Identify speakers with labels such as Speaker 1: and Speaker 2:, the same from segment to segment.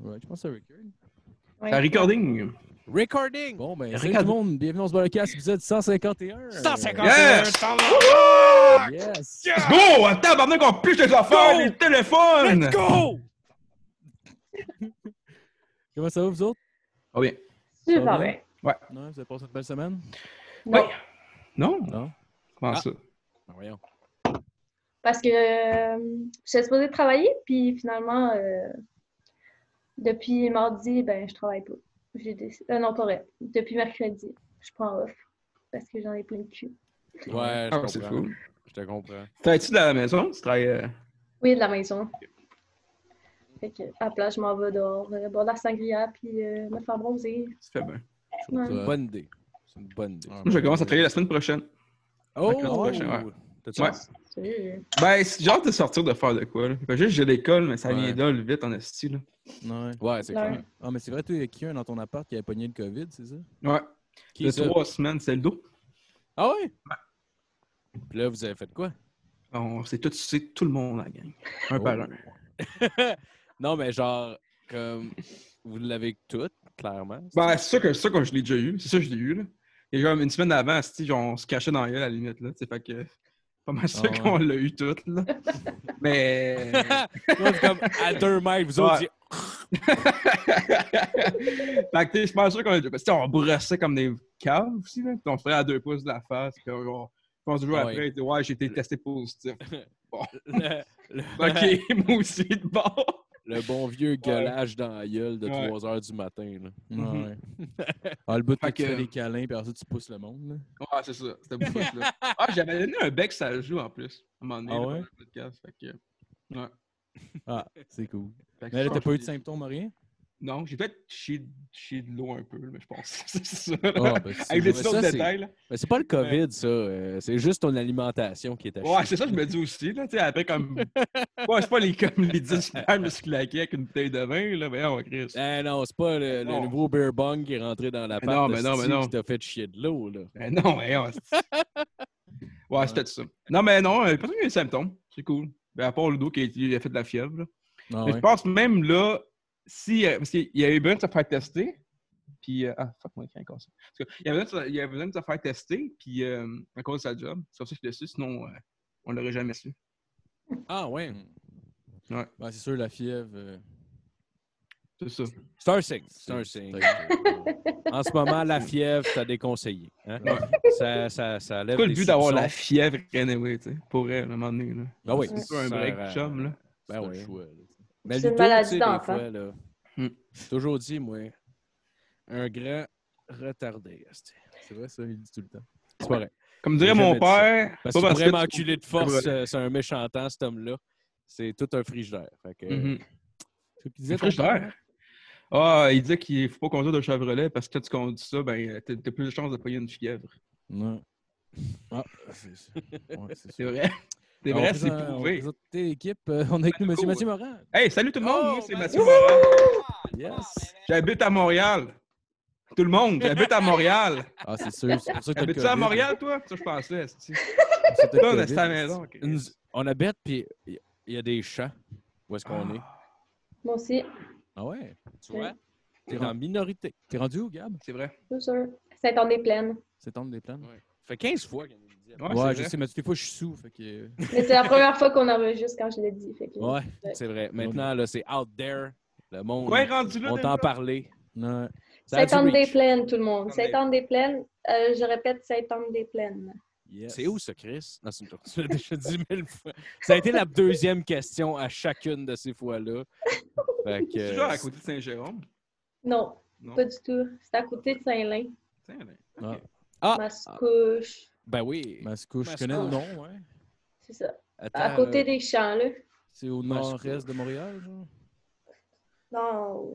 Speaker 1: Ouais, je pense que c'est record.
Speaker 2: C'est un recording.
Speaker 3: Recording!
Speaker 1: Bon, ben,
Speaker 3: Record.
Speaker 1: salut tout le monde. Bienvenue dans ce podcast, épisode 151.
Speaker 3: 151!
Speaker 2: Yes!
Speaker 3: ça
Speaker 2: Wouhou!
Speaker 1: Euh, Yes!
Speaker 2: Let's go! Attends, tabarnak, on piche les affaires,
Speaker 3: Go!
Speaker 2: les téléphones!
Speaker 3: Let's go!
Speaker 1: Comment ça va, vous autres?
Speaker 2: Oh bien.
Speaker 1: Ça va
Speaker 4: Super bien.
Speaker 1: Non, vous avez passé une belle semaine?
Speaker 2: Oui.
Speaker 4: ben, Non,
Speaker 2: Oh. Non?
Speaker 1: Non?
Speaker 2: Comment
Speaker 1: Ah.
Speaker 2: ça?
Speaker 1: Ben, voyons.
Speaker 4: parce que euh, j'étais supposée travailler, puis finalement, euh, depuis mardi, ben, je travaille pas. J'ai décidé... euh, non, pas vrai. Depuis mercredi, je prends off parce que j'en ai plein le cul.
Speaker 3: Ouais,
Speaker 2: Ah,
Speaker 3: je
Speaker 2: c'est
Speaker 3: comprends.
Speaker 2: fou.
Speaker 3: Je te comprends.
Speaker 2: Travailles-tu de la maison? Tu travailles. euh,
Speaker 4: Oui, de la maison. Fait que, à la place, je m'en vais dehors, euh, boire de la sangria, puis euh, me faire bronzer.
Speaker 2: Tu fais bien.
Speaker 1: Je trouve
Speaker 4: Ouais.
Speaker 1: ça-
Speaker 3: C'est une bonne idée. C'est une bonne idée.
Speaker 2: Moi, je commence à travailler la semaine prochaine.
Speaker 1: Oh!
Speaker 2: mercredi prochain, ouais.
Speaker 1: T'as-tu
Speaker 2: Ouais.
Speaker 1: chance?
Speaker 4: C'est-
Speaker 2: Ben, c'est- j'ai hâte de sortir de faire de quoi, là. Fait que juste, j'ai l'école, mais ça
Speaker 1: Ouais.
Speaker 2: vient d'ol vite en esti, là.
Speaker 1: Ouais.
Speaker 3: Ouais, c'est
Speaker 4: Ouais.
Speaker 3: clair.
Speaker 1: Ah, mais c'est vrai, tu es qui un dans ton appart qui avait pogné le COVID, c'est ça?
Speaker 2: Ouais.
Speaker 3: Qui
Speaker 2: De
Speaker 3: ça?
Speaker 2: trois semaines, c'est le dos.
Speaker 3: Ah ouais? Puis là, vous avez fait quoi?
Speaker 2: On s'est tout sucé, tout le monde, la gang. Un
Speaker 3: Oh.
Speaker 2: par un.
Speaker 3: Non, mais genre, comme vous l'avez toutes, clairement.
Speaker 2: Ben, c'est sûr que c'est sûr que je l'ai déjà eu. C'est sûr que je l'ai eu, là. Et genre, une semaine avant, esti, genre, on se cachait dans la gueule, à la limite, là. C'est fait que. Pas mal sûr
Speaker 1: Ah ouais.
Speaker 2: qu'on l'a eu toute, là. mais.
Speaker 3: Moi, c'est comme à deux mètres, vous autres,
Speaker 2: Ouais. fait que, tu sais, je pense sûr qu'on a déjà. Parce que, tu sais, on brossait comme des caves aussi, là. Puis on ferait à deux pouces de la face. Puis on, on, je pense
Speaker 1: Ah
Speaker 2: toujours
Speaker 3: Ouais.
Speaker 2: après, tu sais, ouais, j'ai été testé positif.
Speaker 3: le, le-
Speaker 2: ok, moi aussi, de bord.
Speaker 3: le bon vieux gueulage dans la gueule de
Speaker 2: Ouais.
Speaker 3: 3 heures du matin. Là.
Speaker 1: Ouais. ah, le bout
Speaker 2: Mhm. Fait
Speaker 1: de tu
Speaker 2: que-
Speaker 1: fais des câlins, puis après ça, tu pousses le monde. là.
Speaker 2: Ouais, c'est ça. C'était beaucoup ça. Ah, j'avais donné un bec, ça joue en plus. À un moment donné,
Speaker 1: Ah
Speaker 2: là,
Speaker 1: ouais?
Speaker 2: dans le podcast. Fait que. Ouais.
Speaker 1: Ah, c'est cool.
Speaker 2: Fait que
Speaker 1: Mais là,
Speaker 2: ça,
Speaker 1: t'as pas eu de
Speaker 2: j'ai-
Speaker 1: symptômes, rien?
Speaker 2: Non, j'ai peut-être chié, chié de l'eau un peu, là, mais je pense que c'est ça.
Speaker 1: Ah,
Speaker 2: là.
Speaker 1: ben, c'est-
Speaker 2: Avec des
Speaker 3: mais
Speaker 2: petits
Speaker 3: ça,
Speaker 2: autres
Speaker 3: c'est-
Speaker 2: détails. là.
Speaker 3: Mais c'est pas le COVID, ça. euh, c'est juste ton alimentation qui est à
Speaker 2: Ouais,
Speaker 3: chier.
Speaker 2: c'est ça, je me dis aussi. Là, tu sais, après, comme. Ouais, c'est pas les, comme les 10 super me suis claqué avec une bouteille de vin, là, mais on Chris.
Speaker 1: Ah.
Speaker 3: Eh non, c'est pas le, le
Speaker 2: Non.
Speaker 3: nouveau beer bong qui est rentré dans la
Speaker 2: Mais
Speaker 3: pâte
Speaker 2: non, mais non, mais non.
Speaker 3: qui t'a fait chier de l'eau, là.
Speaker 2: Ben non, mais on... Ouais, c'était ça. Non, mais non, euh, pas eu de symptômes. C'est cool. Ben, à part le dos qui a, il a fait de la fièvre. là.
Speaker 1: Non,
Speaker 2: Mais je pense même là, si. euh, parce qu'il y avait besoin de se faire tester. Puis. euh, ah, fuck, moi, j'ai encore ça. En tout cas, il y avait besoin de, se- il y avait besoin de se faire tester. Puis, euh, à cause de sa job. C'est pour ça que je le su. Sinon, euh, on l'aurait jamais su.
Speaker 3: Ah ouais.
Speaker 2: Ouais,
Speaker 1: Ben, c'est sûr, la fièvre. euh,
Speaker 2: c'est ça.
Speaker 3: C'est un signe. C'est un signe. Ben En ce moment, la fièvre, ça déconseillé. Hein? Ça, ça, ça lève
Speaker 2: C'est quoi le
Speaker 3: des
Speaker 2: but d'avoir
Speaker 3: soupçons.
Speaker 2: la fièvre anyway, tu sais, pour elle, à un moment donné, là?
Speaker 3: Ah oui.
Speaker 2: C'est sûr, un break,
Speaker 3: Ça,
Speaker 2: chum, là.
Speaker 1: c'est
Speaker 3: Ben
Speaker 1: un
Speaker 3: oui.
Speaker 1: choix, là, tu sais.
Speaker 3: Mais
Speaker 4: C'est une
Speaker 3: Ludo,
Speaker 4: maladie
Speaker 3: tu sais, des
Speaker 4: d'enfant.
Speaker 3: fois, là,
Speaker 2: Hmm.
Speaker 3: j'ai toujours dit, moi, un grand retardé. esti.
Speaker 1: C'est vrai, ça, il le dit tout le temps.
Speaker 3: C'est pas vrai.
Speaker 2: Comme dirait
Speaker 3: J'ai
Speaker 2: mon
Speaker 3: jamais dit ça.
Speaker 2: père,
Speaker 3: Parce
Speaker 2: pas
Speaker 3: qu'il pourrait
Speaker 2: tu-
Speaker 3: m'enculer de force,
Speaker 2: Ouais.
Speaker 3: euh, c'est un méchant temps, cet homme-là. C'est tout un frigidaire. Fait que,
Speaker 2: Mhm.
Speaker 3: c'est ce qu'il
Speaker 2: C'est
Speaker 3: disait, ton
Speaker 2: friche
Speaker 3: père?
Speaker 2: d'air. Ah, il dit qu'il faut pas conduire de Chevrolet parce que quand tu conduis ça, ben, t'as t'as plus de chances de payer une fièvre.
Speaker 1: Non. Ah, c'est ça. Ouais, c'est
Speaker 2: C'est
Speaker 1: sûr.
Speaker 2: vrai. C'est
Speaker 1: Alors, on
Speaker 2: vrai, c'est
Speaker 1: présente- on
Speaker 2: prouvé.
Speaker 1: présente l'équipe. euh, on est avec nous, monsieur
Speaker 2: cool.
Speaker 1: Mathieu Morin.
Speaker 2: Hey, salut tout le monde,
Speaker 3: Oh,
Speaker 2: moi c'est
Speaker 3: ben-
Speaker 2: Mathieu Morin.
Speaker 1: Yes!
Speaker 2: J'habite à Montréal. Tout le monde, j'habite à Montréal.
Speaker 1: Ah, c'est sûr. C'est pour ça que t'as le
Speaker 2: Habites-tu à
Speaker 1: COVID.
Speaker 2: Montréal, toi? Ça, je pensais.
Speaker 1: C'est
Speaker 2: esti.
Speaker 1: ça que t'as
Speaker 2: Toi,
Speaker 1: le
Speaker 2: on est à la
Speaker 1: COVID.
Speaker 2: maison. ok.
Speaker 3: Une- on habite, puis il y- y a des champs. Où
Speaker 2: Ah,
Speaker 3: est-ce qu'on est?
Speaker 4: Moi aussi,
Speaker 1: Ah ouais?
Speaker 3: Tu vois? T'es en minorité.
Speaker 1: T'es rendu où, Gab?
Speaker 2: C'est vrai.
Speaker 4: c'est sûr. saint anne est pleine.
Speaker 1: C'est temps des plans?
Speaker 3: Ça fait 15 fois qu'on nous dit.
Speaker 2: Ouais,
Speaker 1: Ouais,
Speaker 2: c'est
Speaker 1: je
Speaker 2: vrai.
Speaker 1: sais, mais des fois, je suis sous. Fait que... euh,
Speaker 4: Mais c'est la première fois qu'on enregistre quand je l'ai dit. Fait que,
Speaker 3: Ouais, c'est vrai. Maintenant, là, c'est out there. Le monde,
Speaker 2: Ouais, rendu là.
Speaker 3: on
Speaker 2: déjà.
Speaker 3: t'en parlait.
Speaker 1: Non.
Speaker 3: Ça a du reach.
Speaker 4: Sainte-Anne-des-Plaines, tout le monde.
Speaker 2: Saint-Anne-des-
Speaker 4: Sainte-Anne-des-Plaines, euh, je répète, Sainte-Anne-des-Plaines.
Speaker 1: Yes.
Speaker 3: C'est où ça, Chris? Non, c'est une tortue. Tu l'as déjà dit mille fois. Ça a été la deuxième question à chacune de ces fois-là. Fait que,
Speaker 2: C'est toujours à côté de Saint-Jérôme.
Speaker 4: Non,
Speaker 2: Non.
Speaker 4: pas du tout. C'est à côté de Saint-Lin.
Speaker 2: Tiens, ben,
Speaker 1: Ah,
Speaker 2: ok.
Speaker 3: Ah!
Speaker 4: Mascouche,
Speaker 3: Ben oui.
Speaker 1: Mascouche, je
Speaker 3: Mascouche.
Speaker 1: connais le nom, ouais.
Speaker 4: c'est ça.
Speaker 3: Attends,
Speaker 4: À côté
Speaker 3: euh,
Speaker 4: des champs, là.
Speaker 1: C'est au
Speaker 3: Mascouche.
Speaker 1: nord-est de Montréal, genre.
Speaker 4: Non.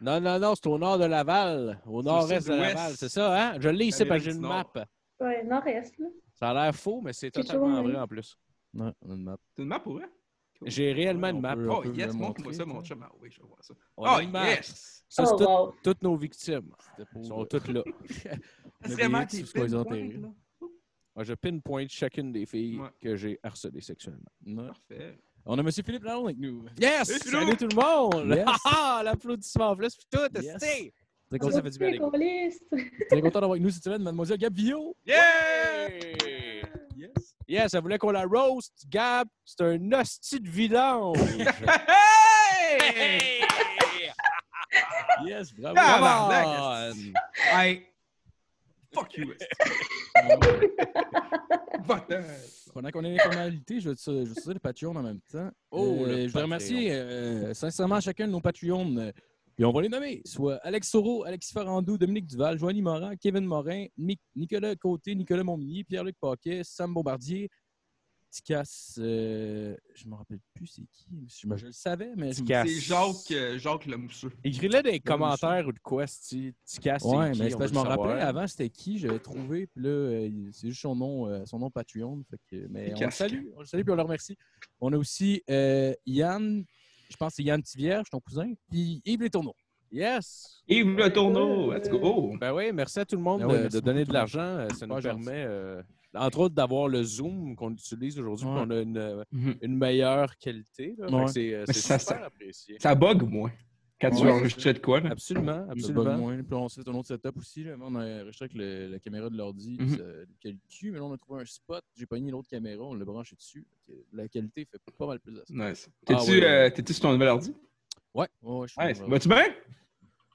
Speaker 3: Non, non, non, c'est au nord de Laval. Au nord-est de
Speaker 2: sud-ouest.
Speaker 3: Laval, c'est ça, hein? Je l'ai ici
Speaker 2: Amérique
Speaker 3: parce que j'ai
Speaker 2: du
Speaker 3: une map.
Speaker 2: Nord.
Speaker 4: Ouais, nord-est, là.
Speaker 3: Ça a l'air faux, mais c'est
Speaker 4: C'est
Speaker 3: totalement
Speaker 4: toujours-
Speaker 3: vrai en plus.
Speaker 1: Non, on a une map.
Speaker 2: C'est une map pour vrai?
Speaker 3: J'ai réellement
Speaker 1: Ouais,
Speaker 3: une
Speaker 1: on
Speaker 3: map.
Speaker 1: peut- on
Speaker 2: Oh,
Speaker 1: peut
Speaker 2: yes,
Speaker 1: le
Speaker 2: montre-moi
Speaker 1: montrer,
Speaker 2: ça,
Speaker 1: ça.
Speaker 2: mon chum. Ah oui, je vais voir ça.
Speaker 3: On a
Speaker 2: Oh,
Speaker 3: une map.
Speaker 2: yes!
Speaker 3: Ça, c'est
Speaker 4: oh,
Speaker 3: tout-
Speaker 4: wow.
Speaker 3: toutes nos victimes.
Speaker 1: C'était pour...
Speaker 3: Elles sont toutes là.
Speaker 1: on a des
Speaker 2: Vraiment,
Speaker 1: X
Speaker 2: t'es
Speaker 1: sur ce qu'ils ont
Speaker 2: pinpoint,
Speaker 1: enterré.
Speaker 2: là.
Speaker 3: Moi, je pinpoint chacune des filles
Speaker 2: Ouais.
Speaker 3: que j'ai harcelées sexuellement.
Speaker 1: Non.
Speaker 2: Parfait.
Speaker 1: On a M. Philippe Lalonde avec
Speaker 3: Ah,
Speaker 1: nous. Yes!
Speaker 2: Salut, Philou!
Speaker 1: Salut tout le monde!
Speaker 5: Yes.
Speaker 1: Ah, Ah! L'applaudissement en plus, puis tout,
Speaker 5: Yes.
Speaker 1: esti! Très
Speaker 4: On
Speaker 1: content, ça fait du bien. les gars. Très content d'avoir avec nous cette semaine, Mademoiselle Gab Villot.
Speaker 2: Yeah!
Speaker 1: Yes! Yes, elle voulait qu'on la roast. Gab, c'est un hostie de vidange!
Speaker 2: Hey!
Speaker 1: Hey! yes, bravo!
Speaker 3: Ah,
Speaker 1: Gab.
Speaker 2: Tabarnak, Hey! Fuck you! West. Fuck that.
Speaker 1: Pendant qu'on est dans les formalités, je vais te je vais te dire les Patreons en même temps.
Speaker 2: Oh,
Speaker 1: Euh,
Speaker 2: le
Speaker 1: je voudrais remercier euh, sincèrement chacun de nos Patreons. euh, Puis on va les nommer, soit Alex Soro, Alexis Farandou, Dominique Duval, Joanie Morin, Kevin Morin, Nic- Nicolas Côté, Nicolas Montmilly, Pierre-Luc Paquet, Sam Bombardier, Ticas, euh, je ne me rappelle plus c'est qui, je, me- je le savais, mais... je me- Ticas.
Speaker 2: C'est Jacques, euh, Jacques le mousseux.
Speaker 1: Écris-le dans les
Speaker 2: commentaires
Speaker 1: ou de quoi, si tu casses
Speaker 5: c'est
Speaker 1: Ouais,
Speaker 5: qui,
Speaker 1: mais
Speaker 5: on
Speaker 1: c'est
Speaker 5: veut
Speaker 1: parce que je m'en
Speaker 5: le savoir.
Speaker 1: rappelais avant, c'était qui, j'avais trouvé, puis là, euh, il- c'est juste son nom, euh, son nom Patreon. Fait que, mais on le
Speaker 2: casque.
Speaker 1: salue, on le salue, puis on le remercie. On a aussi euh, Yann, je pense que c'est Yann Tivierge, ton cousin, puis Yves Les Tourneaux. Yes!
Speaker 2: Yves le tourneau! Let's go! Oh!
Speaker 3: Ben oui, merci à tout le monde
Speaker 1: Ben oui,
Speaker 3: de-
Speaker 1: merci
Speaker 3: de, donner
Speaker 1: beaucoup,
Speaker 3: de l'argent. Euh, Ça nous
Speaker 1: Ouais, gentil.
Speaker 3: permet, euh, entre autres, d'avoir le Zoom qu'on utilise aujourd'hui.
Speaker 1: Ouais.
Speaker 3: puis On a une, euh,
Speaker 2: Mhm.
Speaker 3: une meilleure qualité. là. Fait que
Speaker 1: Ouais.
Speaker 3: C'est euh,
Speaker 2: Mais
Speaker 3: c'est
Speaker 2: ça,
Speaker 3: super
Speaker 2: ça-
Speaker 3: apprécié.
Speaker 2: Ça bug, moi. Quand tu
Speaker 1: Ouais.
Speaker 2: enregistrais de quoi, là?
Speaker 3: Absolument,
Speaker 1: Ça bug
Speaker 3: absolument.
Speaker 1: moins. Puis on c'est un autre setup aussi. Là. Avant, On a enregistré avec le- la caméra de l'ordi,
Speaker 2: Mhm.
Speaker 1: puis ça- quel cul, mais là, on a trouvé un spot. J'ai pogné l'autre caméra, on l'a branché dessus. Fait que La qualité fait pas mal plus de ça.
Speaker 2: Nice.
Speaker 1: Ah,
Speaker 2: T'es-tu
Speaker 1: ouais, ouais.
Speaker 2: euh, t'es-tu sur ton nouvel ordi?
Speaker 1: Ouais, ouais, ouais, je suis
Speaker 2: Nice.
Speaker 1: vraiment-
Speaker 2: Vas-tu bien?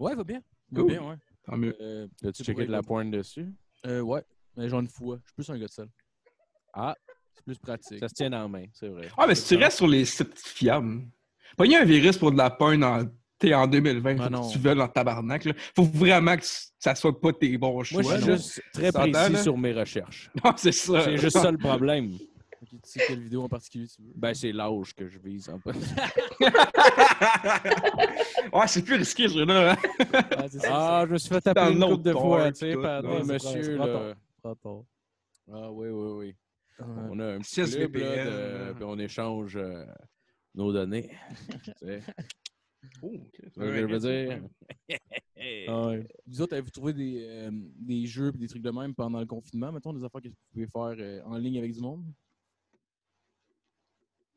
Speaker 1: Ouais, va bien. Va
Speaker 2: Cool.
Speaker 1: bien, ouais.
Speaker 2: Tant mieux.
Speaker 1: Euh,
Speaker 3: As-tu
Speaker 1: C'est
Speaker 3: checké
Speaker 1: pour
Speaker 3: de la
Speaker 1: les-
Speaker 3: pointe dessus?
Speaker 1: euh, ouais, mais genre une fois. Je suis plus un gars de salle.
Speaker 3: Ah.
Speaker 1: C'est plus pratique.
Speaker 3: Ça se tient en main, c'est vrai.
Speaker 2: Ah, mais si tu restes sur les sites fiables, pogner un virus pour de la pointe en, t'es en 2020,
Speaker 1: Ah,
Speaker 2: faut que
Speaker 1: non.
Speaker 2: tu veux dans tabarnak, là. Faut vraiment que tu- ça soit pas tes bons choix.
Speaker 3: Moi, je suis
Speaker 2: là.
Speaker 3: juste très
Speaker 2: Ça entend,
Speaker 3: précis
Speaker 2: là?
Speaker 3: sur mes recherches.
Speaker 2: Non, c'est ça.
Speaker 3: C'est juste ça le problème.
Speaker 1: Ok, tu sais quelle vidéo en particulier tu veux.
Speaker 3: Ben, c'est l'âge que je vise. En fait.
Speaker 2: ouais, c'est plus risqué, ce jeu-là. hein.
Speaker 1: Ah, c'est
Speaker 3: Ah, je me suis fait taper une
Speaker 2: l'autre
Speaker 3: couple de
Speaker 2: ton,
Speaker 3: fois,
Speaker 2: hein,
Speaker 3: tu sais,
Speaker 2: tout,
Speaker 3: par
Speaker 2: ouais,
Speaker 3: des
Speaker 1: c'est
Speaker 3: messieurs,
Speaker 1: vrai, c'est
Speaker 3: là.
Speaker 1: Rapport.
Speaker 3: Ah oui, oui, oui.
Speaker 1: Ouais.
Speaker 3: On a un petit
Speaker 2: Six
Speaker 3: club, là,
Speaker 2: VPN,
Speaker 3: de-
Speaker 2: euh.
Speaker 3: puis on échange euh, nos données. Tu sais,
Speaker 2: Oh,
Speaker 3: tu vois ce que je veux dire?
Speaker 1: Ah ouais. Vous autres, avez-vous trouvé des, euh, des jeux et des trucs de même pendant le confinement? Mettons des affaires que vous pouvez faire euh, en ligne avec du monde?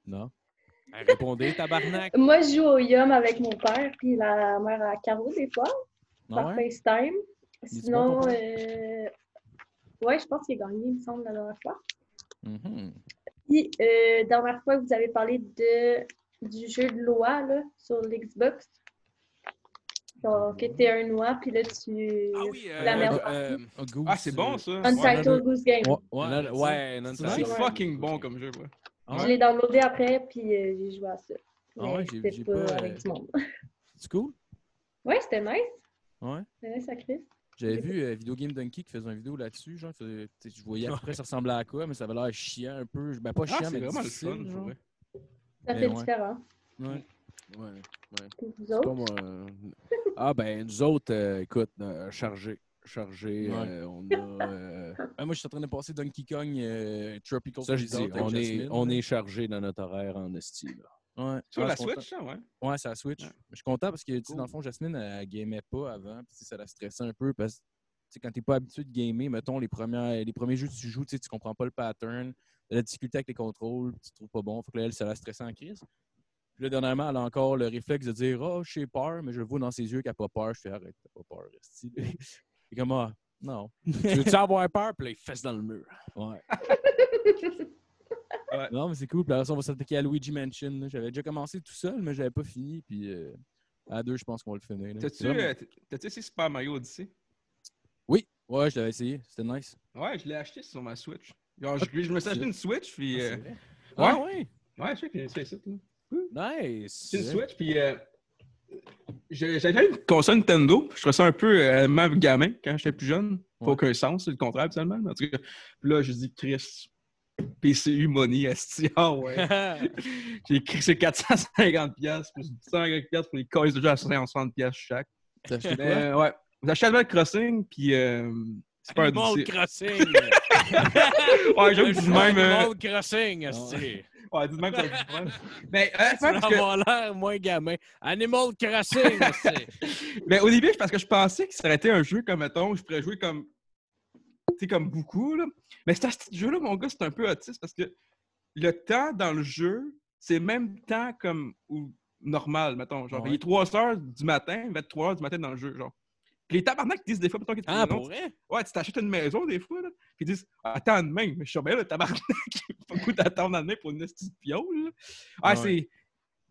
Speaker 1: Non.
Speaker 3: Ah, Répondez, tabarnak!
Speaker 4: Moi, je joue au Yum avec mon père, puis la mère à Caro, des fois,
Speaker 1: Ah
Speaker 4: par
Speaker 1: ouais?
Speaker 4: FaceTime.
Speaker 1: Il est
Speaker 4: Sinon,
Speaker 1: bon, ton
Speaker 4: euh... ouais, je pense qu'il a gagné, il me semble, la dernière fois.
Speaker 1: Mhm.
Speaker 4: Puis, euh, dernière fois, vous avez parlé de... du jeu de loi, là, sur l'Xbox. Donc, que t'es un noir, puis là, tu.
Speaker 3: Euh,
Speaker 4: La merde.
Speaker 1: Ah, Goose,
Speaker 2: Ah, c'est bon,
Speaker 1: euh,
Speaker 2: ça.
Speaker 4: Untitled
Speaker 1: Ouais,
Speaker 4: Goose Game.
Speaker 1: Ouais,
Speaker 3: Ouais,
Speaker 1: ouais,
Speaker 3: ouais, non,
Speaker 1: c'est
Speaker 3: ça-
Speaker 2: C'est
Speaker 4: Ouais.
Speaker 2: fucking bon comme jeu, ouais.
Speaker 1: Ah
Speaker 4: Je
Speaker 1: ouais?
Speaker 4: l'ai downloadé après, puis euh, j'ai joué à ça.
Speaker 1: Ah ouais,
Speaker 4: Mais
Speaker 1: j'ai- j'ai
Speaker 4: c'était pas,
Speaker 1: pas,
Speaker 4: avec
Speaker 1: euh,
Speaker 4: du monde.
Speaker 1: C'est cool?
Speaker 4: Ouais, c'était nice.
Speaker 1: Ouais.
Speaker 4: C'était nice à Chris.
Speaker 1: J'avais vu euh, Video Game Donkey qui faisait une vidéo là-dessus. Genre, il faisait- tu sais, je voyais après ça ressemblait à quoi, mais ça avait l'air chiant un peu. Ben, pas
Speaker 2: Ah,
Speaker 1: chiant,
Speaker 2: c'est
Speaker 1: mais
Speaker 2: vraiment le
Speaker 1: difficile,
Speaker 2: fun, pour
Speaker 1: genre.
Speaker 2: vrai.
Speaker 4: Ça
Speaker 1: Mais
Speaker 4: fait
Speaker 1: ouais.
Speaker 4: différent
Speaker 1: Ouais.
Speaker 3: Ouais,
Speaker 4: pour vous
Speaker 3: c'est pas
Speaker 4: autres.
Speaker 3: moi. euh, Ah, ben, nous autres, euh, écoute, euh, chargés. Chargés,
Speaker 1: Ouais.
Speaker 3: euh, on a. euh,
Speaker 1: Ah, moi, je suis en train de passer Donkey Kong euh, Tropical
Speaker 3: ça, je
Speaker 1: Freeze
Speaker 3: dis,
Speaker 1: Out avec
Speaker 3: on est,
Speaker 1: Jasmine,
Speaker 3: on
Speaker 2: euh.
Speaker 1: là.
Speaker 3: est chargé dans notre horaire en esti, là.
Speaker 1: Ouais.
Speaker 2: Sur
Speaker 1: Ah,
Speaker 2: la
Speaker 1: je suis content.
Speaker 2: Switch, ça, ouais.
Speaker 1: Ouais, c'est la Switch.
Speaker 2: Ouais.
Speaker 1: Je suis content parce que, tu sais, dans
Speaker 2: Cool.
Speaker 1: le fond, Jasmine, elle, elle gamait pas avant. Puis, tu sais, ça la stressait un peu parce que, tu sais, quand t'es pas habitué de gamer, mettons, les, premières, les premiers jeux que tu joues, tu sais, tu comprends pas le pattern, t'as la difficulté avec les contrôles, puis tu te trouves pas bon. Faut que là, elle, ça la stressait en crise. Puis là, dernièrement, elle a encore le réflexe de dire Oh, j'ai peur, mais je le vois dans ses yeux qu'elle a pas peur. Je fais Arrête, t'as pas peur, Resti. Et comme, ah, non.
Speaker 3: tu veux-tu avoir peur? Puis là, il fesse dans le mur.
Speaker 1: Ouais.
Speaker 2: Ouais.
Speaker 1: Non, mais c'est cool. Puis après ça, on va s'attaquer à Luigi Mansion. là. J'avais déjà commencé tout seul, mais j'avais pas fini. Puis euh, à deux, je pense qu'on va le finir. là.
Speaker 2: T'as-tu
Speaker 1: C'est vraiment-
Speaker 2: euh, t'as-tu essayé Super Mario Odyssey?
Speaker 1: Oui, ouais, je l'avais essayé. C'était nice.
Speaker 3: Ah,
Speaker 2: Ouais, je l'ai acheté sur ma Switch. Genre, je, je me suis acheté une Switch, puis... euh,
Speaker 3: Ah, ouais?
Speaker 2: ouais, je sais que j'ai essayé ça. là.
Speaker 3: Nice!
Speaker 2: J'ai une Switch, puis... euh, j'ai- J'avais une console Nintendo. Je trouvais ça un peu euh, même gamin quand j'étais plus jeune. Pas
Speaker 1: Ouais.
Speaker 2: aucun sens, c'est le contraire, habituellement. mais En tout cas, puis là, j'ai dit, Chris, PCU Money, esti, ah ouais. J'ai crissé 450 pièces plus 150 pièces pour les coins de jeu à 160 pièces chaque.
Speaker 1: T'as acheté quoi?
Speaker 3: euh,
Speaker 2: Mais ouais, j'achète Animal Crossing puis euh, c'est pas un
Speaker 3: Animal
Speaker 2: Odyssey.
Speaker 3: Crossing!
Speaker 2: Ouais, je dis de même euh,
Speaker 3: Animal Crossing, esti!
Speaker 2: ouais, dis de même ça dit de même. Mais honnêtement,
Speaker 3: Tu veux
Speaker 2: parce que-
Speaker 3: avoir l'air moins gamin. Animal Crossing, esti!
Speaker 2: mais au début parce que je pensais que ça aurait été un jeu comme mettons, je pourrais jouer comme tu sais comme beaucoup là. Mais cet jeu là mon gars, c'est un peu autiste parce que le temps dans le jeu, c'est le même temps comme ou normal, mettons. Genre,
Speaker 1: Ouais.
Speaker 2: il est 3 h du matin, il va être 3 h du matin dans le jeu, genre. Puis les tabarnak disent des fois, mettons, que tu
Speaker 3: Ah,
Speaker 2: non,
Speaker 3: pour vrai?
Speaker 2: Ouais, tu t'achètes une maison des fois, là. Puis ils disent Attends demain, mais je suis bien le tabarnak, il faut beaucoup d'attendre demain pour une petite piole. là. Ah,
Speaker 1: Ouais.
Speaker 2: c'est.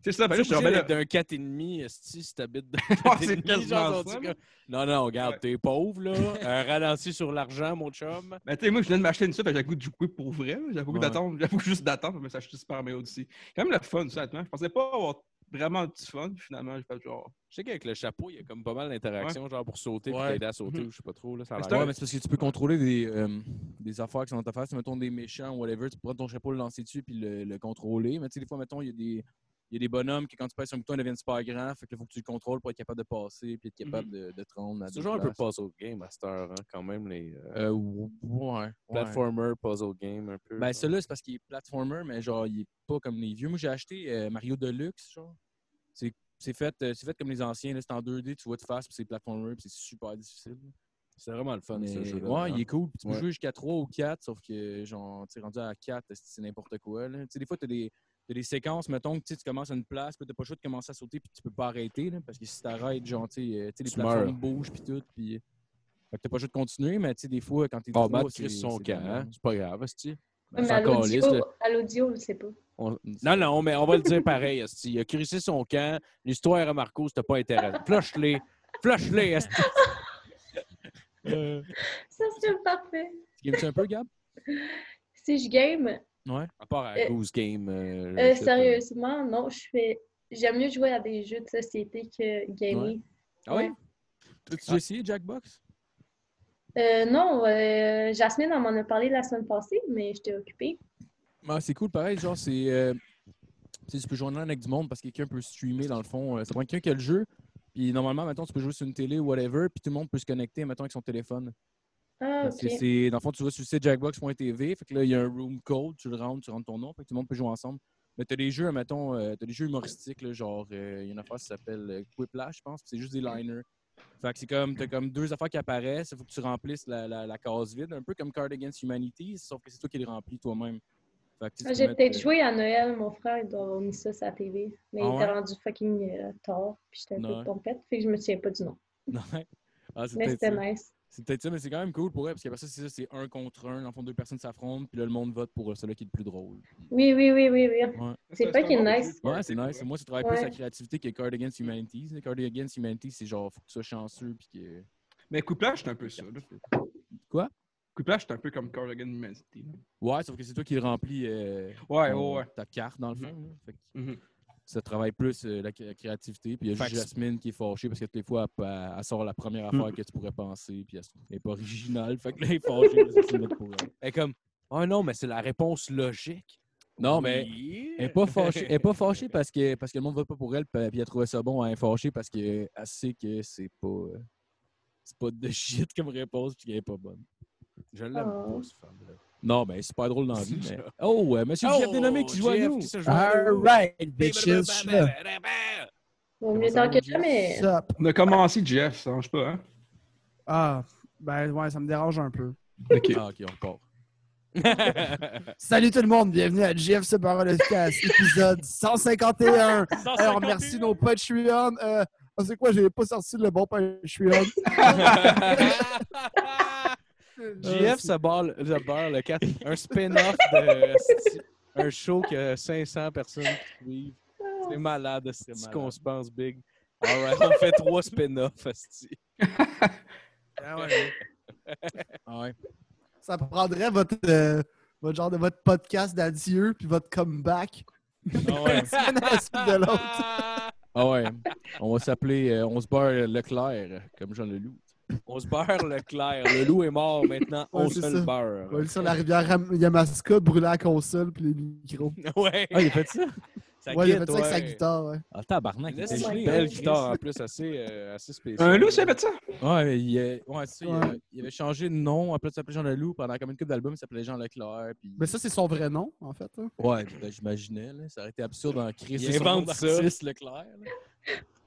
Speaker 2: C'est ça, ben là,
Speaker 3: Tu
Speaker 2: je suis
Speaker 3: sais,
Speaker 2: bien là.
Speaker 3: d'un 4,5, si si t'habites d'un
Speaker 2: Ah,
Speaker 3: 4,5,
Speaker 2: c'est quasiment
Speaker 3: genre,
Speaker 2: ça.
Speaker 3: tu-
Speaker 2: là.
Speaker 3: Non, non, regarde,
Speaker 2: Ouais.
Speaker 3: t'es pauvre, là. Un ralenti sur l'argent, mon chum.
Speaker 2: Ben, tu sais, moi, je viens de m'acheter une ça, fait que j'ai le goût de jouer pour vrai. là. J'ai le goût
Speaker 1: Ouais.
Speaker 2: d'attendre, j'ai le goût juste d'attendre, mais ça acheter Super Mario d'ici. Quand même le fun, ça, honnêtement. Je pensais pas avoir vraiment du fun, finalement, j'ai fait genre.
Speaker 3: Je sais qu'avec le chapeau, il y a comme pas mal d'interactions, genre pour sauter, puis
Speaker 1: Ouais.
Speaker 3: t'aider à sauter, ou je sais pas trop, là. Ça a
Speaker 2: Mais
Speaker 3: l'air-
Speaker 1: Ouais, mais c'est parce que tu peux contrôler des, euh, des affaires qui sont dans ta face. Tu, mettons des méchants ou whatever, tu peux prendre ton chapeau, le lancer dessus puis le, le contrôler. Mais tu sais, des fois, mettons, il y, a des- il y a des bonhommes qui, quand tu passes sur un bouton, ils deviennent super grands. Fait que là, faut que tu le contrôles pour être capable de passer puis être capable de, de te rendre. à
Speaker 3: Mhm. C'est
Speaker 1: d'autres
Speaker 3: toujours un peu
Speaker 1: places.
Speaker 3: puzzle game à cette heure, hein, quand même, les euh,
Speaker 1: Euh, ou- ouais. ouais.
Speaker 3: platformer, puzzle game, un peu.
Speaker 1: Ben,
Speaker 3: genre.
Speaker 1: celui-là, c'est parce qu'il est platformer, mais genre, il est pas comme les vieux. Moi, j'ai acheté euh, Mario Deluxe, genre. C'est c'est fait, euh, c'est fait comme les anciens, là. c'est en 2D, tu vois de face, puis c'est platformer, puis c'est super difficile.
Speaker 3: c'est vraiment le fun,
Speaker 1: Mais
Speaker 3: ce jeu-là.
Speaker 1: ouais, il est cool. Puis tu peux
Speaker 3: Ouais.
Speaker 1: jouer jusqu'à 3 ou 4, sauf que, genre, tu es rendu à 4, c'est n'importe quoi. là. Tu sais, des fois, tu as des, t'as des séquences, mettons, que tu sais, tu commences à une place, puis tu pas le choix de commencer à sauter, puis tu peux pas arrêter, là, parce que si t'arrêtes, genre, tu sais, euh, tu sais, les
Speaker 3: Tu
Speaker 1: plateformes
Speaker 3: meurs.
Speaker 1: bougent, puis tout, puis. euh, Fait que t'as pas le choix de continuer, mais tu sais, des fois, quand t'es
Speaker 3: Oh,
Speaker 1: trois,
Speaker 3: Matt
Speaker 1: c'est-
Speaker 3: Chris son
Speaker 1: c'est
Speaker 3: camp,
Speaker 1: vraiment-
Speaker 3: hein? C'est pas grave, Asti.
Speaker 4: Mais à
Speaker 3: encore lisse,
Speaker 4: l'audio,
Speaker 3: là.
Speaker 4: à l'audio, on le sait pas.
Speaker 3: On- Non, non, mais on va le dire pareil, Asti. Il a crissé son camp. L'histoire à Marco, c'était pas intéressant. Flush-les. Flush-les, Asti.
Speaker 4: Ça, c'est parfait.
Speaker 1: Tu games-tu un peu, Gab?
Speaker 4: Si je game,
Speaker 3: À part à
Speaker 4: Euh,
Speaker 3: Goose Game. euh,
Speaker 4: euh,
Speaker 3: je sais pas.
Speaker 4: sérieusement, non, je fais. J'aime mieux jouer à des jeux de société que gamer.
Speaker 3: Ah oui?
Speaker 4: Ouais.
Speaker 1: As-tu déjà essayé Jackbox?
Speaker 4: Euh, non, euh, Jasmine, elle m'en a parlé la semaine passée, mais j'étais occupée.
Speaker 1: Ah, c'est cool, pareil, genre, c'est. euh, tu sais, tu peux jouer en ligne avec du monde parce que quelqu'un peut streamer, dans le fond. euh, ça prend quelqu'un qui a le jeu. Puis normalement, maintenant, tu peux jouer sur une télé ou whatever, puis tout le monde peut se connecter, mettons, avec son téléphone.
Speaker 4: Ah,
Speaker 1: Parce que
Speaker 4: ok.
Speaker 1: c'est, dans le fond, tu vas sur le site jackbox.tv, fait que là, il y a un room code, tu le rentres, tu rentres ton nom, fait que tout le monde peut jouer ensemble. Mais t'as des jeux, mettons, euh, t'as des jeux humoristiques, là, genre, euh, il y a une affaire qui s'appelle euh, Quiplash, je pense, puis c'est juste des liners. Fait que c'est comme, t'as comme deux affaires qui apparaissent, il faut que tu remplisses la, la, la case vide, un peu comme Card Against Humanity, sauf que c'est toi qui les remplis toi-même. Fait que, tu sais,
Speaker 4: Ah,
Speaker 1: tu
Speaker 4: J'ai
Speaker 1: peux mettre,
Speaker 4: peut-être
Speaker 1: euh,
Speaker 4: joué à Noël, mon frère, il doit avoir mis ça sur la TV. Mais
Speaker 1: Ah
Speaker 4: il était
Speaker 1: ouais?
Speaker 4: rendu fucking euh, tard, puis j'étais un
Speaker 1: Ouais.
Speaker 4: peu pompette, fait que je me souviens pas du nom.
Speaker 1: Ouais. Ah, c'est
Speaker 4: Mais
Speaker 1: peut-être
Speaker 4: c'était
Speaker 1: ça.
Speaker 4: nice.
Speaker 1: C'est peut-être ça, mais c'est quand même cool pour elle, parce qu'après ça, c'est ça, c'est un contre un. En fond, deux personnes s'affrontent, puis là, le monde vote pour euh, celui qui est le plus drôle.
Speaker 4: Oui, oui, oui, oui, oui. C'est pas
Speaker 2: un
Speaker 4: qu'il est
Speaker 2: bon jeu de
Speaker 4: nice.
Speaker 1: Ouais,
Speaker 2: party,
Speaker 1: c'est
Speaker 2: pour
Speaker 1: nice.
Speaker 2: vrai.
Speaker 1: Moi, je travaille
Speaker 4: Ouais.
Speaker 1: plus la créativité que Card Against Humanity. là. Card Against Humanity, c'est genre, faut que tu sois chanceux, puis que.
Speaker 2: Mais couplage, c'est un peu ça. là.
Speaker 1: Quoi?
Speaker 2: Couplage, c'est un peu comme Cardigan Humanity. là.
Speaker 1: Ouais, sauf que c'est toi qui le remplis euh,
Speaker 2: Ouais,
Speaker 1: ton-
Speaker 2: ouais, ouais.
Speaker 1: ta carte, dans le fond. là. Fait que
Speaker 2: Mhm.
Speaker 1: ça travaille plus euh, la, cré- la créativité. Puis il y a
Speaker 3: Fait
Speaker 1: juste
Speaker 3: que-
Speaker 1: Jasmine qui est fâchée parce que toutes les fois, elle, elle- elle sort la première affaire
Speaker 2: Mhm.
Speaker 1: que tu pourrais penser, puis elle se- elle est pas originale. Fait que là, elle est fâchée parce que tu le votes pour elle.
Speaker 3: Elle est comme. Oh non, mais c'est la réponse logique.
Speaker 1: Non, mais.
Speaker 3: Yeah.
Speaker 1: Elle n'est pas fâchée, elle est pas fâchée parce, que, parce que le monde vote pas pour elle, puis puis elle trouvait ça bon, elle est fâchée parce qu'elle sait que c'est pas, euh, c'est pas de shit comme réponse, puis qu'elle est pas bonne.
Speaker 3: Je l'aime
Speaker 4: Oh.
Speaker 3: pas, cette femme-là.
Speaker 1: Non, ben c'est pas drôle dans la vie, mais... Oh, euh, Monsieur Jeff Dénommé qui joue à
Speaker 3: Jeff
Speaker 1: nous!
Speaker 3: qui se joue à
Speaker 5: All
Speaker 3: nous.
Speaker 5: right, bitches.
Speaker 4: Vaut
Speaker 1: Comment
Speaker 4: mieux
Speaker 1: ça
Speaker 4: tard
Speaker 1: va,
Speaker 4: que
Speaker 1: Jeff?
Speaker 4: jamais.
Speaker 6: Sup.
Speaker 2: On a commencé Jeff, ça change pas, hein?
Speaker 6: Ah, ben ouais, ça me dérange un peu.
Speaker 2: Ok.
Speaker 1: Ah, ok, on repart.
Speaker 6: Salut tout le monde, bienvenue à GFC Barre le Podcast, épisode 151. Alors, merci nos Patreons. Euh, ah, c'est quoi, j'ai pas sorti le bon Patreon. Euh,
Speaker 3: JF se barre le- se barre le 4. Un spin-off de un show qui a 500 personnes qui suivent. C'est malade, c'est ce
Speaker 1: malade.
Speaker 3: qu'on se pense, Big. All right, on fait trois spin-offs, asti.
Speaker 6: Ah ouais.
Speaker 1: Ah ouais.
Speaker 6: Ça prendrait votre, euh, votre genre de votre podcast d'adieu puis votre comeback.
Speaker 1: Ah ouais.
Speaker 6: Semaine à la suite de l'autre.
Speaker 1: Ah ouais. On va s'appeler euh, On se beurre Leclerc, euh, comme Jean Leloup.
Speaker 3: On se beurre le clair. Le loup est mort, maintenant on
Speaker 6: Ouais,
Speaker 3: se
Speaker 6: c'est
Speaker 3: le
Speaker 6: ça.
Speaker 3: beurre.
Speaker 6: On va aller sur la rivière Ram- Yamaska, brûler la console puis les micros.
Speaker 3: Ouais.
Speaker 1: Ah, il a fait ça?
Speaker 3: Ça
Speaker 6: Ouais, il a
Speaker 3: guette,
Speaker 6: fait ça avec sa
Speaker 3: ouais.
Speaker 6: guitare, ouais.
Speaker 1: Ah, tabarnak!
Speaker 3: Là,
Speaker 1: il
Speaker 3: C'est
Speaker 1: était
Speaker 4: Oh
Speaker 3: une
Speaker 4: my
Speaker 1: gelé,
Speaker 3: belle
Speaker 1: hein.
Speaker 4: God.
Speaker 3: guitare en plus, assez, euh, assez spéciale.
Speaker 2: Un loup, ça fait ça?
Speaker 1: Ouais, mais il, euh, ouais, c'est ça, il,
Speaker 6: Ouais.
Speaker 1: avait, il avait changé de nom. Après, il s'appelait Jean Leloup. Pendant comme une couple d'albums, il s'appelait Jean Leclerc. Puis...
Speaker 6: Mais ça, c'est son vrai nom, en fait. hein.
Speaker 1: Ouais, ben, j'imaginais. Là, ça aurait été absurde d'en créer
Speaker 3: Il
Speaker 1: c'est son
Speaker 3: invente
Speaker 1: nom
Speaker 3: ça.
Speaker 1: d'artiste, Leclerc. là.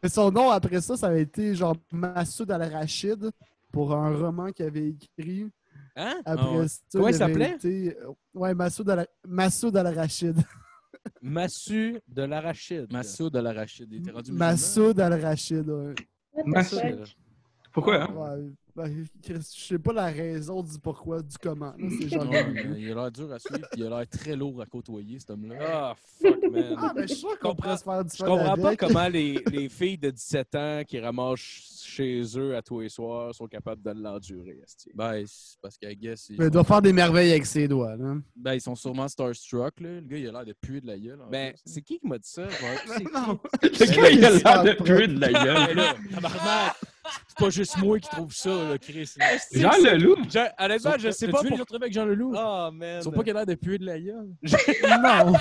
Speaker 6: Mais son nom, après ça, ça a été genre Massoud al-Rachid pour un roman qu'il avait écrit.
Speaker 3: Hein?
Speaker 6: Après
Speaker 1: Ah ouais.
Speaker 6: ça,
Speaker 3: Comment il
Speaker 6: avait
Speaker 3: s'appelait?
Speaker 6: été- Ouais, Massoud al- Massoud al-Rachid.
Speaker 3: Massu de l'arachide.
Speaker 1: Massoud de l'arachide. Il était rendu musulman.
Speaker 6: Massoud Al-Rachid. Ouais.
Speaker 4: What the
Speaker 2: Massoud.
Speaker 4: fuck?
Speaker 2: Pourquoi, hein?
Speaker 6: Ouais, ben, Chris, je sais pas la raison du pourquoi, du comment. là, C'est genre.
Speaker 1: Ouais, mais il a l'air dur à suivre, puis il a l'air très lourd à côtoyer, cet homme-là.
Speaker 3: Ah, fuck, man.
Speaker 6: Ah, ben, je suis sûr qu'on pourrait se faire du
Speaker 3: Je
Speaker 6: fun
Speaker 3: comprends pas
Speaker 6: avec.
Speaker 3: comment les, les filles de 17 ans qui ramassent chez eux à tous les soirs sont capables de l'endurer. esti.
Speaker 1: Ben, c'est parce qu'à guess, ils,
Speaker 6: Mais Ben, il doit faire des merveilles avec ses doigts, là.
Speaker 1: ben, ils sont sûrement starstruck, là. Le gars, il a l'air de puer de la gueule. en
Speaker 3: Ben,
Speaker 1: plus.
Speaker 3: c'est qui qui m'a dit ça? C'est
Speaker 6: Non,
Speaker 2: Le gars, il a l'air de puer de la
Speaker 1: Ben
Speaker 2: gueule.
Speaker 1: là, tabarnak! C'est pas juste moi qui trouve ça, là, Chris. là.
Speaker 2: Jean Leloup,
Speaker 3: Jean- honnêtement, je
Speaker 1: T'as-tu vu
Speaker 3: sais pas
Speaker 1: le
Speaker 3: pourquoi.
Speaker 1: retrouvé avec Jean Leloup?
Speaker 3: Oh, man.
Speaker 1: Ils sont pas qu'il a l'air de puer de la gueule.
Speaker 6: non.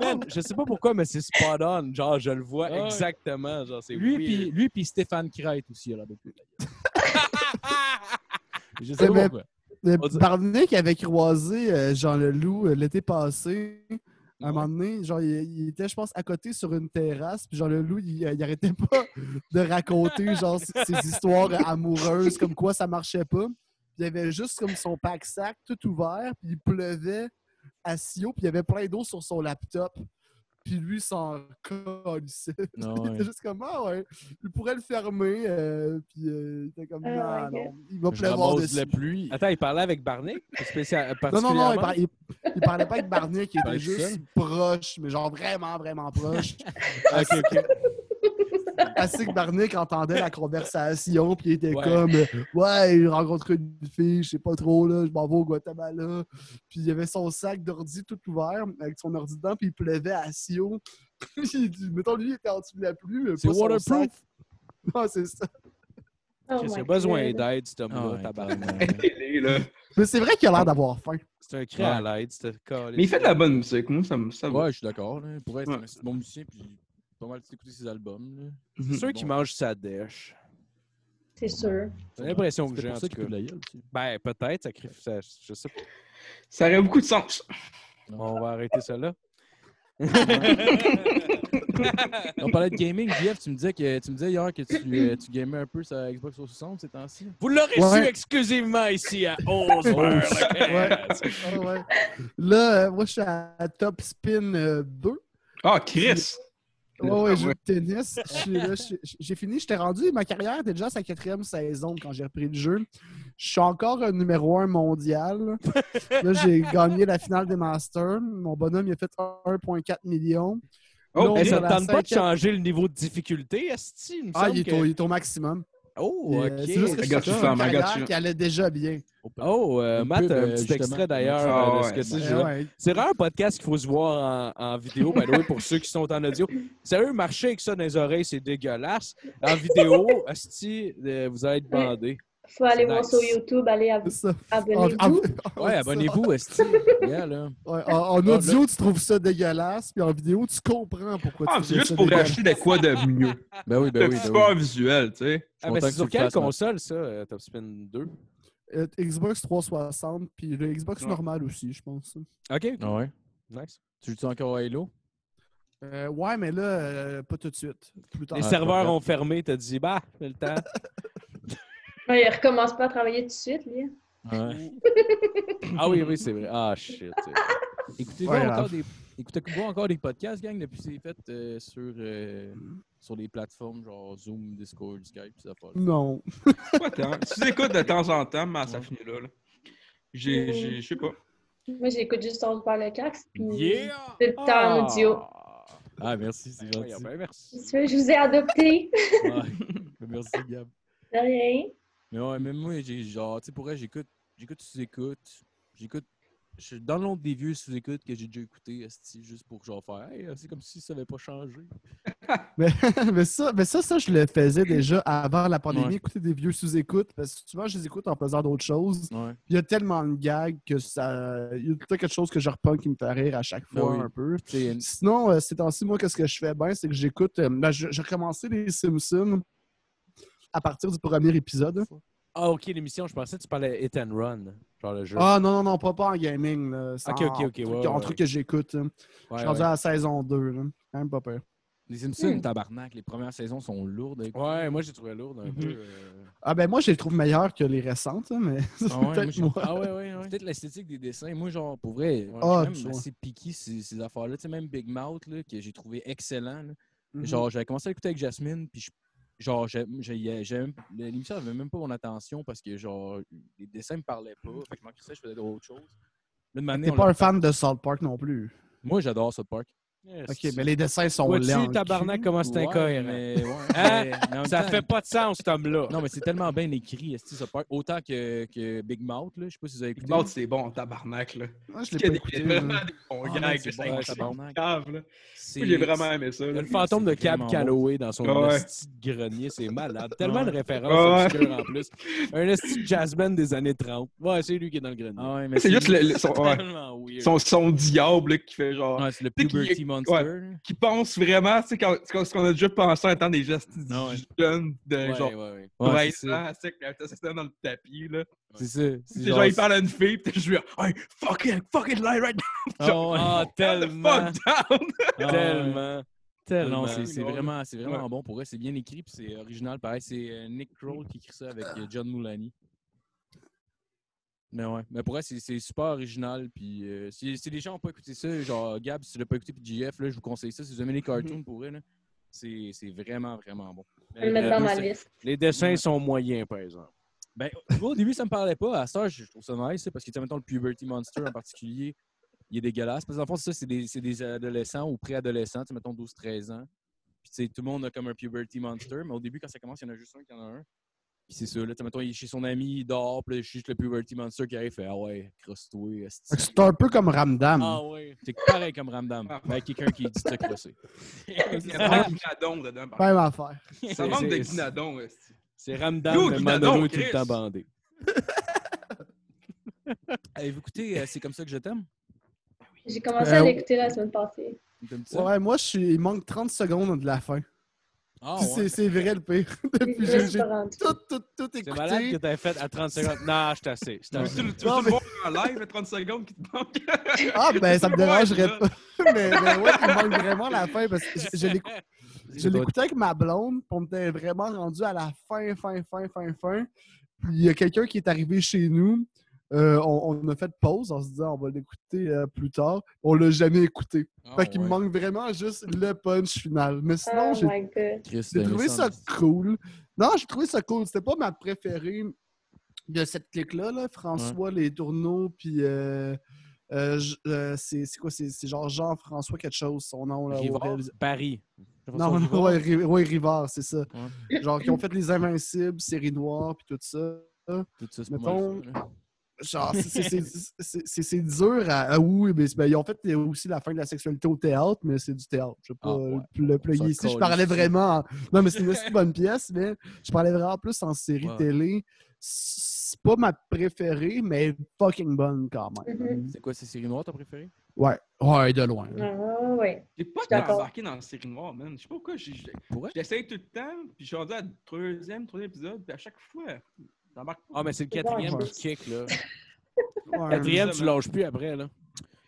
Speaker 3: Man, je sais pas pourquoi, mais c'est spot on. Genre, je le vois
Speaker 1: Ouais.
Speaker 3: exactement. Genre, c'est
Speaker 1: Lui,
Speaker 3: weird.
Speaker 1: puis, lui puis Stéphane Crête aussi, il a l'air de puer de la gueule. Je sais
Speaker 6: Eh
Speaker 1: pas
Speaker 6: ben,
Speaker 1: pourquoi.
Speaker 6: Le
Speaker 3: On dit-
Speaker 6: Barnier qui avait croisé euh, Jean Leloup euh, l'été passé, à un moment donné, genre, il, il était, je pense, à côté sur une terrasse, puis Jean Leloup, il, euh, il arrêtait pas de raconter, genre, ses ses histoires amoureuses, comme quoi ça marchait pas. Puis Il avait juste comme son pack-sac tout ouvert, puis il pleuvait à Sio, puis il y avait plein d'eau sur son laptop. Puis lui, il s'en colissait.
Speaker 1: Non,
Speaker 6: Il
Speaker 1: ouais.
Speaker 6: était juste comme, ah ouais, il pourrait le fermer. euh, puis euh, il était comme,
Speaker 4: Ah,
Speaker 6: non,
Speaker 4: ouais,
Speaker 6: non, il va
Speaker 1: Je
Speaker 6: pleuvoir
Speaker 1: ramasse
Speaker 6: dessus.
Speaker 1: de la pluie.
Speaker 3: Attends, il parlait avec Barney? Spécial,
Speaker 6: Non, non, non, il,
Speaker 3: particulièrement?
Speaker 6: par- il- il parlait pas avec Barnier, qui était
Speaker 1: parlait
Speaker 6: juste
Speaker 1: seul.
Speaker 6: proche, mais genre vraiment, vraiment proche.
Speaker 3: Ok, ok.
Speaker 6: Assez que Barnier qui entendait la conversation, puis il était
Speaker 3: Ouais.
Speaker 6: comme euh, Ouais, il rencontre une fille, je sais pas trop, là, je m'en vais au Guatemala. Puis il y avait son sac d'ordi tout ouvert, avec son ordi dedans, puis il pleuvait à Sio. Puis il dit, mettons, lui, il était en dessous de la pluie, mais
Speaker 1: C'est
Speaker 6: pas son
Speaker 1: waterproof.
Speaker 6: sac. Non, c'est ça.
Speaker 4: Oh
Speaker 3: Chris, il
Speaker 4: my
Speaker 3: a besoin
Speaker 4: God.
Speaker 3: d'aide, cet homme-là,
Speaker 1: Ah, ouais,
Speaker 3: tabarnak.
Speaker 1: tabarnak.
Speaker 2: il est là.
Speaker 6: Mais c'est vrai qu'il a l'air d'avoir faim.
Speaker 3: C'est un cri à l'aide, ce câlisse.
Speaker 2: Mais il fait de la bonne musique, moi, ça me. Ça va.
Speaker 1: Ouais, je suis d'accord. là. Il pourrait être
Speaker 2: Ouais.
Speaker 1: un bon musicien, puis j'ai pas mal écouté ses albums. là.
Speaker 6: Hmm.
Speaker 3: C'est sûr
Speaker 1: Bon.
Speaker 3: qu'il mange sa dèche.
Speaker 4: C'est sûr.
Speaker 3: J'ai l'impression que
Speaker 1: C'est
Speaker 3: j'ai,
Speaker 1: pour
Speaker 3: en
Speaker 1: ça
Speaker 3: tout
Speaker 1: qu'il pue
Speaker 3: cas.
Speaker 1: de la gueule, tu sais.
Speaker 3: Ben, peut-être, ça crie... ça- je sais pas.
Speaker 2: Ça aurait beaucoup de sens.
Speaker 3: On va arrêter ça là.
Speaker 1: On parlait de gaming, Jeff, tu me disais que tu me disais hier que tu, euh, tu gamais un peu sur la Xbox 360 ces temps-ci.
Speaker 3: Vous l'aurez
Speaker 6: Ouais. su
Speaker 3: exclusivement ici à 11 h
Speaker 6: Ah ouais. Là, euh, moi, je suis à Top Spin euh, 2.
Speaker 2: Ah, Chris!
Speaker 6: Ouais,
Speaker 2: Ah
Speaker 6: Oh, ouais,
Speaker 2: ouais.
Speaker 6: je joue au tennis. Je suis là, je- je- J'ai fini, j'étais rendu. Ma carrière était déjà à sa quatrième saison quand j'ai repris le jeu. Je suis encore un numéro un mondial. Là, j'ai gagné la finale des Masters. Mon bonhomme, il a fait 1,4 million.
Speaker 2: Oh,
Speaker 6: Non,
Speaker 2: hey,
Speaker 3: ça
Speaker 6: sur
Speaker 3: ne
Speaker 6: la
Speaker 3: tente pas de
Speaker 6: cinquième-
Speaker 3: changer le niveau de difficulté, Esti? Il me
Speaker 6: Ah,
Speaker 3: semble
Speaker 6: il est,
Speaker 3: que-
Speaker 6: au, il est au maximum. Et,
Speaker 3: Oh,
Speaker 6: euh,
Speaker 3: ok.
Speaker 6: C'est juste que
Speaker 2: I got
Speaker 6: c'est
Speaker 2: you,
Speaker 6: une
Speaker 2: fam, I got
Speaker 6: carrière
Speaker 2: you.
Speaker 6: qui allait déjà bien.
Speaker 1: Ah
Speaker 3: Oh, euh,
Speaker 1: Une
Speaker 3: Matt,
Speaker 1: pub,
Speaker 3: un
Speaker 1: euh,
Speaker 3: petit
Speaker 1: justement.
Speaker 3: extrait d'ailleurs
Speaker 2: Ah
Speaker 3: euh, de ce
Speaker 2: ouais,
Speaker 3: que c'est.
Speaker 6: Eh
Speaker 3: je-
Speaker 6: ouais.
Speaker 3: C'est vraiment un podcast qu'il faut se voir en, en vidéo, by the way, pour ceux qui sont en audio. Sérieux, marcher avec ça dans les oreilles, c'est dégueulasse. En vidéo, esti, euh, vous allez être bandé.
Speaker 4: Faut aller
Speaker 3: C'est
Speaker 4: voir
Speaker 3: nice.
Speaker 4: sur YouTube, aller ab-
Speaker 6: C'est ça. En-
Speaker 4: abonnez-vous.
Speaker 6: en-
Speaker 1: Ouais, abonnez-vous, Esti. Yeah, là.
Speaker 6: Ouais, en, en audio, tu trouves ça dégueulasse, puis en vidéo, tu comprends pourquoi
Speaker 2: Ah,
Speaker 6: tu
Speaker 2: c'est
Speaker 6: trouves ça
Speaker 2: juste pour
Speaker 6: dégueulasse.
Speaker 2: acheter de quoi de mieux.
Speaker 1: Ben oui, ben
Speaker 2: De
Speaker 1: oui, ben
Speaker 2: super
Speaker 1: oui.
Speaker 2: visuel, tu sais.
Speaker 3: Ah, mais c'est
Speaker 1: content que
Speaker 3: sur
Speaker 1: tu le
Speaker 3: quelle
Speaker 1: fasses, Matt.
Speaker 3: console, ça, euh, Top Spin 2?
Speaker 6: Euh, Xbox 360, puis le Xbox
Speaker 2: Ouais.
Speaker 6: normal aussi, je pense.
Speaker 3: OK,
Speaker 1: Ah ouais.
Speaker 3: nice.
Speaker 1: Tu joues-tu encore à Halo?
Speaker 6: Euh, ouais, mais là, euh, pas tout de suite. Plus tard.
Speaker 3: Les
Speaker 1: Ah,
Speaker 3: serveurs
Speaker 1: pas
Speaker 3: ont fermé, t'as dit, bah, c'est le temps.
Speaker 4: Ouais, il recommence pas à travailler tout de suite, lui.
Speaker 1: Ouais.
Speaker 3: ah oui, oui, c'est vrai. Ah, shit. c'est vrai.
Speaker 1: Écoutez,
Speaker 6: Ouais,
Speaker 1: voir
Speaker 6: grave.
Speaker 1: encore des... Écoutez voir encore des podcasts, gang, depuis que c'est fait euh, sur, euh, sur les plateformes genre Zoom, Discord, Skype, ça parle.
Speaker 6: Non.
Speaker 2: Pas tant. Si tu écoutes de temps en temps, mais ça finit là. là. J'ai, j'ai- je sais pas.
Speaker 4: Moi, j'écoute juste sur par le cax, puis
Speaker 3: Yeah!
Speaker 4: c'est le temps en audio.
Speaker 1: Ah, merci, c'est
Speaker 3: Ah, ouais,
Speaker 1: gentil.
Speaker 3: ben, merci.
Speaker 4: Qu'est-ce que tu veux? Je vous ai adopté.
Speaker 1: Ouais. Merci, Gab.
Speaker 4: De rien.
Speaker 1: Mais ouais, même moi, j'ai genre, tu sais, pour vrai, j'écoute, j'écoute sous-écoute, j'écoute, je suis dans l'ombre des vieux sous-écoutes que j'ai déjà écouté, esti, juste pour genre faire, hey, c'est comme si ça avait pas changé.
Speaker 6: Mais, mais ça, mais ça, ça, je le faisais déjà avant la pandémie,
Speaker 1: Ouais.
Speaker 6: écouter des vieux sous-écoutes, parce que souvent, je les écoute en faisant d'autres choses.
Speaker 1: Ouais.
Speaker 6: Il y a tellement de gags que ça. Il y a tout le temps quelque chose que je reprends qui me fait rire à chaque
Speaker 1: Ben
Speaker 6: fois
Speaker 1: oui.
Speaker 6: un peu.
Speaker 1: Tu sais,
Speaker 6: Sinon, euh, ces temps-ci, moi, qu'est-ce que je fais bien, c'est que j'écoute. euh, ben, je- J'ai recommencé les Simpsons à partir du premier épisode.
Speaker 3: Ah, OK, l'émission, je pensais que tu parlais Hit and Run, genre le jeu.
Speaker 6: Ah non, non, non, pas, pas en gaming. Là. C'est
Speaker 3: Ok,
Speaker 6: en-
Speaker 3: ok, ok,
Speaker 6: En truc,
Speaker 3: ouais,
Speaker 6: en
Speaker 3: ouais,
Speaker 6: truc
Speaker 3: ouais.
Speaker 6: que j'écoute. là.
Speaker 3: Ouais,
Speaker 6: je suis rendu
Speaker 3: ouais.
Speaker 6: à la saison 2. Là. Quand même pas peur.
Speaker 1: Les Simpsons, tabarnak, les premières saisons sont lourdes. écoute.
Speaker 3: Ouais, moi j'ai trouvé lourde un
Speaker 2: Mhm.
Speaker 3: peu. euh.
Speaker 6: Ah ben moi, je les trouve meilleures que les récentes, hein, mais c'est
Speaker 1: Ah ouais, moi,
Speaker 6: peut-être
Speaker 1: j'en-
Speaker 6: moi.
Speaker 3: Ah ouais, ouais, ouais.
Speaker 1: Peut-être l'esthétique des dessins. Moi, genre, pour vrai,
Speaker 6: Ah,
Speaker 1: je
Speaker 6: tu
Speaker 1: suis
Speaker 6: vois.
Speaker 1: même assez piqué ces, ces affaires-là. Tu sais, même Big Mouth, là, que j'ai trouvé excellent. là.
Speaker 3: Mm-hmm.
Speaker 1: Genre, j'avais commencé à l'écouter avec Jasmine, puis je- genre, j'ai- j'ai- j'ai même- l'émission n'avait même pas mon attention parce que, genre, les dessins me parlaient pas. Fait que je m'en crissais, je faisais d'autres choses. Là, de ma
Speaker 6: T'es
Speaker 1: manière,
Speaker 6: pas un fan de South Park non plus.
Speaker 1: Moi, j'adore South Park.
Speaker 3: Yes.
Speaker 6: Ok, mais les dessins sont
Speaker 3: Vois-tu,
Speaker 6: lents.
Speaker 3: tabarnak, comment c'est
Speaker 1: Ouais,
Speaker 3: incohérent.
Speaker 1: mais- ouais, mais-
Speaker 3: Hein?
Speaker 1: mais en même
Speaker 3: Ça
Speaker 1: temps,
Speaker 3: fait pas de sens, cet homme-là.
Speaker 1: Non, mais c'est tellement bien écrit, esti, South Park. Autant que, que Big Mouth, là. Je sais pas si vous avez écouté.
Speaker 2: Big Mouth, c'est bon, en tabarnak, là.
Speaker 6: Moi, je
Speaker 2: Il
Speaker 6: l'ai
Speaker 2: y a
Speaker 6: pas
Speaker 2: des
Speaker 6: écouté.
Speaker 2: il y a
Speaker 6: mais-
Speaker 2: vraiment des bons
Speaker 1: Ah,
Speaker 2: gags,
Speaker 1: man,
Speaker 2: c'est
Speaker 1: c'est bon,
Speaker 2: bon,
Speaker 1: hein,
Speaker 2: c'est
Speaker 1: tabarnak.
Speaker 2: grave, là.
Speaker 1: C'est-
Speaker 2: Moi, J'ai vraiment aimé ça,
Speaker 3: Il y a
Speaker 2: là.
Speaker 3: le fantôme
Speaker 1: c'est
Speaker 3: de Cab
Speaker 1: vraiment
Speaker 3: Calloway dans son
Speaker 2: Ouais.
Speaker 3: esti de grenier, c'est malade. Tellement de
Speaker 1: Ouais.
Speaker 3: références
Speaker 2: Ouais.
Speaker 3: obscures en plus. Un esti de Jasmine des années 30. Ouais, c'est lui qui est dans le grenier.
Speaker 1: Ah ouais, mais
Speaker 2: C'est juste le- le- son- ouais.
Speaker 1: tellement weird.
Speaker 2: Son, son diable, là, qui fait genre.
Speaker 1: Ouais, c'est le
Speaker 2: Tu sais qu'il-
Speaker 1: puberty monster.
Speaker 2: ouais.
Speaker 1: là.
Speaker 2: Qui pense vraiment, tu sais, quand, ce qu'on- ce qu'on a déjà pensé en étant des gestes
Speaker 1: Ah ouais.
Speaker 2: jeunes, de genre.
Speaker 3: ouais, ouais.
Speaker 1: Ouais,
Speaker 2: Ouais,
Speaker 1: c'est
Speaker 2: c'est
Speaker 1: ça.
Speaker 2: ça, c'est dans le tapis, là.
Speaker 1: C'est ça.
Speaker 2: C'est
Speaker 1: C'est
Speaker 2: genre, il parle à une fille, pis je lui hey, fucking, fucking lie right
Speaker 1: Ah ouais.
Speaker 3: Ah,
Speaker 2: now, the
Speaker 3: tellement,
Speaker 2: fuck
Speaker 1: Ah
Speaker 2: down!
Speaker 1: ouais.
Speaker 3: tellement,
Speaker 1: Ah
Speaker 3: tellement.
Speaker 1: Non, c'est c'est
Speaker 2: Ouais.
Speaker 1: vraiment, c'est vraiment bon pour eux. C'est bien écrit, puis c'est original. Pareil, c'est euh, Nick Kroll qui écrit ça avec euh, John Mulaney. Mais ouais, mais pour eux, c'est c'est super original. Puis euh, si, si les gens n'ont pas écouté ça, genre Gab, si tu l'as pas écouté, puis JF, là, je vous conseille ça. Si vous aimez les
Speaker 2: Mm-hmm.
Speaker 1: cartoons pour eux, là, c'est c'est vraiment, vraiment bon.
Speaker 4: Je
Speaker 3: Euh,
Speaker 4: vais le mettre dans ma liste.
Speaker 3: Les dessins sont moyens, par exemple.
Speaker 1: Ben, tu vois, au début, ça me parlait pas. À ça, je trouve ça nice, parce que, tu sais, mettons, le Puberty Monster en particulier, il est dégueulasse. Parce que, dans le fond, c'est ça, c'est des, c'est des adolescents ou préadolescents, tu sais, mettons, 12-13 ans. Puis, tu sais, tout le monde a comme un Puberty Monster, mais au début, quand ça commence, il y en a juste un qui en a un. Puis, c'est ça, là, tu sais, mettons, il est chez son ami, il dort, puis là, c'est juste le Puberty Monster qui arrive, fait Ah ouais, crosse-toi, esti.
Speaker 6: C'est un peu comme Ramdam.
Speaker 3: Ah ouais.
Speaker 1: C'est pareil comme Ramdam, Ben, avec quelqu'un qui dit ça crossé.
Speaker 2: Il y a pas de guinadon dedans, par
Speaker 6: Même affaire.
Speaker 2: contre. Ça
Speaker 3: c'est-
Speaker 2: manque de
Speaker 3: c'est-
Speaker 2: guinadon, esti.
Speaker 3: C'est Ramdam,
Speaker 2: Yo,
Speaker 3: le
Speaker 2: Guinadon,
Speaker 3: Manoro est tout le
Speaker 2: Chris.
Speaker 3: temps bandé.
Speaker 1: Avez-vous écouté euh, C'est comme ça que je t'aime
Speaker 4: J'ai commencé
Speaker 6: Euh,
Speaker 4: à l'écouter la semaine passée.
Speaker 1: T'aimes ça?
Speaker 6: Ouais, moi, je suis... il manque 30 secondes de la fin.
Speaker 1: Ah,
Speaker 6: Puis c'est-
Speaker 1: ouais.
Speaker 6: C'est vrai le pire.
Speaker 4: Puis
Speaker 6: Depuis,
Speaker 4: je me
Speaker 6: j'ai
Speaker 4: suis
Speaker 6: j'ai
Speaker 4: pas rendue.
Speaker 6: tout, tout, tout
Speaker 3: C'est malade que
Speaker 6: écouté.
Speaker 3: t'as fait à 30 secondes. Non, je suis assez. je suis
Speaker 2: Tu veux
Speaker 3: assez.
Speaker 2: tu veux tout le voir en live, le 30 secondes qui te manque?
Speaker 6: Ah, ben, ça me
Speaker 2: Ouais,
Speaker 6: dérangerait
Speaker 2: là.
Speaker 6: pas. mais, mais ouais, il manque vraiment la fin parce que je- je l'écoute. Je l'écoutais avec ma blonde, puis on était vraiment rendu à la fin, fin, fin, fin, fin. Puis il y a quelqu'un qui est arrivé chez nous. Euh, on, on a fait pause en se disant on va l'écouter euh, plus tard. On l'a jamais écouté.
Speaker 1: Ah,
Speaker 6: fait qu'il me
Speaker 1: ouais.
Speaker 6: manque vraiment juste le punch final. Mais sinon,
Speaker 4: Oh
Speaker 6: j'ai Euh,
Speaker 4: my
Speaker 1: Chris,
Speaker 4: god.
Speaker 6: j'ai
Speaker 1: t'as aimé
Speaker 6: trouvé ça
Speaker 1: en-
Speaker 6: cool. Non, j'ai trouvé ça cool. C'était pas ma préférée de cette clique-là. là. François Les Tourneaux, puis. euh, euh, je- euh, c'est c'est quoi? C'est c'est genre Jean-François quelque chose, son nom. Là, au
Speaker 3: Rivard,
Speaker 6: réalisa-
Speaker 3: Barry.
Speaker 6: non, non, ouais, Ri- ouais, Rivard, c'est ça.
Speaker 1: Ouais.
Speaker 6: Genre, qui ont fait Les Invincibles, Série Noire, puis tout ça.
Speaker 1: Tout ça, c'est pas
Speaker 6: Mettons-
Speaker 1: mal ça, là.
Speaker 6: Genre,
Speaker 1: Ah.
Speaker 6: c'est- c'est- c'est- c'est c'est- c'est dur à. ah oui, mais c'est- ben, ils ont fait aussi la fin de la sexualité au théâtre, mais c'est du théâtre. Je vais pas euh,
Speaker 1: Ah, ouais.
Speaker 6: le- le plugger
Speaker 1: s'en
Speaker 6: ici. Je
Speaker 1: calisse.
Speaker 6: parlais vraiment. en- Non, mais c'est une aussi bonne pièce, mais je parlais vraiment plus en série
Speaker 1: Ouais.
Speaker 6: télé. C'est pas ma préférée, mais fucking bonne quand même.
Speaker 4: Mhm.
Speaker 1: C'est quoi, c'est série noire, ta préférée?
Speaker 6: Ouais, ouais, de loin. là.
Speaker 4: Ah ouais.
Speaker 2: J'ai pas
Speaker 4: D'accord.
Speaker 2: tant embarqué dans la série noire, man. Je sais pas pourquoi. j'ai- j'ai-
Speaker 1: Pour vrai?
Speaker 2: J'essaye tout le temps, puis je suis rendu à troisième, troisième épisode, puis à chaque fois, j'embarque pas.
Speaker 3: Ah, mais c'est le
Speaker 4: C'est
Speaker 3: quatrième
Speaker 4: bon,
Speaker 3: qui kick, là.
Speaker 6: Ouais.
Speaker 3: Quatrième, tu
Speaker 2: Exactement.
Speaker 3: lâches plus après, là.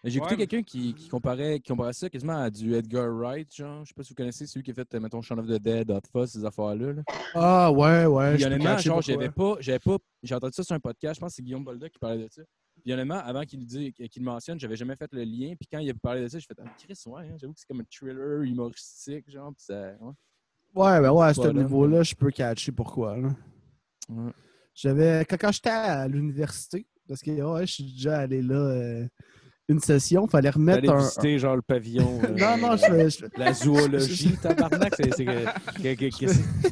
Speaker 1: J'ai écouté
Speaker 2: Ouais, mais-
Speaker 1: quelqu'un qui, qui comparait, qui comparait ça quasiment à du Edgar Wright, genre. Je sais pas si vous connaissez celui qui a fait, euh, mettons, Shaun of the Dead, Hot Fuzz, ces affaires-là. là.
Speaker 6: Ah, ouais, ouais.
Speaker 1: Puis
Speaker 6: je peux
Speaker 1: honnêtement,
Speaker 6: catcher
Speaker 1: genre,
Speaker 6: pourquoi.
Speaker 1: j'avais pas, j'avais pas, j'ai entendu ça sur un podcast, je pense que c'est Guillaume Bolda qui parlait de ça. Puis honnêtement, avant qu'il le dise- qu'il le mentionne, j'avais jamais fait le lien. Puis quand il a parlé de ça, j'ai fait, ah, Chris, ouais, hein, j'avoue que c'est comme un thriller humoristique, genre. Puis ça, ouais.
Speaker 6: Ouais, ben ouais, à ce
Speaker 1: Voilà.
Speaker 6: niveau-là, je peux catcher pourquoi. là.
Speaker 1: Ouais.
Speaker 6: J'avais. Quand, quand j'étais à l'université, parce que ouais, je suis déjà allé là euh, une session, fallait
Speaker 3: T'allais
Speaker 6: remettre un.
Speaker 3: visiter, genre, le pavillon. euh,
Speaker 6: Non, non, je, fais- je,
Speaker 3: La zoologie, tabarnak, c'est... c'est que- que- que- que-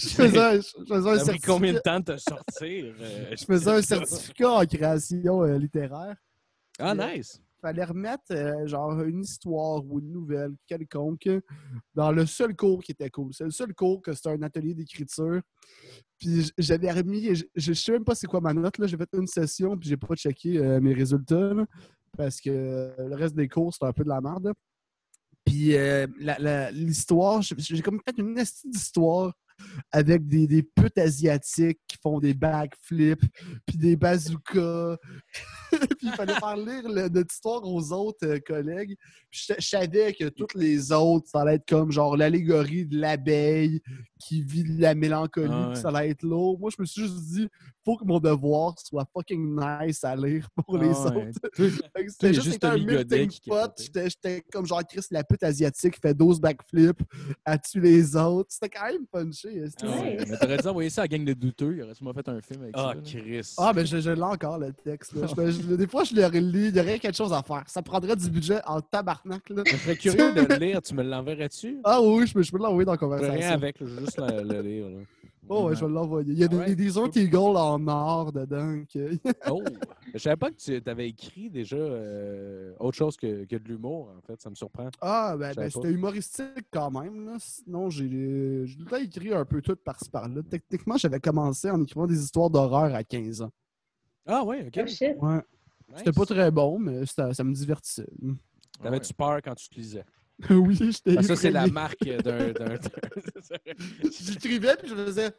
Speaker 6: je faisais, un- je faisais un
Speaker 3: Ça a pris combien de
Speaker 6: certificat.
Speaker 3: temps de te sortir? euh,
Speaker 6: Je faisais un certificat en création euh, littéraire.
Speaker 3: Ah, nice!
Speaker 6: Fallait remettre euh, genre une histoire ou une nouvelle quelconque dans le seul cours qui était cool. C'est le seul cours que c'était un atelier d'écriture. Puis j- j'avais remis, je, je sais même pas c'est quoi ma note là. J'ai fait une session puis j'ai pas checké euh, mes résultats là, parce que euh, le reste des cours c'était un peu de la merde. là. Puis euh, la- la- l'histoire, j'ai- j'ai comme fait une petite d'histoire avec des, des putes asiatiques qui font des backflips, puis des bazookas. puis il fallait faire lire le- notre histoire aux autres euh, collègues. Puis je, je savais que toutes les autres, ça allait être comme genre l'allégorie de l'abeille qui vit de la mélancolie,
Speaker 1: Ah ouais.
Speaker 6: puis ça allait être lourd. Moi, je me suis juste dit, faut que mon devoir soit fucking nice à lire pour les
Speaker 1: Ah ouais.
Speaker 6: autres.
Speaker 1: Toi,
Speaker 6: Fait que C'était
Speaker 1: T'es
Speaker 6: juste,
Speaker 1: juste
Speaker 6: un
Speaker 1: Tommy Godet
Speaker 6: melting
Speaker 1: qui
Speaker 6: pot.
Speaker 1: capotait.
Speaker 6: J'étais j'étais comme genre Chris, la pute asiatique fait 12 backflips, a tué les autres. C'était quand même punché.
Speaker 1: Ah
Speaker 6: c'était-
Speaker 1: ouais,
Speaker 4: Nice.
Speaker 1: Mais t'aurais dû envoyer ça à la gang de douteux. Il aurait sûrement fait un film avec
Speaker 3: Ah,
Speaker 1: ça. là.
Speaker 3: Chris.
Speaker 6: Ah, mais je, je l'ai encore le texte. là. Je me- je- des fois, je le relis, il y aurait quelque chose à faire. Ça prendrait du budget en tabarnak. Là.
Speaker 3: Je serais curieux de le lire. Tu me l'enverrais-tu?
Speaker 6: Ah oui, je peux, je peux l'envoyer dans la
Speaker 3: Je ferais rien
Speaker 6: conversation.
Speaker 3: avec, là, je veux juste le, le lire. là.
Speaker 6: Oh, ouais, je vais l'envoyer. Il y a des,
Speaker 3: Ah ouais,
Speaker 6: des
Speaker 3: cool.
Speaker 6: goals en or dedans. que-
Speaker 3: Oh! Je savais pas que tu avais écrit déjà euh, autre chose que, que de l'humour, en fait. Ça me surprend.
Speaker 6: Ah, ben,
Speaker 3: Je savais
Speaker 6: ben,
Speaker 3: pas.
Speaker 6: c'était humoristique quand même. Là. Sinon, j'ai euh, j'ai déjà écrit un peu tout par-ci par-là. Techniquement, j'avais commencé en écrivant des histoires d'horreur à 15 ans.
Speaker 3: Ah, ouais, ok.
Speaker 4: Oh shit.
Speaker 6: Ouais. C'était pas très bon, mais ça, ça me divertissait. Ah,
Speaker 3: T'avais-tu peur quand tu te lisais?
Speaker 6: oui, j'étais
Speaker 3: Ah, ça, c'est la
Speaker 6: effrayé.
Speaker 3: marque d'un. d'un- d'un-
Speaker 6: J'écrivais puis je faisais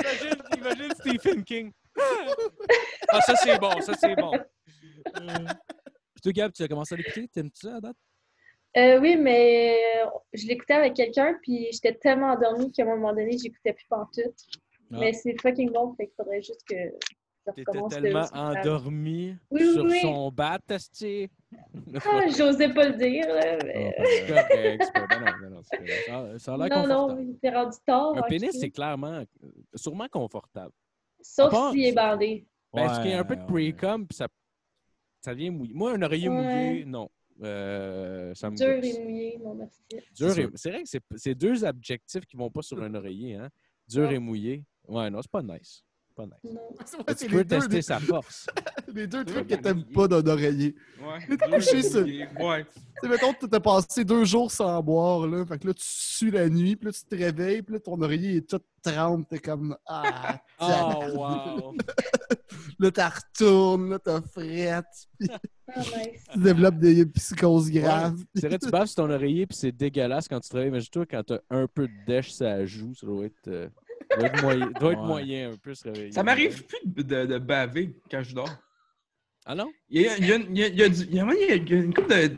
Speaker 3: imagine, imagine Stephen King. Ah, ça, c'est bon, ça, c'est bon.
Speaker 1: Puis toi, Gab, tu as commencé à l'écouter. T'aimes-tu ça à date?
Speaker 4: Euh, oui, mais euh, je l'écoutais avec quelqu'un, puis j'étais tellement endormie qu'à un moment donné, j'écoutais plus pantoute.
Speaker 1: Ah.
Speaker 4: Mais c'est fucking bon, fait qu'il faudrait juste que ça
Speaker 3: T'étais
Speaker 4: recommence. de-
Speaker 3: tellement endormi
Speaker 4: Oui, oui,
Speaker 3: sur
Speaker 4: oui.
Speaker 3: son bat, Tasty.
Speaker 4: Ah, j'osais pas le dire, là, mais...
Speaker 3: C'est correct, c'est pas- ben non, ben non, c'est correct.
Speaker 1: Ça, Ah, ça a l'air
Speaker 4: Non, non,
Speaker 1: confortable.
Speaker 4: il était rendu tard.
Speaker 3: Un
Speaker 4: hein,
Speaker 3: pénis,
Speaker 4: tu sais.
Speaker 3: c'est clairement, euh, sûrement confortable.
Speaker 4: Sauf
Speaker 3: Ah,
Speaker 4: s'il est
Speaker 3: bon,
Speaker 4: bandé.
Speaker 3: Ben, est-ce qu'il y a un peu de
Speaker 1: Ouais,
Speaker 3: pre-com, puis ça, ça vient mouillé. Moi, un oreiller
Speaker 4: Ouais.
Speaker 3: mouillé, non. Euh, ça me
Speaker 4: Dur
Speaker 3: gosse.
Speaker 4: et mouillé, non merci.
Speaker 3: Dur
Speaker 1: C'est
Speaker 3: et-
Speaker 1: sûr.
Speaker 3: C'est vrai que c'est- c'est deux adjectifs qui vont pas sur un oreiller. Hein? Dur et mouillé. Ouais, non, c'est pas nice. C'est Pas nice.
Speaker 4: Non.
Speaker 6: Ouais,
Speaker 3: tu
Speaker 6: c'est
Speaker 3: peux
Speaker 6: les, deux,
Speaker 3: tester
Speaker 6: les,
Speaker 3: sa force.
Speaker 6: les deux trucs que t'aimes pas d'un oreiller.
Speaker 2: Ouais.
Speaker 6: Mais t'es couché, ça.
Speaker 2: Ouais.
Speaker 6: Tu sais, mettons, t'as passé deux jours sans boire, là. Fait que là, tu sues la nuit, puis là, tu te réveilles, puis là, ton oreiller est tout tremble. T'es comme, ah, tiens.
Speaker 3: Oh, wow!
Speaker 6: Là, t'as retournes, là, t'as frette. Puis
Speaker 4: Ah, nice.
Speaker 6: tu développes des psychoses graves.
Speaker 3: C'est vrai, tu baves sur ton oreiller, puis c'est dégueulasse quand tu travailles. Mais toi, quand t'as un peu de dèche, ça joue. Ça doit être, euh, doit être moyen, doit être
Speaker 1: Ouais.
Speaker 3: moyen un peu se réveiller.
Speaker 2: Ça m'arrive plus de, de- de baver quand je dors.
Speaker 3: Ah non?
Speaker 2: Il y a, il y a- il y a- il y a du- il y a- il y a- il y a une couple de,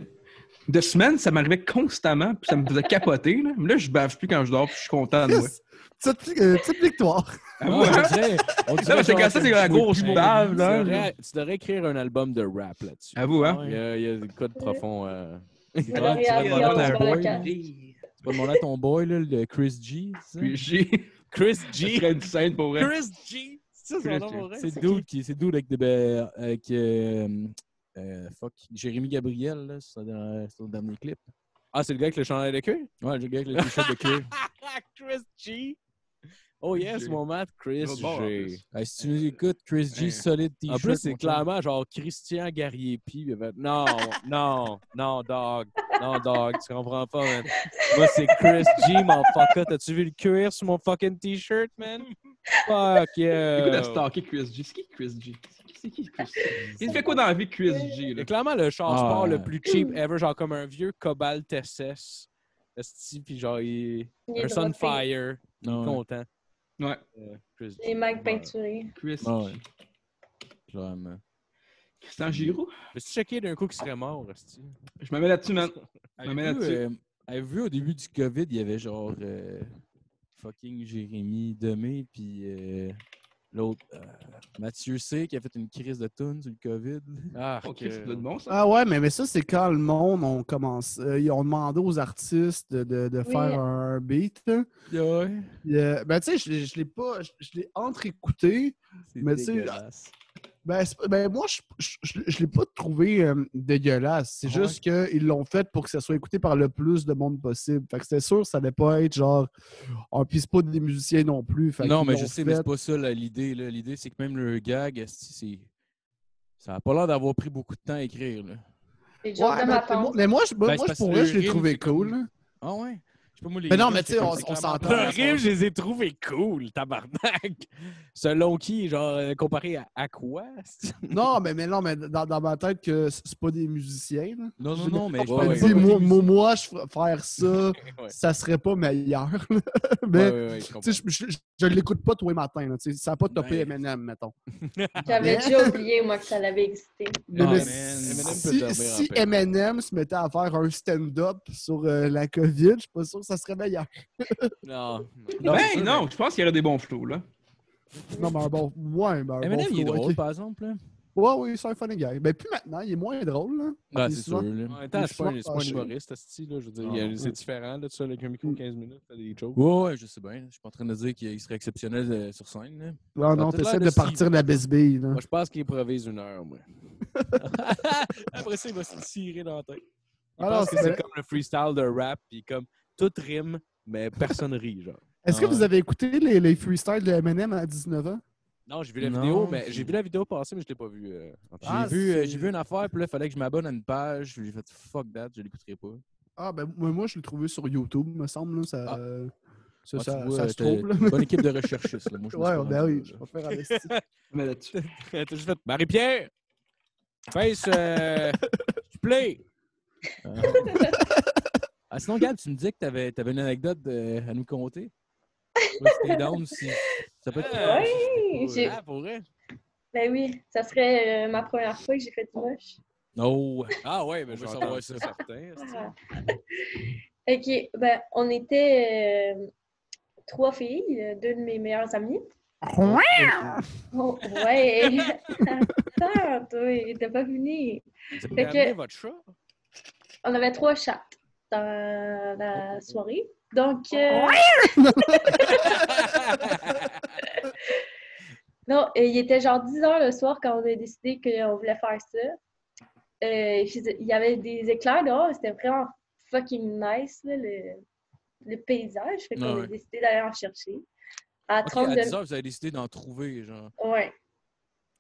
Speaker 2: de semaines, ça m'arrivait constamment, puis ça me faisait capoter. Là. Mais là, je bave plus quand je dors, puis je suis content de moi.
Speaker 6: Yes. Petite, euh, petite victoire.
Speaker 2: Ah,
Speaker 3: Ah,
Speaker 2: ouais, hein?
Speaker 3: on dirait, on dirait
Speaker 2: mais c'est
Speaker 3: genre
Speaker 2: quand ça,
Speaker 3: que
Speaker 2: c'est la
Speaker 3: tu veux
Speaker 2: grosse
Speaker 3: plus
Speaker 2: bave,
Speaker 3: mourir.
Speaker 2: là.
Speaker 3: Tu devrais, tu devrais écrire un album de rap là-dessus.
Speaker 2: À vous, hein?
Speaker 3: Il y a, il y a des codes profonds. euh,
Speaker 4: Mon oreille
Speaker 1: tu
Speaker 4: à
Speaker 1: vas
Speaker 4: viande
Speaker 2: Madame
Speaker 1: demander
Speaker 4: sur
Speaker 2: Darboy.
Speaker 4: le casque.
Speaker 1: Tu vas demander à ton boy, là, le Chris G. c'est ça?
Speaker 2: Puis j'ai
Speaker 3: Chris
Speaker 2: j'ai
Speaker 3: G.
Speaker 2: une scène pour vrai.
Speaker 3: Chris G. C'est
Speaker 2: Chris
Speaker 3: ça,
Speaker 2: G.
Speaker 3: son
Speaker 1: C'est dude qui c'est dude avec des ben, avec euh, euh, fuck Jérémy Gabriel là, sur, euh, sur le dernier clip.
Speaker 3: Ah, c'est le gars avec le chandail de queue?
Speaker 1: Ouais, le gars avec le t-shirt de cuir.
Speaker 3: Chris G. Oh yes,
Speaker 2: G.
Speaker 3: mon mat, Chris
Speaker 2: L'autre bord, en
Speaker 3: G.
Speaker 2: plus.
Speaker 1: Hey, si tu nous écoutes, Chris G,
Speaker 2: Hey.
Speaker 1: solide t-shirt.
Speaker 3: En plus, c'est
Speaker 1: mon chum.
Speaker 3: clairement genre Christian Gariepi. il avait- Non, non, non, dog. Non, dog, tu comprends pas, man. Moi, c'est Chris G, mon fucker. T'as-tu vu le cuir sur mon fucking t-shirt, man? Fuck
Speaker 2: Écoute, à
Speaker 3: yeah.
Speaker 2: stalker Chris G. C'est qui Chris G? C'est qui- C'est qui Chris G? Il fait quoi dans la vie, Chris G? Là?
Speaker 3: C'est clairement le char sport
Speaker 1: Ah.
Speaker 3: le plus cheap ever, genre comme un vieux Cobalt SS. Esti, Puis genre, il...
Speaker 4: Il est
Speaker 3: un
Speaker 4: droppé.
Speaker 3: Sunfire.
Speaker 1: Non, ouais,
Speaker 3: Content.
Speaker 2: Ouais,
Speaker 3: Euh, Chris
Speaker 4: Les
Speaker 3: G.
Speaker 4: mags
Speaker 3: Ouais.
Speaker 4: peinturés.
Speaker 2: Chris
Speaker 1: Ah ouais.
Speaker 2: G.
Speaker 1: clairement.
Speaker 2: Christian Giroux?
Speaker 3: Peux-tu checker d'un coup qu'il serait mort, Esti?
Speaker 2: Je me mets là-dessus, man. Je me mets
Speaker 1: Avez-vous
Speaker 2: là-dessus.
Speaker 1: euh, avez-vous vu au début du Covid, il y avait genre euh, fucking Jérémy Demé puis euh, l'autre euh, Mathieu C qui a fait une crise de tune sur le Covid.
Speaker 3: Ah,
Speaker 2: Ok,
Speaker 3: que-
Speaker 2: c'est de bon, ça.
Speaker 6: Ah ouais, mais, mais ça, c'est quand le monde, on commence. euh, ils ont demandé aux artistes de, de- de
Speaker 4: Oui.
Speaker 6: faire un beat. là.
Speaker 1: Ah Ouais.
Speaker 6: Puis, euh, ben, tu sais, je, l'ai- je l'ai pas. Je, je l'ai entre-écouté.
Speaker 1: C'est
Speaker 6: Mais tu sais,
Speaker 1: dégueulasse.
Speaker 6: Ben, c'est pas- ben, moi, je, je, je- je l'ai pas trouvé euh, dégueulasse. C'est
Speaker 1: Ah
Speaker 6: juste qu'ils l'ont fait pour que ça soit écouté par le plus de monde possible. Fait que c'était sûr, ça allait pas être genre. On pisse pas des musiciens non plus. Fait
Speaker 1: non,
Speaker 6: qu'ils
Speaker 1: mais
Speaker 6: l'ont
Speaker 1: je sais,
Speaker 6: fait.
Speaker 1: mais c'est pas ça là, l'idée. là. L'idée, c'est que même le gag, esti, c'est. Ça a pas l'air d'avoir pris beaucoup de temps à écrire. Là.
Speaker 4: Les
Speaker 6: Ouais,
Speaker 4: gens de ma
Speaker 6: ben, mais, moi,
Speaker 4: tante.
Speaker 6: mais moi, je, moi,
Speaker 1: Ben, c'est
Speaker 6: je-
Speaker 1: parce
Speaker 6: pour
Speaker 1: que
Speaker 6: vrai,
Speaker 1: le
Speaker 6: je l'ai
Speaker 1: rythme,
Speaker 6: trouvé
Speaker 1: c'est comme-
Speaker 6: cool. là.
Speaker 1: Ah ouais? Je pas, moi, les
Speaker 6: Mais non,
Speaker 1: rimes,
Speaker 6: mais
Speaker 1: je
Speaker 6: tu sais,
Speaker 1: fais
Speaker 6: on-
Speaker 1: comme ça,
Speaker 6: on
Speaker 1: clairement.
Speaker 6: s'entend.
Speaker 1: Leurs rimes, je les ai trouvés cool, tabarnak. Selon qui, genre, euh, comparé à, à quoi?
Speaker 6: Non, mais, mais non, mais dans, dans ma tête que c- c'est pas des musiciens. là.
Speaker 1: Non,
Speaker 6: non, non,
Speaker 1: mais
Speaker 6: Je me dis, moi, moi, moi, je ferais- faire ça, ça serait pas meilleur. là. mais tu sais, je, je, je l'écoute pas tous les matins. là, tu sais, ça n'a pas topé
Speaker 1: Nice.
Speaker 6: M&M, mettons.
Speaker 4: J'avais déjà oublié, moi, que ça l'avait existé.
Speaker 6: Mais,
Speaker 1: Ah,
Speaker 6: mais
Speaker 1: man, M&M peut
Speaker 6: si,
Speaker 1: dormir en
Speaker 6: si
Speaker 1: paix.
Speaker 6: M&M se mettait à faire un stand-up sur euh, la COVID, je suis pas sûr que ça serait meilleur.
Speaker 1: Non.
Speaker 2: Non, ben non, je pense qu'il y aurait des bons flots, là.
Speaker 6: Non, mais un bon, ouais, mais un Ah, bon
Speaker 1: M&M, il est
Speaker 6: flow,
Speaker 1: drôle,
Speaker 6: ok.
Speaker 1: par exemple. Là.
Speaker 6: Ouais, oui, c'est un funny guy. Mais plus maintenant, il est moins drôle. Là.
Speaker 1: Ah,
Speaker 6: Il est
Speaker 1: c'est sûr.
Speaker 6: souvent-
Speaker 1: Là.
Speaker 3: En même temps, c'est pas, un- c'est pas un
Speaker 6: Fâché.
Speaker 3: humoriste, ce là Je veux dire,
Speaker 1: Non,
Speaker 3: il y a-
Speaker 1: non.
Speaker 3: c'est différent, là, tu fais avec un micro 15 minutes, t'as des jokes.
Speaker 1: Ouais, ouais, je sais bien. Je suis pas en train de dire qu'il serait exceptionnel euh, sur scène. Là. Ben,
Speaker 6: Non, non,
Speaker 1: t'as l'air
Speaker 6: t'essaies
Speaker 1: de
Speaker 6: de partir de la bisbille. là.
Speaker 3: Moi, je pense qu'il improvise une heure, moi.
Speaker 1: Après ça, il va se tirer dans la tête.
Speaker 3: Je
Speaker 6: Ah, non,
Speaker 3: pense que
Speaker 6: c'est-
Speaker 3: c'est comme le freestyle de rap, puis comme tout rime, mais personne rit, genre.
Speaker 6: Est-ce que
Speaker 1: Ah ouais.
Speaker 6: vous avez écouté les, les freestyles de M&M à 19 ans?
Speaker 3: Non, j'ai vu la
Speaker 1: Non,
Speaker 3: vidéo, mais
Speaker 1: j'ai-
Speaker 3: j'ai vu la vidéo passer, mais je l'ai pas vue. euh, en
Speaker 1: J'ai
Speaker 3: temps.
Speaker 6: Ah,
Speaker 1: vu, euh,
Speaker 6: c'est-
Speaker 1: j'ai vu une affaire, puis là, il fallait que je m'abonne à une page. J'ai fait fuck that, je l'écouterai pas.
Speaker 6: Ah, ben moi, moi, je l'ai trouvé sur YouTube, me semble. là, ça,
Speaker 1: Ah.
Speaker 6: euh, ça,
Speaker 1: Ah, tu
Speaker 6: ça-
Speaker 1: vois,
Speaker 6: ça se
Speaker 1: t'es-
Speaker 6: trouve. là.
Speaker 1: t'es une Bonne équipe de recherchistes. Là. Moi, je me suis
Speaker 6: Ouais,
Speaker 1: pas
Speaker 6: ben
Speaker 1: rendu
Speaker 6: oui,
Speaker 1: là,
Speaker 6: je
Speaker 1: là.
Speaker 6: vais faire investi.
Speaker 2: Mais là-dessus.
Speaker 3: T'as juste fait Marie-Pierre! Face, euh, tu plais!
Speaker 1: Ah, sinon, Gab, tu me dis que t'avais avais une anecdote euh, à nous conter. Je sais pas si t'es down, si- Ça peut être.
Speaker 3: Ah,
Speaker 4: Oui, j'ai-
Speaker 3: Ah, pour vrai?
Speaker 4: ben oui, ça serait euh, ma première fois que j'ai fait du moche.
Speaker 1: Oh!
Speaker 3: Ah, ouais, mais
Speaker 1: On
Speaker 3: je veux
Speaker 1: veut
Speaker 3: savoir
Speaker 1: entendre
Speaker 3: ça,
Speaker 1: ça.
Speaker 3: certain. c'est-tu.
Speaker 4: OK, ben, on était euh, trois filles, euh, deux de mes meilleures amies. Oh, ouais! Attends, toi, t'as pas fini.
Speaker 3: Vous avez
Speaker 4: Fait
Speaker 3: amené
Speaker 4: que-
Speaker 3: votre chat?
Speaker 4: On avait trois chats dans la soirée. Donc, euh, non, euh, il était genre 10 heures le soir quand on a décidé qu'on voulait faire ça. Euh, il faisait- il y avait des éclairs dehors, c'était vraiment fucking nice, là, le, le paysage. Fait qu'on
Speaker 1: Ah
Speaker 4: a
Speaker 1: ouais.
Speaker 4: décidé d'aller en chercher. À
Speaker 1: Ok,
Speaker 4: 30
Speaker 1: à
Speaker 4: de-
Speaker 1: 10 heures, vous avez décidé d'en trouver, genre.
Speaker 4: Ouais.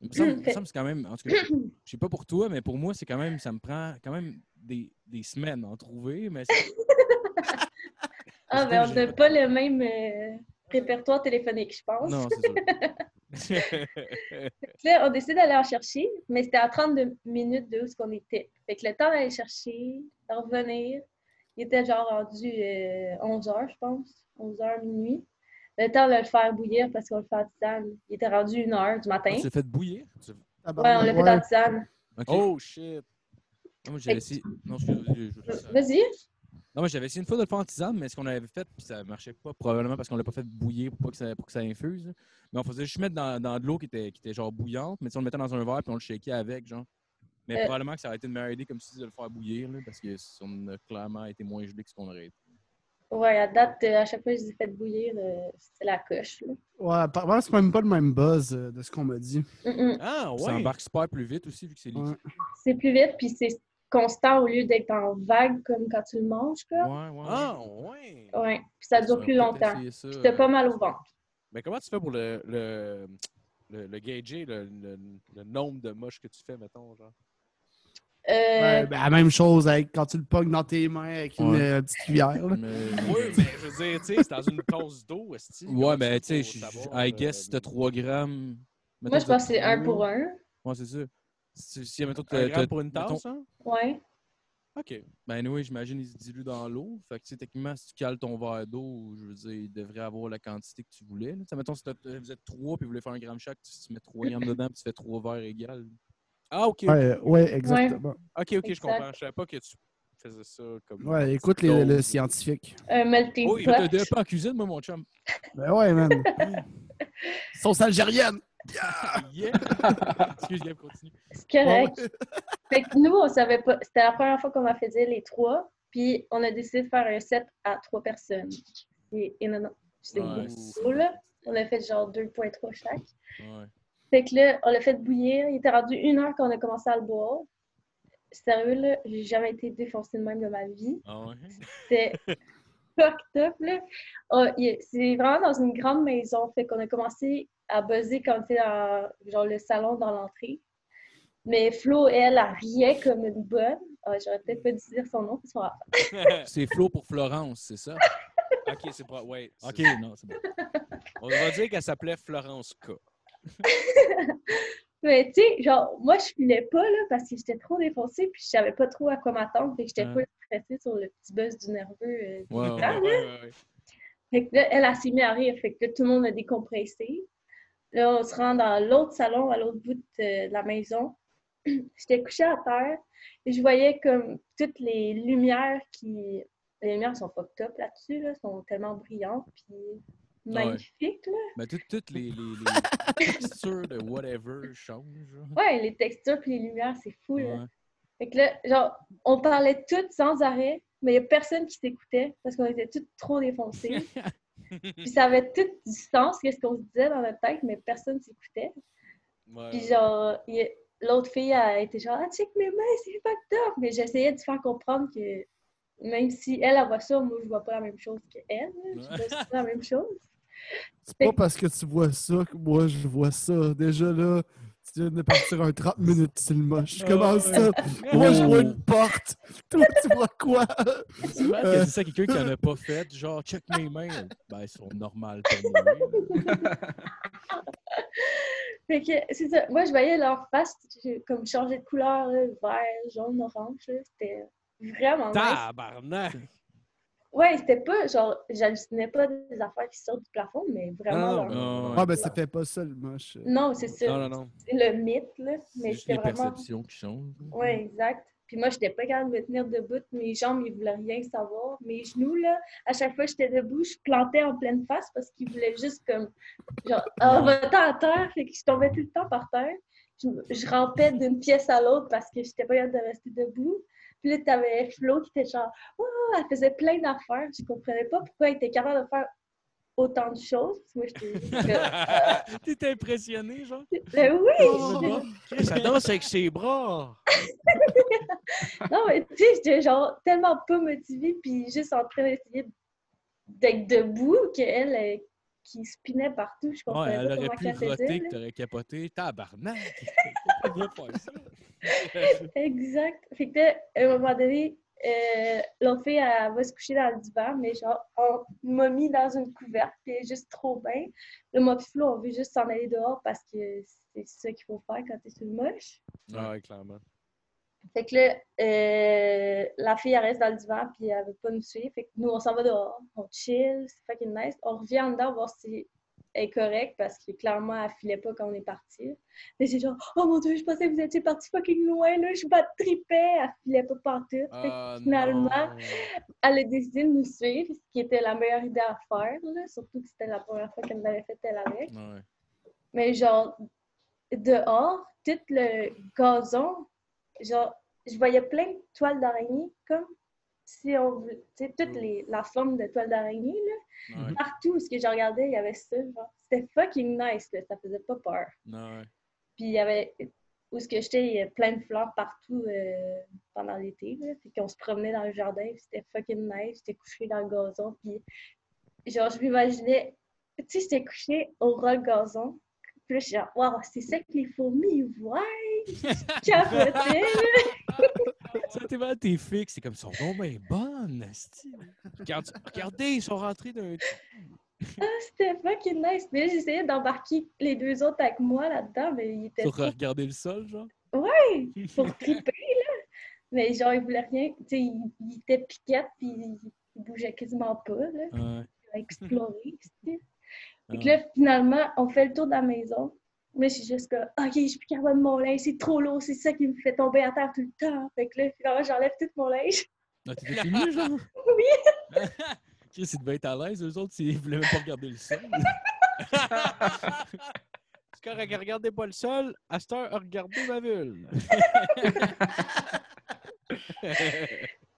Speaker 1: Il me semble, il me
Speaker 4: Hum, Fait-
Speaker 1: semble que c'est quand même. En tout cas, je sais pas pour toi, mais pour moi, c'est quand même. Ça me prend quand même des, des semaines à en trouver. Mais c'est-
Speaker 4: Ah,
Speaker 1: Parce
Speaker 4: ben,
Speaker 1: que
Speaker 4: on
Speaker 1: j'ai-
Speaker 4: n'a pas le même euh, répertoire téléphonique, je pense.
Speaker 1: non, c'est ça.
Speaker 4: Puis là, on décide d'aller en chercher, mais c'était à 32 minutes de où ce qu'on était. Fait que le temps d'aller chercher, de revenir, il était genre rendu 11h, je pense, 11h minuit. Le temps de le faire bouillir parce qu'on le fait en tisane, il était rendu 1h du matin.
Speaker 1: On s'est fait bouillir. Tu-
Speaker 4: Ouais, on l'a fait en tisane.
Speaker 1: ok.
Speaker 3: Oh, shit!
Speaker 1: Non, moi, j'avais essayé... non, excuse- je- je- je-
Speaker 4: Vas-y.
Speaker 1: non, moi, j'avais essayé une fois de le faire en tisane, mais ce qu'on avait fait, puis ça marchait pas, probablement parce qu'on l'a pas fait bouillir pour, pas que, ça, pour que ça infuse. là. Mais on faisait juste mettre dans, dans de l'eau qui était, qui était genre bouillante, mais tu sais, on le mettait dans un verre puis on le shakait avec, genre. Mais
Speaker 4: Euh.
Speaker 1: probablement que ça aurait été une meilleure idée comme si de le faire bouillir, là, parce que si on a clairement été moins gelé que ce qu'on aurait été.
Speaker 4: Ouais, à date, euh, à chaque fois que je les ai fait bouillir, euh, c'était la coche. là.
Speaker 6: Ouais, apparemment, c'est même pas le même buzz euh, de ce qu'on m'a dit.
Speaker 4: Mm-mm.
Speaker 3: Ah,
Speaker 1: Ça
Speaker 3: ouais!
Speaker 1: embarque super plus vite aussi, vu que c'est liquide.
Speaker 6: Ouais.
Speaker 4: Mm, C'est plus vite, puis c'est constant au lieu d'être en vague comme quand tu le manges, quoi.
Speaker 1: Ouais, ouais.
Speaker 3: Ah, ouais!
Speaker 4: Ouais, puis ça dure plus longtemps. Puis t'as pas mal au ventre.
Speaker 3: Mais comment tu fais pour le, le, le, le gager, le, le, le nombre de moches que tu fais, mettons, genre?
Speaker 4: Euh,
Speaker 6: Ouais, ben, la même chose avec quand tu le pognes dans tes mains avec une
Speaker 1: Ouais.
Speaker 6: euh, petite cuillère. là.
Speaker 3: Oui, mais je veux dire, tu sais, c'est dans une tasse d'eau, est
Speaker 1: Ouais, ben, tu sais, je- je-
Speaker 3: euh,
Speaker 1: I guess, si t'as 3 grammes.
Speaker 4: moi, je pense que c'est un pour un.
Speaker 1: Ouais, c'est ça. Si, si, mettons,
Speaker 3: Un
Speaker 1: t'as-
Speaker 3: gramme
Speaker 1: t'as-
Speaker 3: pour une
Speaker 1: mettons-
Speaker 3: tasse, hein?
Speaker 4: Ouais.
Speaker 3: OK.
Speaker 1: Ben oui, j'imagine il se dilue dans l'eau. Fait que tu sais, techniquement, si tu cales ton verre d'eau, je veux dire, il devrait avoir la quantité que tu voulais. là. Tu sais, mettons, si t'as- vous êtes trois puis vous voulez faire un gramme chaque, tu, tu mets trois grammes dedans puis tu fais trois verres égales.
Speaker 3: Ah, OK.
Speaker 6: Ouais, ouais, exactement.
Speaker 3: OK, OK, je
Speaker 4: Exact.
Speaker 3: comprends. Je savais pas que tu faisais ça comme...
Speaker 6: Ouais, écoute les, le scientifique.
Speaker 4: Un melting
Speaker 3: Oui,
Speaker 1: T'as
Speaker 4: pot.
Speaker 1: deux pas en cuisine, moi, mon chum.
Speaker 6: Ben ouais, man. Sauce algérienne.
Speaker 1: Yeah! Excuse, Gab, continue.
Speaker 4: C'est correct.
Speaker 1: Oh,
Speaker 4: Fait que nous, on savait pas. C'était la première fois qu'on en faisait les trois. Puis on a décidé de faire un set à trois personnes. Et, et non, non. C'est
Speaker 1: Ouais,
Speaker 4: gros, là. On a fait genre 2,3 chaque.
Speaker 1: Ouais.
Speaker 4: Fait que là, on l'a fait bouillir. Il était rendu une heure qu'on a commencé à le boire. Sérieux, là, j'ai jamais été défoncée de même de ma vie.
Speaker 1: Ah ouais?
Speaker 4: C'était fucked up, là. Ah, il- c'est vraiment dans une grande maison. Fait qu'on a commencé à buzzer quand on était dans genre, le salon dans l'entrée. Mais Flo, elle, elle riait comme une bonne. Ah, J'aurais peut-être pas dû dire son nom, parce qu'on va-
Speaker 1: C'est Flo pour Florence, c'est ça?
Speaker 3: OK, c'est pas... Ouais. c'est-
Speaker 1: Ok, non, c'est bon.
Speaker 3: On va dire qu'elle s'appelait Florence K.
Speaker 4: Mais tu sais, genre, moi, je filais pas, là, parce que j'étais trop défoncée, puis je savais pas trop à quoi m'attendre, fait que j'étais
Speaker 1: Ah.
Speaker 4: pas stressée sur le petit buzz du nerveux. euh.
Speaker 1: Ouais, ouais, ouais.
Speaker 4: Ah,
Speaker 3: Ouais, ouais, ouais.
Speaker 4: Fait que là, elle, elle s'est mise à rire, fait que là, tout le monde a décompressé. Là, on se rend dans l'autre salon, à l'autre bout de, de la maison. j'étais couchée à terre, et je voyais comme toutes les lumières qui... Les lumières sont pas top là-dessus, là, sont tellement brillantes, puis magnifiques, là.
Speaker 1: Mais tout- toutes les, les, les textures de whatever changent. là.
Speaker 4: Ouais, les textures puis les lumières, c'est fou, là.
Speaker 1: Ouais.
Speaker 4: Fait que là, genre, on parlait toutes sans arrêt, mais il n'y a personne qui s'écoutait parce qu'on était toutes trop défoncées. puis ça avait tout du sens, qu'est-ce qu'on se disait dans notre tête, mais personne s'écoutait.
Speaker 3: Ouais,
Speaker 4: Puis
Speaker 3: ouais.
Speaker 4: genre, il y a- l'autre fille a été genre, ah, check mes mains, c'est fucked up. Mais j'essayais de faire comprendre que même si elle, elle voit ça, moi, je vois pas la même chose qu'elle. là. Je vois pas la même chose.
Speaker 6: C'est pas parce que tu vois ça que moi je vois ça. Déjà là, tu viens de partir un 30 minutes, c'est le moche. Comment ça? Moi je vois une porte. Toi tu vois quoi?
Speaker 1: C'est vrai que c'est ça quelqu'un qui en a pas fait, genre check mes mains. Ben, elles sont normales pour moi.
Speaker 4: Fait que, c'est ça. Moi, je voyais leur face je- comme changer de couleur, là, vert, jaune, orange. là. C'était vraiment nice.
Speaker 3: Tabarnak!
Speaker 4: Ouais, c'était pas genre, j'hallucinais pas des affaires qui sortent du plafond, mais vraiment.
Speaker 3: Non,
Speaker 4: leur-
Speaker 1: Non,
Speaker 6: Ah ben ça fait pas ça le moche.
Speaker 4: Non, c'est ça.
Speaker 3: Non, non, non.
Speaker 4: C'est le mythe, là.
Speaker 1: c'est
Speaker 4: Mais
Speaker 1: juste les
Speaker 4: c'était vraiment.
Speaker 1: perceptions qui changent.
Speaker 4: Ouais, exact. Puis moi, j'étais pas capable de me tenir debout. Mes jambes, ils voulaient rien savoir. Mes genoux, là, à chaque fois que j'étais debout, je plantais en pleine face parce qu'ils voulaient juste comme. Genre, ah, va-t'en à terre. Fait que je tombais tout le temps par terre. Je, je rampais d'une pièce à l'autre parce que j'étais pas capable de rester debout. Puis là, t'avais Flo qui était genre, oh, elle faisait plein d'affaires. Je comprenais pas pourquoi elle était capable de faire autant de choses. Puis moi, j'étais juste.
Speaker 3: T'es impressionné, genre?
Speaker 4: Ben
Speaker 6: Oh,
Speaker 4: oui!
Speaker 3: Ça danse avec ses bras!
Speaker 4: Non, mais tu sais, j'étais genre tellement pas motivée, puis juste en train d'essayer d'être debout, qu'elle, euh, qui spinait partout, je
Speaker 1: Ouais,
Speaker 4: comprenais
Speaker 1: elle
Speaker 4: pas
Speaker 1: aurait
Speaker 4: comment
Speaker 1: pu
Speaker 4: qu'elle faisait.
Speaker 1: roter, que
Speaker 4: là.
Speaker 1: t'aurais capoté. Tabarnak!
Speaker 4: Exact. Fait que là, à un moment donné, euh, l'autre fille, elle va se coucher dans le divan, mais genre, on m'a mis dans une couverte, puis elle est juste trop bien. Là, moi puis Flo, on veut juste s'en aller dehors parce que c'est ça qu'il faut faire quand t'es sous le moche.
Speaker 3: Ouais, clairement.
Speaker 4: Fait que là, euh, la fille, elle reste dans le divan, puis elle veut pas nous suivre. Fait que nous, on s'en va dehors, on chill, c'est fucking nice. On revient en dedans voir si elle est correcte, parce que clairement, elle filait pas quand on est parti. Mais j'ai genre, oh mon dieu, je pensais que vous étiez parti fucking loin, là, je pas tripais. Elle filait pas partout. Fait que
Speaker 1: Ah,
Speaker 4: Finalement,
Speaker 1: non.
Speaker 4: elle a décidé de nous suivre, ce qui était la meilleure idée à faire, là, surtout que c'était la première fois qu'elle l'avait fait, elle avec.
Speaker 1: Ouais.
Speaker 4: Mais genre, dehors, tout le gazon, genre, je voyais plein de toiles d'araignée, comme si on veut, tu sais, toute les, la forme de toile d'araignée, là.
Speaker 1: Ouais.
Speaker 4: Partout où ce que je regardais, il y avait ça, genre, c'était fucking nice, là, ça faisait pas peur.
Speaker 1: Non, ouais.
Speaker 4: Puis il y avait, où ce que j'étais, il y avait plein de fleurs partout euh, pendant l'été, là. Puis qu'on se promenait dans le jardin, puis c'était fucking nice, j'étais couchée dans le gazon, puis genre, je m'imaginais, tu sais, j'étais couchée au ras le gazon, puis là, je suis genre, waouh, c'est ça que les fourmis, ouais! Je capotais, là.
Speaker 1: Ça, t'es mal, t'es fixe. C'est comme, ils sont donc bien bonnes, esti.
Speaker 3: Regarde- regardez, ils sont rentrés d'un.
Speaker 4: c'était fucking nice. Mais là, j'essayais d'embarquer les deux autres avec moi là-dedans, mais ils étaient
Speaker 1: Pour euh, regarder le sol, genre.
Speaker 4: pour triper, là. Mais genre, ils voulaient rien, tu sais, ils, ils étaient piquettes, puis ils ils bougeaient quasiment pas, là.
Speaker 1: Ouais.
Speaker 4: à explorer. tu sais. Fait que
Speaker 1: Ah.
Speaker 4: là, finalement, on fait le tour de la maison. Mais je suis juste comme, OK, je suis plus capable de mon linge, c'est trop lourd, c'est ça qui me fait tomber à terre tout le temps. Fait que là, finalement, j'enlève tout mon linge.
Speaker 1: Ah, t'étais fini, genre?
Speaker 4: Oui.
Speaker 1: Chris, ils devaient être à l'aise, eux autres, s'ils voulaient même pas regarder le sol.
Speaker 3: C'est correct, regardez pas le sol. À cette heure, regardez ma vulve.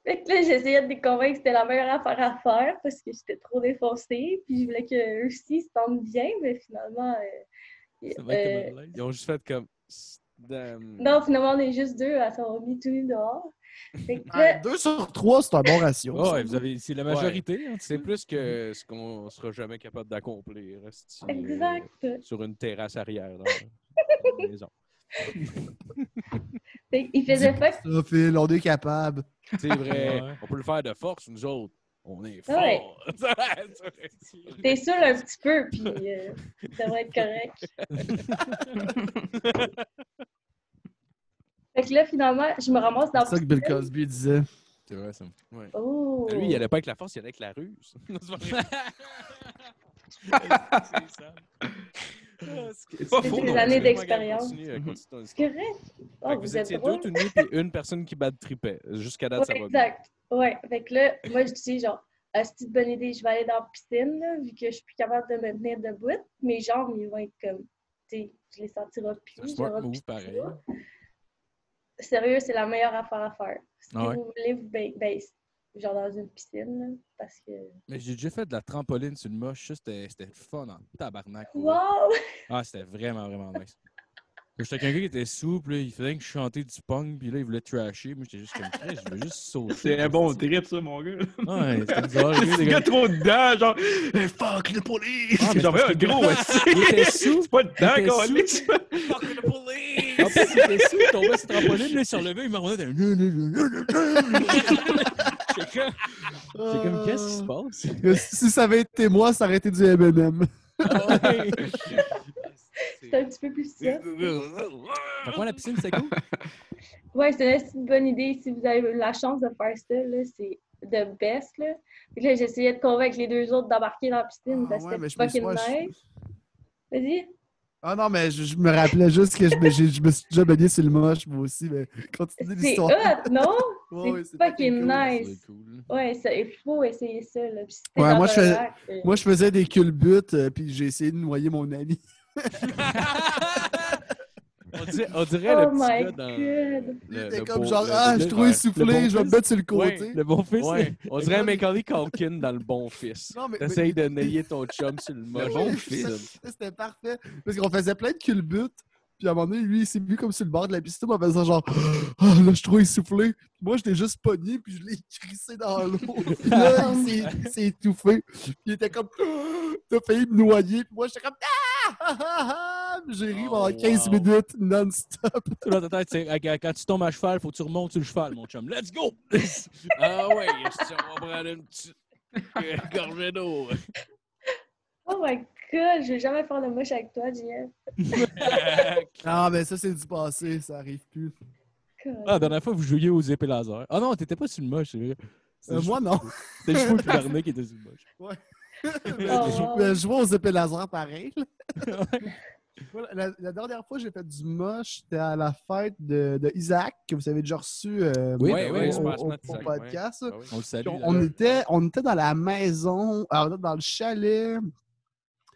Speaker 4: Fait que là, j'essayais de les convaincre que c'était la meilleure affaire à faire parce que j'étais trop défoncée. Puis je voulais qu'eux aussi se sentent bien, mais finalement. euh,
Speaker 1: Ça va être
Speaker 4: euh,
Speaker 1: comme à l'aise.
Speaker 3: Ils ont juste fait comme. C'est- Damn.
Speaker 4: non, finalement, on est juste deux à s'en mis tout nu dehors. Fait
Speaker 1: Ah,
Speaker 4: que là,
Speaker 6: 2 Ah, sur 3, c'est un bon ratio.
Speaker 1: Ouais, Ah, vous avez, c'est la majorité. hein, tu sais.
Speaker 3: C'est plus que ce qu'on sera jamais capable d'accomplir. esti, euh,
Speaker 4: exact.
Speaker 3: Sur une terrasse arrière. Dans la maison.
Speaker 4: Fait qu'il faisait fuck
Speaker 6: Ça, Phil, on est capable.
Speaker 3: C'est vrai.
Speaker 1: Ouais.
Speaker 3: On peut le faire de force, nous autres.
Speaker 1: On est fort.
Speaker 4: Ouais. T'es saoul un petit peu, puis euh, ça va être correct. fait que là, finalement, je me ramasse dans
Speaker 6: C'est ça que Bill Cosby disait.
Speaker 1: C'est vrai, ça.
Speaker 4: Oh!
Speaker 3: Ah, Lui, il allait pas avec la force, il allait avec la ruse. Non,
Speaker 2: C'est
Speaker 3: c'est pas vrai. C'est ça. Ah,
Speaker 2: pas
Speaker 3: c'est
Speaker 2: faux,
Speaker 3: des
Speaker 2: non.
Speaker 4: années
Speaker 3: Excuse-moi,
Speaker 4: d'expérience.
Speaker 3: Gab, continue, euh, continue ton histoire.
Speaker 4: C'est correct. Oh,
Speaker 3: Fait que
Speaker 4: vous,
Speaker 3: vous
Speaker 4: êtes
Speaker 3: étiez
Speaker 4: drôle.
Speaker 3: deux tout nus et une personne qui bat de tripet. Jusqu'à date, ça
Speaker 4: Ouais,
Speaker 3: va bien.
Speaker 4: exact. Ouais. Fait que là, moi, je dis genre, ah, c'est une bonne idée, je vais aller dans la piscine, là, vu que je suis plus capable de me tenir debout. Mes jambes, ils vont être comme, tu sais, je les sentirai plus.
Speaker 1: C'est un
Speaker 4: j'aurai
Speaker 1: smart
Speaker 4: plus
Speaker 1: move,
Speaker 4: de
Speaker 1: pareil.
Speaker 4: poids. Sérieux, c'est la meilleure affaire à faire. Si
Speaker 1: Ah ouais?
Speaker 4: vous voulez vous ba- ben, genre dans une piscine, là, parce que.
Speaker 1: Mais j'ai déjà fait de la trampoline sur le moche. Ça, c'était c'était fun en tabarnak.
Speaker 4: Wow!
Speaker 1: Ah, c'était vraiment, vraiment nice. J'étais quelqu'un qui était souple, il fallait que je chantais du punk, puis là, il voulait trasher. Moi, j'étais juste comme, Chris, je veux juste sauter.
Speaker 2: C'est un bon trip, ça, mon gars.
Speaker 1: Ouais, c'était bizarre.
Speaker 2: C'est
Speaker 1: C'est
Speaker 2: le gars trop dedans, genre, Hey, fuck the police!
Speaker 1: Ah, mais
Speaker 2: genre,
Speaker 1: parce
Speaker 2: un
Speaker 1: que-
Speaker 2: gros, aussi.
Speaker 1: Il était sous.
Speaker 2: C'est pas
Speaker 1: Il était
Speaker 2: dedans,
Speaker 1: sous.
Speaker 2: Carlis.
Speaker 1: En plus, il était sous, il tombait sur le trampoline, là, il se relevait, il me remontait.
Speaker 3: C'est comme, qu'est-ce qui se passe?
Speaker 6: Euh, Ah. Si ça avait été moi, ça aurait été du MM.
Speaker 1: Ah
Speaker 4: C'est un petit peu plus ça.
Speaker 1: Fait que moi, la piscine, c'est cool.
Speaker 4: Ouais, c'est une- c'est une bonne idée si vous avez la chance de faire ça, là, c'est de best, là. Fait que là, j'essayais de convaincre les deux autres d'embarquer dans la piscine,
Speaker 6: Ah
Speaker 4: parce
Speaker 6: ouais,
Speaker 4: que
Speaker 6: mais
Speaker 4: c'était
Speaker 6: je me
Speaker 4: fucking
Speaker 6: suis- ouais,
Speaker 4: nice. Vas-y.
Speaker 6: Ah non, mais je, je me rappelais juste que je me, j'ai- je me suis déjà baigné sur le moche, moi aussi, mais continue
Speaker 4: C'est
Speaker 6: l'histoire.
Speaker 4: hot, non?
Speaker 6: Ouais, ouais,
Speaker 4: c'est
Speaker 6: c'est
Speaker 4: fucking
Speaker 6: cool.
Speaker 4: nice.
Speaker 1: C'est cool.
Speaker 4: Ouais, ça- il faut essayer ça, là. Puis si t'es
Speaker 6: Ouais,
Speaker 4: dans
Speaker 6: moi,
Speaker 4: un
Speaker 6: je fais-
Speaker 4: lac, euh,
Speaker 6: Moi, je faisais des culbutes, euh, puis j'ai essayé de noyer mon ami.
Speaker 3: On dirait, on dirait
Speaker 4: Oh
Speaker 3: le petit
Speaker 4: my
Speaker 3: gars dans...
Speaker 4: god!
Speaker 3: le-
Speaker 6: J'étais
Speaker 3: le
Speaker 6: comme
Speaker 3: beau-
Speaker 6: genre,
Speaker 3: le-
Speaker 6: ah,
Speaker 3: le-
Speaker 6: je suis trop essoufflé,
Speaker 3: bon
Speaker 6: je vais me
Speaker 3: fils.
Speaker 6: mettre sur le
Speaker 3: Ouais,
Speaker 6: côté.
Speaker 3: Le bon fils,
Speaker 1: Ouais.
Speaker 3: là. on dirait un Macaulay Culkin dans le bon fils.
Speaker 6: Non, mais-
Speaker 3: T'essayes de nayer ton chum sur le moche.
Speaker 6: Ouais, ça, C'était parfait. Parce qu'on faisait plein de culbutes. Puis à un moment donné, lui, il s'est vu comme sur le bord de la piscine en faisant genre Ah, là, je suis trop essoufflé. Puis moi, j'étais juste pogné, puis je l'ai crissé dans l'eau. Puis là, il s'est- il s'est étouffé. Puis il était comme Ah, T'as failli me noyer. Puis moi, j'étais comme Ah! ah, ah, ah. Puis J'ai ri
Speaker 1: Oh,
Speaker 6: pendant 15
Speaker 1: wow.
Speaker 6: minutes non-stop.
Speaker 1: Tout dans ta tête, c'est, ah, quand tu tombes à cheval, faut que tu remontes sur le cheval, mon chum. Let's go! ah ouais, est-ce que on va prendre une petite euh, gorgée d'eau.
Speaker 4: Oh my god, je vais jamais faire de moche avec toi, JF.
Speaker 6: Non, mais ça, c'est du passé. Ça arrive plus.
Speaker 4: God.
Speaker 1: Ah, la dernière fois, vous jouiez aux épées laser. Ah non, t'étais pas sur le moche, c'est vrai.
Speaker 6: Euh, moi, non.
Speaker 1: C'était juste vous et Barnet qui était sur le moche.
Speaker 6: Mais
Speaker 4: Oh,
Speaker 6: je-
Speaker 4: wow.
Speaker 6: mais je vois aux épées laser pareil. là. Voilà, la, la dernière fois, j'ai fait du moche. C'était à la fête de, de Isaac, que vous avez déjà reçu euh,
Speaker 1: Oui,
Speaker 6: au-
Speaker 1: ben oui,
Speaker 6: au-
Speaker 1: c'est
Speaker 6: au,
Speaker 1: pas
Speaker 6: au-
Speaker 3: Smart
Speaker 6: au
Speaker 3: Isaac,
Speaker 6: podcast.
Speaker 3: ouais. Ah oui.
Speaker 1: On le salue.
Speaker 6: Puis on, on était, on était dans la maison, alors, dans le chalet.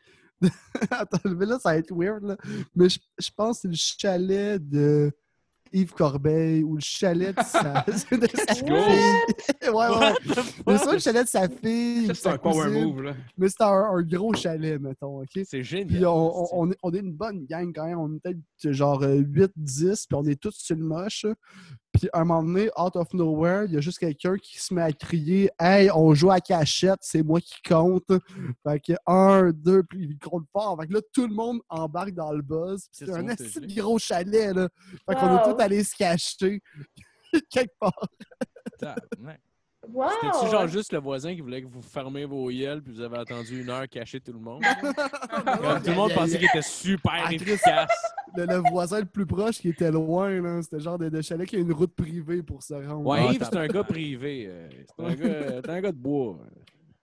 Speaker 6: Attends, mais là, ça va être weird. là. Mais je, je pense que c'est le chalet de Yves Corbeil ou le chalet de sa, de sa fille. ouais, Ah ouais, ouais. Mais ça, le chalet de sa fille.
Speaker 2: Ça, c'est
Speaker 6: sa
Speaker 2: un power
Speaker 6: cousine.
Speaker 2: move, là.
Speaker 6: Mais c'était un, un gros chalet, mettons, OK?
Speaker 3: C'est
Speaker 6: Puis
Speaker 3: génial.
Speaker 6: on, on- on est, on est une bonne gang quand même. On est peut-être euh, genre 8-10, puis on est tous sur le moche. Puis à un moment donné, out of nowhere, il y a juste quelqu'un qui se met à crier « Hey, on joue à cachette, c'est moi qui compte! » Fait que un, deux, puis il compte fort. Fait que là, tout le monde embarque dans le buzz. Puis c'est
Speaker 1: Qu'est-ce
Speaker 6: un
Speaker 1: qu'on
Speaker 6: assez
Speaker 1: t'a gelé?
Speaker 6: gros chalet, là. Fait qu'on est
Speaker 4: Wow.
Speaker 6: tous allés se cacher quelque part.
Speaker 1: Tabarnak.
Speaker 4: Wow!
Speaker 6: Ah,
Speaker 3: C'était-tu genre juste le voisin qui voulait que vous fermiez vos yeux puis vous avez attendu une heure cacher tout le monde? Comme tout le monde pensait qu'il était super
Speaker 6: Bah, Ah, Chris.
Speaker 3: efficace.
Speaker 6: Le, le voisin le plus proche qui était loin, là. C'était le genre de, de chalet qui a une route privée pour se rendre.
Speaker 3: Ouais,
Speaker 1: Ah,
Speaker 3: Yves, c'est
Speaker 1: t'as-
Speaker 3: un gars privé. euh, C'est un, gars- c'est un gars de bois.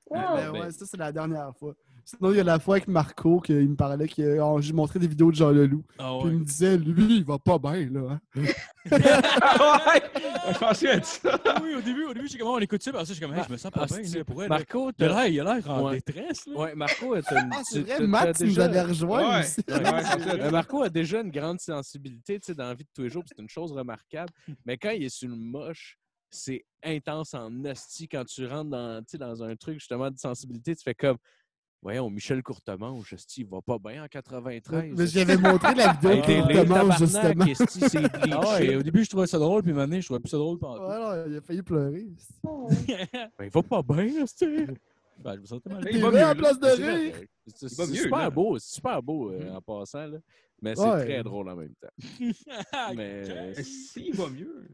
Speaker 4: Wow!
Speaker 6: Ben ouais, ça, c'est la dernière fois. Sinon, il y a la fois avec Marco qu'il me parlait, que euh, j'ai montré des vidéos de Jean Leloup.
Speaker 1: Ah
Speaker 6: Puis il
Speaker 1: ouais.
Speaker 6: me disait, lui, il va pas bien, là. hein.
Speaker 2: Ah ouais! Je pensais à ça.
Speaker 1: Ah Oui, au début, au début, j'ai comme, on écoute ça, parce que j'ai comme, hey, je me sens pas
Speaker 3: Ah,
Speaker 1: bien,
Speaker 3: c'est-
Speaker 1: là, pour elle. là. Il
Speaker 3: Marco,
Speaker 1: a
Speaker 3: t'as...
Speaker 1: l'air- il a l'air en
Speaker 3: Ouais.
Speaker 1: détresse, là.
Speaker 3: Ouais, Marco, t'as une...
Speaker 6: Ah, c'est
Speaker 3: tu-
Speaker 6: vrai,
Speaker 3: t'as-
Speaker 6: Max,
Speaker 3: t'as
Speaker 6: il nous
Speaker 3: déjà-
Speaker 6: avait rejoint
Speaker 2: Ouais.
Speaker 6: aussi.
Speaker 2: Ouais, ouais, c'est ça.
Speaker 3: Euh, Marco a déjà une grande sensibilité tu sais, dans la vie de tous les jours, puis c'est une chose remarquable. Mais quand il est sur le moche, c'est intense en hostie. Quand tu rentres dans, tu sais, dans un truc justement de sensibilité, tu fais comme Voyons, Michel Courtemanche, hostie, il va pas bien en 93.
Speaker 6: Mais j'avais montré la vidéo
Speaker 3: Hey, t'es-
Speaker 6: de
Speaker 3: t'es
Speaker 6: Thomas,
Speaker 3: tabarnak,
Speaker 6: justement.
Speaker 3: hostie,
Speaker 1: Ah
Speaker 3: c'est
Speaker 1: ouais, et
Speaker 3: bleaché.
Speaker 1: au début, je trouvais ça drôle, puis maintenant, je trouvais plus ça drôle pendant
Speaker 6: Ouais, non, il a failli pleurer.
Speaker 4: Oh.
Speaker 3: Ben, il va pas bien, hostie.
Speaker 1: Ben, je me sentais mal.
Speaker 2: Il
Speaker 6: Il
Speaker 2: va
Speaker 6: va à
Speaker 2: mieux,
Speaker 6: la place de
Speaker 3: Mais c'est
Speaker 6: rire.
Speaker 3: vrai, C'est
Speaker 2: Il va
Speaker 3: c'est
Speaker 2: mieux,
Speaker 3: super
Speaker 2: là. Mm-hmm.
Speaker 3: beau, c'est super beau euh, en passant, là. mais c'est
Speaker 6: Ouais.
Speaker 2: Eh, ben,
Speaker 3: très drôle en même temps. Mais
Speaker 2: Si, il va mieux.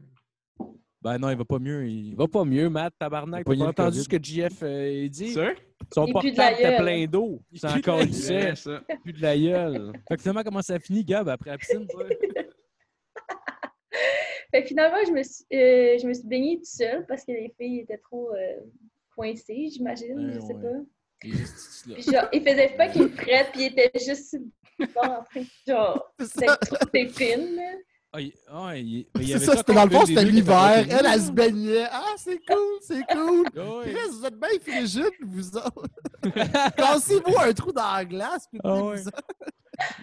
Speaker 1: Ben non, il va pas mieux. Il
Speaker 3: Il va pas mieux, Matt, tabarnak.
Speaker 1: Il a
Speaker 3: T'as
Speaker 1: pogné
Speaker 3: pas
Speaker 1: le
Speaker 3: entendu
Speaker 1: COVID.
Speaker 3: ce que JF euh, il dit?
Speaker 2: Sûr?
Speaker 3: Son
Speaker 4: Il pue de la
Speaker 3: portable était
Speaker 4: gueule.
Speaker 3: plein d'eau. C'est
Speaker 1: pue de
Speaker 3: encore
Speaker 1: la
Speaker 3: le
Speaker 2: C'est
Speaker 3: sait.
Speaker 2: vrai, ça.
Speaker 3: Plus de la gueule.
Speaker 1: Fait que finalement, comment ça finit, Gab, après la piscine? toi?
Speaker 4: Fait que finalement, je me suis, euh, je me suis baignée toute seule parce que les filles étaient trop euh, coincées, j'imagine,
Speaker 1: Ouais,
Speaker 4: je sais
Speaker 1: ouais.
Speaker 4: pas.
Speaker 1: Il est juste là.
Speaker 4: Puis genre, ils faisaient pas qu'ils me frette, puis ils étaient juste bon après. Genre,
Speaker 6: C'est
Speaker 4: c'était
Speaker 6: ça,
Speaker 4: trop épine, là.
Speaker 1: Ah, il- ah, il- mais il y
Speaker 6: c'est
Speaker 1: avait
Speaker 6: ça, c'était dans le
Speaker 1: contre
Speaker 6: fond,
Speaker 1: une
Speaker 6: c'était
Speaker 1: des deux qui était pas
Speaker 6: l'hiver.
Speaker 1: connue.
Speaker 6: Elle, elle se baignait. Ah, c'est cool, c'est cool.
Speaker 1: Ah ouais.
Speaker 6: Chris, vous êtes bien frigides, vous autres. Cassez-vous un trou dans la glace. Puis
Speaker 1: Ah
Speaker 6: vous
Speaker 1: ouais.
Speaker 6: autres.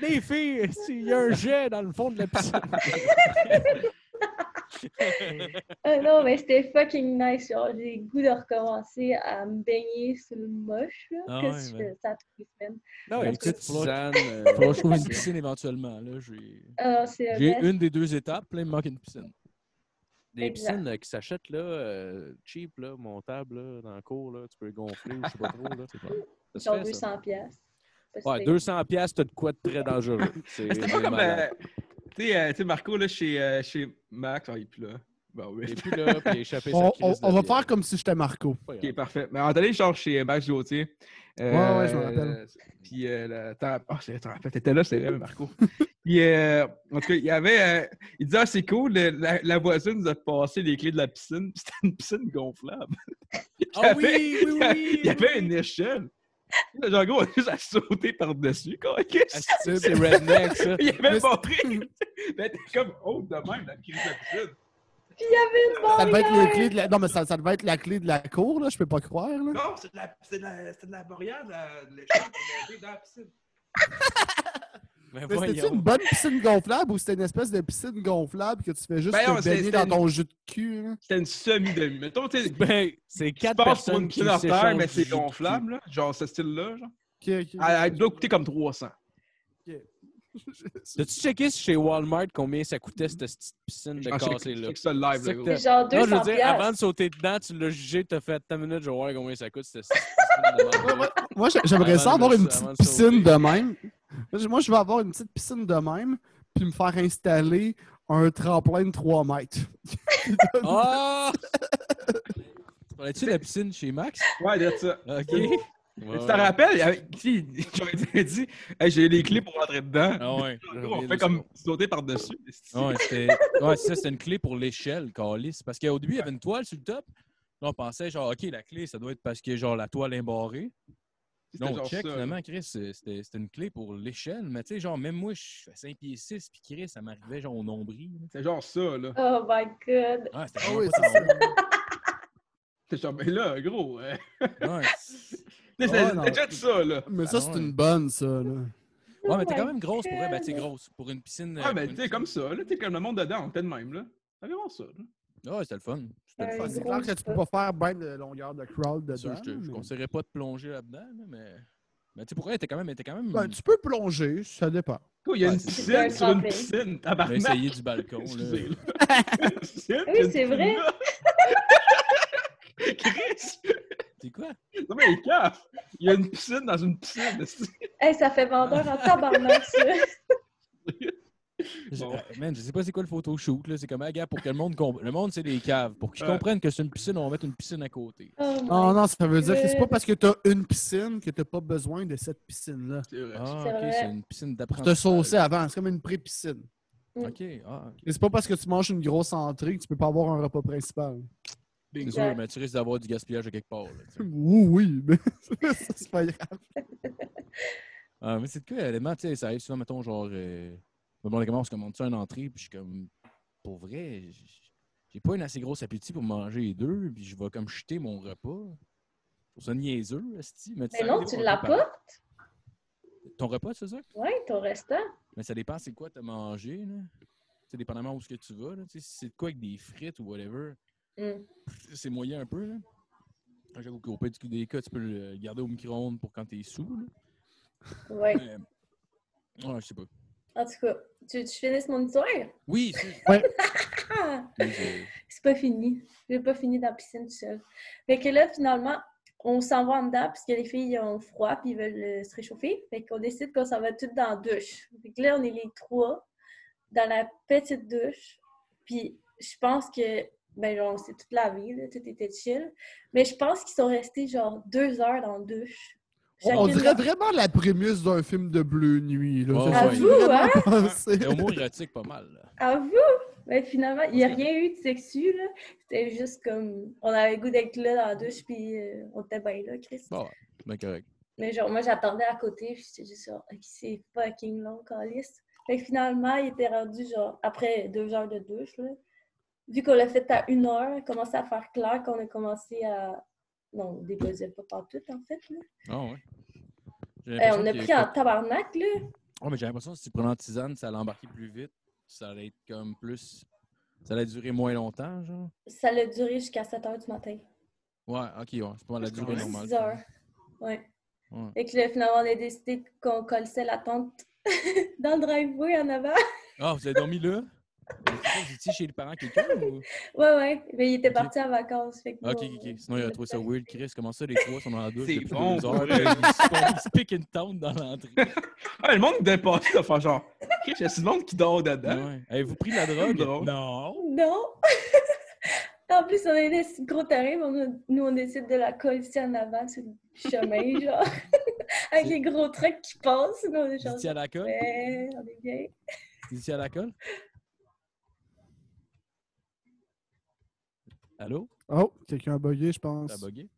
Speaker 3: Les filles, esti, il y a un jet dans le fond de la piscine.
Speaker 4: Ah non, mais c'était fucking nice. Genre, j'ai le goût de recommencer à me baigner sous le moche, là.
Speaker 1: Ah
Speaker 4: que
Speaker 1: ouais,
Speaker 4: je
Speaker 1: ben.
Speaker 4: fais ça toutes les semaines.
Speaker 3: Non,
Speaker 1: Ben,
Speaker 3: écoute,
Speaker 1: écoute, faut-
Speaker 3: Suzanne.
Speaker 1: Faut que
Speaker 3: euh,
Speaker 1: je trouve une piscine éventuellement. Là, j'ai...
Speaker 4: Alors, Ah, c'est le
Speaker 1: j'ai
Speaker 4: best.
Speaker 1: une des deux étapes, là, il me manque une piscine.
Speaker 3: des
Speaker 4: Exact.
Speaker 3: piscines euh, qui s'achètent là, euh, cheap, là, montables, là, dans le cours, là, tu peux les gonfler ou je sais pas trop. Là. Ça se
Speaker 4: Genre
Speaker 3: fait, ça.
Speaker 6: hein.
Speaker 4: 200 piastres. Parce que
Speaker 3: Ouais, 200 piastres, t'as de quoi de très dangereux. C'est
Speaker 2: C'était pas comme. euh, Tu sais, euh, tu sais, Marco, là, chez, euh, chez Max, oh, il est plus là. Bah oui.
Speaker 3: Et puis là, puis échapper
Speaker 6: On, on- on va faire comme si j'étais Marco.
Speaker 2: Ok, parfait. Mais on est allé, genre, chez Max Gauthier. Euh,
Speaker 6: Ouais, ouais, je me rappelle.
Speaker 2: Puis, euh, la- t'en- ah, c'est- t'en rappelles, t'étais là, c'est vrai, Marco. Puis, euh, en tout cas, il y avait. euh, il disait, ah, c'est cool, le- la, la voisine nous a passé les clés de la piscine. Puis c'était une piscine gonflable.
Speaker 1: Ah oui,
Speaker 2: J'avais-
Speaker 1: oui, oui!
Speaker 2: Il y avait une échelle. Puis Là, genre, on a juste à sauter par-dessus. quoi. Qu'est-ce que
Speaker 1: Asti, C'est redneck, ça.
Speaker 2: Il avait
Speaker 1: Mais c'est-
Speaker 2: montré. Mais t'es comme haut de même, la crise de la piscine.
Speaker 4: Puis il y avait une
Speaker 6: Ça devait être les
Speaker 4: barrière!
Speaker 6: clés de la... Non, mais ça, ça devait être la clé de la cour, là. Je peux pas croire, là.
Speaker 2: Non, c'est de la, c'est de la, c'est de la barrière de la- de l'échelle qui est montée dans la piscine.
Speaker 1: Mais
Speaker 6: Mais
Speaker 1: voyons.
Speaker 6: c'était une bonne piscine gonflable ou c'était une espèce de piscine gonflable que tu fais juste
Speaker 2: Ben non,
Speaker 6: te
Speaker 2: c'est-
Speaker 6: baigner
Speaker 2: c'était
Speaker 6: dans ton jus de cul? là?
Speaker 2: C'était une semi-demi. Mettons, tu sais,
Speaker 1: Ben, c'est
Speaker 2: tu
Speaker 1: quatre
Speaker 2: passes pour
Speaker 1: personnes
Speaker 2: une
Speaker 1: qui
Speaker 2: piscine en terre,
Speaker 1: s'échangent
Speaker 2: mais c'est
Speaker 1: du jus de cul.
Speaker 2: gonflable, là. Genre, ce style-là, genre.
Speaker 6: Ok, ok,
Speaker 1: Ah,
Speaker 6: ok.
Speaker 2: Elle, elle doit coûter comme Ah, 300.
Speaker 1: T'as-tu checké chez Walmart combien ça coûtait cette petite piscine de
Speaker 2: Ah, check-
Speaker 1: cassée là
Speaker 2: check ça live, là,
Speaker 1: C'est
Speaker 2: gros.
Speaker 1: que-
Speaker 4: C'est genre
Speaker 1: Non, je
Speaker 4: 200
Speaker 1: veux dire, avant de
Speaker 4: piastres.
Speaker 1: sauter dedans, tu l'as jugé, t'as fait ta minute, je vais voir combien ça coûte cette petite piscine de
Speaker 6: Ouais,
Speaker 1: merde.
Speaker 6: ouais. Moi, j'a- j'aimerais ça
Speaker 1: Avant de
Speaker 6: avoir
Speaker 1: le-
Speaker 6: une
Speaker 1: avant
Speaker 6: petite
Speaker 1: de
Speaker 6: piscine
Speaker 1: sauter.
Speaker 6: de même. Moi, je- Moi, je vais avoir une petite piscine de même, puis me faire installer un tremplin de 3 mètres.
Speaker 1: Ah! Tu parlais-tu de la piscine chez Max?
Speaker 2: Ouais, Ah de ça.
Speaker 1: Ok.
Speaker 2: Mais Tu te rappelles? il y avait- Tu sais, j'aurais dit, Hey, j'ai les clés pour rentrer dedans.
Speaker 1: Ah ouais.
Speaker 2: Gros, on fait comme sauter par-dessus.
Speaker 1: Ah ouais, c'était- ouais, c'est ça, c'était une clé pour l'échelle, Calis. Parce qu'au début, il y avait une toile sur le top. Là, on pensait, genre, OK, la clé, ça doit être parce que, genre, la toile est barrée.
Speaker 2: C'était
Speaker 1: Non,
Speaker 2: genre
Speaker 1: check,
Speaker 2: ça,
Speaker 1: finalement, Chris, euh, c'était c'était une clé pour l'échelle. Mais tu sais, genre, même moi, je suis à 5 pieds 6, puis Chris, ça m'arrivait, genre, au nombril. là.
Speaker 2: C'est genre ça, là.
Speaker 4: Oh my god.
Speaker 1: Ah, c'était
Speaker 6: Ah
Speaker 1: vraiment
Speaker 6: oui,
Speaker 1: pas
Speaker 6: c'est ça.
Speaker 2: T'es genre, mais là, gros.
Speaker 1: Ah,
Speaker 2: hein.
Speaker 1: tant- Ouais,
Speaker 2: Là,
Speaker 6: Ah,
Speaker 2: c'est
Speaker 6: non.
Speaker 2: c'est déjà de ça, là.
Speaker 6: Mais ça,
Speaker 1: Ah
Speaker 6: c'est
Speaker 1: ouais.
Speaker 6: une bonne, ça. Là.
Speaker 1: Ouais,
Speaker 4: Oh
Speaker 1: mais t'es quand
Speaker 4: my
Speaker 1: même grosse pour elle. Ben, t'es
Speaker 4: God.
Speaker 1: grosse. Pour une piscine. euh,
Speaker 2: Ah, mais
Speaker 1: pour une
Speaker 2: tu sais, comme ça, là. T'es comme le monde dedans, t'es de même, là. C'est vraiment ça, là.
Speaker 1: piscine- Ah, c'était le fun. C'était le
Speaker 4: Ouais,
Speaker 1: fun.
Speaker 6: C'est
Speaker 4: gros,
Speaker 6: clair que tu peux pas faire bien de longueur de crowd
Speaker 1: C'est sûr,
Speaker 6: dedans.
Speaker 1: je te- je
Speaker 6: mais-
Speaker 1: conseillerais pas de plonger là-dedans, là, mais. Mais tu sais, pour elle, t'es quand même. t'es quand même...
Speaker 6: Ben, tu peux plonger, ça dépend.
Speaker 2: Quoi, il y a
Speaker 1: Ouais,
Speaker 2: une
Speaker 1: c'est-
Speaker 2: piscine
Speaker 4: C'est
Speaker 2: sur
Speaker 4: un
Speaker 2: une
Speaker 4: camping.
Speaker 2: piscine,
Speaker 1: J'ai
Speaker 2: tabarnak.
Speaker 1: essayé du balcon.
Speaker 2: Excusez,
Speaker 1: Là.
Speaker 2: là. Une piscine,
Speaker 4: Oui,
Speaker 2: il y a une
Speaker 4: c'est
Speaker 2: piscine
Speaker 4: vrai.
Speaker 2: là. Chris!
Speaker 1: C'est quoi?
Speaker 2: Non, mais il cave! Il y a une piscine dans une piscine.
Speaker 4: Hey, ça fait vendeur en tabarnak, ça.
Speaker 1: Je,
Speaker 2: Bon.
Speaker 1: euh, man, je sais pas c'est quoi le photoshoot. là. C'est comme, ah, gars, pour que le monde comprenne. Le monde, c'est des caves. Pour qu'ils
Speaker 2: Ouais.
Speaker 1: comprennent que c'est une piscine, on va mettre une piscine à côté.
Speaker 4: Oh my
Speaker 6: Ah, Non, non, ça veut dire que c'est
Speaker 4: Mais-
Speaker 6: pas parce que t'as une piscine que t'as pas besoin de cette piscine-là.
Speaker 2: C'est vrai.
Speaker 1: Ah,
Speaker 4: C'est
Speaker 1: ok,
Speaker 4: vrai.
Speaker 1: c'est une piscine
Speaker 6: Pour te
Speaker 1: d'apprentissage.
Speaker 6: saucer avant, c'est comme une pré-piscine.
Speaker 1: Ok, ah, ok.
Speaker 6: Et C'est pas parce que tu manges une grosse entrée que tu peux pas avoir un repas principal.
Speaker 1: C'est
Speaker 2: Bingo.
Speaker 1: sûr, mais tu risques d'avoir du gaspillage de quelque part. là, tu sais.
Speaker 6: Oui, oui, mais ça, c'est pas grave.
Speaker 1: Ah, mais c'est de quoi, l'élément, tu sais, ça arrive souvent, mettons, genre, euh, ma blonde et moi, on se commande ça une entrée, puis je suis comme, pour vrai, j- j'ai pas une assez grosse appétit pour manger les deux, puis je vais comme jeter mon repas. Je trouve ça niaiseux, esti. Mais,
Speaker 4: Mais non, tu l'apportes,
Speaker 1: Ton repas, c'est ça?
Speaker 4: ouais, ton restant.
Speaker 1: Mais ça dépend c'est quoi t'as mangé, là. Tu sais, dépendamment où ce que tu vas, là. Tu sais, si c'est de quoi avec des frites ou whatever,
Speaker 4: Mm.
Speaker 1: c'est moyen un peu, là. Ah, J'avoue qu'au pire du- des cas, tu peux le garder au micro-ondes pour quand t'es sous, là.
Speaker 4: Ouais.
Speaker 1: Mais, ouais, je sais pas.
Speaker 4: En tout cas, tu veux que je finisse mon histoire?
Speaker 1: Oui, c'est...
Speaker 4: Ah!
Speaker 1: Mais, euh,
Speaker 4: C'est pas fini. J'ai pas fini dans la piscine tout seul. Fait que là, finalement, on s'en va en dedans puisque les filles ont froid puis ils veulent euh, se réchauffer. Fait qu'on décide qu'on s'en va toutes dans la douche. Fait que là, on est les trois dans la petite douche. Puis je pense que ben genre, c'est toute la vie, là, tout était chill. Mais je pense qu'ils sont restés genre deux heures dans la douche.
Speaker 6: On
Speaker 4: Chacune
Speaker 6: dirait
Speaker 4: leur-
Speaker 6: vraiment la prémisse d'un film de Bleu Nuit. Là.
Speaker 1: Ouais,
Speaker 6: Ça,
Speaker 1: ouais.
Speaker 6: c'est
Speaker 4: À vous,
Speaker 6: vraiment
Speaker 4: hein?
Speaker 6: pensé.
Speaker 1: C'est homo érotique pas mal. là.
Speaker 4: À vous! Mais finalement, il n'y a rien eu de sexu, là. C'était juste comme, on avait le goût d'être là dans la douche, puis euh, on était bien là, Chris.
Speaker 1: Bon, ouais, ben correct.
Speaker 4: Mais genre, moi, j'attendais à côté, puis j'étais juste genre, OK, c'est fucking long, liste. Fait que finalement, il était rendu, genre, après deux heures de douche, là, vu qu'on l'a fait à une heure, il commençait à faire clair qu'on a commencé à... Non, on déposait pas partout, en fait, là.
Speaker 1: Ah ouais. J'ai
Speaker 4: Euh,
Speaker 1: l'impression
Speaker 4: on a
Speaker 1: qu'il y
Speaker 4: pris en tabarnak, là.
Speaker 1: Ouais, mais j'ai l'impression que si tu prenais en tisane, ça allait embarquer plus vite. Ça allait être comme plus. Ça allait durer moins longtemps, genre.
Speaker 4: Ça l'a duré jusqu'à 7 heures du matin.
Speaker 1: Ouais, ok, ouais. C'est pas la durée
Speaker 2: Ouais,
Speaker 1: normale.
Speaker 4: 6 heures. Ouais.
Speaker 1: Ouais.
Speaker 4: Fait que là, finalement, on a décidé qu'on collait la tente dans le driveway en avant.
Speaker 1: Ah, vous avez dormi là? Vous étiez chez les parents quelqu'un ou.
Speaker 4: Ouais, ouais. Mais il était
Speaker 1: Ok.
Speaker 4: parti en vacances. Fait que
Speaker 1: Ah, Ok,
Speaker 4: bon,
Speaker 1: ok,
Speaker 4: euh,
Speaker 1: ok. Sinon, il a trouvé ça weird, Chris. Comment ça, les trois sont dans la douche?
Speaker 2: C'est
Speaker 1: depuis
Speaker 2: bon,
Speaker 1: deux
Speaker 2: pour
Speaker 1: heures,
Speaker 2: vrai.
Speaker 1: là, Ils se font- ils se piquent une tente dans l'entrée.
Speaker 2: Ah, le monde dépassé de faire genre, Chris, il y a tout le monde qui dort dedans.
Speaker 1: Ah Ouais. Avez-vous pris de la drogue?
Speaker 2: Drôle.
Speaker 1: Non.
Speaker 4: Non! en plus, on est des gros tarés, mais on a- nous, on décide de la coller en avant sur le chemin, genre. Avec les gros trucks qui passent. Nous, on est
Speaker 1: Vous
Speaker 4: genre.
Speaker 1: étiez à la colle?
Speaker 4: Ouais, on est bien.
Speaker 1: Vous étiez à la colle? Allô?
Speaker 6: Oh, quelqu'un a bugué, je pense.
Speaker 1: T'as bugué?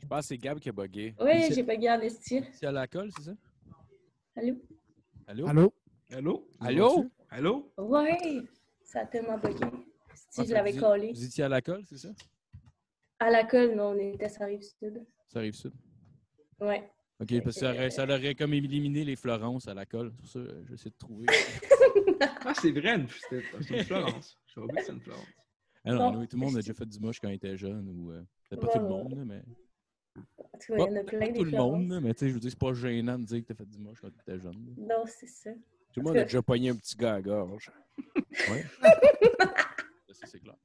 Speaker 3: Je pense que c'est Gab qui a bugué.
Speaker 4: Ouais,
Speaker 1: Michel-
Speaker 4: j'ai pas gardé ce tir.
Speaker 1: Vous étiez à la colle, c'est ça?
Speaker 4: Allô?
Speaker 1: Allô?
Speaker 6: Allô?
Speaker 2: Allô?
Speaker 3: Allô?
Speaker 2: Allô?
Speaker 4: Ouais! Ça a tellement bugué. Si
Speaker 1: Ah,
Speaker 4: je l'avais
Speaker 1: vous-
Speaker 4: collé.
Speaker 1: Vous étiez à la colle, c'est ça?
Speaker 4: À la colle, non, on était sur la rive sud.
Speaker 1: Ça arrive sud.
Speaker 4: Ouais.
Speaker 1: OK, parce que ça aurait, ça aurait comme éliminé les Florence à la colle. C'est pour ça euh, j'essaie de trouver.
Speaker 2: Ah, c'est vrai, une- c'était- c'est une Florence. J'avais oublié que c'était une Florence.
Speaker 1: Ah
Speaker 4: Bon.
Speaker 1: non, anyway, tout le monde a déjà fait du moche quand il était jeune. ou euh, peut-être pas
Speaker 4: Ouais,
Speaker 1: tout le
Speaker 4: ouais.
Speaker 1: monde, là, mais.
Speaker 4: En tout cas, il y en a
Speaker 1: Pas-
Speaker 4: plein
Speaker 1: pas
Speaker 4: des
Speaker 1: tout le monde, là,
Speaker 4: Florence.
Speaker 1: mais tu sais, je veux dire, c'est pas gênant de dire que t'as fait du moche quand t'étais jeune.
Speaker 4: Non, c'est ça.
Speaker 3: Tout le monde a déjà pogné un petit gars à la gorge.
Speaker 1: Ouais. ça, c'est clair.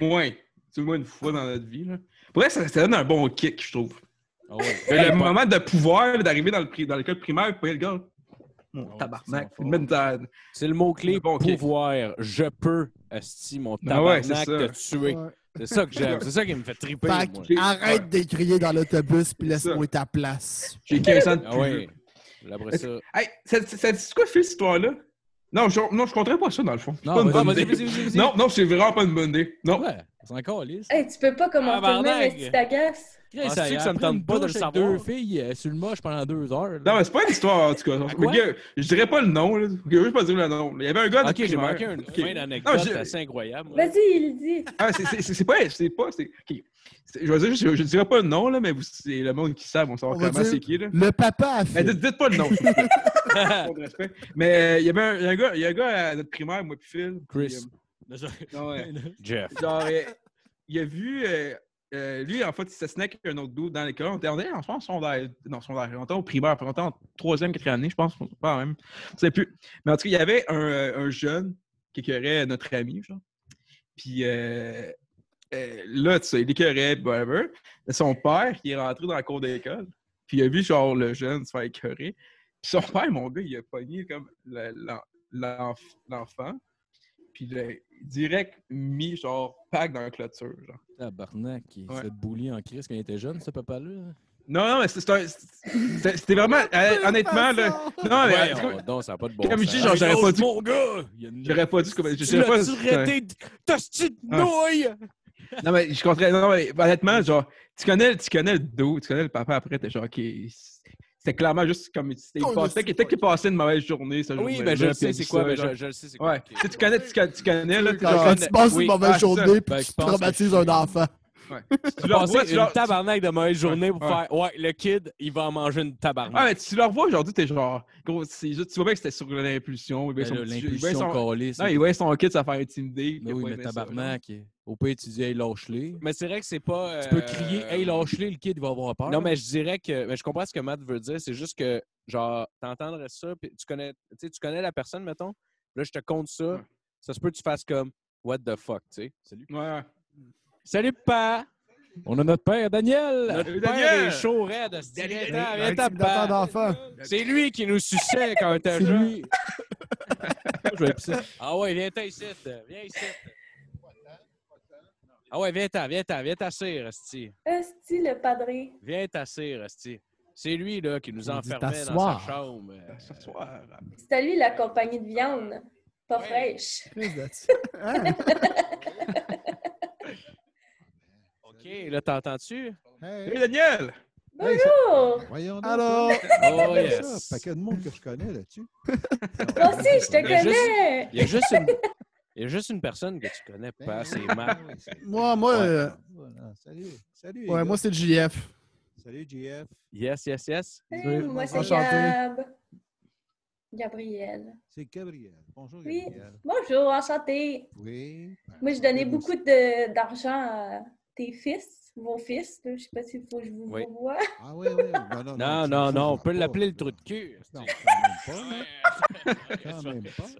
Speaker 2: Ouais. Tu vois, une fois dans notre vie. Là. Pour vrai, ça, ça donne un bon kick, je trouve.
Speaker 1: Ah ouais.
Speaker 2: Le, le moment de pouvoir, là, d'arriver dans le, pri- dans le code primaire, puis le gars. Mon
Speaker 1: Ouais,
Speaker 2: tabarnak.
Speaker 1: c'est
Speaker 2: Puis le mettre dans-
Speaker 3: C'est le mot-clé
Speaker 2: Bon, ok.
Speaker 3: pouvoir. Je peux, Asti, mon
Speaker 2: Ah ouais,
Speaker 3: tabarnak
Speaker 2: c'est ça.
Speaker 3: te tuer.
Speaker 6: Ouais.
Speaker 3: C'est ça que j'aime. C'est ça qui me fait triper.
Speaker 6: Fait que
Speaker 3: moi.
Speaker 6: arrête d'écrier dans l'autobus puis
Speaker 2: C'est ça.
Speaker 6: laisse-moi ta place.
Speaker 2: J'ai 15 ans de
Speaker 3: Ah
Speaker 2: plus.
Speaker 3: ouais.
Speaker 2: vieux.
Speaker 3: Là, Après ça.
Speaker 2: Hey, ça, ça, ça dit quoi, Phil, cette histoire-là? Non, je, non, je compterais pas ça, dans le fond. C'est
Speaker 1: Non,
Speaker 2: pas une
Speaker 1: vas-y,
Speaker 2: bonne
Speaker 1: vas-y,
Speaker 2: idée.
Speaker 1: vas-y, vas-y, vas-y.
Speaker 2: Non, non, c'est vraiment pas une bonne idée. Non.
Speaker 1: Ouais, c'est encore lisse.
Speaker 4: Hey, tu peux pas commencer
Speaker 3: Ah,
Speaker 4: le
Speaker 3: barnague!
Speaker 4: même si tu t'agaces.
Speaker 1: Chris,
Speaker 3: Ah, c'est-tu que
Speaker 1: elle
Speaker 3: ça me
Speaker 1: a pris
Speaker 3: tente
Speaker 1: une
Speaker 3: pas de le
Speaker 1: douche avec
Speaker 3: savoir?
Speaker 1: deux filles euh, sur le moche pendant deux heures. là.
Speaker 2: Non, mais c'est pas une histoire, en tout cas. Mais
Speaker 3: quoi?
Speaker 2: gars, je dirais pas le nom. Là. Je veux juste pas dire le nom. Il y avait un gars de
Speaker 3: Ok, j'ai
Speaker 2: primaire.
Speaker 3: manqué une
Speaker 2: Ok.
Speaker 3: fin
Speaker 2: Non,
Speaker 3: d'anecdote
Speaker 2: je-
Speaker 3: assez incroyable.
Speaker 4: Vas-y, il le dit.
Speaker 2: Ah, c'est- c'est c'est- c'est pas. C'est pas. c'est- ok. C'est- Je veux dire, je, je dirais pas le nom, là, mais vous- c'est le monde qui savent, on savoir
Speaker 6: On va
Speaker 2: comment
Speaker 6: dire-
Speaker 2: c'est qui, là.
Speaker 6: Le papa a
Speaker 2: Mais
Speaker 6: fait.
Speaker 2: dites, dites pas le nom, s'il vous plaît. Pour le respect. Mais euh, il y avait un, il y a un gars, il y a un gars à notre primaire, moi puis Phil. puis,
Speaker 3: Chris.
Speaker 2: euh, non, ouais.
Speaker 3: Jeff.
Speaker 2: Genre, euh, il a vu. euh, euh, lui, en fait, il s'assinait avec un autre dude dans l'école. On était on était en je pense, secondaire. Non, secondaire. On était au primaire. puis On était en troisième, quatrième année, je pense. Pas même. Je sais plus. Mais en tout cas, il y avait un, euh, un jeune qui écœurait notre ami, genre. Puis euh, euh, là, tu sais, il écœurait, whatever. Mais son père, il est rentré dans la cour d'école. Puis il a vu, genre, le jeune se faire écœurer. Puis son père, mon gars, il a pogné comme le- l'en- l'enf- l'enfant. Puis là, direct mis, genre, pack dans la clôture, genre.
Speaker 1: Tabarnak, il
Speaker 2: Ouais.
Speaker 1: s'est fait bully en crise quand il était jeune, ce papa-là.
Speaker 2: Non, non, mais c'est- c'est un- c'est- c'était vraiment. euh, honnêtement, là. Non, mais.
Speaker 3: Voyons
Speaker 2: c'est comme-
Speaker 3: donc, ça n'a pas de bon
Speaker 2: comme je
Speaker 3: sens.
Speaker 2: dis, genre, j'aurais pas dû-
Speaker 3: Mon gars! Il y a une-
Speaker 2: J'aurais pas dû. Je
Speaker 3: Tu
Speaker 2: sais pas.
Speaker 3: l'as-tu raté? T'as ce de
Speaker 2: Ah.
Speaker 3: nouille!
Speaker 2: Non, mais je compterais. Non, mais honnêtement, genre, tu connais, tu connais le dos, tu connais le papa après, t'es genre, ok. C'était clairement juste comme. C'était
Speaker 6: Oh,
Speaker 2: il
Speaker 6: le
Speaker 2: passait-
Speaker 6: petit
Speaker 2: peut-être qu'il passait une mauvaise journée, ce
Speaker 3: Oui,
Speaker 2: jour-là,
Speaker 3: mais je le
Speaker 2: puis il a
Speaker 3: sais,
Speaker 2: dit
Speaker 3: c'est quoi,
Speaker 2: ça,
Speaker 3: mais
Speaker 2: genre.
Speaker 3: je, je le sais, c'est quoi.
Speaker 2: Ouais.
Speaker 3: ok.
Speaker 2: Tu sais, tu connais, tu connais, tu connais, là.
Speaker 6: Quand,
Speaker 2: tu genre-
Speaker 6: quand tu passes
Speaker 3: oui,
Speaker 6: une mauvaise
Speaker 2: ah,
Speaker 6: journée
Speaker 3: Ben,
Speaker 6: puis
Speaker 3: je pense
Speaker 6: tu
Speaker 3: que
Speaker 6: traumatises un enfant.
Speaker 2: Tu
Speaker 3: Passer
Speaker 2: leur vois, tu
Speaker 3: une
Speaker 2: leur-
Speaker 3: tabarnak de mauvaise journée pour
Speaker 2: Ouais.
Speaker 3: faire Ouais, le kid, il va en manger une
Speaker 2: Ah,
Speaker 3: tabarnak.
Speaker 2: mais tu leur vois aujourd'hui, t'es genre, gros, c'est juste- tu vois bien que c'était sur l'impulsion. il
Speaker 1: Ben
Speaker 2: voyait son
Speaker 1: là,
Speaker 2: petit- il voyait
Speaker 1: L'impulsion
Speaker 2: son-
Speaker 1: calée. c'est-
Speaker 2: Non, il voyait son kid se faire intimider. puis il
Speaker 1: Mais Ben
Speaker 2: a
Speaker 1: oui,
Speaker 2: pas
Speaker 1: mais
Speaker 2: aimé ça, genre.
Speaker 1: tabarnak. Au pire, tu dis, hey, lâche-les.
Speaker 3: Mais c'est vrai que c'est pas.
Speaker 1: Tu peux
Speaker 3: euh,
Speaker 1: crier, hey, lâche-les, le kid, il va avoir peur.
Speaker 3: Non, mais je dirais que. Mais je comprends ce que Matt veut dire. C'est juste que, genre, t'entendrais ça, puis tu connais, tu sais, tu connais la personne, mettons. Là, je te compte ça.
Speaker 2: Ouais.
Speaker 3: Ça se peut que tu fasses comme What the fuck, tu sais. Salut.
Speaker 2: Ouais, ouais.
Speaker 3: Salut, papa!
Speaker 1: On a notre père, Daniel!
Speaker 3: Notre
Speaker 2: Salut,
Speaker 3: père
Speaker 2: Daniel!
Speaker 3: est chaud, raide. hostie.
Speaker 2: Daniel!
Speaker 3: Viens-t'en,
Speaker 6: Un
Speaker 3: viens-t'en, papa.
Speaker 6: intimidateur d'enfant.
Speaker 3: C'est lui qui nous suçait quand t'as jeune.
Speaker 1: Je vais épicer.
Speaker 3: Ah ouais, viens-t'en ici. Viens ici. Ah ouais, viens t'en, viens t'en, viens t'asseoir, Asti.
Speaker 4: Esti, le padré.
Speaker 3: Viens t'asseoir, Asti. C'est lui, là, qui nous
Speaker 6: Il dit
Speaker 3: enfermait dans sa
Speaker 6: t'asseoir.
Speaker 3: chambre. euh,
Speaker 2: S'asseoir.
Speaker 4: C'était lui la compagnie de viande. Pas
Speaker 3: Ouais.
Speaker 4: fraîche.
Speaker 6: Chris, that's- Hein?
Speaker 3: OK, là, t'entends-tu?
Speaker 2: Hey
Speaker 7: Hey,
Speaker 2: Daniel!
Speaker 7: hey, ça-
Speaker 4: Oh!
Speaker 7: voyons donc.
Speaker 6: Alors,
Speaker 3: Oh,
Speaker 7: Comme ça,
Speaker 3: yes.
Speaker 7: paquet de monde que je connais là-dessus.
Speaker 4: Moi aussi, je te
Speaker 2: Ben,
Speaker 3: Il y a juste-
Speaker 4: connais!
Speaker 3: Il y a juste une... Il y a juste une personne que tu connais
Speaker 7: Ben
Speaker 3: pas, Ben Ah, c'est Marc.
Speaker 6: moi, moi, euh,
Speaker 7: Voilà, Salut. Salut. les
Speaker 6: ouais,
Speaker 7: gars.
Speaker 6: moi c'est JF.
Speaker 7: Salut, JF.
Speaker 3: Yes, yes, yes.
Speaker 4: Hey, Hum, moi, c'est
Speaker 6: Enchanté.
Speaker 4: Gab. Gabriel.
Speaker 7: C'est Gabriel. Bonjour,
Speaker 4: Oui.
Speaker 7: Gabriel.
Speaker 4: Bonjour, enchanté.
Speaker 7: Oui.
Speaker 4: Moi, je donnais beaucoup de- d'argent à tes fils, vos fils. là. Je sais pas s'il faut que je vous
Speaker 3: Oui.
Speaker 4: revoie.
Speaker 7: Ah, oui, oui.
Speaker 3: Non,
Speaker 7: Non, non, ça,
Speaker 3: non,
Speaker 7: ça,
Speaker 3: non,
Speaker 7: ça
Speaker 3: on peut
Speaker 7: va
Speaker 3: l'appeler
Speaker 7: pas,
Speaker 3: le trou de cul.
Speaker 7: Non, quand même pas. Quand même pas.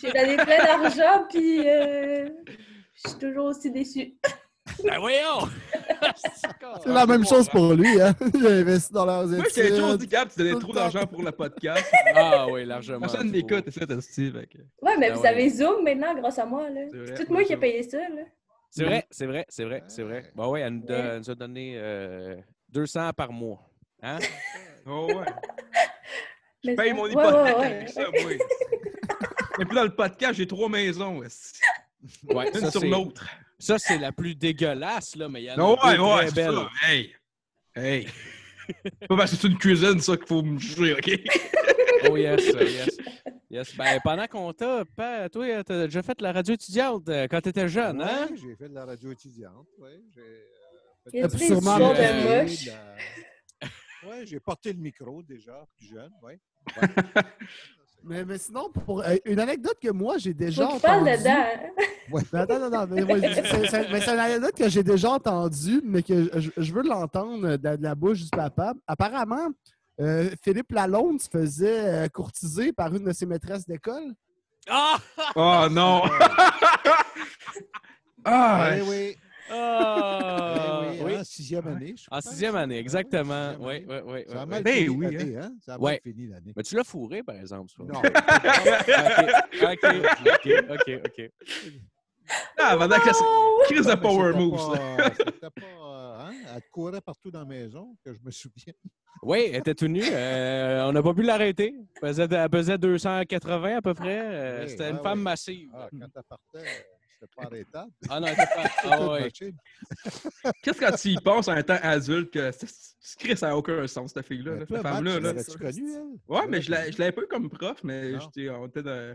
Speaker 4: J'ai donné plein d'argent, puis euh, je suis toujours aussi déçue.
Speaker 3: Ben voyons!
Speaker 6: C'est la même chose pour lui. Hein? Il a investi dans leurs
Speaker 2: Moi, j'ai toujours dit,
Speaker 6: études.
Speaker 2: Gab, tu
Speaker 6: tout
Speaker 2: donnais
Speaker 6: le
Speaker 2: trop
Speaker 6: temps.
Speaker 2: d'argent pour le podcast.
Speaker 3: Ah oui, largement.
Speaker 2: Personne
Speaker 3: trop.
Speaker 2: n'écoute, c'est ça, t'as Steve.
Speaker 4: Ouais, mais
Speaker 3: Ah
Speaker 4: vous
Speaker 3: ouais.
Speaker 4: avez Zoom maintenant grâce à moi. là.
Speaker 2: Ben C'est vrai,
Speaker 4: C'est tout moi qui ai
Speaker 2: Zoom.
Speaker 4: payé ça. Là.
Speaker 3: C'est vrai, c'est vrai, c'est vrai, c'est vrai.
Speaker 7: Ouais.
Speaker 3: Bah ouais, elle nous, don-
Speaker 4: Ouais.
Speaker 3: elle nous a donné euh, 200 par mois. Hein?
Speaker 2: Oh ouais.
Speaker 4: Mais
Speaker 2: Paye
Speaker 4: ça-
Speaker 2: mon
Speaker 4: ouais,
Speaker 2: hypothèque
Speaker 4: ouais, ouais.
Speaker 2: avec ça, moi. Et puis dans le podcast, j'ai trois maisons. ouais.
Speaker 3: Ouais,
Speaker 2: Une
Speaker 3: ça,
Speaker 2: sur
Speaker 3: c'est-
Speaker 2: l'autre.
Speaker 3: ça, c'est la plus dégueulasse, là, mais il y en a
Speaker 2: Non, ouais,
Speaker 3: deux
Speaker 2: ouais,
Speaker 3: très
Speaker 2: c'est
Speaker 3: belles.
Speaker 2: ça. Hey! Hey! C'est pas parce que c'est une cuisine, ça, qu'il faut me juger, OK?
Speaker 3: Oh yes, euh, yes. yes. Ben, pendant qu'on t'a, pa- toi, t'as déjà fait la radio étudiante euh, quand t'étais jeune, hein?
Speaker 7: Oui, j'ai fait de la radio étudiante. Oui, j'ai. euh, fait
Speaker 4: Il y
Speaker 6: a
Speaker 4: a
Speaker 7: de
Speaker 6: pris
Speaker 7: la-
Speaker 6: sûrement
Speaker 4: sûrement
Speaker 6: le-
Speaker 4: de
Speaker 7: de
Speaker 4: moche.
Speaker 7: la- Ouais, j'ai porté le micro déjà, plus jeune, oui.
Speaker 6: Mais, mais sinon, pour euh, une anecdote que moi j'ai déjà
Speaker 4: Faut qu'il parle
Speaker 6: entendue-
Speaker 4: dedans. hein.
Speaker 6: Mais attends, attends, attends, mais moi, je- c'est- c'est- mais c'est une anecdote que j'ai déjà entendue, mais que je, je veux l'entendre de, de la bouche du papa. Apparemment, euh, Philippe Lalonde se faisait euh, courtiser par une de ses maîtresses d'école.
Speaker 3: Ah!
Speaker 2: Oh non! ah!
Speaker 7: Eh oui,
Speaker 2: Ben
Speaker 3: Ah!
Speaker 2: hein.
Speaker 7: eh oui,
Speaker 3: oui.
Speaker 7: en sixième année, je
Speaker 3: En
Speaker 7: pense.
Speaker 3: sixième année, exactement.
Speaker 7: sixième
Speaker 3: Oui,
Speaker 7: année.
Speaker 3: oui, oui.
Speaker 7: Ça a
Speaker 3: oui.
Speaker 7: mal
Speaker 2: Ben
Speaker 7: fini
Speaker 2: oui,
Speaker 7: l'année, hein? Ça a
Speaker 3: Ouais.
Speaker 7: mal fini l'année.
Speaker 3: Mais tu l'as fourré, par exemple. ça.
Speaker 7: Non.
Speaker 3: OK, OK, OK, OK.
Speaker 2: Ah, pendant que
Speaker 4: Oh!
Speaker 2: Chris de
Speaker 7: Ah, mais
Speaker 2: Power
Speaker 7: c'était
Speaker 2: Moves. là.
Speaker 7: pas- C'était pas... euh, hein? Elle courait partout dans la maison, que je me souviens.
Speaker 3: Oui, elle était tout nue. euh, on n'a pas pu l'arrêter. Elle pesait, elle pesait 280 à peu près. euh,
Speaker 7: Oui,
Speaker 3: C'était
Speaker 7: ouais,
Speaker 3: une femme
Speaker 7: ouais.
Speaker 3: massive.
Speaker 7: Ah, quand elle partait, euh, c'était pas arrêtable.
Speaker 3: Ah non, elle était pas... Ah
Speaker 7: Toute
Speaker 3: ouais.
Speaker 7: machine.
Speaker 2: Qu'est-ce que tu y penses en temps adulte que c'est- c'est- Chris ça n'a aucun sens, cette fille-là,
Speaker 7: Mais
Speaker 2: là,
Speaker 7: toi,
Speaker 2: cette
Speaker 7: Max,
Speaker 2: femme-là.
Speaker 7: tu
Speaker 2: Là.
Speaker 7: l'aurais-tu connue, elle?
Speaker 3: Euh,
Speaker 2: Ouais, mais je l'ai- je l'avais pas eu comme prof, mais
Speaker 7: Non.
Speaker 2: j'étais- on était dans.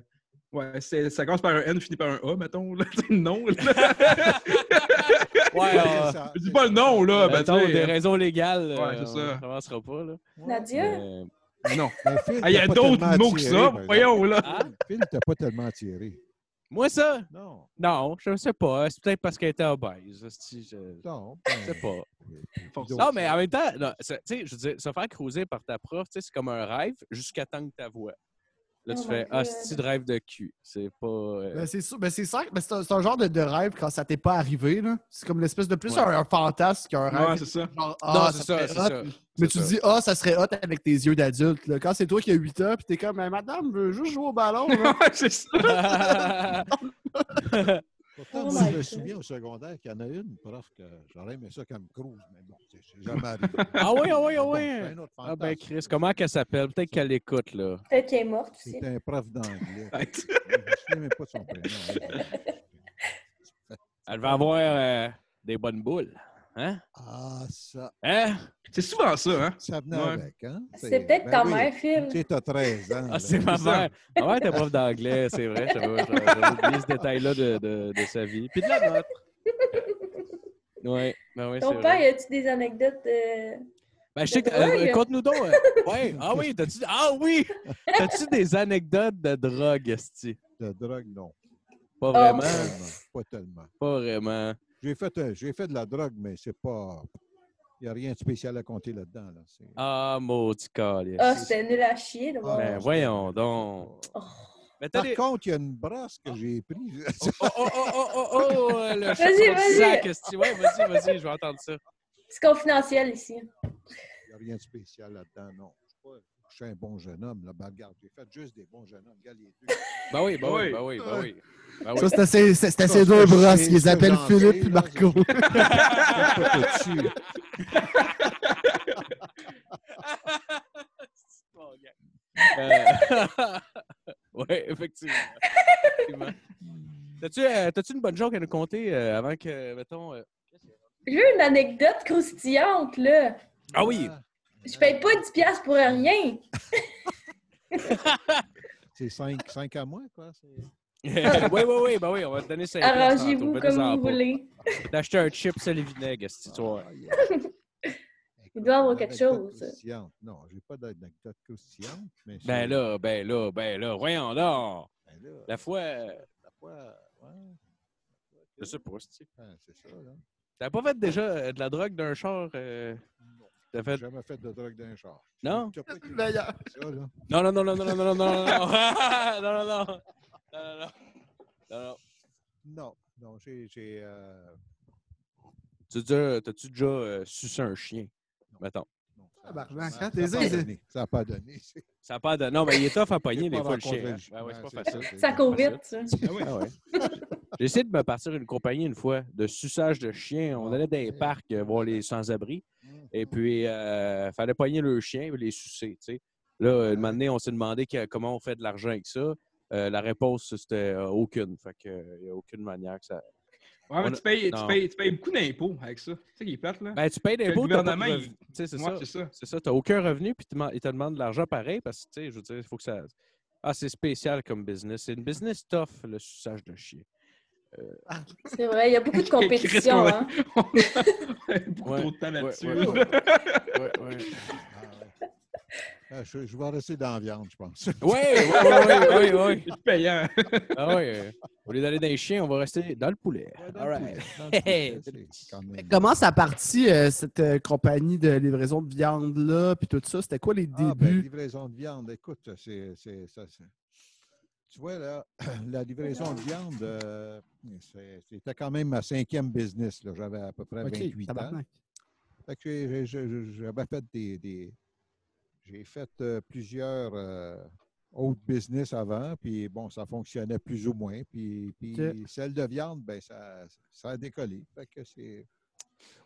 Speaker 2: Ouais, c'est- ça commence par un N, finit par un A, mettons. Là. Tu sais, Non. Là.
Speaker 3: Ouais, euh,
Speaker 7: ça-
Speaker 2: Je dis pas le nom, là. ben,
Speaker 3: mettons,
Speaker 2: tu sais,
Speaker 3: des raisons légales,
Speaker 2: Ouais,
Speaker 3: euh,
Speaker 2: c'est
Speaker 3: on
Speaker 2: ça.
Speaker 3: n'avancera pas. Là. Euh,
Speaker 4: Nadia?
Speaker 3: Mais-
Speaker 2: Non.
Speaker 7: Mais Phil,
Speaker 2: Ah, Il y
Speaker 7: t'as
Speaker 2: a
Speaker 7: pas
Speaker 2: d'autres
Speaker 7: tellement
Speaker 2: mots que
Speaker 7: tiré,
Speaker 2: ça.
Speaker 7: par exemple.
Speaker 2: Voyons, là.
Speaker 3: Ah,
Speaker 7: Phil, t'as pas tellement tiré.
Speaker 3: moi, ça?
Speaker 7: Non,
Speaker 3: Non, je ne sais pas. C'est peut-être parce qu'elle était obèse. hostie, Je ne
Speaker 7: non. ben,
Speaker 3: sais pas.
Speaker 2: Force.
Speaker 7: Donc,
Speaker 3: Non, mais en même temps, non, ça- tu sais, je veux dire, se faire cruiser par ta prof, tu sais, c'est comme un rêve jusqu'à temps que ta voix. Là, tu
Speaker 4: Oh my
Speaker 3: fais
Speaker 4: God.
Speaker 3: Ah, c'est de rêve de cul. C'est pas. euh,
Speaker 6: Ben, c'est sûr- ben, c'est sûr- ben, c'est un, c'est un genre de, de rêve quand ça t'est pas arrivé. là. C'est comme l'espèce de plus
Speaker 3: Ouais.
Speaker 6: un, un fantasme qu'un
Speaker 2: Ouais,
Speaker 6: rêve.
Speaker 2: c'est ça.
Speaker 6: Genre,
Speaker 3: non,
Speaker 6: ah,
Speaker 3: c'est
Speaker 6: serait
Speaker 3: ça, c'est ça.
Speaker 6: hot. Mais
Speaker 3: c'est
Speaker 6: tu
Speaker 3: ça.
Speaker 6: te dis, ah, ça serait hot avec tes yeux d'adulte. là. Quand c'est toi qui as 8 ans, puis t'es comme, Mais madame, je veux juste jouer au ballon. là.
Speaker 2: Ouais, c'est ça.
Speaker 7: Pourtant,
Speaker 4: Oh
Speaker 7: moi,
Speaker 4: my
Speaker 7: je me
Speaker 4: God.
Speaker 7: souviens au secondaire qu'il y en a une prof que j'aurais aimé ça comme Cruz, mais bon, c'est c'est jamais arrivé.
Speaker 3: Ah oui, ah oui, ah
Speaker 7: Bon,
Speaker 3: oui.
Speaker 7: c'est un autre
Speaker 3: Ah ben
Speaker 7: fantasme.
Speaker 3: Chris, comment qu'elle s'appelle? Peut-être qu'elle écoute là.
Speaker 4: Peut-être qu'elle est morte aussi.
Speaker 7: C'était un prof d'anglais.
Speaker 2: Ouais.
Speaker 7: Je me souviens même pas de son prénom. hein.
Speaker 3: Elle va avoir euh, des bonnes boules. Hein?
Speaker 7: Ah, ça,
Speaker 3: Hein?
Speaker 2: C'est souvent ça, hein?
Speaker 7: ça venait
Speaker 2: Ouais.
Speaker 7: avec, hein?
Speaker 4: C'est peut-être
Speaker 7: ben
Speaker 4: ta
Speaker 7: oui.
Speaker 4: mère,
Speaker 7: Tu
Speaker 4: Phil.
Speaker 7: sais, t'as 13 ans.
Speaker 3: Ah,
Speaker 7: là.
Speaker 3: c'est ma
Speaker 2: Ben, c'est ça.
Speaker 3: mère. Ma mère était prof d'anglais, c'est vrai. J'avais j'avais- j'avais oublié ce détail-là de, de- de sa vie. Puis de la nôtre. Oui, ben oui, c'est
Speaker 4: Ton
Speaker 3: vrai.
Speaker 4: père, y a-tu des anecdotes? euh,
Speaker 3: Ben, je sais que.
Speaker 4: De drogue?
Speaker 3: euh, euh, Conte-nous donc. euh, ouais. Ah oui, t'as-tu. Ah oui! T'as-tu des anecdotes de drogue, Esti?
Speaker 7: De drogue, non.
Speaker 3: Pas
Speaker 4: Oh.
Speaker 2: Hein?
Speaker 3: vraiment.
Speaker 7: Pas tellement. Pas tellement.
Speaker 3: Pas vraiment.
Speaker 7: J'ai fait, un- j'ai fait de la drogue, mais c'est pas. Il n'y a rien de spécial à compter là-dedans. Là. C'est-
Speaker 3: Ah, maudit câlisse.
Speaker 4: Ah, c'était nul à chier. là,
Speaker 7: Ah,
Speaker 3: ben,
Speaker 7: non,
Speaker 3: voyons
Speaker 7: c'est-
Speaker 3: donc.
Speaker 4: Oh.
Speaker 3: Mais t'as
Speaker 7: Par
Speaker 3: des-
Speaker 7: contre, il y a une brasse que j'ai prise.
Speaker 2: Ah.
Speaker 3: Oh, oh, oh, oh, oh, oh, oh, euh, le
Speaker 4: Vas-y,
Speaker 3: chapeau
Speaker 4: vas-y.
Speaker 3: de sac, esti. Ouais, vas-y, vas-y, je vais entendre ça.
Speaker 4: C'est confidentiel ici.
Speaker 7: Il n'y a rien de spécial là-dedans, non. Je suis pas- couché un bon jeune homme. Là. Ben, regarde, j'ai fait juste des bons jeunes hommes. Regarde les deux.
Speaker 3: Ben oui, ben oui,
Speaker 2: Oui.
Speaker 3: ben oui, ben oui. Ben oui.
Speaker 6: Ça, c'est assez, c'est- c'est assez
Speaker 7: Ça,
Speaker 6: dur,
Speaker 7: c'est-
Speaker 6: bros.
Speaker 7: c'est-
Speaker 6: Ils
Speaker 7: c'est
Speaker 6: appellent
Speaker 7: gentil,
Speaker 6: Philippe et
Speaker 7: là,
Speaker 6: Marco.
Speaker 3: Euh, ouais, effectivement. Effectivement. T'as-tu, euh, t'as-tu une bonne joke à nous conter euh, avant que, mettons. euh,
Speaker 4: Je veux une anecdote croustillante, là.
Speaker 3: Ah oui!
Speaker 4: Je paye pas 10$ piastres pour rien.
Speaker 7: C'est 5 cinq à moi, quoi. c'est-
Speaker 3: oui, oui, oui, ben oui, on va te donner 5
Speaker 4: Arrangez-vous comme vous voulez.
Speaker 3: T'as acheté un chips à les vinaigres, si tu vois.
Speaker 7: Ah, yeah. Écoute,
Speaker 4: doit avoir
Speaker 7: une
Speaker 4: quelque
Speaker 7: anecdote
Speaker 4: chose.
Speaker 7: croustillante. Non, j'ai pas d'anecdote croustillante, mais c'est-
Speaker 3: Ben là, ben là, ben là, voyons donc!
Speaker 7: ben là,
Speaker 3: La fois. euh,
Speaker 7: la fois, ouais,
Speaker 3: Je sais pas, c'est
Speaker 7: ben, c'est ça, là.
Speaker 3: T'as pas fait déjà euh, de la drogue d'un char? euh, T'as
Speaker 7: J'ai
Speaker 3: fait.
Speaker 7: jamais fait de drogue d'un char.
Speaker 3: Non?
Speaker 7: T'as pas été-
Speaker 6: Meilleur.
Speaker 7: ça, là.
Speaker 3: Non, non, non, non, non, non, non, non, non, non, non, non, non, non, non, non, non, non.
Speaker 7: Non, non, j'ai. j'ai, euh,
Speaker 3: Tu dis, t'as-tu déjà euh, sucé un chien? Mettons.
Speaker 7: non, ça-
Speaker 6: Tabarnak,
Speaker 7: ça-
Speaker 6: hein, t'es
Speaker 7: ça a pas
Speaker 6: zé-
Speaker 7: donné, Ça n'a pas donné. c'est-
Speaker 3: Ça a pas de. Non, mais il est tough à pogner
Speaker 7: j'ai
Speaker 3: des
Speaker 7: pas
Speaker 3: fois le
Speaker 7: rencontré
Speaker 3: chien. hein.
Speaker 7: chien.
Speaker 3: Ben ouais, c'est
Speaker 7: Ouais,
Speaker 3: pas facile.
Speaker 7: c'est
Speaker 4: Ça court vite, ça.
Speaker 3: Ah ouais. J'ai essayé de me partir une compagnie une fois de suçage de chiens. On allait dans les parcs euh, voir les sans-abri. Et puis, euh, fallait pogner le chien et les sucer. tu sais. Là, euh, un moment donné, on s'est demandé que- comment on fait de l'argent avec ça. Euh, la réponse, c'était euh, aucune. Fait que, euh, y a aucune manière que ça.
Speaker 2: Ouais,
Speaker 3: On
Speaker 2: mais
Speaker 3: a-
Speaker 2: tu payes, tu,
Speaker 3: non.
Speaker 2: payes, tu payes beaucoup d'impôts avec ça. C'est ça qui est plate, là.
Speaker 3: Ben, tu payes
Speaker 2: le
Speaker 3: l'impôt, t'as pas de
Speaker 2: gouvernement, il-
Speaker 3: revenu. Tu sais, c'est
Speaker 2: Moi,
Speaker 3: ça.
Speaker 2: c'est ça.
Speaker 3: C'est ça, t'as aucun revenu, puis tu demandes- ils te demandent de l'argent pareil parce que, tu sais, je veux dire, il faut que ça. Ah, c'est spécial comme business. C'est une business tough, le suçage de chiens.
Speaker 4: C'est vrai, il y a beaucoup de compétition.
Speaker 2: Chris,
Speaker 4: Hein.
Speaker 2: On a beaucoup
Speaker 3: Ouais,
Speaker 2: trop de temps là-dessus.
Speaker 3: ouais, ouais.
Speaker 2: là.
Speaker 3: Ouais, ouais.
Speaker 7: Ah, ouais. Ah, je, je vais rester dans la viande, je pense.
Speaker 3: Ouais, ouais, ouais, ouais, ouais.
Speaker 2: C'est payant.
Speaker 3: Ah ouais. euh, Au lieu d'aller dans les chiens, on va rester dans le poulet. All right. Hey!
Speaker 6: Comment ça a parti, euh, cette euh, compagnie de livraison de viande-là, puis tout ça? C'était quoi les
Speaker 7: Ah, ben,
Speaker 6: débuts?
Speaker 7: livraison de viande, écoute, c'est, c'est- ça, c'est- Tu vois, là, la livraison de viande, euh, c'est- c'était quand même ma cinquième business. là. J'avais à peu près
Speaker 6: OK,
Speaker 7: 28 ans.
Speaker 6: tabarnak.
Speaker 7: Fait que j'ai- j'ai- j'ai- j'avais fait des. des- j'ai fait euh, plusieurs euh, autres business avant, puis bon, ça fonctionnait plus ou moins. Puis, puis
Speaker 6: Ok.
Speaker 7: celle de viande, ben ça, ça a décollé. Fait que c'est.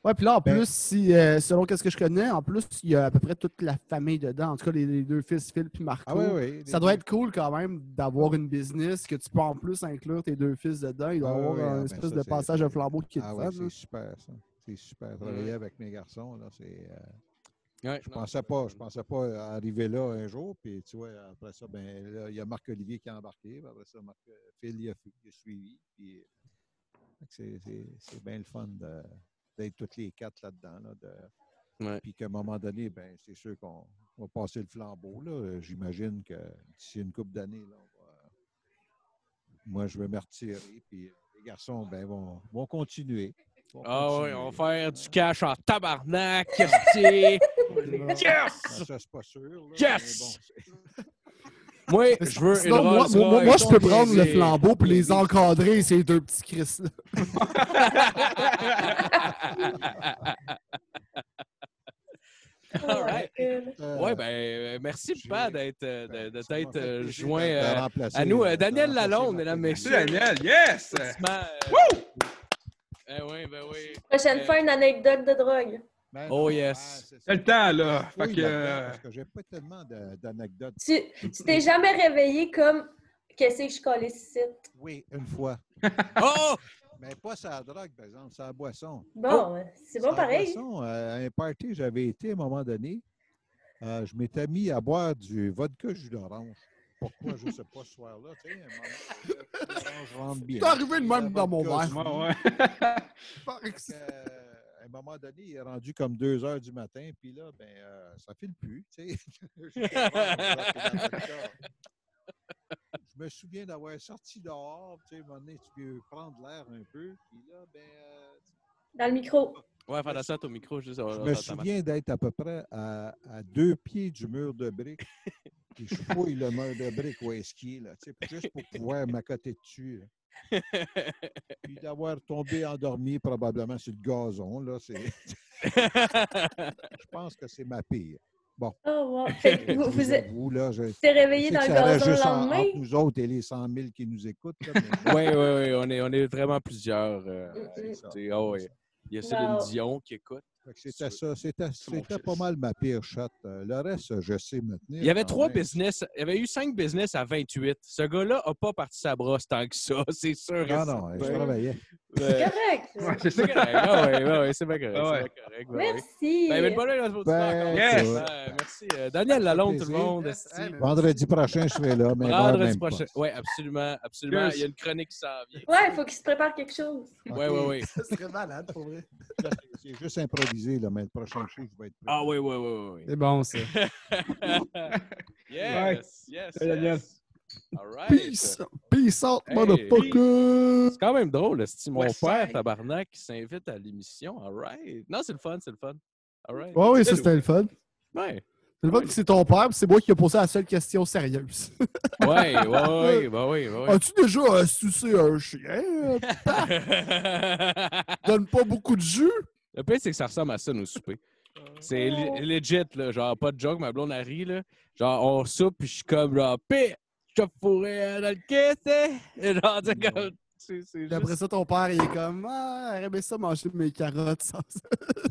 Speaker 6: Ouais, puis là, en
Speaker 7: Ben-
Speaker 6: plus, si, euh, selon ce que je connais, en plus, il y a à peu près toute la famille dedans. En tout cas, les, les deux fils, Phil puis Marco.
Speaker 7: Ah oui, oui.
Speaker 6: Ça doit être cool quand même d'avoir une business que tu peux en plus inclure tes deux fils dedans. Il doit y
Speaker 7: Ah
Speaker 6: avoir
Speaker 7: oui, ah
Speaker 6: un
Speaker 7: ben
Speaker 6: espèce
Speaker 7: ça,
Speaker 6: de
Speaker 7: c'est-
Speaker 6: passage de flambeau qui est
Speaker 7: Ah
Speaker 6: le fun,
Speaker 7: ouais,
Speaker 6: là.
Speaker 7: c'est super, ça. C'est super. Travailler avec mes garçons, là, c'est. euh,
Speaker 3: Ouais,
Speaker 2: Ah,
Speaker 7: Je pensais pas, je pensais pas euh, arriver là un jour, puis tu vois, après ça, ben là, il y a Marc-Olivier qui a embarqué, puis après ça, Marc, euh, Phil il a, fu- il a suivi, puis euh, fait que c'est- c'est c'est bien le fun de- d'être toutes les quatre là-dedans, là, de-
Speaker 3: Ouais.
Speaker 7: puis qu'à un moment donné, ben c'est sûr qu'on va passer le flambeau, là, Euh, j'imagine que d'ici une couple d'années, là, on va- moi, je vais me retirer, puis les garçons, ben vont, vont continuer. vont
Speaker 3: Ah ouais, on
Speaker 7: continuer.
Speaker 3: va faire du cash en tabarnak, Christy.
Speaker 7: Ben, ça, c'est pas sûr, là,
Speaker 3: Yes!
Speaker 7: mais bon, c'est-
Speaker 3: Moi, je veux une
Speaker 6: Sinon, moi,
Speaker 3: Rolls
Speaker 6: moi- moi,
Speaker 3: Royce.
Speaker 6: je peux prendre le
Speaker 3: Et-
Speaker 6: flambeau pour les encadrer, ces deux petits Chris-là.
Speaker 4: Oh my
Speaker 3: right.
Speaker 4: God.
Speaker 7: Euh,
Speaker 3: Ouais, ben, euh, merci,
Speaker 7: j'ai-
Speaker 3: pas d'être euh, de,
Speaker 7: ben,
Speaker 3: de
Speaker 7: ça m'a
Speaker 3: t'être
Speaker 7: fait
Speaker 3: euh,
Speaker 7: plaisir de-
Speaker 3: joint
Speaker 7: de
Speaker 3: euh,
Speaker 7: remplacer-
Speaker 3: à nous. Euh,
Speaker 7: de
Speaker 3: Daniel
Speaker 7: remplacer
Speaker 3: Lalonde, mesdames,
Speaker 7: Marc-Olivier.
Speaker 2: Merci,
Speaker 3: messieurs.
Speaker 2: Daniel. Yes!
Speaker 3: Applaudissements, euh, Eh oui, ben oui.
Speaker 4: Prochaine fois, une anecdote de drogue.
Speaker 7: Ben
Speaker 3: Oh,
Speaker 7: non,
Speaker 3: yes.
Speaker 7: ben, c'est ça.
Speaker 2: T'as le temps, là. Fait
Speaker 7: Oui,
Speaker 2: que,
Speaker 7: là-dedans,
Speaker 2: euh,
Speaker 7: Parce que j'ai pas tellement de- d'anecdotes.
Speaker 4: Tu tu t'es jamais réveillé comme Qu'est-ce que je collais ici?
Speaker 7: Oui, une fois.
Speaker 3: Oh!
Speaker 7: Mais pas sa drogue, par exemple, sa boisson.
Speaker 4: Bon, euh, c'est bon
Speaker 7: Sa
Speaker 4: pareil.
Speaker 7: boisson, euh, à un party, j'avais été à un moment donné. euh, je m'étais mis à boire du vodka jus d'orange. Pourquoi, je ne sais pas, ce soir-là. Tu sais, à un moment donné, l'orange rentre bien.
Speaker 6: C'est arrivé de même dans mon verre.
Speaker 7: Vodka jus.
Speaker 2: ouais, ouais.
Speaker 7: Fait que, euh, à un moment donné, il est rendu comme 2 heures du matin, puis là, ben, euh, ça file plus, tu sais. Je ah, sais pas, on va dans le corps. Je me souviens d'avoir sorti dehors, tu sais, à un moment donné, tu peux prendre l'air un peu, puis là, ben, euh,
Speaker 4: Dans le micro.
Speaker 3: Ouais, faire ça au micro, oh, juste.
Speaker 7: je me souviens d'être à peu près à, à deux pieds du mur de briques, puis je fouille le mur de briques où est-ce qu'il est, là, tu sais, juste pour pouvoir m'accoter dessus, là. puis d'avoir tombé endormi probablement sur le gazon, là, c'est... Je pense que c'est ma pire.
Speaker 4: Oh, wow. Fait que vous, vous êtes
Speaker 7: Vous, là, je
Speaker 4: vous êtes
Speaker 7: je
Speaker 4: réveillé
Speaker 7: sais
Speaker 4: dans
Speaker 7: que
Speaker 4: le
Speaker 7: ça aurait
Speaker 4: gazon le
Speaker 7: juste en-
Speaker 4: lendemain?
Speaker 7: entre nous autres et les 100 000 qui nous écoutent. là, mais-
Speaker 3: Oui, oui, oui. On est, on est vraiment plusieurs. euh,
Speaker 4: Mm,
Speaker 3: à
Speaker 4: mm.
Speaker 3: écouter. Ah ouais. Il y a Céline
Speaker 4: Wow.
Speaker 3: Dion qui écoute.
Speaker 7: Fait que C'était ça. C'était
Speaker 2: mon
Speaker 7: c'était
Speaker 2: fils.
Speaker 7: pas mal ma pire shot. Euh, Le reste, je sais maintenant.
Speaker 3: Il y avait trois business. Il y avait eu cinq business à 28. Ce gars-là n'a pas parti sa brosse tant que ça, c'est sûr. et
Speaker 7: Non, non, je
Speaker 3: certain.
Speaker 7: travaillais.
Speaker 4: C'est
Speaker 3: Ouais.
Speaker 4: correct. ça.
Speaker 2: Ouais, c'est ça.
Speaker 3: C'est correct. Ah ouais, ouais, ouais, c'est bien correct.
Speaker 2: Ah ouais.
Speaker 3: C'est bien correct. ben oui.
Speaker 4: Merci.
Speaker 3: Ben, ben, bonne année à nos auditeurs,
Speaker 7: Ben,
Speaker 3: encore.
Speaker 2: Yes.
Speaker 7: écoute,
Speaker 3: Ouais, merci. euh, Daniel Lalonde, tout le
Speaker 7: plaisir.
Speaker 3: monde.
Speaker 6: Yes,
Speaker 3: esti.
Speaker 6: hey, mais-
Speaker 7: Vendredi prochain, je serai là. Mais vers
Speaker 3: Vendredi
Speaker 7: même pas.
Speaker 3: prochain. Oui, absolument. Absolument.
Speaker 2: Cheers.
Speaker 3: Il y a une chronique qui s'en vient.
Speaker 4: Ouais, il faut qu'il se prépare quelque chose.
Speaker 3: Oui, oui, oui.
Speaker 6: Ça serait malade, pour vrai.
Speaker 7: C'est juste improvisé, là, mais le prochain coup, je vais être prêt.
Speaker 3: Ah oui, oui, oui, oui.
Speaker 6: C'est bon, ça.
Speaker 3: Yes. Yes.
Speaker 2: Hey, Daniel.
Speaker 3: yes. All right.
Speaker 6: Peace! Peace out,
Speaker 3: Hey,
Speaker 6: motherfucker!
Speaker 3: C'est quand même drôle, c'est mon
Speaker 2: West
Speaker 3: père
Speaker 2: Side.
Speaker 3: tabarnak qui s'invite à l'émission. All right. Non, c'est le fun, c'est le fun. All right.
Speaker 6: Ouais, oui, ça, c'était le fun.
Speaker 3: Ouais.
Speaker 6: C'est le fun que c'est ton père, puis c'est moi qui ai posé la seule question sérieuse.
Speaker 3: Ouais, ouais, ouais, ouais, ouais, ouais.
Speaker 6: As-tu déjà euh, sucé un chien? Donne pas beaucoup de jus?
Speaker 3: le pire, c'est que ça ressemble à ça, nos soupers. C'est le- legit, là. Genre, pas de joke, ma blonde elle rit, là. Genre, on soupe, puis je suis comme, genre, pé, je te fourrais dans le quai, t'sais. Genre, c'est comme. c'est- c'est
Speaker 6: Puis après
Speaker 3: juste-
Speaker 6: ça, ton père, il est comme Ah, j'aurais aimé ça manger mes carottes sans ça.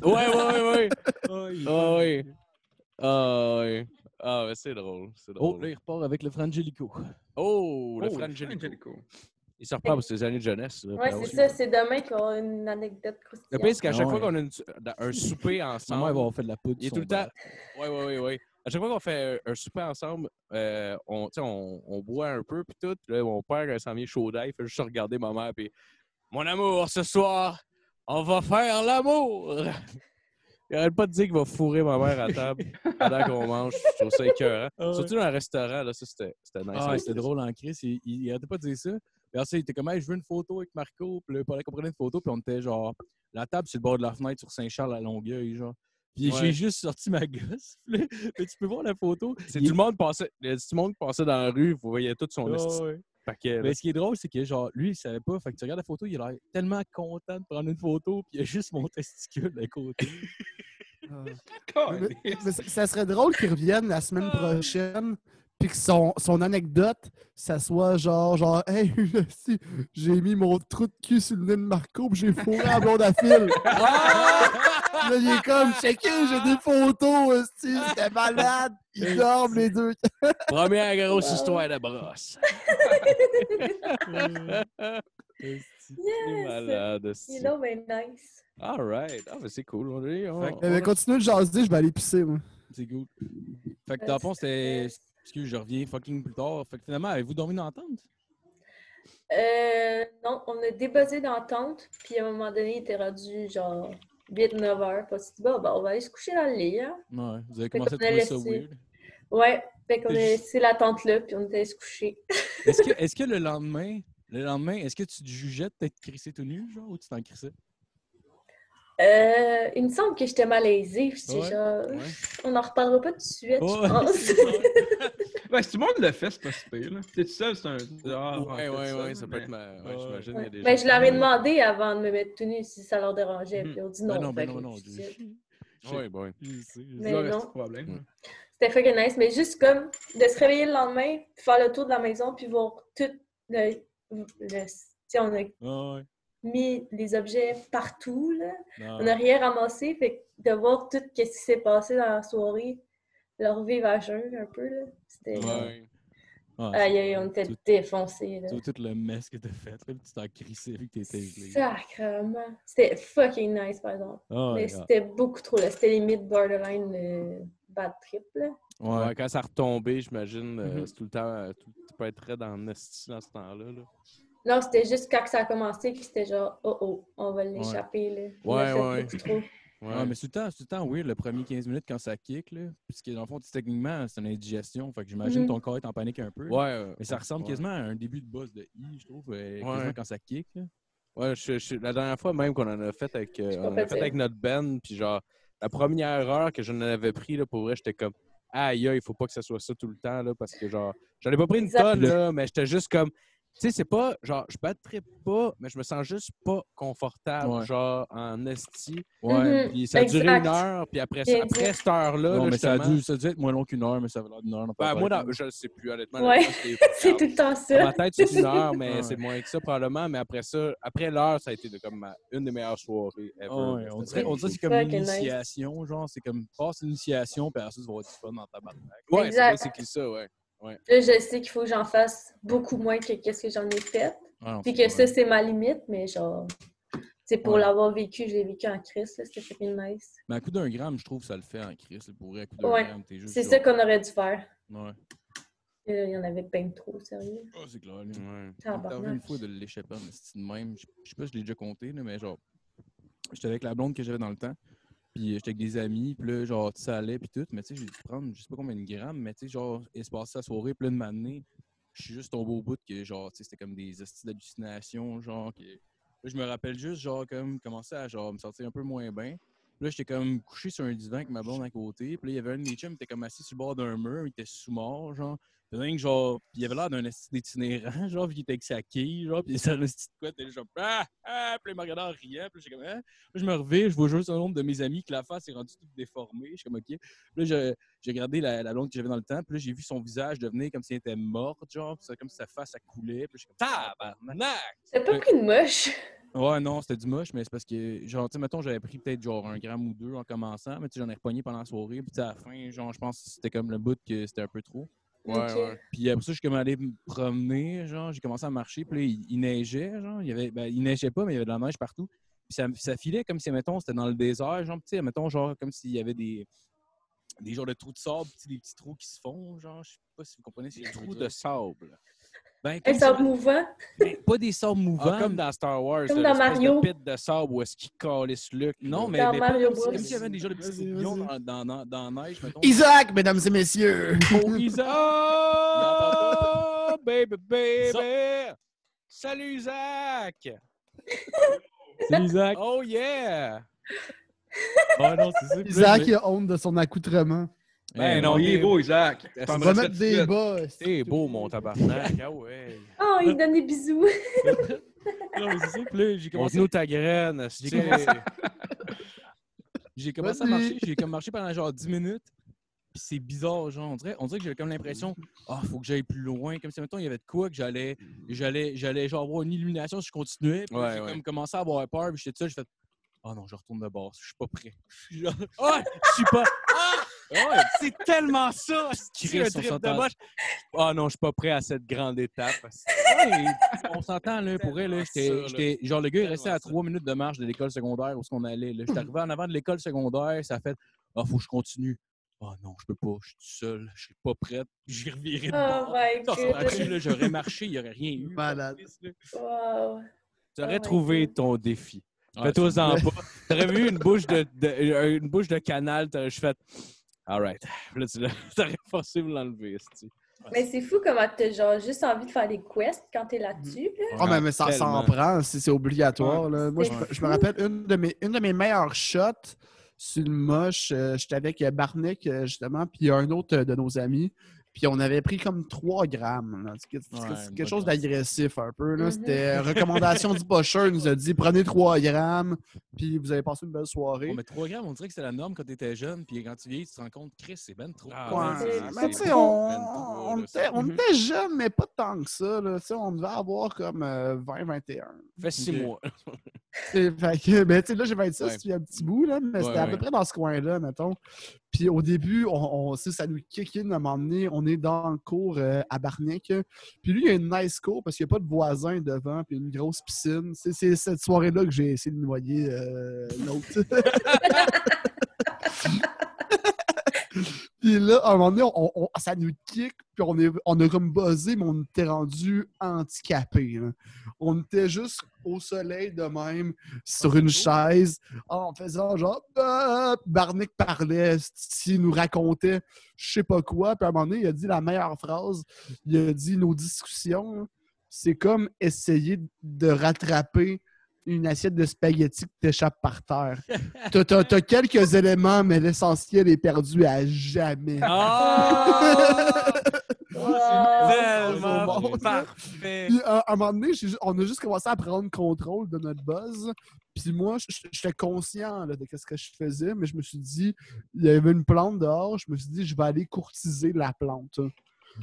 Speaker 3: Ouais, ouais, ouais, ouais. Ah, ouais. Ah, ouais. Ah, mais c'est drôle. C'est
Speaker 1: Oh,
Speaker 3: drôle.
Speaker 1: là, il repart avec le Frangelico.
Speaker 3: Oh, le
Speaker 2: Oh,
Speaker 3: Frangelico.
Speaker 2: Frangelico.
Speaker 3: Il se repart pour ses années de jeunesse. Là,
Speaker 4: Ouais,
Speaker 3: Ben
Speaker 4: c'est ça. C'est demain qu'on aura une anecdote
Speaker 3: Le pire,
Speaker 4: croustillante.
Speaker 3: c'est qu'à
Speaker 1: Ah
Speaker 3: chaque fois
Speaker 1: ouais.
Speaker 3: qu'on a une- un souper
Speaker 1: Sa mère
Speaker 3: ensemble,
Speaker 1: va avoir fait de la poudre.
Speaker 3: Ah il est
Speaker 1: sur
Speaker 3: tout le
Speaker 1: son
Speaker 3: temps. Oui, oui, oui, oui. À chaque fois qu'on fait un, un souper ensemble, euh, on, tu sais, on, on boit un peu, puis tout. Là, mon père euh, s'en vient chaud d'ail, il fait juste regarder ma mère, puis Mon amour, ce soir, on va faire l'amour! Il arrête pas de dire qu'il va fourrer ma mère à table pendant qu'on mange. Je trouve ça écœurant. Surtout dans un restaurant, là, ça, c'était c'était nice.
Speaker 1: Ah, c'était drôle en crise. Il, il, il arrêtait pas de dire ça. Puis après ça, il était comme, Hey, je veux une photo avec Marco. Puis là, pendant qu'on prenait une photo, puis on était genre, la table sur le bord de la fenêtre sur Saint-Charles à Longueuil, genre. Puis
Speaker 3: Ouais.
Speaker 1: j'ai juste sorti ma gosse. Puis là, mais tu peux voir la photo.
Speaker 3: C'est
Speaker 1: Il-
Speaker 3: tout le monde passait, le- tout le monde passait dans la rue, vous voyez tout son esti de
Speaker 1: Ah Ouais.
Speaker 3: paquet. là.
Speaker 1: Mais ce qui est drôle, c'est que genre, lui, il savait pas. Fait que tu regardes la photo, il a l'air tellement content de prendre une photo, puis il a juste mon testicule à côté.
Speaker 6: Euh, mais, mais ça- ça serait drôle qu'il revienne la semaine prochaine, puis que son, son anecdote, ça soit genre, genre, hey, si, j'ai mis mon trou de cul sur le nez de Marco, puis j'ai fourré à blonde à fil. Puis là, il est comme, checké, j'ai des photos, aussi, c'était malade. Ils dorment les deux.
Speaker 3: Première
Speaker 1: Ah
Speaker 3: grosse histoire de brosse. C'est
Speaker 4: Yes!
Speaker 3: malade.
Speaker 4: Il est
Speaker 3: c'est-
Speaker 4: donc ben nice.
Speaker 3: All right. Ah, mais c'est cool. Oh, On est, on-
Speaker 1: Fait que-
Speaker 3: on-
Speaker 6: Eh bien, continue de jaser, je vais aller pisser, moi.
Speaker 1: c'est cool. Fait que dans le fond, Euh, c'était. Excuse, je reviens fucking plus tard. Fait que finalement, avez-vous dormi dans la tente?
Speaker 4: Euh, non, on a débuzzé dans la tente, puis à un moment donné, il était rendu genre 8-9 heures. Puis on s'est dit, bon, ben, on va aller se coucher dans le lit. Hein?
Speaker 1: Ouais, vous avez
Speaker 4: Fait
Speaker 1: commencé à
Speaker 4: qu'on a
Speaker 1: trouver ça
Speaker 4: laissé.
Speaker 1: weird.
Speaker 4: Ouais, fait qu'on a
Speaker 1: C'est juste-
Speaker 4: laissé la tente là, puis on était allé se coucher.
Speaker 1: Est-ce que, est-ce que le lendemain, le lendemain, est-ce que tu te jugeais de t'être crissé tout nu, genre, ou tu t'en crissais?
Speaker 4: Euh, il me semble que j'étais malaisée. puis J'étais
Speaker 1: Ouais,
Speaker 4: genre,
Speaker 1: ouais.
Speaker 4: on n'en reparlera pas tout de suite,
Speaker 1: Ouais,
Speaker 4: je pense.
Speaker 2: Ouais, si tout le monde le fait, c'est pas si pire, là. T'es tout seul, c'est un. Ah, ouais,
Speaker 3: Ouais, ouais,
Speaker 2: t'es
Speaker 3: ouais,
Speaker 2: seul,
Speaker 3: ça peut
Speaker 2: mais-
Speaker 3: être ma. Ouais,
Speaker 1: Ouais.
Speaker 3: j'imagine. il y a des
Speaker 4: Ben,
Speaker 3: gens-
Speaker 4: je leur ai demandé avant de me mettre tout nu si ça leur dérangeait,
Speaker 2: Mhm.
Speaker 4: puis on dit
Speaker 1: Ben
Speaker 4: non.
Speaker 1: non, ben
Speaker 4: fait
Speaker 1: non,
Speaker 4: que
Speaker 1: non.
Speaker 4: tout
Speaker 1: je-
Speaker 4: de suite.
Speaker 3: Ouais, ouais.
Speaker 1: je sais, je sais.
Speaker 4: Mais
Speaker 2: Ouais,
Speaker 4: non.
Speaker 2: c'est pas de problème.
Speaker 4: C'était fucking nice, mais juste comme de se réveiller le lendemain, puis faire le tour de la maison, puis voir tout le. le- tu sais, on a
Speaker 1: Ah ouais.
Speaker 4: mis les objets partout, là.
Speaker 1: Non.
Speaker 4: On n'a rien ramassé, fait que de voir tout ce qui s'est passé dans la soirée, leur vivre à jeun un peu, là. C'était.
Speaker 3: Ouais.
Speaker 1: Ouais,
Speaker 4: Aïe, aïe, on était
Speaker 1: Ah, Tout,
Speaker 4: défoncés, là.
Speaker 1: tout, tout le mess que t'as fait, là, puis tu t'en crissais vu que t'étais gelé.
Speaker 4: Sacrement. C'était fucking nice, par exemple.
Speaker 1: Ah
Speaker 4: mais
Speaker 1: ouais, ah.
Speaker 4: c'était beaucoup trop, là. C'était limite borderline euh, bad trip, là.
Speaker 1: Ouais.
Speaker 3: Ouais, quand ça retombait, j'imagine, euh,
Speaker 2: Mhm.
Speaker 3: c'est tout le temps. euh, tout- tu peux être très dans le esti dans ce temps-là. là.
Speaker 4: Non, c'était juste quand que ça a commencé, puis c'était genre, oh oh, on va l'échapper, là. On
Speaker 3: Ouais,
Speaker 4: a fait
Speaker 3: ouais.
Speaker 4: beaucoup trop.
Speaker 3: Ouais.
Speaker 1: Ouais. Ah, mais c'est tout le temps, c'est tout le temps weird, le premier 15 minutes quand ça kick, là. Puisque dans le fond, techniquement, c'est une indigestion. Fait que j'imagine
Speaker 4: Mhm.
Speaker 1: ton corps est en panique un peu.
Speaker 3: Ouais, euh,
Speaker 1: Mais ça ressemble
Speaker 3: ouais.
Speaker 1: quasiment à un début de boss de I, je trouve, euh, quasiment
Speaker 3: Ouais.
Speaker 1: quand ça kick. Là.
Speaker 3: Ouais, je- je- la dernière fois même qu'on en a fait avec, euh,
Speaker 4: Je
Speaker 3: on en a
Speaker 4: comprends
Speaker 3: fait avec notre band, puis genre, la première heure que je en avais pris, là, pour vrai, j'étais comme, aïe, aïe, il faut pas que ça soit ça tout le temps, là, parce que genre, j'en ai pas pris une
Speaker 4: Exact.
Speaker 3: tonne, là, mais j'étais juste comme, sais, c'est pas genre, je battrais pas, mais je me sens juste pas confortable,
Speaker 1: Ouais.
Speaker 3: genre en esti.
Speaker 4: Ouais. Mhm.
Speaker 3: Puis ça a duré
Speaker 4: Exact.
Speaker 3: une heure, puis après, ça-
Speaker 4: Exact.
Speaker 3: après cette heure-là,
Speaker 1: Non,
Speaker 3: là,
Speaker 1: mais ça a,
Speaker 3: justement-
Speaker 1: dû, ça a dû être moins long qu'une heure, mais ça avait l'air d'une heure.
Speaker 3: Ben, moi, dans- je le sais plus, honnêtement.
Speaker 4: Ouais.
Speaker 3: honnêtement, c'était-
Speaker 4: C'est tout le temps
Speaker 3: Dans
Speaker 4: ça.
Speaker 3: ma tête, c'est une heure, mais
Speaker 1: Ouais.
Speaker 3: c'est moins que ça, probablement. Mais après ça, après l'heure, ça a été de, comme ma- une des meilleures soirées ever.
Speaker 1: Ah Ouais, on dirait, on dirait que c'est comme
Speaker 4: Ouais,
Speaker 1: une
Speaker 4: quelle nice.
Speaker 1: initiation, genre, c'est comme passe l'initiation, puis après ça, tu vas avoir du fun dans ta barbe.
Speaker 3: Ouais, c'est
Speaker 4: Exact.
Speaker 3: basically ça, ouais.
Speaker 4: Là, je sais qu'il faut que j'en fasse beaucoup moins que qu'est-ce que j'en ai fait. Puis que ça, c'est ma limite, mais genre, c'est pour
Speaker 1: Ouais.
Speaker 4: l'avoir vécu, je l'ai vécu en crise, là, c'était fucking nice.
Speaker 1: Mais à coup d'un gramme, je trouve que ça le fait en crise. là, Pour vrai, à coup d'un
Speaker 4: Ouais.
Speaker 1: gramme, t'es juste.
Speaker 4: C'est
Speaker 1: genre-
Speaker 4: ça qu'on aurait dû faire.
Speaker 1: Ouais.
Speaker 4: Et là, Il y en avait bien trop, sérieux.
Speaker 1: Ah, c'est clair. là. Ça m'est arrivé
Speaker 4: Tabarnak.
Speaker 1: une fois de l'échapper, mais c'est de même. Je je sais pas si je l'ai déjà compté, là, mais genre, j'étais avec la blonde que j'avais dans le temps. Puis euh, j'étais avec des amis, puis là, genre, ça allait, puis tout. Mais tu sais, j'ai dû prendre, je sais pas combien de grammes, mais tu sais, genre, il se passait la soirée, puis là, de m'amener, je suis juste tombé au bout que, genre, tu sais, c'était comme des hosties d'hallucinations, genre, que. Là, je me rappelle juste, genre, comme, commencer à, genre, me sentir un peu moins bien. Puis là, j'étais comme couché sur un divan avec ma blonde à côté. Puis là, il y avait un de mes chums qui était comme assis sur le bord d'un mur, il était sous-mort, genre. Puis rien que genre, puis il avait l'air d'un esti itinérant, genre, puis il était avec sa quille, genre, puis ça un esti de quoi, t'es genre, ah, ah, puis il m'a regardé en riant, puis là, j'étais comme, ah. Puis je me reviens, je vois juste un nombre de mes amis que la face est rendue toute déformée, je suis comme, ok. Puis là, je- j'ai regardé la, la blonde que j'avais dans le temps, puis là, j'ai vu son visage devenir comme si elle était morte, genre, puis ça- comme si sa face, ça coulait, puis je suis comme, tabarnak!
Speaker 4: C'est pas
Speaker 1: Ouais.
Speaker 4: pris de moche.
Speaker 1: Ouais, non, c'était du moche, mais c'est parce que, genre, tu sais, mettons, j'avais pris peut-être genre un gramme ou deux en commençant, mais tu sais, j'en ai repogné pendant la soirée, puis tu sais, à la fin, genre, je pense que c'était comme le bout que c'était un peu trop.
Speaker 4: Ouais, Ok. ouais.
Speaker 1: Puis après ça, je suis comme allé me promener, genre, j'ai commencé à marcher, puis là, il, il neigeait, genre, il, y avait, ben, il neigeait pas, mais il y avait de la neige partout. Puis ça, ça filait comme si, mettons, c'était dans le désert, genre, tu sais, mettons, genre, comme s'il y avait des, des genres de trous de sable, tu sais, des petits trous qui se font, genre, je sais pas si vous comprenez ces
Speaker 3: Des trous
Speaker 1: trous
Speaker 3: de sable.
Speaker 1: Ben,
Speaker 4: Un
Speaker 1: comme
Speaker 4: sable
Speaker 1: si-
Speaker 4: mouvant.
Speaker 1: ben, pas des sables mouvants.
Speaker 3: Ah, comme dans Star Wars,
Speaker 4: Comme
Speaker 3: là,
Speaker 4: dans
Speaker 3: l'espèce
Speaker 4: Mario.
Speaker 3: de pit de sable où est-ce qu'il calisse Luke.
Speaker 1: Non, mais,
Speaker 4: Dans
Speaker 1: mais pas
Speaker 4: Mario
Speaker 1: comme si-
Speaker 4: Bros.
Speaker 1: comme s'il y avait déjà le petit
Speaker 8: Vas-y,
Speaker 1: tourbillon
Speaker 8: vas-y.
Speaker 1: dans, dans, dans, dans la neige, mettons.
Speaker 8: Isaac, mesdames et messieurs!
Speaker 1: Oh, Isaac!
Speaker 3: Oh, baby, baby! Salut, Zach!
Speaker 1: C'est Isaac!
Speaker 3: Oh, yeah!
Speaker 1: Ah non, c'est ça. puis là,
Speaker 8: Isaac,
Speaker 1: je-
Speaker 8: il a honte de son accoutrement.
Speaker 3: Ben
Speaker 1: Eh,
Speaker 3: non,
Speaker 2: il est
Speaker 3: t'es-
Speaker 2: beau, Isaac.
Speaker 3: On
Speaker 8: On
Speaker 3: va
Speaker 8: va
Speaker 2: T'embrasses
Speaker 8: mettre
Speaker 2: tout
Speaker 8: des
Speaker 2: de suite.
Speaker 8: bas.
Speaker 3: T'es beau, mon tabarnak. Ah ouais.
Speaker 4: Oh,
Speaker 3: Euh.
Speaker 4: il donne des bisous.
Speaker 1: Non, mais c'est ça. Puis là, j'ai commencé,
Speaker 3: Montre-nous ta graine.
Speaker 1: J'ai
Speaker 3: c'est-
Speaker 1: commencé- j'ai commencé à
Speaker 8: Vas-y.
Speaker 1: marcher. J'ai comme marché pendant genre 10 minutes. Puis c'est bizarre, genre. On dirait, on dirait que j'avais comme l'impression, ah, faut que j'aille plus loin. Comme si, mettons, il y avait de quoi que j'allais, j'allais, j'allais genre avoir une illumination si je continuais. Puis là,
Speaker 3: Ouais,
Speaker 1: j'ai
Speaker 3: ouais.
Speaker 1: comme commencé à avoir peur. Puis j'étais tout seul, j'ai fait, oh non, je retourne de base. Je suis pas prêt. Genre, Ah, je suis pas. Ah! Ouais, c'est tellement ça!
Speaker 3: Chris,
Speaker 1: C'est un
Speaker 3: on
Speaker 1: trip de
Speaker 3: s'entend.
Speaker 1: moche. Ah non, je suis pas prêt à cette grande étape. Ouais, on s'entend, là, pour elle, là,
Speaker 3: Tellement
Speaker 1: j'étais,
Speaker 3: ça,
Speaker 1: j'étais- genre, le gars est resté
Speaker 3: Tellement
Speaker 1: à
Speaker 3: ça.
Speaker 1: trois minutes de marche de l'école secondaire où ce qu'on allait, là. J'étais arrivé en avant de l'école secondaire, ça a fait, ah, faut que je continue. Ah non, je peux pas, je suis tout seul, je suis pas prête, j'y revirai de
Speaker 4: Oh
Speaker 1: bord.
Speaker 4: my
Speaker 1: Ça, là-dessus,
Speaker 4: god.
Speaker 1: là, j'aurais marché, il n'y aurait rien eu.
Speaker 8: Malade.
Speaker 4: Wow.
Speaker 3: Tu
Speaker 4: Oh
Speaker 3: aurais
Speaker 4: my
Speaker 3: trouvé
Speaker 4: God.
Speaker 3: ton défi.
Speaker 1: Ah,
Speaker 3: Fais-toi
Speaker 1: c'est-
Speaker 3: en pas. T'aurais vu une bouche de, de- une bouche de canal, t'aurais juste fait. Alright. Là, tu l'as- t'aurais forcé de l'enlever. c'ti.
Speaker 4: Mais c'est fou comment t'as genre juste envie de faire des quests quand t'es là-dessus. là.
Speaker 8: Ah, mais, mais ça
Speaker 3: Tellement.
Speaker 8: s'en prend, c'est c'est obligatoire. là. Moi, je,
Speaker 4: Ouais.
Speaker 8: je me rappelle une de mes, une de mes meilleures shots sur une moche. euh, J'étais avec
Speaker 6: ben,
Speaker 8: euh, Barnick, euh, justement, puis un autre euh, de nos amis. Puis on avait pris comme 3 grammes. là. C'est que- c'est
Speaker 1: Ouais,
Speaker 8: que- c'est
Speaker 1: une
Speaker 8: quelque
Speaker 1: bonne
Speaker 8: chose d'agressif un peu. là.
Speaker 4: Mhm.
Speaker 8: C'était euh, recommandation du pocheur. Il nous a dit prenez 3 grammes, puis vous avez passé une belle soirée.
Speaker 1: Oh, mais 3 grammes, on dirait que c'est la norme quand t'étais jeune, puis quand tu vieillis, tu te rends compte, Chris, c'est ben trop.
Speaker 3: Ah,
Speaker 8: Ouais,
Speaker 4: c'est-
Speaker 8: mais
Speaker 4: c'est-
Speaker 8: tu
Speaker 4: c'est
Speaker 8: sais, on,
Speaker 1: ben trop,
Speaker 8: on
Speaker 1: là,
Speaker 8: était,
Speaker 1: ça.
Speaker 8: on était jeunes, mais pas tant que ça. Là. Tu sais, On devait avoir comme euh, 20-21.
Speaker 3: Fais six
Speaker 1: Ok.
Speaker 3: mois.
Speaker 8: C'est- fait que, ben, tu sais, là, j'ai 26,
Speaker 3: Ouais.
Speaker 8: puis un petit bout, là, mais
Speaker 1: Ouais,
Speaker 8: c'était à
Speaker 1: ouais.
Speaker 8: peu près dans ce coin-là, mettons. Puis au début, on, on- tu sais, ça nous kick in à un moment donné. On est dans le cours euh, à Barnic. Puis lui, il y a une nice cour parce qu'il n'y a pas de voisin devant, puis une grosse piscine. C'est, c'est cette soirée-là que j'ai essayé de noyer euh, l'autre. Puis là, à un moment donné, on- on- ça nous kick, puis on, est, on a comme buzzé, mais on était rendu handicapé. là. On était juste au soleil de même, sur une chaise, en faisant genre Ah! Barnick parlait, il nous racontait je sais pas quoi. Puis à un moment donné, il a dit la meilleure phrase. Il a dit nos discussions, c'est comme essayer de rattraper une assiette de spaghettis qui t'échappe par terre. T'as as, quelques éléments, mais l'essentiel est perdu à jamais.
Speaker 3: Ah!
Speaker 6: au
Speaker 3: Tellement
Speaker 6: monde, là.
Speaker 3: parfait.
Speaker 6: Puis, à à un moment donné, j'ai ju- on a juste commencé à prendre contrôle de notre buzz. Puis moi, j- j- j'étais conscient là, de ce que je faisais, mais je me suis dit, il y avait une plante dehors, je me suis dit, je vais aller courtiser la plante.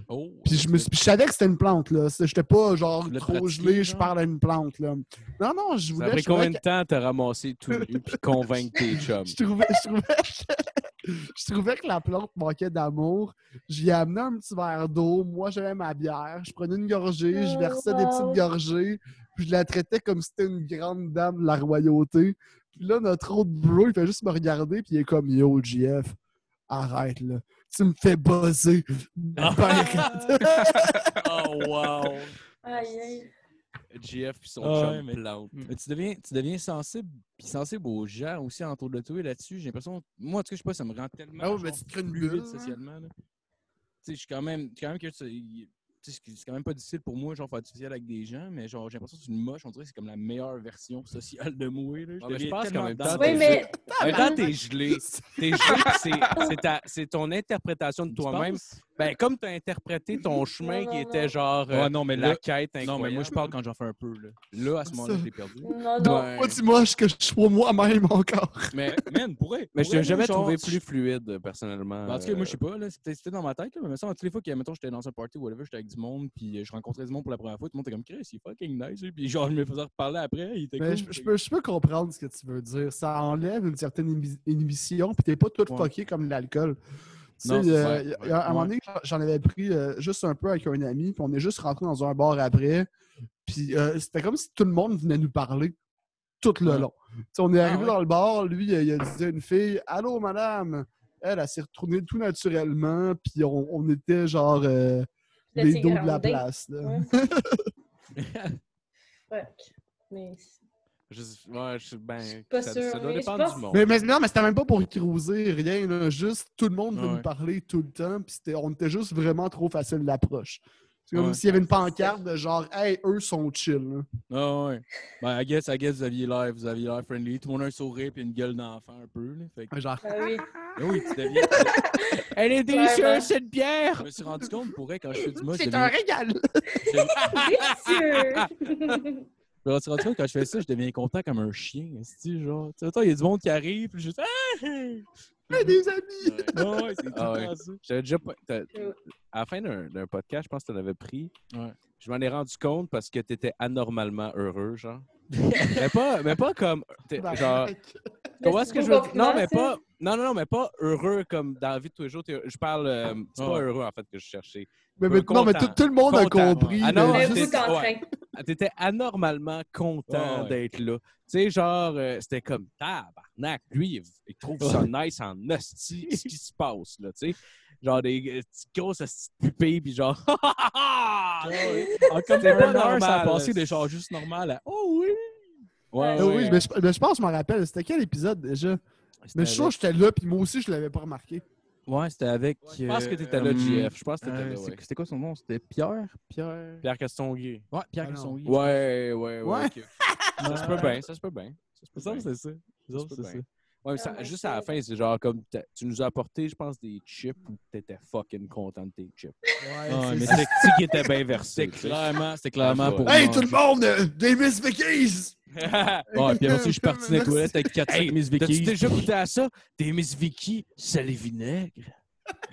Speaker 1: Oh,
Speaker 6: Puis je, me suis- puis je savais que c'était une plante, là. C'est- J'étais pas genre
Speaker 1: Le
Speaker 6: trop
Speaker 1: pratiquer,
Speaker 6: gelé, je
Speaker 1: genre?
Speaker 6: parle à une plante, là. Non, non, je voulais.
Speaker 3: Ça fait
Speaker 6: je trouvais
Speaker 3: combien de temps t'as ramassé tout nu puis convaincre tes chums?
Speaker 6: que- je trouvais, je trouvais que- je trouvais que la plante manquait d'amour. J'y ai amené un petit verre d'eau. Moi, j'avais ma bière. Je prenais une gorgée, je versais des petites gorgées. Puis je la traitais comme si c'était une grande dame de la royauté. Puis là, notre autre bro, il fait juste me regarder. Puis il est comme Yo, GF, arrête, là. Tu me fais bosser. Ben,
Speaker 3: Oh wow!
Speaker 4: Aïe, aïe.
Speaker 3: GF puis son
Speaker 1: Ah ouais,
Speaker 3: chum
Speaker 1: mais-
Speaker 3: plante.
Speaker 1: Mais tu deviens, tu deviens sensible, puis sensible aux gens aussi autour de toi et là-dessus. J'ai l'impression, moi, en tout cas, je sais pas, ça me rend tellement
Speaker 6: Ah ouais, mais
Speaker 1: genre,
Speaker 6: tu te crées une
Speaker 1: plus
Speaker 6: bulle,
Speaker 1: vite
Speaker 6: hein.
Speaker 1: socialement. là. Tu sais, je suis quand même, je suis quand même curieux de ça. Il- tu sais, c'est c'est quand même pas difficile pour moi, genre, faire du social avec des gens, mais genre, j'ai l'impression que c'est une moche. On dirait que c'est comme la meilleure version sociale de moi. Là.
Speaker 3: Ah, mais je
Speaker 1: deviens
Speaker 3: pense qu'en
Speaker 1: tellement
Speaker 3: même temps,
Speaker 1: dans-
Speaker 4: Oui, mais
Speaker 3: En même temps, t'es gelé. T'es gelé, puis c'est- c'est ta- c'est ton interprétation de
Speaker 1: Tu
Speaker 3: toi-même.
Speaker 1: penses?
Speaker 3: Ben, comme t'as interprété ton
Speaker 4: Non,
Speaker 3: chemin qui
Speaker 4: non, non.
Speaker 3: était genre euh,
Speaker 1: Ouais, non, mais
Speaker 3: la
Speaker 1: là,
Speaker 3: quête
Speaker 1: non, mais moi, je
Speaker 3: incroyable.
Speaker 1: parle quand j'en fais un peu. Là, là à ce moment-là, je l'ai perdu.
Speaker 4: non, non.
Speaker 6: Pas du moche que je sois moi-même encore.
Speaker 1: Mais, man, pourrait.
Speaker 3: Mais je t'ai jamais trouvé
Speaker 1: plus
Speaker 3: plus euh, fluide, personnellement.
Speaker 1: Parce que moi, je sais pas, là, c'était c'était dans ma tête, là, mais ça, toutes les fois que, mettons, j'étais dans un party ou whatever, j'étais avec du monde, puis euh, je rencontrais du monde pour la première fois, tout le monde était comme Chris, il est fucking nice, lui. puis genre, je me faisais reparler après, il était
Speaker 6: Mais
Speaker 1: cool.
Speaker 6: je, je peux, je peux comprendre ce que tu veux dire. Ça enlève une certaine inhibi- inhibition, puis t'es pas tout
Speaker 1: Ouais.
Speaker 6: fucké comme l'alcool. Tu sais,
Speaker 1: Non, c'est
Speaker 6: euh,
Speaker 1: vrai,
Speaker 6: y a-
Speaker 1: ouais.
Speaker 6: y a- à un moment
Speaker 1: Ouais.
Speaker 6: donné, j'en- j'en avais pris euh, juste un peu avec un ami, puis on est juste rentré dans un bar après. Puis euh, c'était comme si tout le monde venait nous parler tout le
Speaker 1: Ouais.
Speaker 6: long. Tu sais, on est arrivé
Speaker 1: ouais.
Speaker 6: dans le bar, lui, euh, il a dit à une fille Allô, madame Elle, elle s'est retournée tout naturellement, puis on, on était genre euh,
Speaker 4: De
Speaker 6: les
Speaker 4: ces
Speaker 6: dos de la
Speaker 4: grandes dingues.
Speaker 6: place. là.
Speaker 4: Ouais. Fuck. Mais
Speaker 3: Euh, Je sais- ouais, je- ben,
Speaker 4: Je suis pas
Speaker 3: ça,
Speaker 4: sûre,
Speaker 3: ça doit
Speaker 4: mais je
Speaker 3: dépendre
Speaker 4: pense-
Speaker 3: du monde.
Speaker 6: Mais, mais non, mais c'était même pas pour cruiser, rien. là. Juste, tout le monde venait
Speaker 1: Ah Ouais.
Speaker 6: nous parler tout le temps. Puis c'était- on était juste vraiment trop facile d'approche. C'est comme
Speaker 1: Ah Ouais.
Speaker 6: s'il y avait une pancarte de genre, hey, eux sont chill. là.
Speaker 1: Ah, ouais. Ben, I guess, I guess, vous aviez l'air, vous aviez l'air friendly, tout le monde a un sourire puis une gueule d'enfant un peu, là. Fait que,
Speaker 6: Genre,
Speaker 4: Ah oui.
Speaker 1: Mais oui, tu deviens. tu-
Speaker 3: Elle est
Speaker 4: délicieuse, Clairement.
Speaker 3: cette
Speaker 1: je
Speaker 3: bière!
Speaker 1: me suis rendu compte, pour vrai, quand je fais du moche, je
Speaker 6: c'est
Speaker 1: deviens-
Speaker 6: un régal.
Speaker 4: Délicieux.
Speaker 1: je me suis rendu compte, quand je fais ça, je deviens content comme un chien, esti, genre. Tu sais, mettons, il y a du monde qui arrive, puis je suis Ah!
Speaker 6: Hey, des amis.
Speaker 1: Ouais, ouais, c'est tout
Speaker 3: Ah
Speaker 1: le
Speaker 3: ouais.
Speaker 1: temps ça.
Speaker 3: J'avais déjà. pas- t'as-
Speaker 4: True.
Speaker 3: À la fin d'un d'un podcast, je pense que tu en avais pris.
Speaker 1: Ouais.
Speaker 3: Je m'en ai rendu compte parce que tu étais anormalement heureux, genre. mais, pas, mais pas comme. t'es-
Speaker 6: Bah.
Speaker 1: Ah
Speaker 3: Genre, comment est-ce que
Speaker 4: Mais
Speaker 3: je
Speaker 4: c'est
Speaker 3: veux
Speaker 4: pas
Speaker 3: dire? Non, mais
Speaker 4: compliment,
Speaker 3: pas. Non, non, non, mais pas heureux comme dans la vie de tous les jours. t'es- Je parle. euh, c'est pas
Speaker 1: Ouais.
Speaker 3: heureux, en fait, que je cherchais.
Speaker 6: Mais, mais- non, mais tout,
Speaker 3: Content.
Speaker 6: tout le monde
Speaker 3: Content.
Speaker 6: a compris.
Speaker 3: Ah non,
Speaker 6: mais
Speaker 4: Le
Speaker 3: c'est-
Speaker 4: bout en train.
Speaker 3: ouais. Ah, T'étais anormalement content
Speaker 1: Ah, Ouais, ouais.
Speaker 3: d'être là. Tu sais, genre, euh, c'était comme tabarnak. Lui, il, il trouve ça nice en hostie, ce qui se passe, là, tu sais. Genre des euh, petites grosses hosties de pupilles, puis genre, ha ha ha!
Speaker 1: En Ah comme
Speaker 3: C'était pas
Speaker 1: un heure, ça a
Speaker 3: normal,
Speaker 1: passé
Speaker 3: là.
Speaker 1: des genre juste normal à Oh oui!
Speaker 4: Ouais,
Speaker 6: Ah oui, mais je, mais je pense, que je m'en rappelle. C'était quel épisode déjà? Mais je suis sûr que j'étais là, puis moi aussi, je l'avais pas remarqué.
Speaker 1: Ouais, c'était avec.
Speaker 3: Je pense que t'étais là,
Speaker 1: euh,
Speaker 3: JF. Je pense que t'étais
Speaker 1: euh,
Speaker 3: là,
Speaker 1: c'est-
Speaker 3: ouais.
Speaker 1: C'était quoi son nom? C'était Pierre? Pierre.
Speaker 3: Pierre Castonguay.
Speaker 1: Ouais, Pierre
Speaker 6: Ah non.
Speaker 1: Casson.
Speaker 3: Ouais, ouais, ouais.
Speaker 6: Ouais.
Speaker 3: ok, ok. Ça se peut bien, ça se peut bien. Ça se peut bien.
Speaker 1: c'est ça. Il me semble que c'est
Speaker 3: Ça se peut
Speaker 1: ça.
Speaker 3: bien. Ouais, mais ça-
Speaker 4: Ah, mais
Speaker 3: juste
Speaker 4: c'est-
Speaker 3: à la fin, c'est genre comme t'as- tu nous as apporté, je pense, des chips où t'étais fucking content de tes chips.
Speaker 1: Ouais, mais
Speaker 6: c'est-
Speaker 1: c'est-
Speaker 3: C'est qui était bien versé.
Speaker 1: c'était
Speaker 3: tu sais.
Speaker 1: clairement, c'était clairement pour.
Speaker 6: Hey,
Speaker 1: moi.
Speaker 6: tout le monde! euh, Des Miss Vickies!
Speaker 1: Ouais, Ah, puis après ça, je suis parti des toilettes avec 4
Speaker 3: Hey,
Speaker 1: Miss
Speaker 3: T'as-tu
Speaker 1: Vicky.
Speaker 3: déjà goûté à ça? Des Miss Vicky, sel et vinaigre.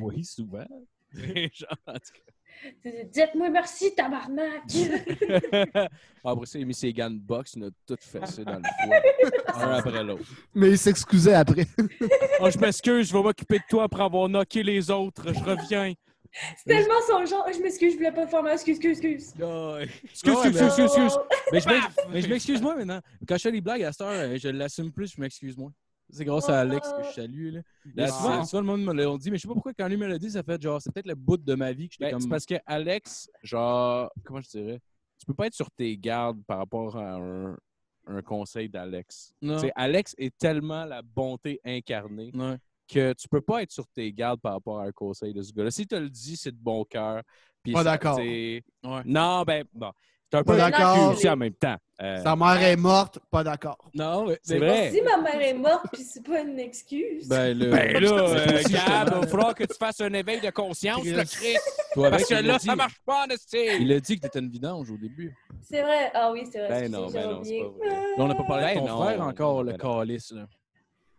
Speaker 1: Oui, souvent.
Speaker 3: Genre, en tout
Speaker 4: Dites-moi merci, tabarnak.
Speaker 3: cas. Ah, Après ça, il a mis ses gants de boxe, il a tout fessé dans le foie. un après l'autre.
Speaker 6: Mais il s'excusait après.
Speaker 3: Oh, je m'excuse, je vais m'occuper de toi après avoir knocké les autres. Je reviens.
Speaker 4: C'est tellement son genre. Je m'excuse, je voulais pas faire mal. Excuse, excuse, excuse.
Speaker 1: Excuse, excuse, excuse, excuse.
Speaker 4: Oh.
Speaker 1: Mais je m'ex-
Speaker 3: Ah!
Speaker 1: mais je m'excuse moi maintenant. Quand je fais les blagues à cette heure, euh, je l'assume plus, je m'excuse moins. C'est grâce à Alex que je salue. Là. Là,
Speaker 3: That's
Speaker 1: souvent,
Speaker 3: it.
Speaker 1: souvent, le monde me l'a dit, mais je sais pas pourquoi quand lui me l'a dit, ça fait genre, c'est peut-être le bout de ma vie que j'étais
Speaker 3: Ben,
Speaker 1: comme.
Speaker 3: C'est parce que Alex, genre, comment je dirais, tu peux pas être sur tes gardes par rapport à un, un conseil d'Alex.
Speaker 1: Non.
Speaker 3: Tu sais, Alex est tellement la bonté incarnée
Speaker 1: Ouais.
Speaker 3: que tu peux pas être sur tes gardes par rapport à un conseil de ce gars-là. Si tu le dis, c'est de bon cœur. puis ça,
Speaker 6: Pas d'accord.
Speaker 3: tu sais-
Speaker 1: Ouais.
Speaker 3: Non, ben, bon. T'es un peu
Speaker 6: Pas
Speaker 3: d'accord
Speaker 6: d'accord.
Speaker 3: aussi en même temps. Euh,
Speaker 6: Sa mère est morte, pas d'accord.
Speaker 1: Non, mais-
Speaker 3: c'est
Speaker 1: mais-
Speaker 3: vrai.
Speaker 9: Si ma mère est morte, puis c'est pas une excuse.
Speaker 1: Ben là,
Speaker 3: Ben là, euh,
Speaker 1: Justement.
Speaker 3: Gab, il va falloir que tu fasses un éveil de conscience,
Speaker 6: Chris.
Speaker 3: le Christ.
Speaker 1: toi avec,
Speaker 3: Parce que
Speaker 1: il
Speaker 3: là,
Speaker 1: a dit-
Speaker 3: ça marche pas, Nasty.
Speaker 1: Il a dit que t'étais une vidange au début.
Speaker 9: C'est vrai. Ah oui, c'est vrai.
Speaker 3: Ben
Speaker 9: excusez,
Speaker 3: non,
Speaker 9: j'ai
Speaker 3: ben non, c'est
Speaker 9: oublié.
Speaker 3: pas vrai.
Speaker 1: Là, on n'a pas parlé
Speaker 3: Ben
Speaker 1: de ton
Speaker 3: non,
Speaker 1: frère encore, le
Speaker 3: ben non.
Speaker 1: calice. Là.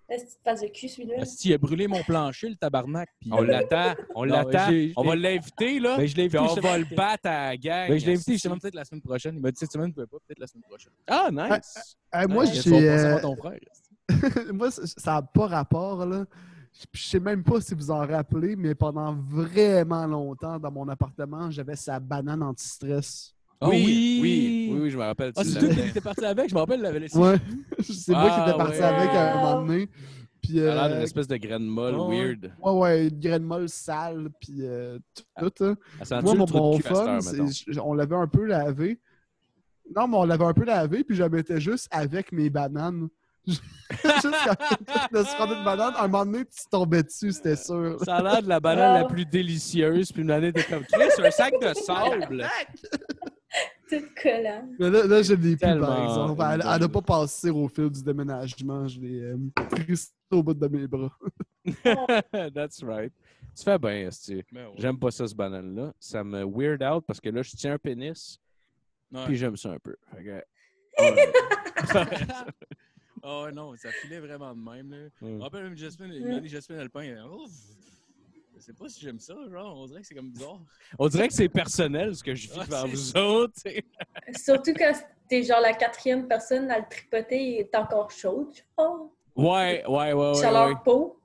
Speaker 9: La petite passe de cul, celui-là.
Speaker 1: Asti, Ah, il a brûlé mon plancher, le tabarnak. puis- euh,
Speaker 3: On l'attend, on
Speaker 1: Non,
Speaker 3: l'attend.
Speaker 1: j'ai-
Speaker 3: On va l'inviter, là.
Speaker 1: Ben, je l'ai
Speaker 3: Puis
Speaker 1: invité.
Speaker 3: on
Speaker 1: justement-
Speaker 3: va le battre à la gang.
Speaker 1: Ben, je l'ai invité
Speaker 3: Asti.
Speaker 1: justement peut-être la semaine prochaine. Il m'a dit cette semaine, il ne pouvait pas, peut-être la semaine prochaine.
Speaker 3: Ah, nice.
Speaker 6: Eh, moi,
Speaker 1: Ah, tu vas
Speaker 6: j'ai.
Speaker 1: pas
Speaker 6: euh,
Speaker 1: savoir ton frère.
Speaker 6: moi, c- ça n'a pas rapport, là. Je- Je sais même pas si vous en rappelez, mais pendant vraiment longtemps, dans mon appartement, j'avais sa banane anti-stress.
Speaker 1: Ah
Speaker 3: oui, oui, oui, oui, je me rappelle.
Speaker 1: Ah,
Speaker 3: tu
Speaker 1: c'est
Speaker 3: l'avais.
Speaker 1: toi qui étais parti avec, je m'en rappelle, l'avait laissé.
Speaker 6: Ouais. C'est moi qui
Speaker 3: Ah,
Speaker 6: étais parti
Speaker 3: ouais.
Speaker 6: avec à un moment donné. Puis,
Speaker 3: Ça a l'air d'une
Speaker 6: euh,
Speaker 3: espèce de graine molle
Speaker 1: Ah, ouais.
Speaker 3: weird.
Speaker 6: ouais, ouais, une graine molle sale, puis euh, tout.
Speaker 3: Ah.
Speaker 6: hein.
Speaker 3: Elle sent-tu
Speaker 6: Moi,
Speaker 3: le
Speaker 6: mon,
Speaker 3: trou de
Speaker 6: mon
Speaker 3: cul à cette
Speaker 6: fun,
Speaker 3: heure,
Speaker 6: c'est-
Speaker 3: mettons?
Speaker 6: je- on l'avait un peu lavé. Non, mais on l'avait un peu lavé, puis je la mettais juste avec mes bananes. juste quand je me suis rendu de banane, à un moment donné, tu tombais dessus, c'était sûr.
Speaker 1: Ça a l'air de la banane
Speaker 9: Ah.
Speaker 1: la plus délicieuse. Puis une année, t'es comme
Speaker 3: Chris, un sac de sable.
Speaker 9: Toute collante.
Speaker 6: Mais là, là, je l'ai plus,
Speaker 1: Tellement
Speaker 6: par exemple. Elle- Elle
Speaker 1: une
Speaker 6: n'a
Speaker 1: bonne-
Speaker 6: pas passé au fil du déménagement. Je l'ai euh, crissé au bout de mes bras.
Speaker 3: That's right. Tu fais bien, Esti. J'aime pas ça, ce banane-là. Ça me weird out parce que là, je tiens un pénis.
Speaker 1: Ouais.
Speaker 3: Puis j'aime ça un peu. Fait que-
Speaker 1: Oh non, ça filait vraiment de même. Là. Je me
Speaker 3: Mm.
Speaker 1: rappelle même Jasmine, une année, Jasmine Alpin, elle Ouf, Je sais pas si j'aime ça, genre, on dirait que c'est comme bizarre.
Speaker 3: On dirait que c'est personnel ce que je vis
Speaker 1: Ah,
Speaker 3: devant
Speaker 1: c'est
Speaker 3: vous autres. tu sais.
Speaker 9: Surtout quand t'es genre la quatrième personne à le tripoter, il est encore chaud. Oh,
Speaker 3: Ouais, ouais, ouais, ouais.
Speaker 9: chaleur
Speaker 3: ouais.
Speaker 9: peau.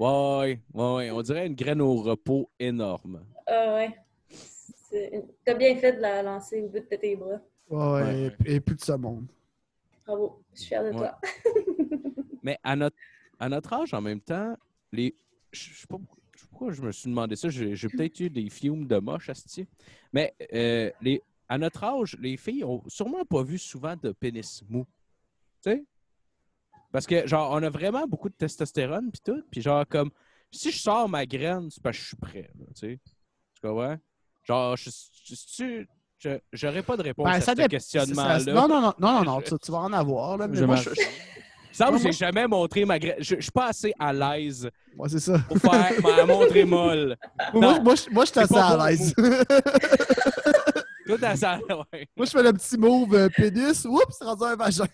Speaker 3: Ouais, ouais, ouais, ouais. On dirait une graine au repos énorme.
Speaker 9: Ah ouais. C'est une- T'as bien fait de la lancer au bout de tes bras.
Speaker 6: Ouais,
Speaker 1: Ouais.
Speaker 6: Et, et plus de ce monde.
Speaker 9: Bravo. Je suis fière de
Speaker 3: Ouais.
Speaker 9: toi.
Speaker 3: Mais à notre, à notre âge, en même temps, les. Je je sais pas pourquoi- je sais pas pourquoi je me suis demandé ça. J'ai j'ai peut-être eu des fumes de moche, asti. Mais euh, les, à notre âge, les filles ont sûrement pas vu souvent de pénis mou. Tu sais? Parce que, genre, on a vraiment beaucoup de testostérone, puis tout. Puis, genre, comme, si je sors ma graine, c'est parce que je suis prêt, là, tu sais? Tu comprends? Genre, je, je, je- je- j'aurais pas de réponse
Speaker 6: Ben,
Speaker 3: à
Speaker 6: ça
Speaker 3: ce
Speaker 6: dépend-
Speaker 3: questionnement-là.
Speaker 6: Ça- ça- non, non, non, non, non, non, tu, tu vas en avoir. Là, mais
Speaker 1: Je
Speaker 6: moi,
Speaker 1: m'en-
Speaker 6: je-
Speaker 3: Il semble
Speaker 6: Moi,
Speaker 3: que j'ai jamais montré ma graine. Je, je suis pas assez à l'aise
Speaker 6: ouais, c'est ça.
Speaker 3: pour faire ma montre est molle.
Speaker 6: Moi, je- moi, je- moi, je suis
Speaker 3: C'est
Speaker 6: assez
Speaker 3: pas
Speaker 6: à l'aise.
Speaker 3: Tout à ça, ouais.
Speaker 6: moi, je fais le petit move euh, pénis. Oups, rendu un vagin.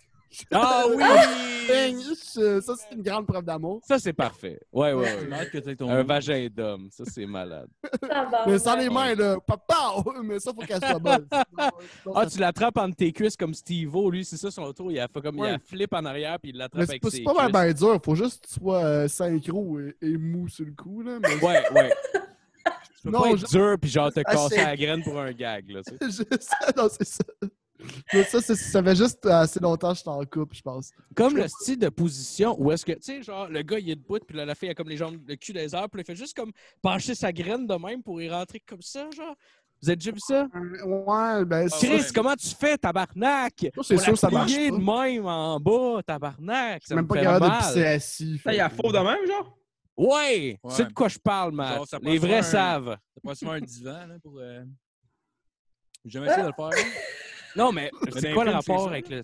Speaker 3: Ah
Speaker 6: Bang!
Speaker 3: oui!
Speaker 6: Je- euh, ça, c'est une grande preuve d'amour.
Speaker 3: Ça, c'est parfait. Ouais, ouais, ouais.
Speaker 1: que t'aies ton.
Speaker 3: Un vagin d'homme, ça, c'est malade.
Speaker 6: Mais
Speaker 9: Tabarnak.
Speaker 6: sans les mains, là, papa! Mais ça, faut qu'elle soit bonne.
Speaker 3: Ah, tu l'attrapes entre tes cuisses comme Steve-O, lui, c'est ça son tour. Il a fait comme il a
Speaker 6: Ouais.
Speaker 3: flip en arrière puis il l'attrape
Speaker 6: Mais c'est
Speaker 3: avec
Speaker 6: pas,
Speaker 3: ses
Speaker 6: c'est pas bien
Speaker 3: cuisses.
Speaker 6: ben dur, faut juste que tu sois euh, synchro et, et mou sur le coup. Là, mais
Speaker 3: Ouais, ouais. Tu peux
Speaker 6: Non,
Speaker 3: pas être
Speaker 6: je-
Speaker 3: dur puis genre te
Speaker 6: Ah,
Speaker 3: casser
Speaker 6: c'est-
Speaker 3: la graine pour un gag, là. tu sais.
Speaker 6: juste- ah, non, c'est ça. Mais ça, c'est- ça fait juste euh, assez longtemps que je t'en coupe, je pense.
Speaker 3: Comme le style de position où est-ce que, tu sais, genre, le gars, il est debout, puis là, la fille a comme les jambes, le cul des airs, puis là, il fait juste comme pencher sa graine de même pour y rentrer comme ça, genre. Vous êtes déjà vu ça?
Speaker 6: Euh, Ouais, ben, c'est
Speaker 3: Chris,
Speaker 1: Ah ouais.
Speaker 3: comment tu fais, tabarnak?
Speaker 6: sûr- c'est
Speaker 3: Pour
Speaker 6: sûr
Speaker 3: la
Speaker 6: que ça marche.
Speaker 3: plier
Speaker 6: pas.
Speaker 3: de même en bas, tabarnak.
Speaker 6: Je suis
Speaker 3: Ça
Speaker 6: même
Speaker 3: me
Speaker 6: pas
Speaker 3: fait
Speaker 6: capable de
Speaker 3: mal.
Speaker 6: pisser assis.
Speaker 2: Ça, il y a faux de même, genre.
Speaker 3: Ouais,
Speaker 1: Ouais.
Speaker 3: c'est de quoi je parle, Matt.
Speaker 1: Genre, ça
Speaker 3: Les
Speaker 1: prend
Speaker 3: vrais
Speaker 1: un-
Speaker 3: savent.
Speaker 1: T'as pas souvent un divan, là, pour. euh, J'ai jamais essayé de le faire.
Speaker 3: Non, mais
Speaker 1: Mais
Speaker 3: c'est
Speaker 1: dans
Speaker 3: quoi le
Speaker 1: les films, c'est
Speaker 3: rapport
Speaker 1: ça.
Speaker 3: avec le,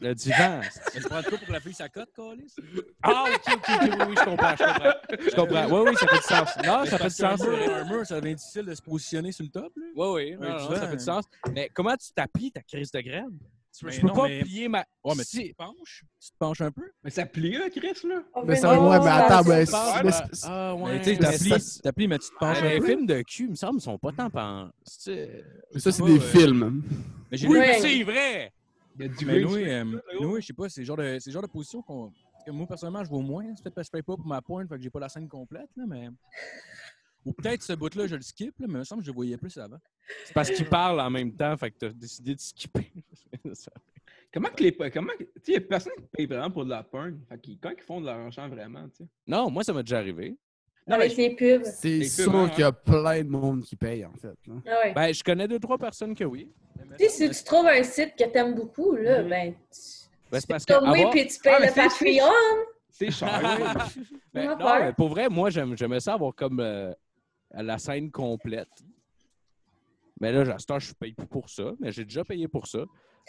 Speaker 3: le divan?
Speaker 1: Mais tu prends de quoi pour la fille, ça cote, calice?
Speaker 3: Ah, ok, ok, ok, oui, oui, je comprends, je comprends. Je comprends. Oui, oui, ça fait du sens. Non,
Speaker 1: Mais
Speaker 3: ça fait du
Speaker 1: parce qu'un
Speaker 3: sens. c'est vrai.
Speaker 1: mur- Un mur, ça devient difficile de se positionner sur le top, là.
Speaker 3: Oui, oui, non,
Speaker 1: Un
Speaker 3: non,
Speaker 1: divan,
Speaker 3: ça fait
Speaker 1: hein.
Speaker 3: du sens. Mais comment tu t'appuies ta crise de graine?
Speaker 1: Mais
Speaker 3: je peux
Speaker 1: non,
Speaker 3: pas
Speaker 1: mais-
Speaker 3: plier ma.
Speaker 1: Ouais, mais tu
Speaker 3: Si-
Speaker 1: te penches? Tu te penches un peu?
Speaker 2: Mais ça plie, là, Chris, là.
Speaker 9: On
Speaker 6: Mais
Speaker 9: veut
Speaker 6: ça,
Speaker 9: une
Speaker 6: ouais, mais attends,
Speaker 9: relation
Speaker 6: mais,
Speaker 3: Ah,
Speaker 6: c'est- mais c'est-
Speaker 3: Ah, ouais.
Speaker 1: Mais tu sais,
Speaker 3: mais ça-
Speaker 1: t'applies- t'applies, mais tu te penches
Speaker 3: Ah,
Speaker 1: un
Speaker 3: les
Speaker 1: peu.
Speaker 3: films de cul, il me semble, sont pas tant pens. c'est-
Speaker 6: mais ça, c'est
Speaker 1: pas,
Speaker 6: des
Speaker 1: euh,
Speaker 6: films.
Speaker 1: Mais j'ai
Speaker 3: Oui,
Speaker 1: lu-
Speaker 9: Ouais.
Speaker 3: mais c'est vrai!
Speaker 2: Il y a du
Speaker 3: Ben
Speaker 1: Mais
Speaker 2: gris.
Speaker 1: Noé, euh,
Speaker 2: là-haut.
Speaker 1: Noé, je sais pas, c'est le genre de, c'est le genre de position qu'on. que moi, personnellement, je vois moins. hein. C'est peut-être parce que je paye pas pour ma pointe, fait que j'ai pas la scène complète, là, mais. Ou peut-être ce bout-là, je le skip, là, mais il me semble que je le voyais plus avant.
Speaker 3: C'est parce qu'ils parlent en même temps, fait que t'as décidé de skipper.
Speaker 2: Comment que les. Comment. que- Tu sais, il y a personne qui paye vraiment pour de la porn. Fait qu'ils, quand ils font de l'argent vraiment, tu sais.
Speaker 3: non, moi, ça m'est déjà arrivé.
Speaker 2: Non, mais
Speaker 4: Euh,
Speaker 9: Avec les
Speaker 3: Ah,
Speaker 9: pubs.
Speaker 6: C'est
Speaker 2: les
Speaker 6: sûr
Speaker 2: films, hein.
Speaker 6: qu'il y a plein de monde qui paye, en fait. là.
Speaker 9: Ah ouais.
Speaker 3: Ben, je connais deux, trois personnes que oui.
Speaker 9: Tu sais, si tu trouves un site que t'aimes beaucoup, là, ben, tu
Speaker 3: Ben, c'est parce Mm-hmm. que.
Speaker 9: Comme oui,
Speaker 3: avoir-
Speaker 9: puis tu
Speaker 2: Ah,
Speaker 9: payes
Speaker 2: mais
Speaker 9: le
Speaker 2: c'est-
Speaker 9: Patreon.
Speaker 2: C'est cher.
Speaker 3: Ben,
Speaker 9: mon
Speaker 3: non,
Speaker 9: affaire.
Speaker 3: mais pour vrai, moi, j'aime- j'aimais ça avoir comme euh, la scène complète. Mais là, à ce temps, je paye plus pour ça, mais j'ai déjà payé pour ça.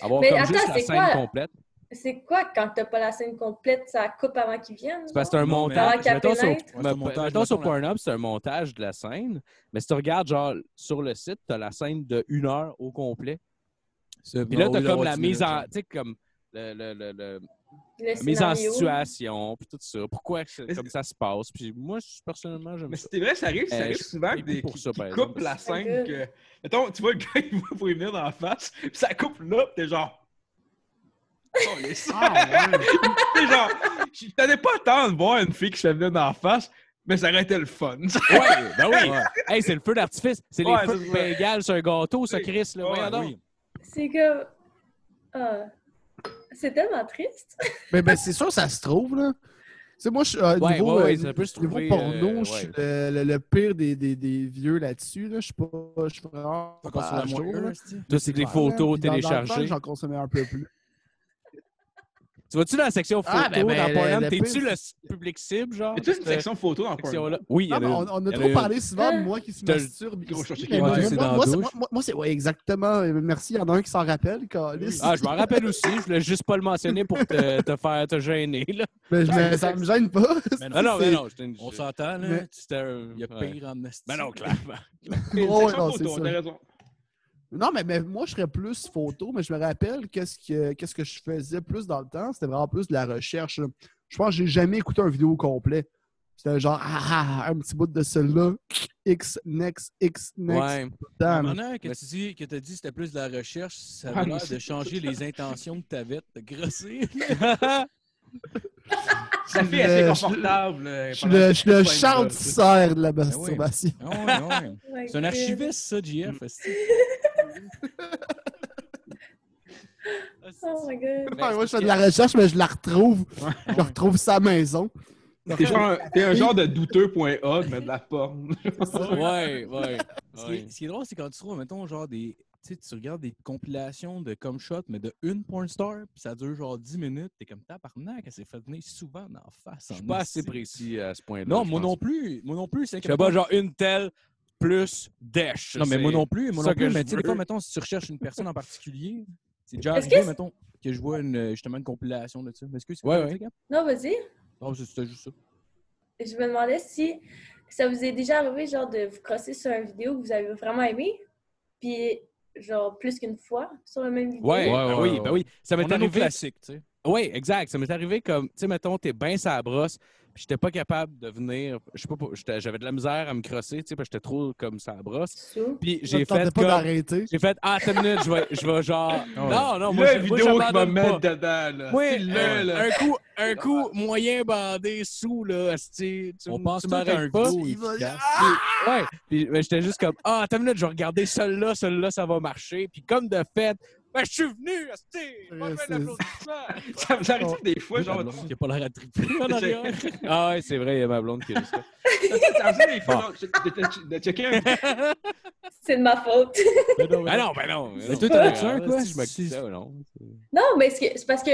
Speaker 3: Avoir
Speaker 4: Mais
Speaker 3: comme
Speaker 4: attends,
Speaker 3: juste la
Speaker 4: c'est
Speaker 3: scène
Speaker 4: quoi?
Speaker 3: complète.
Speaker 4: C'est quoi quand t'as pas la scène complète, ça coupe avant qu'ils viennent?
Speaker 3: C'est parce que c'est
Speaker 4: genre?
Speaker 3: un Non, mais-
Speaker 4: Avant
Speaker 3: montage.
Speaker 4: qu'il
Speaker 3: Mettons sur,
Speaker 4: appelle l'être.
Speaker 3: me-
Speaker 1: Ouais, c'est un montage,
Speaker 3: mettons sur
Speaker 1: mettons
Speaker 3: Pornhub, c'est un montage de la scène. Mais si tu regardes, genre, sur le site, t'as la scène de une heure au complet. Puis là, t'as comme la mise en... Tu sais, comme... Le, le- le- le-
Speaker 4: Le
Speaker 3: la mise en
Speaker 4: scénario.
Speaker 3: situation, puis tout ça. Pourquoi que-
Speaker 2: Mais
Speaker 3: comme ça se passe. Puis moi, je- personnellement, j'aime
Speaker 2: Mais
Speaker 3: ça.
Speaker 2: c'était vrai, ça arrive, ça
Speaker 3: Euh,
Speaker 2: arrive
Speaker 3: je
Speaker 2: souvent que
Speaker 3: paye
Speaker 2: des
Speaker 3: pour
Speaker 2: qui,
Speaker 3: ça,
Speaker 2: qui
Speaker 3: par exemple.
Speaker 2: coupent la
Speaker 4: Oh my
Speaker 2: scène. Que... Mettons, tu vois le gars, il va pour y venir dans la face, puis ça coupe là, puis t'es genre. Oh, les
Speaker 8: Ah,
Speaker 2: T'es genre. Je t'avais pas tant de voir une fille qui se fait venir dans la face, mais ça aurait été le fun.
Speaker 3: Ouais, ben oui. Hey, c'est le feu d'artifice. C'est
Speaker 2: Ouais,
Speaker 3: les feux
Speaker 2: c'est
Speaker 3: de
Speaker 2: ça.
Speaker 3: Bengale sur un gâteau, ça, Chris. Là,
Speaker 2: Ouais,
Speaker 3: voyons donc.
Speaker 2: oui.
Speaker 4: C'est comme. Ah. C'est tellement triste.
Speaker 8: Mais ben, c'est sûr, ça se trouve, là. Tu sais, moi, je suis. euh,
Speaker 3: Ouais,
Speaker 8: niveau,
Speaker 3: ouais, ouais,
Speaker 8: euh,
Speaker 3: ça peut se
Speaker 8: niveau
Speaker 3: trouver,
Speaker 8: porno,
Speaker 3: euh,
Speaker 8: je suis
Speaker 3: ouais.
Speaker 8: le, le- le pire des, des, des vieux là-dessus. Là. Je suis pas. Je suis vraiment.
Speaker 3: Faut qu'on soit la
Speaker 8: à
Speaker 3: moins
Speaker 8: jour,
Speaker 3: un,
Speaker 8: là.
Speaker 3: Toi, c'est des
Speaker 8: Ouais,
Speaker 3: photos
Speaker 8: là. Puis dans- dans le temps,
Speaker 3: téléchargées.
Speaker 8: J'en consommais un peu plus.
Speaker 3: Tu vas-tu dans la section photo
Speaker 8: Ah, ben, ben,
Speaker 3: dans
Speaker 8: le-
Speaker 3: Pornhub?
Speaker 8: le
Speaker 3: T'es-tu
Speaker 8: pire,
Speaker 3: le s- public cible, genre?
Speaker 2: Et tu
Speaker 8: Euh,
Speaker 2: une
Speaker 3: cette
Speaker 2: section photo dans Pornhub.
Speaker 3: section-là? Oui, il y
Speaker 8: Non,
Speaker 3: en a
Speaker 8: Ah, mais
Speaker 3: une.
Speaker 8: on, on a
Speaker 3: Il y en
Speaker 8: trop
Speaker 3: une.
Speaker 8: parlé souvent de moi qui se
Speaker 3: Je te-
Speaker 8: masturbe.
Speaker 2: Gros chercher
Speaker 8: ici.
Speaker 2: quelqu'un.
Speaker 8: Moi,
Speaker 3: Ouais, c'est dans
Speaker 8: moi,
Speaker 3: la
Speaker 8: c'est-
Speaker 3: douche.
Speaker 8: moi- moi, c'est. Oui, exactement. Euh, Merci. Il y en a un qui s'en rappelle, Calis.
Speaker 3: Ah, je m'en rappelle aussi. Je voulais juste pas le mentionner pour te, te faire te gêner. Là. Ah,
Speaker 8: Mais je me- ça me gêne pas.
Speaker 3: Non, non, mais non. j'étais une-
Speaker 1: On s'entend, là.
Speaker 8: Mais-
Speaker 3: C'était un...
Speaker 1: Il y a
Speaker 3: ouais.
Speaker 1: pire en esti.
Speaker 3: Ben non, clairement.
Speaker 2: Une
Speaker 8: Ouais,
Speaker 2: section
Speaker 8: non, c'est
Speaker 2: photo,
Speaker 8: ça.
Speaker 2: t'as raison.
Speaker 8: Non, mais, mais moi, je serais plus photo, mais je me rappelle qu'est-ce que, qu'est-ce que je faisais plus dans le temps. C'était vraiment plus de la recherche. là. Je pense que j'ai jamais écouté un vidéo complet. C'était genre, ah, ah, un petit bout de celle-là, X, next, X, next.
Speaker 3: Ouais.
Speaker 8: Damn.
Speaker 1: Maintenant que tu dis que t'as dit que c'était plus de la recherche, ça
Speaker 2: Ah,
Speaker 1: a
Speaker 2: mais
Speaker 1: l'air
Speaker 2: c'est-
Speaker 1: de changer les intentions que t'avais de grossir.
Speaker 2: Ça fait
Speaker 8: Je-
Speaker 2: assez
Speaker 8: je-
Speaker 2: confortable. euh,
Speaker 8: Je suis
Speaker 2: pendant
Speaker 8: le, je suis le
Speaker 2: cinq
Speaker 8: Charles
Speaker 2: minutes.
Speaker 8: Tissère de la
Speaker 3: Ben
Speaker 8: masturbation.
Speaker 1: Ah ouais, ah ouais.
Speaker 4: Ouais,
Speaker 1: C'est un
Speaker 3: Euh,
Speaker 4: que-
Speaker 1: archiviste, ça, JF.
Speaker 3: mm.
Speaker 4: Oh my god.
Speaker 8: Ouais, moi, je fais de la recherche, mais je la retrouve.
Speaker 2: Ouais.
Speaker 8: Je la retrouve sa maison.
Speaker 2: T'es genre un- T'es un genre de douteux.org, mais de la porn.
Speaker 1: Ouais, ouais.
Speaker 3: Ce
Speaker 1: Ce
Speaker 3: qui
Speaker 1: qui,
Speaker 3: est-
Speaker 1: est, drôle, c'est quand tu trouves, mettons, genre des. Tu sais, tu regardes des compilations de comme shot, mais de une porn star, puis ça dure genre 10 minutes, t'es comme tabarnak, elle s'est fait venir souvent en face.
Speaker 3: Je suis pas assez précis à ce point-là.
Speaker 1: Non,
Speaker 3: je
Speaker 1: moi
Speaker 3: pense.
Speaker 1: non plus. Moi non plus, c'est
Speaker 3: Je fais pas genre une telle plus dèche.
Speaker 1: Non, mais moi non plus, moi
Speaker 3: ça
Speaker 1: non
Speaker 3: que
Speaker 1: plus.
Speaker 3: je
Speaker 1: Mais tu sais, des
Speaker 3: veux.
Speaker 1: fois, mettons, si tu recherches une personne en particulier, c'est déjà
Speaker 4: Est-ce
Speaker 1: arrivé,
Speaker 4: que-
Speaker 1: mettons, que je vois une, justement une compilation de ça. Mais Est-ce que c'est
Speaker 3: Ouais,
Speaker 1: quoi,
Speaker 3: ouais.
Speaker 1: ça, Gab?
Speaker 4: Non, vas-y.
Speaker 1: Non, c'est- c'était juste ça.
Speaker 4: Je me demandais si ça vous est déjà arrivé, genre, de vous crosser sur une vidéo que vous avez vraiment aimé, puis, genre, plus qu'une fois sur la même vidéo.
Speaker 3: Ouais,
Speaker 1: Ouais,
Speaker 3: ben
Speaker 1: ouais,
Speaker 3: oui,
Speaker 1: ouais, ouais.
Speaker 3: ben oui. Ça m'est
Speaker 1: arrivé
Speaker 3: arrivé.
Speaker 1: classique, tu sais.
Speaker 3: Oui, exact. Ça m'est arrivé comme, tu sais, mettons, t'es bien sa brosse, puis j'étais pas capable de venir. Je sais pas, pour- j'étais- j'avais de la misère à me crosser, tu sais, parce que j'étais trop comme sa brosse.
Speaker 4: Sous.
Speaker 3: Puis
Speaker 8: Je ne
Speaker 3: j'ai
Speaker 8: tentais
Speaker 3: fait
Speaker 8: pas
Speaker 3: comme-
Speaker 8: d'arrêter.
Speaker 3: J'ai fait, ah, attends une minute, je vais, je vais genre.
Speaker 1: Ah
Speaker 3: Non, non, moi,
Speaker 2: la
Speaker 3: je-
Speaker 2: vidéo
Speaker 3: moi,
Speaker 2: qui va
Speaker 3: j'abandonne pas.
Speaker 2: mettre dedans, là.
Speaker 3: Oui, euh,
Speaker 2: C'est le,
Speaker 3: un,
Speaker 2: là.
Speaker 3: un coup, un coup moyen bandé sous là, asti, tu,
Speaker 1: On pense
Speaker 3: tu
Speaker 1: tout à un
Speaker 3: m'arrêtes pas.
Speaker 1: vidéo
Speaker 8: Il va-
Speaker 1: efficace.
Speaker 3: Ouais, puis ben, j'étais juste comme ah, attends une minute, je vais regarder celle-là, celle-là ça va marcher. Puis comme de fait, ben je suis venu, asti, pas
Speaker 8: Ouais,
Speaker 3: plein
Speaker 8: c'est-
Speaker 3: d'applaudissements.
Speaker 2: Ça me arrive des fois, genre.
Speaker 1: Il n'y a pas l'air attribué en
Speaker 2: C'est-
Speaker 1: arrière.
Speaker 3: Ah ouais, c'est vrai, il y a ma blonde qui a dit ça.
Speaker 2: Ça me fait des fois, genre, de- de- de- de checker un
Speaker 4: C'est de ma faute.
Speaker 1: Mais non, mais
Speaker 3: Ben
Speaker 1: non.
Speaker 3: non, ben non.
Speaker 1: Mais toi, t'en as-tu un,
Speaker 3: Ah,
Speaker 1: toi?
Speaker 3: si Je me
Speaker 1: Si-
Speaker 3: ça, non.
Speaker 4: non, mais c'est que- c'est parce que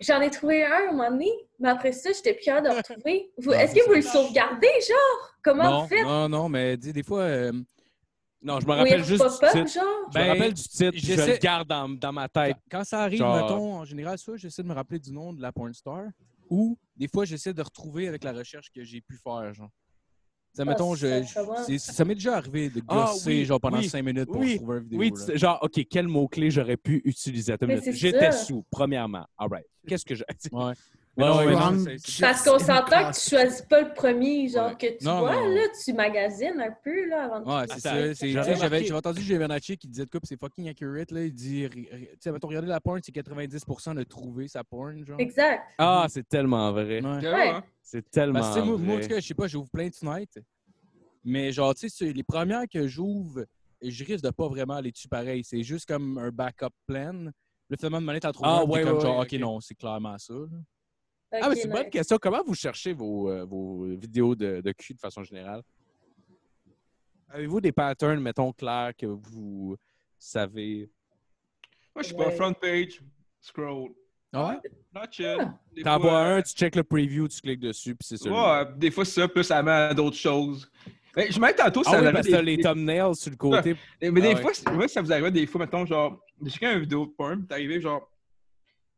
Speaker 4: j'en ai trouvé un à un moment donné, mais après ça, j'étais plus capable de le retrouver. Vous-
Speaker 1: Ah,
Speaker 4: Est-ce que
Speaker 1: c'est
Speaker 4: vous le
Speaker 1: ça.
Speaker 4: sauvegardez, genre? Comment
Speaker 1: Non,
Speaker 4: vous faites?
Speaker 1: non, non, mais dis, des fois, euh,
Speaker 3: Non, je me
Speaker 4: Oui,
Speaker 3: rappelle juste du
Speaker 4: pop-up, genre?
Speaker 3: titre. Je me
Speaker 1: Ben,
Speaker 3: rappelle du titre, puis je
Speaker 1: j'essaie-
Speaker 3: le garde dans, dans ma tête.
Speaker 1: quand- quand ça arrive,
Speaker 3: Genre-
Speaker 1: mettons, en général, ça, j'essaie de me rappeler du nom de la porn star ou des fois, j'essaie de retrouver avec la recherche que j'ai pu faire, genre. Ça, mettons,
Speaker 4: c'est
Speaker 1: je,
Speaker 4: Ah, ça, ça va.
Speaker 1: je- c'est- ça m'est déjà arrivé de
Speaker 3: Ah,
Speaker 1: gosser,
Speaker 3: oui,
Speaker 1: genre, pendant
Speaker 3: oui,
Speaker 1: cinq minutes pour
Speaker 3: oui,
Speaker 1: trouver une vidéo.
Speaker 3: Oui,
Speaker 1: là.
Speaker 3: tu- genre, OK, quel mot-clé j'aurais pu utiliser? Attends une
Speaker 4: Mais
Speaker 3: minute.
Speaker 4: c'est
Speaker 3: J'étais
Speaker 4: ça.
Speaker 3: sous, premièrement. All right. Qu'est-ce que j'ai.
Speaker 1: Ouais.
Speaker 3: Mais
Speaker 1: Ouais,
Speaker 3: non,
Speaker 1: ouais,
Speaker 3: mais
Speaker 1: non,
Speaker 8: non,
Speaker 1: c'est- c'est-
Speaker 4: Parce qu'on s'entend que tu choisis pas le premier, genre,
Speaker 1: Ouais.
Speaker 4: que tu
Speaker 1: Non,
Speaker 4: vois,
Speaker 1: non, non.
Speaker 4: là, tu magasines un peu, là, avant de...
Speaker 1: Ouais, c'est ça.
Speaker 3: Attends,
Speaker 1: c'est-
Speaker 4: j'aurais
Speaker 1: tu sais, J'avais
Speaker 3: marqué-
Speaker 1: j'avais entendu Giovanacci qui disait de quoi, puis c'est fucking accurate. Là, il dit, ri- ri- tu sais, mettons, regardez la porn, c'est 90% de trouver sa porn, genre.
Speaker 4: Exact.
Speaker 3: Ah, c'est tellement vrai.
Speaker 1: Ouais.
Speaker 4: Ouais.
Speaker 2: Vraiment, hein.
Speaker 3: C'est tellement
Speaker 1: Parce que, tu sais, Bah, moi, moi, en tout
Speaker 3: vrai.
Speaker 1: cas, je sais pas, j'ouvre plein de fenêtres. Mais genre, tu sais, c'est les premières que j'ouvre, je risque de pas vraiment aller dessus pareil. C'est juste comme un backup plan. Le finalement, de monnaie, t'en trouves
Speaker 3: Ah,
Speaker 1: un, puis
Speaker 3: ouais,
Speaker 1: t'es comme
Speaker 3: ouais,
Speaker 1: genre,
Speaker 3: ouais,
Speaker 1: OK,
Speaker 3: ok.
Speaker 1: non, c'est clairement ça. là.
Speaker 3: Ah, mais
Speaker 4: Ok,
Speaker 3: c'est une
Speaker 4: nice.
Speaker 3: bonne question. Comment vous cherchez vos, euh, vos vidéos de, de cul de façon générale? Avez-vous des patterns, mettons, clairs que vous savez?
Speaker 2: Moi, je suis pas
Speaker 4: Ouais.
Speaker 2: front page, scroll.
Speaker 1: Ah ouais?
Speaker 2: Not chill. Des
Speaker 3: T'en
Speaker 2: fois,
Speaker 3: vois un, tu checkes le preview, tu cliques dessus, puis c'est celui
Speaker 2: Ouais, des fois, c'est ça, plus ça mène à d'autres choses. Ben, je m'en tantôt, ça
Speaker 3: Ah oui,
Speaker 2: arrivait
Speaker 3: parce que
Speaker 2: des-
Speaker 3: t'as les thumbnails sur le côté.
Speaker 2: Mais mais des
Speaker 3: Ah ouais.
Speaker 2: fois, c'est- moi, ça vous arrive des fois, mettons, genre, j'ai chacun une vidéo de porn, puis t'es arrivé, genre,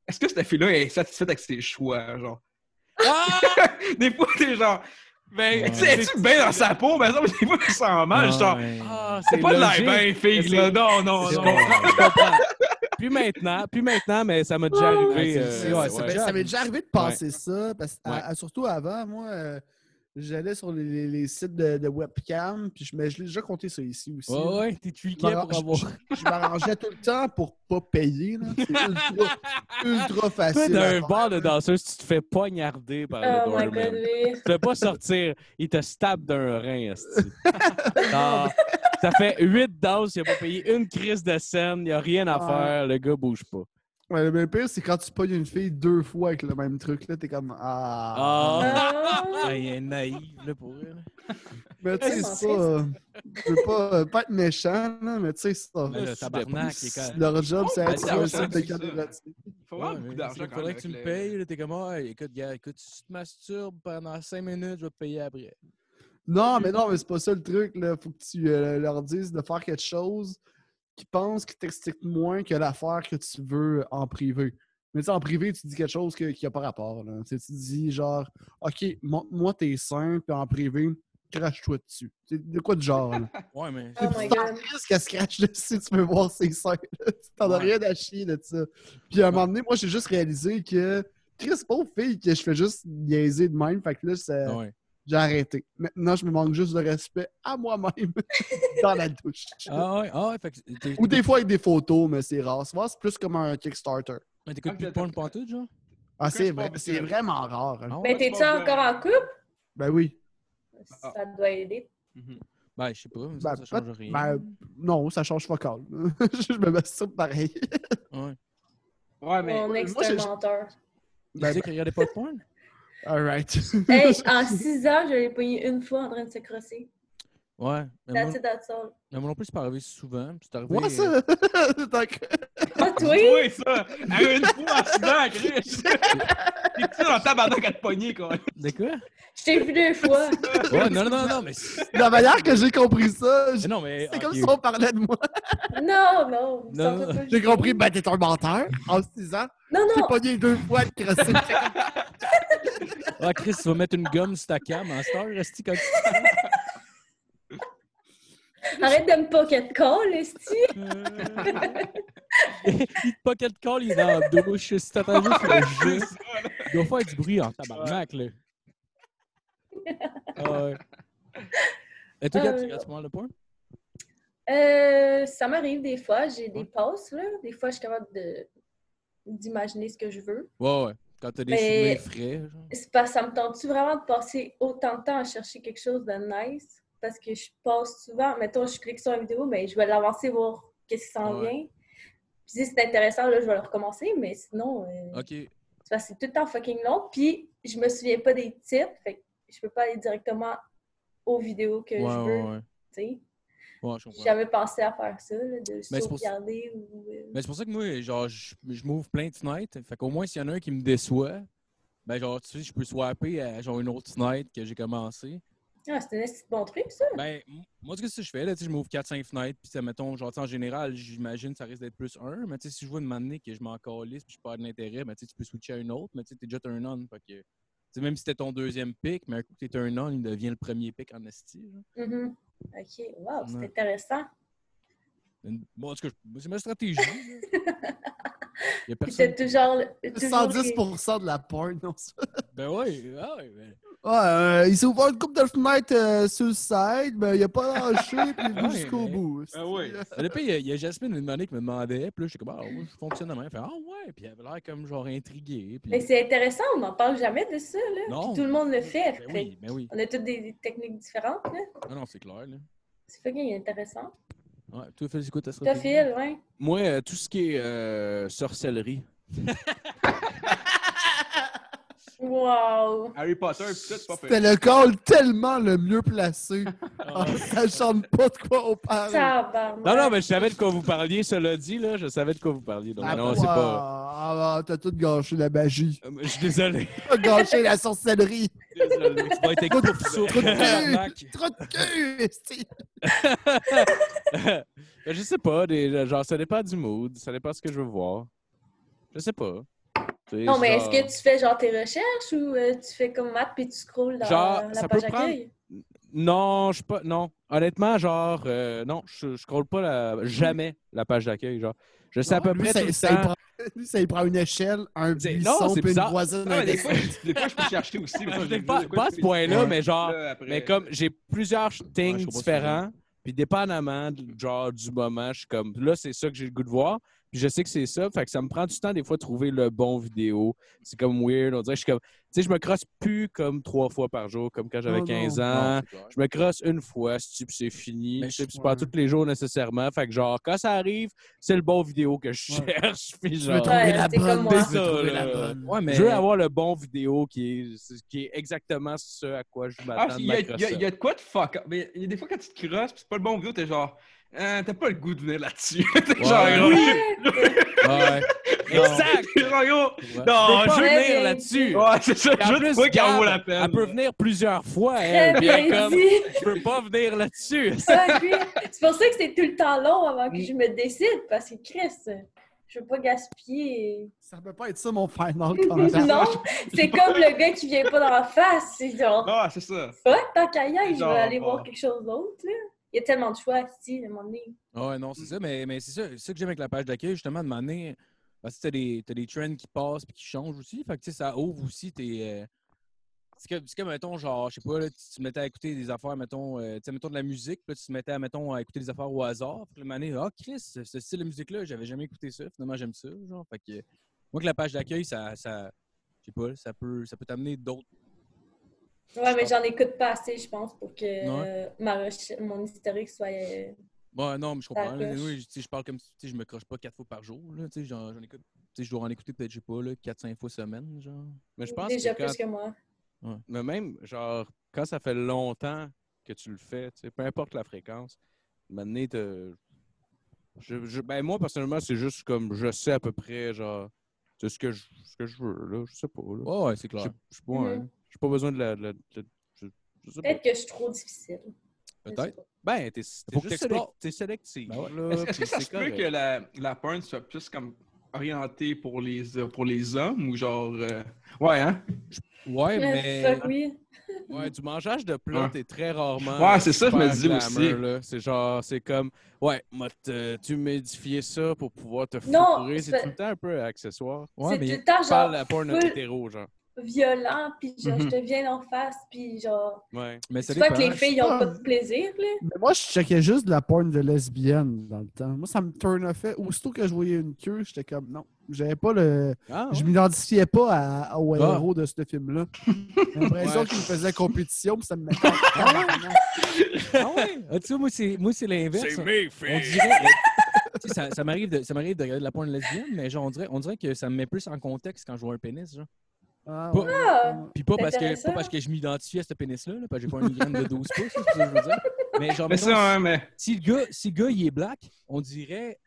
Speaker 2: est-ce que cette fille-là est satisfaite avec ses choix, genre?
Speaker 3: Ah!
Speaker 2: des fois, t'es genre,
Speaker 3: Ben,
Speaker 1: Ouais.
Speaker 2: tu sais, es-tu bien dans sa peau? Mais non, des fois, je sens mal, je genre,
Speaker 3: Ah,
Speaker 2: c'est pas de l'air bien,
Speaker 3: Mais
Speaker 2: fille,
Speaker 3: c'est-
Speaker 2: là, non, non,
Speaker 3: Je
Speaker 2: non.
Speaker 3: comprends, je comprends. Plus maintenant, plus maintenant, mais ça m'a déjà arrivé.
Speaker 1: c'est-
Speaker 3: euh,
Speaker 1: c'est-
Speaker 6: C'est-
Speaker 1: ouais,
Speaker 6: ça
Speaker 1: ouais.
Speaker 6: m'est- ça m'est déjà arrivé de penser ça. Parce, que, à-
Speaker 3: Ouais.
Speaker 6: à- euh, surtout avant, moi, euh, j'allais sur les, les- les sites de, de webcam, puis je, mais je l'ai déjà compté ça ici aussi. là.
Speaker 1: Ouais, ouais, t'es
Speaker 6: Je
Speaker 1: tweaké pour
Speaker 6: m'arrange-
Speaker 1: avoir.
Speaker 6: je- je m'arrangeais tout le temps pour pas payer. là. C'est ultra, ultra
Speaker 3: Toi,
Speaker 6: facile. à
Speaker 3: d'un
Speaker 6: faire.
Speaker 3: bar de danseuse, tu te fais poignarder par le
Speaker 4: Oh my
Speaker 3: doorman.
Speaker 4: god, oui.
Speaker 3: Tu peux pas sortir, il te stab d'un rein, esti. Non, Ça fait huit danses, il a pas payé une crise de scène, il a rien à
Speaker 6: Ouais.
Speaker 1: Ah.
Speaker 3: faire, le gars bouge pas.
Speaker 6: Ouais, mais le pire, c'est quand tu pognes une fille deux fois avec le même truc. là, T'es comme Ah.
Speaker 4: Ah.
Speaker 3: Ah! Ah, il est naïf, là, pour elle.
Speaker 6: Mais tu sais,
Speaker 4: Tellement
Speaker 6: c'est pas. euh, Je veux pas, euh, pas être méchant, là, mais tu sais, ça.
Speaker 1: Mais le tabarnak, il est quand-
Speaker 6: Leur job, c'est
Speaker 2: Ben,
Speaker 6: être
Speaker 2: c'est
Speaker 6: sur un
Speaker 2: ça,
Speaker 6: site de
Speaker 2: c'est ça.
Speaker 6: caméra.
Speaker 2: Il faut avoir beaucoup d'argent
Speaker 1: Il
Speaker 2: quand
Speaker 1: faudrait
Speaker 2: même.
Speaker 1: que tu
Speaker 2: avec
Speaker 1: me
Speaker 2: le-
Speaker 1: payes. là, T'es comme, ah, écoute, gars, écoute, si tu te masturbes pendant 5 minutes, je vais te payer après.
Speaker 6: Non, mais non, mais c'est pas ça le truc. Là. Faut que tu euh, leur dises de faire quelque chose qui pense qui t'excite moins que l'affaire que tu veux en privé. Mais tu sais, en privé, tu dis quelque chose que- qui n'a pas rapport. Là. Tu sais, tu dis genre, OK, montre-moi tes seins, puis en privé, crache-toi dessus. C'est de quoi de genre? Là.
Speaker 1: Ouais, mais.
Speaker 4: Oh my god.
Speaker 6: risque à se cracher dessus, tu peux voir ses seins. là. Tu t'en as
Speaker 1: Ouais.
Speaker 6: rien à chier de ça. Puis à un moment donné, moi, j'ai juste réalisé que Chris, pauvre fille, que je fais juste niaiser de même. Fait que là, ça-
Speaker 1: Ah, Ouais.
Speaker 6: j'ai arrêté. Maintenant, je me manque juste de respect à moi-même dans la douche.
Speaker 1: Ah ouais, ah ouais, fait que t'es-
Speaker 6: Ou des fois avec des photos, mais c'est rare. Souvent, c'est plus comme un Kickstarter.
Speaker 1: mais
Speaker 2: Ah,
Speaker 1: t'écoutes plus de
Speaker 2: t'as-
Speaker 1: porn pantoute, genre?
Speaker 6: Ah, c'est
Speaker 2: je
Speaker 6: vrai-
Speaker 2: pense que-
Speaker 6: c'est vraiment rare. hein.
Speaker 1: Ah ouais?
Speaker 4: Mais Ben, t'es-tu encore en couple?
Speaker 6: Ben oui.
Speaker 4: Ça doit aider.
Speaker 2: Mhm.
Speaker 1: Ben, je sais pas, mais
Speaker 6: Ben,
Speaker 1: ça, ça change rien.
Speaker 6: Ben, non, ça change focal. je me masturbe pareil.
Speaker 2: Ouais, mais.
Speaker 4: Mon ex,
Speaker 6: Ah, euh, moi,
Speaker 4: c'est un
Speaker 6: j'ai-
Speaker 4: menteur.
Speaker 1: Tu
Speaker 6: Ben,
Speaker 1: disais qu'il regardait pas de porn?
Speaker 6: all right.
Speaker 4: Hey, en 6 ans, je l'ai pogné une fois en train de se crosser.
Speaker 1: Ouais.
Speaker 6: Ben,
Speaker 1: Mais moi,
Speaker 4: That's it, that's all.
Speaker 1: mais moi non plus, c'est pas arrivé souvent. puis C'est arrivé.
Speaker 6: Moi,
Speaker 1: euh,
Speaker 6: ça! Donc,
Speaker 4: Ah, toi?
Speaker 2: Oui, ça! À une fois, en Chris! T'es-tu dans le tabarnak à te pogner, quoi?
Speaker 1: De quoi?
Speaker 4: Je t'ai vu deux fois.
Speaker 3: Ah.
Speaker 1: Ouais, non, non, non, non, mais. c'est-
Speaker 6: la manière que j'ai compris ça,
Speaker 1: mais Non,
Speaker 3: Eh,
Speaker 1: mais.
Speaker 6: C'est comme
Speaker 1: ok.
Speaker 6: si on parlait de moi.
Speaker 4: Non, non. vous
Speaker 1: Non,
Speaker 4: sortez pas du
Speaker 6: J'ai
Speaker 4: tout.
Speaker 6: compris, ben t'es un menteur. En 6 ans,
Speaker 4: Non,
Speaker 6: t'es
Speaker 4: non.
Speaker 6: pogné deux fois de crosser.
Speaker 1: Ah, Chris, tu vas mettre une gomme sur ta cam en star, resti quand tu.
Speaker 4: Arrête de me pocket call, esti.
Speaker 1: il te pocket call, il est dans la douche. Si t'attends juste le jeu, il doit faire du bruit en tabarnak, là. Ah ouais. Et toi,
Speaker 4: Ah,
Speaker 1: gars, tu
Speaker 4: ouais.
Speaker 1: regardes souvent le porn?
Speaker 4: Euh, ça m'arrive des fois. J'ai des passes, là. Des fois, je suis capable de d'imaginer ce que je veux.
Speaker 1: Ouais, ouais. Quand t'as des
Speaker 4: Mais-
Speaker 1: souvenirs frais, genre.
Speaker 4: C'est pas, ça me tente-tu vraiment de passer autant de temps à chercher quelque chose de nice? Parce que je passe souvent, mettons, je clique sur une vidéo, mais je vais l'avancer, voir qu'est-ce qui s'en
Speaker 1: Ouais.
Speaker 4: vient. Puis si c'est intéressant, là, je vais le recommencer, mais sinon, euh,
Speaker 1: Ok.
Speaker 4: c'est parce que c'est tout le temps fucking long. Puis je me souviens pas des titres, fait que je peux pas aller directement aux vidéos que
Speaker 1: Ouais,
Speaker 4: je
Speaker 1: ouais,
Speaker 4: veux,
Speaker 1: ouais.
Speaker 4: tu sais.
Speaker 1: Ouais, je
Speaker 4: J'ai
Speaker 1: comprends.
Speaker 4: jamais pensé à faire ça, là, de
Speaker 1: c'est pour-
Speaker 4: sauvegarder ou... euh,
Speaker 1: Mais c'est pour ça que moi, genre, je, je m'ouvre plein de fenêtres. Fait qu'au moins, s'il y en a un qui me déçoit, ben genre, tu sais, je peux swapper à genre une autre fenêtre que j'ai commencé.
Speaker 4: Ah, c'est un esti de bon truc, ça!
Speaker 1: Ben, m- moi, ce que je fais, là, tu sais, je m'ouvre 4-5 fenêtres, puis ça, mettons, genre, tu sais, en général, j'imagine que ça risque d'être plus un, mais tu sais, si je vois une manée que je m'en calisse, puis je perds de l'intérêt, ben, tu sais, tu peux switcher à une autre, mais tu sais, t'es déjà un on, fait que, tu sais, même si c'était ton deuxième pic, mais un coup que t'es un on, il devient le premier pic en esti, genre.
Speaker 4: Mhm. OK, wow, c'est
Speaker 1: Ouais.
Speaker 4: intéressant!
Speaker 1: Une- Bon, Ben, en tout cas, je- c'est ma stratégie, là. Il y a
Speaker 4: Puis t'as
Speaker 1: personne.
Speaker 4: toujours... toujours les-
Speaker 6: 110% de la porn. non, ça.
Speaker 1: Ben ouais, ah ouais, ben-
Speaker 6: Ouais, euh, il s'est ouvert une coupe de fenêtre euh, sur le side, mais il a pas lâché, puis il va
Speaker 1: Ouais,
Speaker 6: jusqu'au
Speaker 1: mais-
Speaker 6: bout. euh,
Speaker 2: Ah oui.
Speaker 1: Mais le pire, il y a- il y a Jasmine une année qui me demandait, puis là, j'étais comme, ah, moi, je fonctionne de même. Elle fait, ah ouais, puis elle avait l'air comme genre intriguée. Puis...
Speaker 4: Mais c'est intéressant, on n'en parle jamais de ça, là.
Speaker 1: non.
Speaker 4: Tout le monde le fait.
Speaker 1: Ben
Speaker 4: fait
Speaker 1: oui, ben oui.
Speaker 4: On a toutes des, des techniques différentes, là.
Speaker 1: Non, non, c'est clair, là.
Speaker 4: C'est fucking intéressant.
Speaker 1: Ouais, toi, Phil, c'est quoi ta
Speaker 4: Toi,
Speaker 1: stratégie?
Speaker 4: Phil, ouais.
Speaker 3: Moi, euh, tout ce qui est euh, sorcellerie.
Speaker 4: Wow!
Speaker 2: Harry Potter, pis tout, c'est pas
Speaker 8: C'était
Speaker 2: pire.
Speaker 8: le call tellement le mieux placé en sachant pas de quoi on parle.
Speaker 4: Tabarnak!
Speaker 3: Ah, Non, non, mais je savais de quoi vous parliez, cela dit, là. Je savais de quoi vous parliez. Donc,
Speaker 8: Ah,
Speaker 3: non, c'est pas.
Speaker 8: ah, ah, t'as tout gâché la magie.
Speaker 3: Euh, Je suis désolé.
Speaker 8: T'as gâché la sorcellerie.
Speaker 3: désolé. Tu vas être
Speaker 8: Trop de,
Speaker 3: écourté.
Speaker 8: trop de cul. Trop de cul. esti.
Speaker 3: Ben, je sais pas, des, genre, ça dépend du mood, ça dépend ce que je veux voir. Je sais pas. Tu sais,
Speaker 4: Non, mais est-ce
Speaker 3: genre-
Speaker 4: que tu fais genre tes recherches ou euh, tu fais comme Matt puis tu scrolles dans
Speaker 3: Genre,
Speaker 4: la
Speaker 3: ça
Speaker 4: page
Speaker 3: peut prendre-
Speaker 4: accueil?
Speaker 3: Non, je suis pas. Non. Honnêtement, genre, euh, non, je, je scrolle pas la- jamais la page d'accueil. Genre, je sais à peu
Speaker 8: Lui,
Speaker 3: près
Speaker 8: ça,
Speaker 3: tout le
Speaker 8: ça, il
Speaker 3: temps.
Speaker 8: prend, lui, ça, il prend une échelle, un
Speaker 3: C'est-
Speaker 8: buisson,
Speaker 3: non, c'est
Speaker 8: puis une
Speaker 3: bizarre.
Speaker 8: voisine.
Speaker 2: Non, mais des fois,
Speaker 8: indécente.
Speaker 2: je- des fois, je peux chercher aussi. mais
Speaker 3: Ah,
Speaker 2: ça,
Speaker 3: je l'ai
Speaker 2: je-
Speaker 3: pas,
Speaker 2: des fois,
Speaker 3: pas à
Speaker 2: je
Speaker 3: ce
Speaker 2: fais-
Speaker 3: point-là,
Speaker 6: Ouais.
Speaker 3: mais genre,
Speaker 2: Là, après,
Speaker 3: mais comme j'ai plusieurs things
Speaker 6: Euh, je comprends ce que tu veux
Speaker 3: différents, puis dépendamment de- genre du moment, je suis comme là, c'est ça que j'ai le goût de voir, puis je sais que c'est ça, fait que ça me prend du temps des fois de trouver le bon vidéo. C'est comme weird, on dirait que je suis comme, tu sais, je me crosse plus comme trois fois par jour, comme quand j'avais
Speaker 8: Oh non.
Speaker 3: 15 ans.
Speaker 6: Non, c'est clair.
Speaker 3: Je me crosse une fois, si tu- puis c'est fini.
Speaker 1: Mais
Speaker 3: Tu sais,
Speaker 1: je-
Speaker 3: puis c'est pas
Speaker 8: ouais.
Speaker 3: tous les jours nécessairement. Fait que genre, quand ça arrive, c'est le bon vidéo que je
Speaker 8: Ouais.
Speaker 3: cherche. Puis
Speaker 8: Tu veux
Speaker 3: genre,
Speaker 8: trouver
Speaker 4: Ouais,
Speaker 8: la
Speaker 4: c'est comme
Speaker 8: bonne.
Speaker 4: moi.
Speaker 8: tu veux
Speaker 3: Ça,
Speaker 8: trouver
Speaker 3: là.
Speaker 8: la bonne.
Speaker 1: Ouais, mais.
Speaker 3: je veux avoir le bon vidéo qui est, qui est exactement ce à quoi je m'attends
Speaker 2: Ah,
Speaker 3: de
Speaker 2: il y, a- il y a- il y
Speaker 3: Microsoft.
Speaker 2: a de quoi de fuck up. Mais il y a des fois, quand tu te crosses, pis c'est pas le bon vidéo, t'es genre, Euh, t'as pas le goût de venir là-dessus. T'es
Speaker 3: Ouais.
Speaker 2: genre,
Speaker 3: Ouais. Exact!
Speaker 2: T'es genre, yo,
Speaker 3: Ouais.
Speaker 2: non,
Speaker 3: Ah, je
Speaker 2: je.
Speaker 3: veux
Speaker 4: Ouais,
Speaker 3: venir
Speaker 4: mais-
Speaker 3: là-dessus.
Speaker 2: Ouais, c'est ça,
Speaker 3: Et en
Speaker 2: je
Speaker 3: plus,
Speaker 2: vois qu'elle
Speaker 3: Gab,
Speaker 2: vaut la peine.
Speaker 3: Elle peut venir plusieurs fois,
Speaker 4: Très
Speaker 3: elle. Puis elle est
Speaker 4: bien
Speaker 3: Eh comme,
Speaker 4: dit!
Speaker 3: je peux pas venir là-dessus.
Speaker 4: Ah, oui. C'est pour ça que c'est tout le temps long avant que je me décide, parce que Chris, je veux pas gaspiller.
Speaker 8: Ça peut pas être ça, mon final
Speaker 4: Non,
Speaker 8: contact.
Speaker 4: c'est comme le gars qui vient pas dans la face. C'est genre,
Speaker 2: Ah, c'est ça.
Speaker 4: fuck, tant qu'à y aller, je
Speaker 2: Non,
Speaker 4: vais aller
Speaker 2: bon.
Speaker 4: voir quelque chose d'autre. là. Il y a tellement de choix ici, à un moment donné.
Speaker 1: Ouais, non, c'est ça, mais, mais c'est ça, c'est ça que j'aime avec la page d'accueil, justement, de manière. Parce que t'as des, t'as des trends qui passent et qui changent aussi. Fait que tu sais, ça ouvre aussi tes. euh, C'est comme, c'est comme, mettons, genre, je sais pas, là, tu te mettais à écouter des affaires, mettons, euh, tu sais, mettons de la musique, puis là, tu te mettais, mettons, à écouter des affaires au hasard. Puis là, mané, ah, Chris, ce ce style de musique-là, j'avais jamais écouté ça. Finalement, j'aime ça. Genre, fait que. euh, Moi, que la page d'accueil, ça. ça je sais pas, ça peut, ça peut t'amener d'autres.
Speaker 4: Ouais, mais j'en écoute pas assez, je pense, pour que
Speaker 1: Ouais.
Speaker 4: euh, ma reche- mon historique soit. euh,
Speaker 1: Ouais, non, mais je comprends. là,
Speaker 4: coche.
Speaker 1: anyway, je- tu sais, je parle comme si tu sais, je me croche pas quatre fois par jour. Là, tu sais, j'en, j'en écoute. tu sais, Je dois en écouter peut-être, je sais pas, là, 4-5 fois semaine, genre.
Speaker 3: Mais je pense
Speaker 4: déjà
Speaker 3: que quand
Speaker 4: plus que moi.
Speaker 3: Mais même, genre, quand ça fait longtemps que tu le fais, tu sais, peu importe la fréquence, maintenant, t'as- je, je- ben moi, personnellement, c'est juste comme je sais à peu près, genre, c'est ce que je, ce que je veux, là. Je sais pas, là.
Speaker 1: Ouais, Mm-hmm. ouais, c'est
Speaker 3: Je
Speaker 1: clair.
Speaker 3: je sais pas, hein. J'ai pas besoin de la. de la- de- je, je sais pas.
Speaker 4: Peut-être que je suis trop difficile. Je sais
Speaker 1: Peut-être.
Speaker 4: pas.
Speaker 3: Ben, t'es
Speaker 1: Faut
Speaker 3: t'es
Speaker 1: que
Speaker 3: juste
Speaker 1: t'explores.
Speaker 3: sélec- t'es sélectif.
Speaker 1: Ben ouais.
Speaker 3: là,
Speaker 2: Est-ce est-ce
Speaker 3: puis
Speaker 2: que ça
Speaker 3: c'est
Speaker 2: se peut
Speaker 3: correct.
Speaker 2: que la, la porn soit plus comme orientée pour les, euh, pour les hommes ou genre. euh, Ouais, hein?
Speaker 1: Ouais,
Speaker 4: Ah,
Speaker 1: mais.
Speaker 4: Fuck oui.
Speaker 1: Mm.
Speaker 3: Ouais, du mangeage de plats,
Speaker 2: Ouais.
Speaker 3: t'es très rarement.
Speaker 2: Ouais, c'est ça, je me
Speaker 3: super
Speaker 2: disais aussi.
Speaker 3: là. C'est genre, c'est comme, ouais, moi, te- tu m'édifiais ça pour pouvoir te
Speaker 4: Non,
Speaker 3: fourrer. C'est
Speaker 4: c'est-
Speaker 3: tout le temps un peu accessoire.
Speaker 1: Ouais,
Speaker 4: c'est tout
Speaker 1: mais.
Speaker 4: le temps
Speaker 3: Je parle
Speaker 4: genre
Speaker 3: à porn
Speaker 4: full
Speaker 3: hétéro, genre.
Speaker 4: violent, puis genre,
Speaker 2: Mhm.
Speaker 4: je te viens en face, puis genre.
Speaker 3: Ouais.
Speaker 1: Mais
Speaker 4: Tu
Speaker 1: ça
Speaker 4: vois
Speaker 1: dépend.
Speaker 4: que les filles, ils ont
Speaker 8: Ah.
Speaker 4: pas de plaisir, là.
Speaker 8: Mais moi, je checkais juste de la porn de lesbienne dans le temps. Moi, ça me turn offait. Aussitôt que je voyais une queue, j'étais comme non. J'avais pas le.
Speaker 3: Ah,
Speaker 8: Je m'identifiais pas à, au
Speaker 1: Ah.
Speaker 8: héros de ce film-là. J'ai l'impression
Speaker 1: Ouais.
Speaker 8: qu'il me faisait compétition, puis ça me mettait. en
Speaker 1: Ah ouais? Ah, tu vois, moi, c'est, moi, c'est l'inverse.
Speaker 3: c'est
Speaker 1: On
Speaker 3: mes
Speaker 1: dirait.
Speaker 3: filles!
Speaker 1: Tu sais, ça, ça m'arrive de, ça m'arrive de regarder de la porn lesbienne, mais genre, on dirait, on dirait que ça me met plus en contexte quand je vois un pénis, genre.
Speaker 8: Ah,
Speaker 1: Pas-
Speaker 8: ouais.
Speaker 4: Ah!
Speaker 1: Puis pas
Speaker 4: C'est
Speaker 1: parce que,
Speaker 4: intéressant.
Speaker 1: pas parce que je m'identifie à ce pénis-là, là, parce que j'ai pas une graine de 12 pouces, c'est ça que je veux dire. Mais genre,
Speaker 2: Mais
Speaker 1: mettons,
Speaker 2: ça, hein, mais.
Speaker 1: si le gars, si le gars il est black, on dirait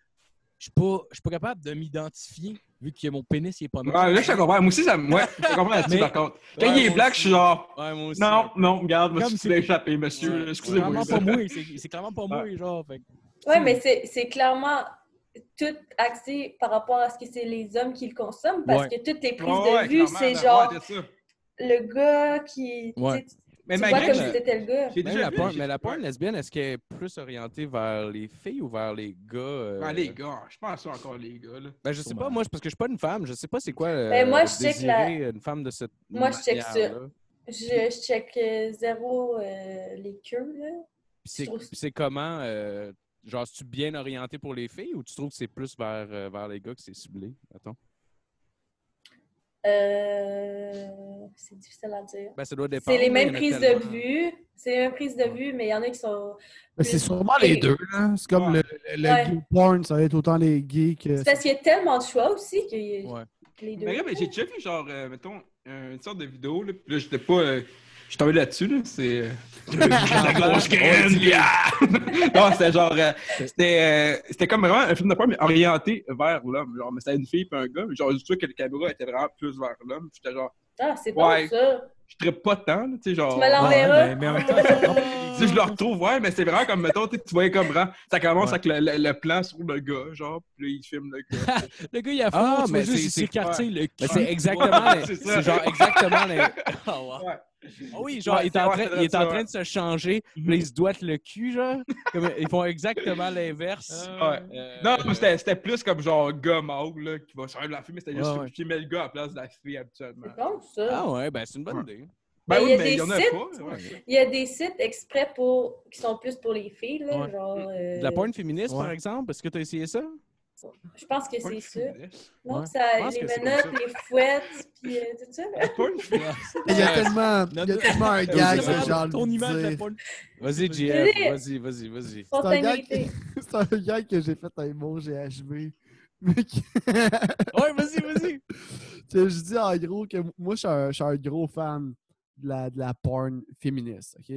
Speaker 1: je suis pas, je suis pas capable de m'identifier vu que mon pénis il est pas noir.
Speaker 2: Ouais, là, je te comprends. Moi aussi, ça me. Ouais, je te comprends là-dessus,
Speaker 1: Mais-
Speaker 2: par contre. Quand
Speaker 1: Ouais,
Speaker 2: il est
Speaker 1: moi
Speaker 2: black,
Speaker 1: aussi.
Speaker 2: je suis genre.
Speaker 3: Ouais, moi aussi.
Speaker 2: Non, non, regarde, je me
Speaker 1: Comme
Speaker 2: suis
Speaker 1: c'est-
Speaker 2: échappé,
Speaker 1: C'est
Speaker 2: monsieur.
Speaker 1: clairement
Speaker 2: Excusez-moi.
Speaker 1: pas moi, c'est c'est clairement pas moi, genre. fait que-
Speaker 4: Ouais, mais c'est- c'est clairement tout axé par rapport à ce que c'est les hommes qui le consomment, parce que toutes les prises
Speaker 2: Ouais, ouais,
Speaker 4: de vue,
Speaker 2: clairement,
Speaker 4: c'est
Speaker 2: là,
Speaker 4: genre
Speaker 2: ouais, c'est ça.
Speaker 4: le gars qui. tu
Speaker 1: Ouais.
Speaker 4: sais,
Speaker 2: Mais
Speaker 4: tu vois
Speaker 2: malgré
Speaker 4: comme
Speaker 2: que
Speaker 4: si
Speaker 2: j'ai-
Speaker 4: c'était le gars.
Speaker 2: j'ai
Speaker 3: Mais
Speaker 1: ben
Speaker 2: déjà
Speaker 3: la,
Speaker 2: vu,
Speaker 3: porn,
Speaker 2: j'ai-
Speaker 3: mais la porn
Speaker 2: Ouais.
Speaker 3: lesbienne, est-ce qu'elle est plus orientée vers les filles ou vers les gars? euh?
Speaker 2: Ah, les gars, je pense à encore les gars, là.
Speaker 3: Ben, je sais pas, moi, c'est parce que je suis pas une femme. Je sais pas c'est quoi euh,
Speaker 4: Ben, moi, je check
Speaker 3: désirer
Speaker 4: la-
Speaker 3: une femme de cette
Speaker 4: Moi, je check ça.
Speaker 3: manière-là.
Speaker 4: Je, je check euh, zéro euh, les queues, là.
Speaker 3: Puis c'est-
Speaker 4: Je trouve-
Speaker 3: puis c'est comment, euh, genre, es-tu bien orienté pour les filles ou tu trouves que c'est plus vers, euh, vers les gars que c'est ciblé, mettons?
Speaker 4: Euh, c'est difficile à dire.
Speaker 3: Ben, ça doit dépendre.
Speaker 4: C'est les
Speaker 3: là, il y
Speaker 4: mêmes
Speaker 3: en a
Speaker 4: prises de
Speaker 3: tellement.
Speaker 4: vue. C'est les mêmes prises de vue, mais il y en a qui sont.
Speaker 8: Mais c'est sûrement les deux, là. C'est comme
Speaker 2: Ouais.
Speaker 8: le, le
Speaker 4: Ouais.
Speaker 8: gay porn, ça va être autant les gays que.
Speaker 4: C'est parce qu'il y a tellement de choix aussi que
Speaker 1: Ouais.
Speaker 4: les deux.
Speaker 2: Mais regarde, mais j'ai déjà vu, genre, euh, mettons, euh, une sorte de vidéo, là, puis là, j'étais pas. euh, je suis tombé là-dessus, là. C'est. euh, la grosse graine, yeah! Non, c'était genre. euh, c'était, euh, c'était comme vraiment un film de peur, mais orienté vers l'homme. Genre, mais c'était une fille et un gars. mais Genre, je trouvais que le caméra était vraiment plus vers l'homme. puis J'étais genre.
Speaker 4: Ah, c'est
Speaker 2: Ouais.
Speaker 4: bon, ça.
Speaker 2: Je trippe pas tant, là, tu sais,
Speaker 1: Ah,
Speaker 2: genre.
Speaker 4: Tu me
Speaker 1: ben,
Speaker 4: l'enverras.
Speaker 3: mais, mais en même temps, c'est bon.
Speaker 2: Si je le
Speaker 4: Mm.
Speaker 2: retrouve, ouais, mais c'est vraiment comme, mettons, tu sais, tu voyais comme vraiment, ça commence
Speaker 3: Ouais.
Speaker 2: avec le, le- le plan sur le gars, genre, puis là, il filme le gars.
Speaker 3: Le gars, il a fond,
Speaker 1: Ah,
Speaker 3: tu
Speaker 1: mais
Speaker 3: vois juste
Speaker 1: c'est-
Speaker 3: il
Speaker 1: c'est-
Speaker 3: s'écarter le
Speaker 1: Mais
Speaker 3: cul.
Speaker 1: c'est exactement.
Speaker 2: Ouais,
Speaker 1: les-
Speaker 2: c'est ça.
Speaker 1: C'est genre exactement. les- Ah, wow.
Speaker 2: Ouais.
Speaker 1: Ah oui, genre, il
Speaker 2: Ouais,
Speaker 1: est en
Speaker 2: ouais,
Speaker 1: train,
Speaker 2: c'est
Speaker 1: il est
Speaker 2: ça,
Speaker 1: en
Speaker 2: ouais.
Speaker 1: train de se changer,
Speaker 3: Mhm.
Speaker 1: puis là, il se doite le cul, genre. Comme, ils font exactement l'inverse.
Speaker 2: Ouais.
Speaker 1: Euh,
Speaker 2: Non, mais c'était c'était plus comme genre gars mâle, là, qui va se faire de la fille, mais c'était juste
Speaker 1: Ouais,
Speaker 2: que
Speaker 1: ouais.
Speaker 2: je filmais le gars à la place de la fille habituellement.
Speaker 4: C'est bon, ça.
Speaker 1: Ah ouais, ben c'est une bonne idée.
Speaker 2: Ben
Speaker 4: Mais
Speaker 2: oui,
Speaker 4: il y a
Speaker 2: mais
Speaker 4: des
Speaker 2: il y en a
Speaker 4: sites,
Speaker 2: pas. ouais.
Speaker 4: Il y a des sites exprès pour qui sont plus pour les filles, là,
Speaker 1: Ouais.
Speaker 4: genre. euh,
Speaker 1: De la porn féministe,
Speaker 8: Ouais.
Speaker 1: par exemple, est-ce que tu as essayé ça?
Speaker 4: Je pense que
Speaker 2: Pas une
Speaker 4: c'est sûr.
Speaker 2: féministe.
Speaker 4: Donc,
Speaker 1: Ouais.
Speaker 4: ça,
Speaker 1: Je pense
Speaker 4: les
Speaker 1: que c'est comme
Speaker 4: menottes, les fouettes, puis euh, tout ça. là.
Speaker 2: Pas une féministe.
Speaker 8: Il y a tellement, il y a
Speaker 1: Notre-
Speaker 8: tellement un gag, que j'ai envie
Speaker 3: Ton
Speaker 8: de
Speaker 3: image de la
Speaker 8: dire.
Speaker 3: porn.
Speaker 1: Vas-y, JF,
Speaker 4: Vas-y.
Speaker 1: vas-y, vas-y, vas-y.
Speaker 4: Spontanéité.
Speaker 8: C'est un gag que j'ai fait un mot, j'ai achevé. Mais que-
Speaker 1: Ouais, vas-y, vas-y.
Speaker 8: que je dis en gros que moi, je suis un, je suis un gros fan de la, de la porn féministe, OK?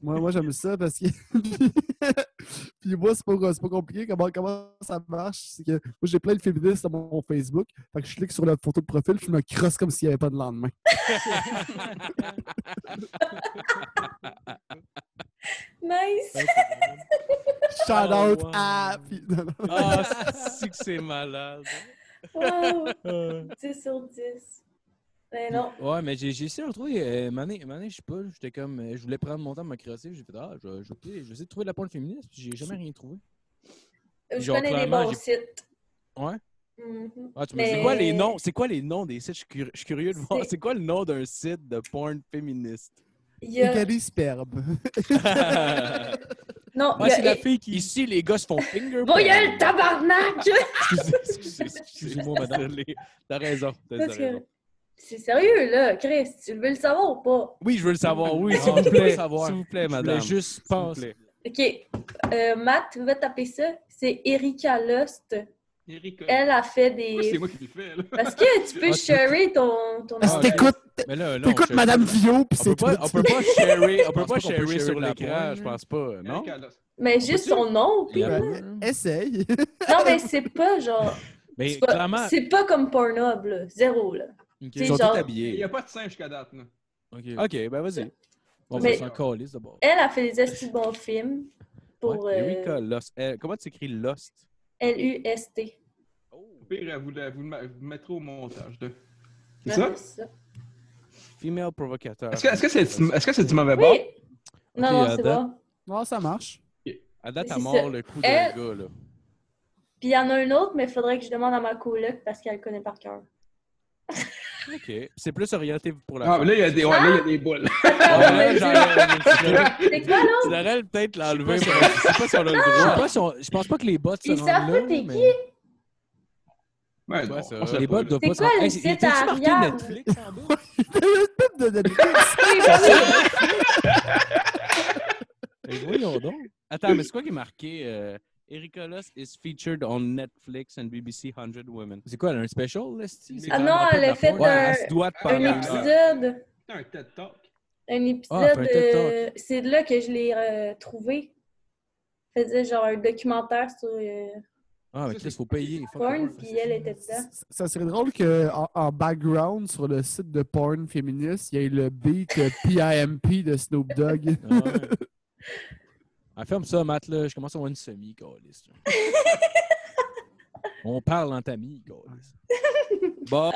Speaker 8: Moi, moi j'aime ça parce que... Puis moi, c'est pas, c'est pas compliqué. Comment, comment ça marche? C'est que moi, j'ai plein de féministes sur mon Facebook. Fait que je clique sur la photo de profil, puis je me crosse comme s'il n'y avait pas de lendemain.
Speaker 4: Nice.
Speaker 8: Shout
Speaker 3: Oh,
Speaker 8: out
Speaker 3: wow.
Speaker 8: à... Puis- non, non.
Speaker 1: Ah, c'est que c'est malade.
Speaker 4: Wow. 10 sur 10. Mais non.
Speaker 1: Ouais, mais j'ai j'ai essayé de retrouver. Euh, Mané, Mané, je sais pas, j'étais comme. euh, je voulais prendre mon temps de me crosser. J'ai fait, ah, je vais je vais essayer- je vais essayer de trouver de la porn féministe, puis j'ai jamais rien trouvé.
Speaker 4: Je
Speaker 1: Genre,
Speaker 4: connais les
Speaker 1: clairement,
Speaker 4: bons
Speaker 1: j'ai-
Speaker 4: sites.
Speaker 1: Ouais.
Speaker 4: Mhm.
Speaker 1: Ah, tu me
Speaker 4: Mais-
Speaker 1: dis, c'est quoi les noms? C'est quoi les noms des sites? Je suis curi- je suis curieux de voir.
Speaker 4: C'est-
Speaker 1: C'est quoi le nom d'un site de porn féministe?
Speaker 4: Il y a-
Speaker 8: Écalie sperbe.
Speaker 4: Non,
Speaker 1: Ah,
Speaker 4: il y a-
Speaker 1: c'est la fille qui. Ici, les gars se font finger.
Speaker 4: Bon, il y a le tabarnak!
Speaker 1: Excusez, excusez, excusez-moi, madame. Désolé. T'as raison. t'as- t'as
Speaker 4: Parce que-
Speaker 1: raison.
Speaker 4: C'est sérieux, là, Chris. Tu veux le savoir ou pas?
Speaker 1: Oui, je veux le savoir. Oui,
Speaker 3: Ah,
Speaker 1: s'il
Speaker 3: je
Speaker 1: vous
Speaker 3: veux le
Speaker 1: plaît.
Speaker 3: savoir.
Speaker 1: S'il vous plaît,
Speaker 3: voulais
Speaker 1: madame.
Speaker 3: juste
Speaker 1: S'il vous
Speaker 3: passer.
Speaker 1: plaît.
Speaker 4: OK. Euh, Matt, va taper ça. C'est Erika Lust.
Speaker 2: Erika.
Speaker 4: Elle a fait
Speaker 2: Pourquoi
Speaker 4: des.
Speaker 2: C'est moi qui le fais, là.
Speaker 4: Parce que tu
Speaker 1: Ah,
Speaker 4: peux
Speaker 1: tu-
Speaker 4: sharer ton.
Speaker 2: Ah,
Speaker 4: ton
Speaker 8: Si t'écoutes,
Speaker 1: Mais là, non.
Speaker 8: t'écoutes
Speaker 1: je-
Speaker 8: Madame Vio, puis
Speaker 1: On
Speaker 8: c'est
Speaker 1: peut, pas,
Speaker 8: tout.
Speaker 1: on peut pas sharer, on peut pas
Speaker 3: pense pas qu'on peut
Speaker 1: sharer
Speaker 3: sharer
Speaker 1: sur
Speaker 3: de la
Speaker 1: l'écran,
Speaker 3: porn,
Speaker 1: je pense pas, non?
Speaker 2: Erika, là.
Speaker 4: Mais juste son nom, puis.
Speaker 1: Yeah.
Speaker 4: là.
Speaker 8: Ben, Essaye.
Speaker 4: Non, mais c'est pas genre.
Speaker 3: Mais
Speaker 4: C'est pas,
Speaker 3: clairement,
Speaker 4: c'est pas comme Pornhub, là. Zéro, là.
Speaker 1: Ils
Speaker 4: C'est
Speaker 1: sont tous
Speaker 4: genre-
Speaker 2: Il n'y
Speaker 1: habillés.
Speaker 2: a pas de singe jusqu'à date, là.
Speaker 1: OK, ben vas-y. On va
Speaker 4: Mais-
Speaker 1: s'en calice d'abord.
Speaker 4: Elle a fait des estis de bons films pour
Speaker 1: Ouais,
Speaker 4: euh,
Speaker 1: Eureka Lost. Euh, comment tu écris Lost?
Speaker 4: L-U-S-T.
Speaker 2: Au pire, euh, vous le, vous le ma- vous le mettrez au montage, là. C'est
Speaker 4: Ouais,
Speaker 2: ça?
Speaker 1: Female provocateur.
Speaker 2: Est-ce que est-ce que c'est est -ce du mauvais bord?
Speaker 4: Oui! Non, non,
Speaker 1: à
Speaker 4: c'est
Speaker 1: euh, date-
Speaker 4: bon.
Speaker 8: Non, ça marche.
Speaker 1: À date,
Speaker 4: Mais
Speaker 1: à
Speaker 4: c'est
Speaker 1: mort
Speaker 4: ça.
Speaker 1: le coup
Speaker 4: Elle-
Speaker 1: d'un gars, là.
Speaker 4: Puis il y en a un autre, mais il faudrait que je demande à ma coloc parce qu'elle le connaît par cœur.
Speaker 1: OK. C'est plus orienté pour la
Speaker 2: Ah, mais là, il y a des, ouais, là, il y a des boules.
Speaker 4: Ah,
Speaker 1: Ah,
Speaker 4: ouais,
Speaker 1: ouais, j'enlève-
Speaker 4: C'est quoi, là?
Speaker 1: Tu devrais peut-être l'enlever.
Speaker 3: Je sais
Speaker 1: mais
Speaker 3: pas
Speaker 1: Je sais pas si on a le
Speaker 3: je sais
Speaker 1: droit.
Speaker 3: pas si on- je pense pas que les bots se
Speaker 4: Ils
Speaker 3: rendent
Speaker 4: savent
Speaker 3: là,
Speaker 4: pas t'es
Speaker 3: mais-
Speaker 4: qui?
Speaker 2: Ouais,
Speaker 1: Ouais,
Speaker 2: non,
Speaker 1: ça-
Speaker 2: on sait
Speaker 1: les
Speaker 2: pas,
Speaker 1: bots
Speaker 2: là.
Speaker 1: doivent
Speaker 4: C'est
Speaker 1: Euh, pas
Speaker 4: quoi
Speaker 1: s'en-
Speaker 4: le
Speaker 1: Hey, c'est-
Speaker 4: site
Speaker 1: t'es-tu
Speaker 4: à
Speaker 1: marqué
Speaker 4: Ariane?
Speaker 1: Netflix en bas?
Speaker 8: Le pub de Netflix.
Speaker 1: Ben, Voyons donc. Attends, mais c'est quoi qui est marqué? euh, Erika Lost is featured on Netflix and BBC 100 Women. C'est quoi, elle a un special, là, c'ti? C'est
Speaker 4: Ah
Speaker 1: quand
Speaker 4: non,
Speaker 1: même un peu
Speaker 4: elle a
Speaker 1: de la
Speaker 4: fait
Speaker 1: porn. Ouais,
Speaker 4: un-
Speaker 1: elle se doit de
Speaker 4: Un
Speaker 1: parler.
Speaker 2: Ah,
Speaker 4: épisode.
Speaker 2: C'est un TED Talk.
Speaker 4: Un épisode.
Speaker 1: Ah, fait un TED Talk.
Speaker 4: euh, c'est de là que je l'ai euh, trouvé. Elle faisait genre un documentaire sur euh,
Speaker 1: Ah, mais
Speaker 2: Ça,
Speaker 1: Chris,
Speaker 2: c'est-
Speaker 1: faut payer. fuck.
Speaker 4: porn, puis elle était dedans.
Speaker 8: C- Ça serait drôle que en, en background sur le site de porn féministe, il y ait le beat euh, PIMP de Snoop Dogg.
Speaker 1: Ah, ouais. Ah, ferme ça, Matt, là. Je commence à avoir une semi, câlisse, là. On parle en tamis, câlisse. Bon.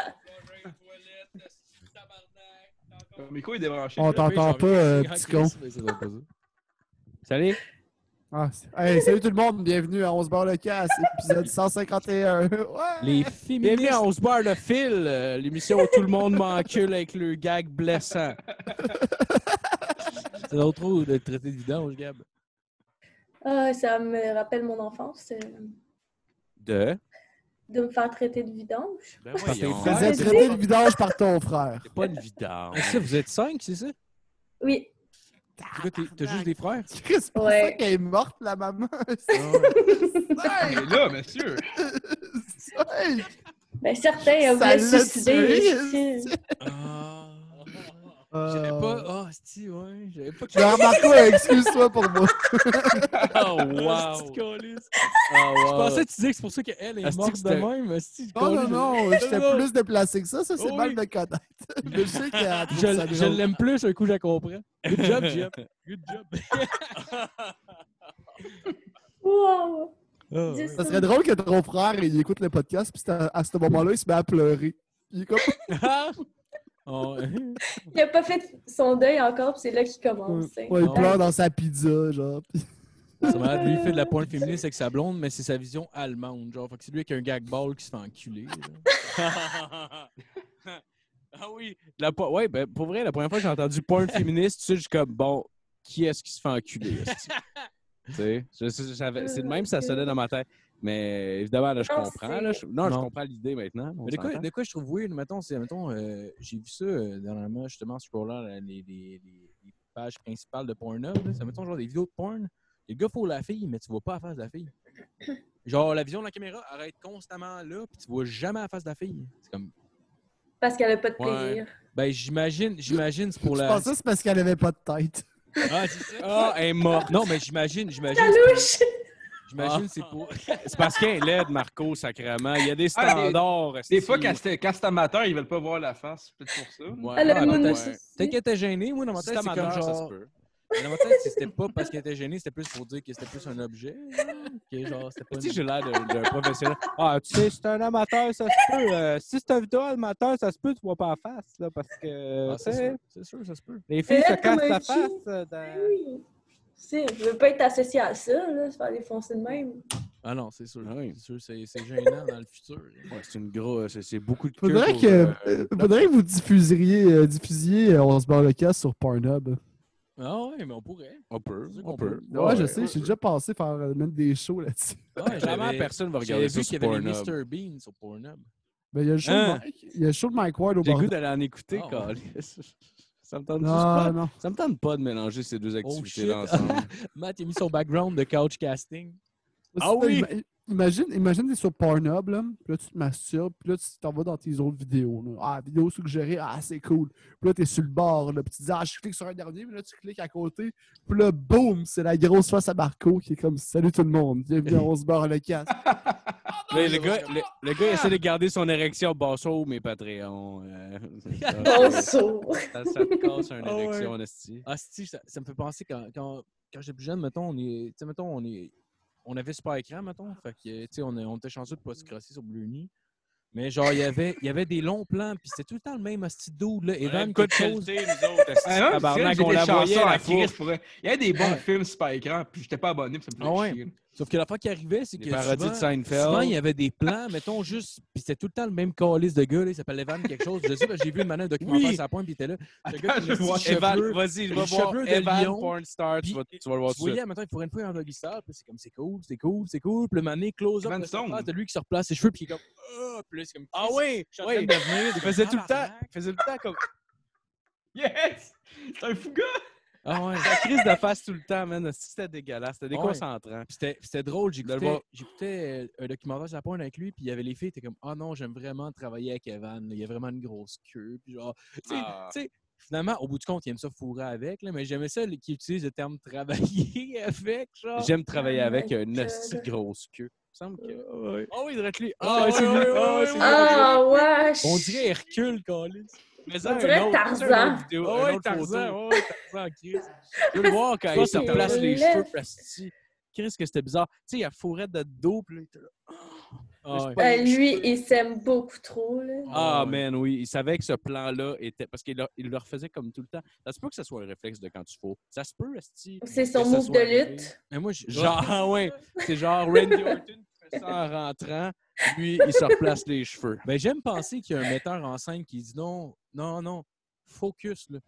Speaker 2: Mon micro est débranché.
Speaker 8: On
Speaker 2: là.
Speaker 8: t'entend pas, euh, petit con.
Speaker 1: Salut.
Speaker 8: Ah, c'est- hey, salut tout le monde, bienvenue à 11 bar le casse, épisode 151. Ouais.
Speaker 1: Les féministes. Bienvenue à Eh On se barre le fil, euh, l'émission où tout le monde m'encule avec le gag blessant. C'est trop trop de traité de vidange, Gab.
Speaker 4: Ah, ça me rappelle mon enfance. euh,
Speaker 1: De?
Speaker 4: de me faire traiter de vidange.
Speaker 1: Ben
Speaker 8: Tu te faisais
Speaker 4: c'est-
Speaker 8: traiter le vidange par ton frère.
Speaker 1: pas une vidange. ça, vous êtes cinq, c'est ça?
Speaker 4: Oui.
Speaker 1: C'est quoi, t'es- T'as juste des frères?
Speaker 8: Chris, c'est pour
Speaker 4: Ouais.
Speaker 8: ça qu'elle est morte, la maman.
Speaker 2: Il est là, monsieur.
Speaker 8: C'est-
Speaker 4: Ben certains, elle voulait
Speaker 8: Ça l'a
Speaker 4: se suicider.
Speaker 8: tué.
Speaker 4: mais-
Speaker 1: Ah.
Speaker 3: Euh.
Speaker 1: J'avais
Speaker 6: Euh,
Speaker 1: pas. Ah, si, ouais. J'avais pas.
Speaker 6: Genre, Marco, excuse-toi pour moi.
Speaker 1: Oh, wow.
Speaker 3: Asti,
Speaker 1: Ah, wow.
Speaker 3: Je pensais que tu disais que c'est pour ça qu'elle est
Speaker 1: Asti, que
Speaker 3: morte de
Speaker 1: c'était-
Speaker 3: même. Asti,
Speaker 6: Non,
Speaker 3: câlisse,
Speaker 6: non, non, j'étais
Speaker 1: non.
Speaker 6: plus déplacé que ça. Ça, c'est
Speaker 1: Oh
Speaker 6: mal
Speaker 1: oui.
Speaker 6: de connaître. Je sais qu'elle a
Speaker 3: Je,
Speaker 6: trouvé ça
Speaker 3: je
Speaker 6: drôle.
Speaker 3: l'aime plus, un coup, je la comprends. Good job, Jim. Good job.
Speaker 9: Wow!
Speaker 3: Ah,
Speaker 9: Dis
Speaker 6: Ça serait drôle que ton frère il écoute le podcast, puis c'est à, à ce moment-là, il se met à pleurer. Il est comme.
Speaker 1: Ah,
Speaker 3: Oh,
Speaker 9: Il a pas fait son deuil encore, puis c'est là qu'il commence. hein.
Speaker 6: Ouais, il
Speaker 1: Non.
Speaker 6: pleure dans sa pizza, genre. puis-
Speaker 1: C'est malade, lui, il fait de la pointe féministe avec sa blonde, mais c'est sa vision allemande. Genre, fait que c'est lui qui a un gag ball qui se fait enculer.
Speaker 3: ah
Speaker 1: Ah
Speaker 3: oui, la po- ouais, ben, pour vrai, la première fois que j'ai entendu porn féministe, tu sais, je suis comme, bon, qui est-ce qui se fait enculer? esti? tu sais, je- je- j'avais- c'est de même, ça sonnait dans ma tête. Mais évidemment,
Speaker 2: Ah,
Speaker 3: là, je
Speaker 9: Non,
Speaker 3: comprends.
Speaker 9: c'est-
Speaker 3: Là, je- non, je
Speaker 1: Non.
Speaker 3: comprends l'idée maintenant. on
Speaker 1: Mais de quoi,
Speaker 3: s'entend.
Speaker 1: de quoi je trouve weird, mettons, c'est, mettons, euh, j'ai vu ça euh, dernièrement, justement, sur là, les, les, les, les pages principales de Pornhub, là. c'est, mettons, genre des vidéos de porn. Le gars faut la fille, mais tu vois pas la face de la fille. Genre, la vision de la caméra arrête constamment là, puis tu vois jamais la face de la fille. C'est comme,
Speaker 9: Parce qu'elle a pas de
Speaker 1: Ouais.
Speaker 9: plaisir.
Speaker 1: ben, j'imagine, j'imagine, c'est pour
Speaker 6: Je
Speaker 1: la.
Speaker 6: pense que c'est parce qu'elle avait pas de tête.
Speaker 1: Ah, c'est ça? Ah, elle est morte. Non, mais j'imagine, j'imagine,
Speaker 9: La louche!
Speaker 1: j'imagine, c'est pour.
Speaker 3: C'est parce qu'elle est laide, Marco, sacrément. Il y a des
Speaker 2: Ah, des-
Speaker 3: standards.
Speaker 2: Des
Speaker 3: esti.
Speaker 2: fois, quand c'est quand c'est amateur, ils veulent pas voir la face. c'est Peut-être pour ça.
Speaker 1: Ouais,
Speaker 9: Elle a
Speaker 1: ah,
Speaker 9: le
Speaker 1: peut-être.
Speaker 9: moon
Speaker 3: ouais.
Speaker 1: Peut-être qu'elle était gênée, moi, dans ma
Speaker 3: Si
Speaker 1: tête,
Speaker 3: t'as
Speaker 1: c'est comme
Speaker 3: malheur, ça se
Speaker 1: genre.
Speaker 3: peut.
Speaker 1: Mais dans ma tête, c'était pas parce qu'elle était gênée, c'était plus pour dire que c'était plus un objet. hein, Que genre, c'était pas
Speaker 3: Esti,
Speaker 1: une...
Speaker 3: j'ai l'air d'un d'un professionnel.
Speaker 10: Ah, tu sais, c'est un amateur, ça se peut. Euh, si c'est un vidéo amateur, ça se peut, tu vois pas la face, là, parce que,
Speaker 1: Ah,
Speaker 10: tu sais,
Speaker 1: sûr, c'est sûr, ça se peut.
Speaker 10: les filles se
Speaker 9: Elle, comme
Speaker 10: cassent
Speaker 9: un
Speaker 10: la
Speaker 9: chien. Ben
Speaker 10: face. euh, dans-
Speaker 9: Oui. Tu sais, je veux pas être associée à ça, là, se faire défoncer de même.
Speaker 1: Ah non, c'est sûr.
Speaker 3: Ah oui.
Speaker 1: C'est sûr, c'est c'est gênant dans le futur.
Speaker 3: Ouais, c'est une grosse. C'est beaucoup de
Speaker 6: Faudrait
Speaker 3: queue
Speaker 6: que,
Speaker 3: pour, euh,
Speaker 6: euh, faudrait que vous diffuseriez, euh, diffusiez euh, On se barre le casse sur Pornhub.
Speaker 1: Ah ouais, mais on pourrait.
Speaker 3: On peut,
Speaker 1: C'est sûr qu'on
Speaker 3: euh, on peut.
Speaker 6: Ouais, je sais, j'ai déjà pensé faire euh, même des shows là-dessus.
Speaker 1: Ah,
Speaker 3: Jamais
Speaker 1: j'avais-
Speaker 3: personne va
Speaker 1: J'avais
Speaker 3: regarder ça
Speaker 1: vu
Speaker 3: sur
Speaker 1: qu'il y avait
Speaker 3: Pornhub.
Speaker 1: des Mr. Bean sur Pornhub.
Speaker 6: Mais Ben, il y a le show,
Speaker 3: Hein?
Speaker 6: de, Mike, il y a le show de Mike Ward au
Speaker 3: J'ai le
Speaker 6: bord.
Speaker 3: goût d'aller en écouter,
Speaker 1: Ah, ouais.
Speaker 3: câlisse. Ça me tente juste
Speaker 6: Non,
Speaker 3: pas.
Speaker 6: non.
Speaker 3: Ça me tente pas de mélanger ces deux
Speaker 1: shit.
Speaker 3: activités-là ensemble.
Speaker 1: Matt, il a mis son background de couch casting.
Speaker 3: Ah
Speaker 6: C'est-
Speaker 3: oui!
Speaker 6: ima- Imagine, imagine t'es sur Pornhub, là, puis là tu te masturbes, puis là tu t'en vas dans tes autres vidéos. là. Ah, vidéo suggérée, ah c'est cool. Puis là t'es sur le bord, là, puis tu dis ah je clique sur un dernier, puis là tu cliques à côté, puis là boum, c'est la grosse face à Marco qui est comme salut tout le monde, bienvenue à on se barre le casque.
Speaker 1: Ah,
Speaker 3: Mais le gars, le, le gas, il essaie de garder son érection basso, mes Patreons. euh,
Speaker 9: Bon
Speaker 3: ça,
Speaker 9: sourd.
Speaker 3: ça, ça te casse une
Speaker 1: Ah ouais.
Speaker 3: érection, esti.
Speaker 1: Ah, si, ça, ça me fait penser quand, quand, quand j'étais plus jeune, mettons, on est. Tu sais, mettons, on est. On avait super écran, mettons. Fait que, tu sais, on, est- on était chanceux de pas se crosser sur Bruni. Mais genre, il y avait, il y avait des longs plans, puis c'était tout le temps le même hostie dude, là.
Speaker 3: avait
Speaker 1: Evan,
Speaker 3: une coup de
Speaker 1: quelque chose.
Speaker 3: qualité, nous autres, esti,
Speaker 2: Ah, même
Speaker 3: tabarnak,
Speaker 2: film,
Speaker 3: on
Speaker 2: j'ai
Speaker 3: la
Speaker 2: des
Speaker 3: voyait
Speaker 2: chansons
Speaker 3: à
Speaker 2: à
Speaker 3: la
Speaker 2: Chris,
Speaker 3: fourche.
Speaker 2: pour vrai. Il y a des bons films super écran, puis j'étais pas abonné, puis ça me
Speaker 1: Ah
Speaker 2: faisait
Speaker 1: ouais.
Speaker 2: chier.
Speaker 1: Sauf que la fois qui arrivait, c'est que
Speaker 3: Des parodies de
Speaker 1: souvent,
Speaker 3: Seinfeld.
Speaker 1: souvent, il y avait des plans, mettons, juste... Puis c'était tout le temps le même calice de gars, là. Il s'appelle Evan quelque chose. Je sais, parce que j'ai vu une manœuvre documentaire
Speaker 3: Oui.
Speaker 1: à sa pointe, puis il était là. Ce gars
Speaker 2: Attends,
Speaker 1: qui
Speaker 2: je
Speaker 1: a des
Speaker 2: vois
Speaker 1: petits
Speaker 3: Evan,
Speaker 1: cheveux.
Speaker 3: vas-y,
Speaker 1: les
Speaker 3: va voir
Speaker 1: cheveux de
Speaker 3: Evan
Speaker 1: lion,
Speaker 3: Pornstar, tu
Speaker 1: puis-
Speaker 3: vas, tu vas le voir
Speaker 1: Tu
Speaker 3: tout de
Speaker 1: voyais,
Speaker 3: suite.
Speaker 1: maintenant, il pourrait une fois un enregistreur, puis c'est comme c'est cool, c'est cool, c'est cool. Puis le mané close up,
Speaker 2: Evan
Speaker 1: de sa
Speaker 2: Stone.
Speaker 1: face, de lui qui se replace ses cheveux, puis il est comme Ah, puis là, c'est comme
Speaker 3: Ah ouais,
Speaker 1: je suis en train
Speaker 3: ouais.
Speaker 1: de devenir.
Speaker 3: Il faisait tout le temps,
Speaker 1: Tabarnak.
Speaker 3: il faisait tout le temps comme
Speaker 2: Yes! C'est un fou gars!
Speaker 1: Ah ouais.
Speaker 3: la crise de face tout le temps, man. Esti, C'était dégueulasse, c'était
Speaker 1: Ah Ouais.
Speaker 3: déconcentrant.
Speaker 1: Puis c'était- puis c'était drôle,
Speaker 3: De le
Speaker 1: j'écoutais
Speaker 3: voir.
Speaker 1: j'écoutais, euh, un documentaire sur la pointe avec lui, puis il y avait les filles, qui étaient comme Ah non, j'aime vraiment travailler avec Evan, là. il y a vraiment une grosse queue, puis genre, tu sais,
Speaker 3: Ah.
Speaker 1: tu sais, Finalement, au bout du compte, il aime ça fourrer avec, là, mais j'aimais ça qu'il utilise le terme travailler avec, genre.
Speaker 3: J'aime travailler
Speaker 9: Oh
Speaker 3: avec
Speaker 9: my
Speaker 3: une esti
Speaker 9: God.
Speaker 3: de grosse queue. Il me semble que.
Speaker 1: Ah ouais.
Speaker 3: Oh, il drette lui.
Speaker 1: Ah, ouais, ouais, ouais, ouais, ouais.
Speaker 9: Ah, wesh!
Speaker 1: On dirait Hercule, Calis.
Speaker 3: Mais
Speaker 9: On dirait Tarzan.
Speaker 3: vidéo,
Speaker 1: Ah
Speaker 3: un
Speaker 1: ouais,
Speaker 3: autre photo.
Speaker 1: Tarzan, ouais, Tarzan, Chris. Je veux le voir quand
Speaker 9: Je
Speaker 1: il
Speaker 9: pense
Speaker 1: se
Speaker 9: qu'il
Speaker 1: place les
Speaker 9: relève.
Speaker 1: cheveux plastique. Chris, que c'était bizarre. Tu sais, il a fourrette de dos, puis là, il était là. Ah, ouais.
Speaker 9: Ben, lui, il s'aime beaucoup trop, là.
Speaker 3: Ah,
Speaker 1: ouais.
Speaker 3: man, oui. Il savait que ce plan-là était. Parce qu'il leur- il le refaisait comme tout le temps. Ça se peut que ce soit un réflexe de quand tu fous. Ça se peut, Esti.
Speaker 9: C'est son
Speaker 3: Que ça
Speaker 9: move
Speaker 3: soit
Speaker 9: de
Speaker 3: arrivé.
Speaker 9: lutte.
Speaker 1: Mais moi, j-
Speaker 3: Genre, ah ouais. C'est genre Randy Orton qui fait ça en rentrant. Lui, il se replace les cheveux.
Speaker 1: ben, j'aime penser qu'il y a un metteur en scène qui dit non, non, non, focus, là.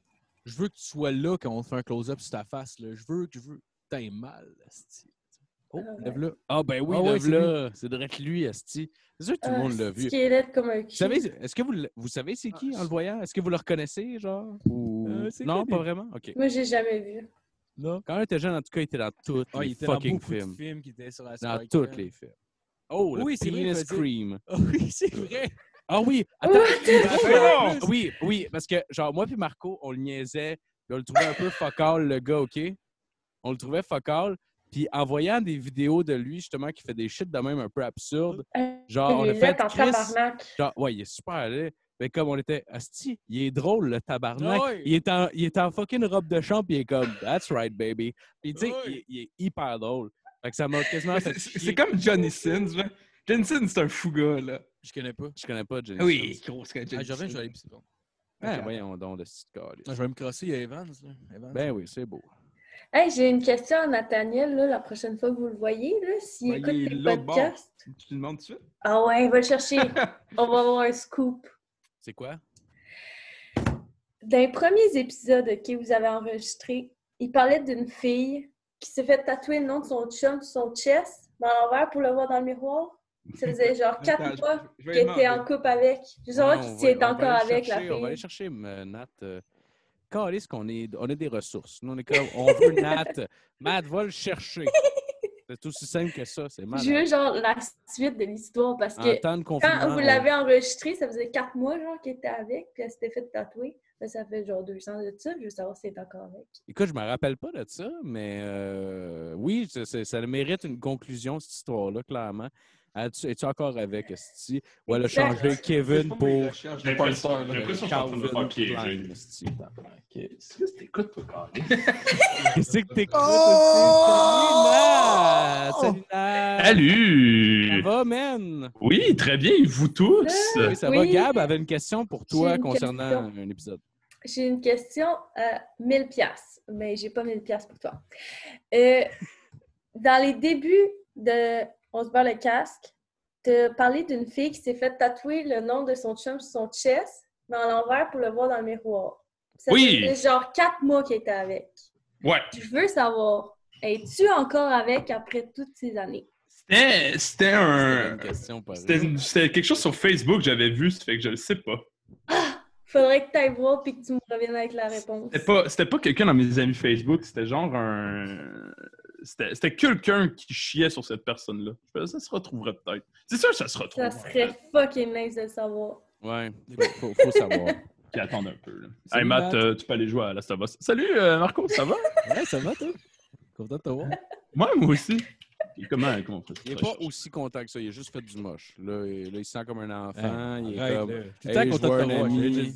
Speaker 1: Je veux que tu sois là quand on te fait un close-up sur ta face, là. Je veux que je veux. T'es mal, esti. Oh,
Speaker 9: Ah ouais.
Speaker 1: lève-le.
Speaker 3: Ah, ben oui,
Speaker 1: Ah ouais,
Speaker 3: le là. C'est direct lui, Esti. C'est sûr que tout le
Speaker 9: Ah,
Speaker 3: monde l'a vu.
Speaker 9: Qui est laide comme un
Speaker 3: Vous
Speaker 9: cul.
Speaker 3: savez, est-ce que vous, le- vous savez c'est
Speaker 9: Ah,
Speaker 3: qui en le voyant? Est-ce que vous le reconnaissez, genre? Ou...
Speaker 1: Euh, c'est
Speaker 3: non,
Speaker 1: qui,
Speaker 3: pas
Speaker 1: lui?
Speaker 3: vraiment? OK.
Speaker 9: Moi, j'ai jamais vu.
Speaker 1: Là.
Speaker 3: Quand on était jeune, en tout cas, il était dans tous
Speaker 1: Ah,
Speaker 3: les
Speaker 1: il était dans
Speaker 3: fucking
Speaker 1: beaucoup
Speaker 3: films.
Speaker 1: de films qui étaient sur la
Speaker 3: Dans
Speaker 1: Square
Speaker 3: tous
Speaker 1: Cam.
Speaker 3: les films. Oh,
Speaker 1: Oui,
Speaker 3: le
Speaker 1: c'est vrai, il
Speaker 3: Penis
Speaker 1: faisait-
Speaker 3: Cream.
Speaker 1: Ah oui, c'est vrai.
Speaker 3: Ah oui, attends,
Speaker 2: Mais non!
Speaker 3: Ah Oui, oui, parce que, genre, moi puis Marco, on le niaisait, puis on le trouvait un peu focal, le gars, OK? On le trouvait focal, puis en voyant des vidéos de lui, justement, qui fait des shit de même un peu absurdes, genre, on
Speaker 4: Il
Speaker 3: a
Speaker 4: est là,
Speaker 3: fait
Speaker 4: t'en
Speaker 3: Chris,
Speaker 4: tabarnak.
Speaker 3: genre, ouais, il est super laid. Mais comme on était, Asti, il est drôle, le tabarnak.
Speaker 1: Ah ouais.
Speaker 3: il, est en, il est en fucking robe de chambre, puis il est comme, That's right, baby. Puis, tu sais,
Speaker 1: Ah
Speaker 3: il, il est hyper drôle. Fait que ça m'a quasiment fait
Speaker 2: Ah, C'est- C'est c'est
Speaker 3: chier.
Speaker 2: comme Johnny Sins. là. Johnny Sins, c'est un fou gars, là.
Speaker 3: Je connais pas. Je connais pas, James.
Speaker 2: Ah Oui, gros, c'est
Speaker 3: Ah,
Speaker 2: Johnny
Speaker 3: je reviens, je vais aller
Speaker 2: Sins.
Speaker 3: pisser, bon.
Speaker 2: Ah,
Speaker 3: Ah, voyons donc, le petit câlisse.
Speaker 1: Ah, Je vais me crosser à Evans.
Speaker 3: Ben oui, c'est beau.
Speaker 4: Hey, j'ai une question à Nathaniel, là, la prochaine fois que vous le voyez, là, s'il
Speaker 2: Ouais, il est
Speaker 4: écoute tes
Speaker 2: là, bon.
Speaker 4: podcasts.
Speaker 2: Tu te demandes tout de suite?
Speaker 4: Ah ouais, va le chercher. On va avoir un scoop.
Speaker 3: C'est quoi?
Speaker 4: Dans les premiers épisodes que vous avez enregistrés, il parlait d'une fille qui s'est fait tatouer le nom de son chum sur son chest, dans l'envers pour le voir dans le miroir. Ça faisait genre quatre
Speaker 2: Attends, je-
Speaker 4: fois
Speaker 2: je vais
Speaker 4: qu'elle
Speaker 2: lui
Speaker 4: était en
Speaker 2: demander.
Speaker 4: couple avec. Je veux
Speaker 3: Ouais,
Speaker 4: savoir
Speaker 3: on
Speaker 4: si
Speaker 3: va-
Speaker 4: elle est
Speaker 3: on va
Speaker 4: encore
Speaker 3: aller
Speaker 4: avec
Speaker 3: chercher- On va
Speaker 4: la
Speaker 3: aller
Speaker 4: fille.
Speaker 3: chercher euh, Nat. Euh, calisse qu'on est, on a des ressources. Nous, on est comme, on veut Nat. Matt, va le chercher. C'est aussi simple que ça, c'est mal.
Speaker 4: Je veux genre la suite de l'histoire parce que quand vous l'avez enregistré, ça faisait quatre mois genre qu'elle était avec, puis elle s'était fait tatouer. Là, ça fait genre deux ans de ça. Je veux savoir si elle est encore avec.
Speaker 3: Écoute, je me rappelle pas de ça, mais euh, oui, c'est- c'est- ça mérite une conclusion, cette histoire-là, clairement. As-tu- Es-tu encore avec Esti? Ou elle a
Speaker 4: Exact.
Speaker 3: changé Kevin
Speaker 2: Fais pas mes
Speaker 3: pour.
Speaker 2: recherches de
Speaker 8: J'ai l'impression
Speaker 2: penseurs,
Speaker 8: j'ai
Speaker 2: là.
Speaker 8: l'impression que je suis en train de me faire piéger.
Speaker 3: Esti.
Speaker 2: Qu'est-ce que t'écoutes, toi, câlisse?
Speaker 3: Qu'est-ce que t'écoutes?
Speaker 6: Oh!
Speaker 3: aussi? Salut Nat! Salut Nat! Ça
Speaker 8: Salut!
Speaker 3: va, man?
Speaker 8: Oui, très bien, et vous tous?
Speaker 4: Ah.
Speaker 3: Oui, ça va.
Speaker 4: Oui.
Speaker 3: Gab avait une question pour
Speaker 4: J'ai
Speaker 3: toi
Speaker 4: une
Speaker 3: concernant
Speaker 4: question.
Speaker 3: un épisode.
Speaker 4: J'ai une question à 1000 pièces, mais j'ai pas 1000 pièces pour toi. Euh, dans les débuts de On se barre le casque, t'as parlé d'une fille qui s'est fait tatouer le nom de son chum sur son chest, mais en l'envers pour le voir dans le miroir. Ça
Speaker 8: Oui.
Speaker 4: faisait genre quatre mois qu'elle était avec.
Speaker 8: Ouais.
Speaker 4: Je veux savoir, es-tu encore avec après toutes ces années?
Speaker 8: C'était c'était
Speaker 3: C'était
Speaker 8: un.
Speaker 3: une question, pareil.
Speaker 8: C'était une- c'était quelque chose sur Facebook que j'avais vu, ça fait que je le sais pas.
Speaker 4: Faudrait que t'ailles voir puis que tu me reviennes avec la réponse.
Speaker 8: C'était pas, c'était pas quelqu'un dans mes amis Facebook, c'était genre un. C'était c'était quelqu'un qui chiait sur cette personne-là. Je me disais, Ça se retrouverait peut-être. C'est sûr que ça se retrouve.
Speaker 4: Ça serait fucking nice de le savoir.
Speaker 3: Ouais, faut, faut- faut savoir.
Speaker 8: Puis attendre un peu. là.
Speaker 3: Salut,
Speaker 8: hey Matt,
Speaker 3: Matt.
Speaker 8: euh, tu peux aller jouer à Last of Us. Salut euh, Marco, ça va?
Speaker 3: Ouais, ça va, toi? Content de te voir.
Speaker 8: moi, moi aussi. Et Comment, comment on fait ça?
Speaker 3: Il est pas aussi content que ça, il a juste fait du moche. Là, il, là, il se sent comme un enfant. il est
Speaker 1: arrête,
Speaker 3: comme.
Speaker 1: là.
Speaker 3: Tout
Speaker 1: le temps content de te voir, je l'ai déjà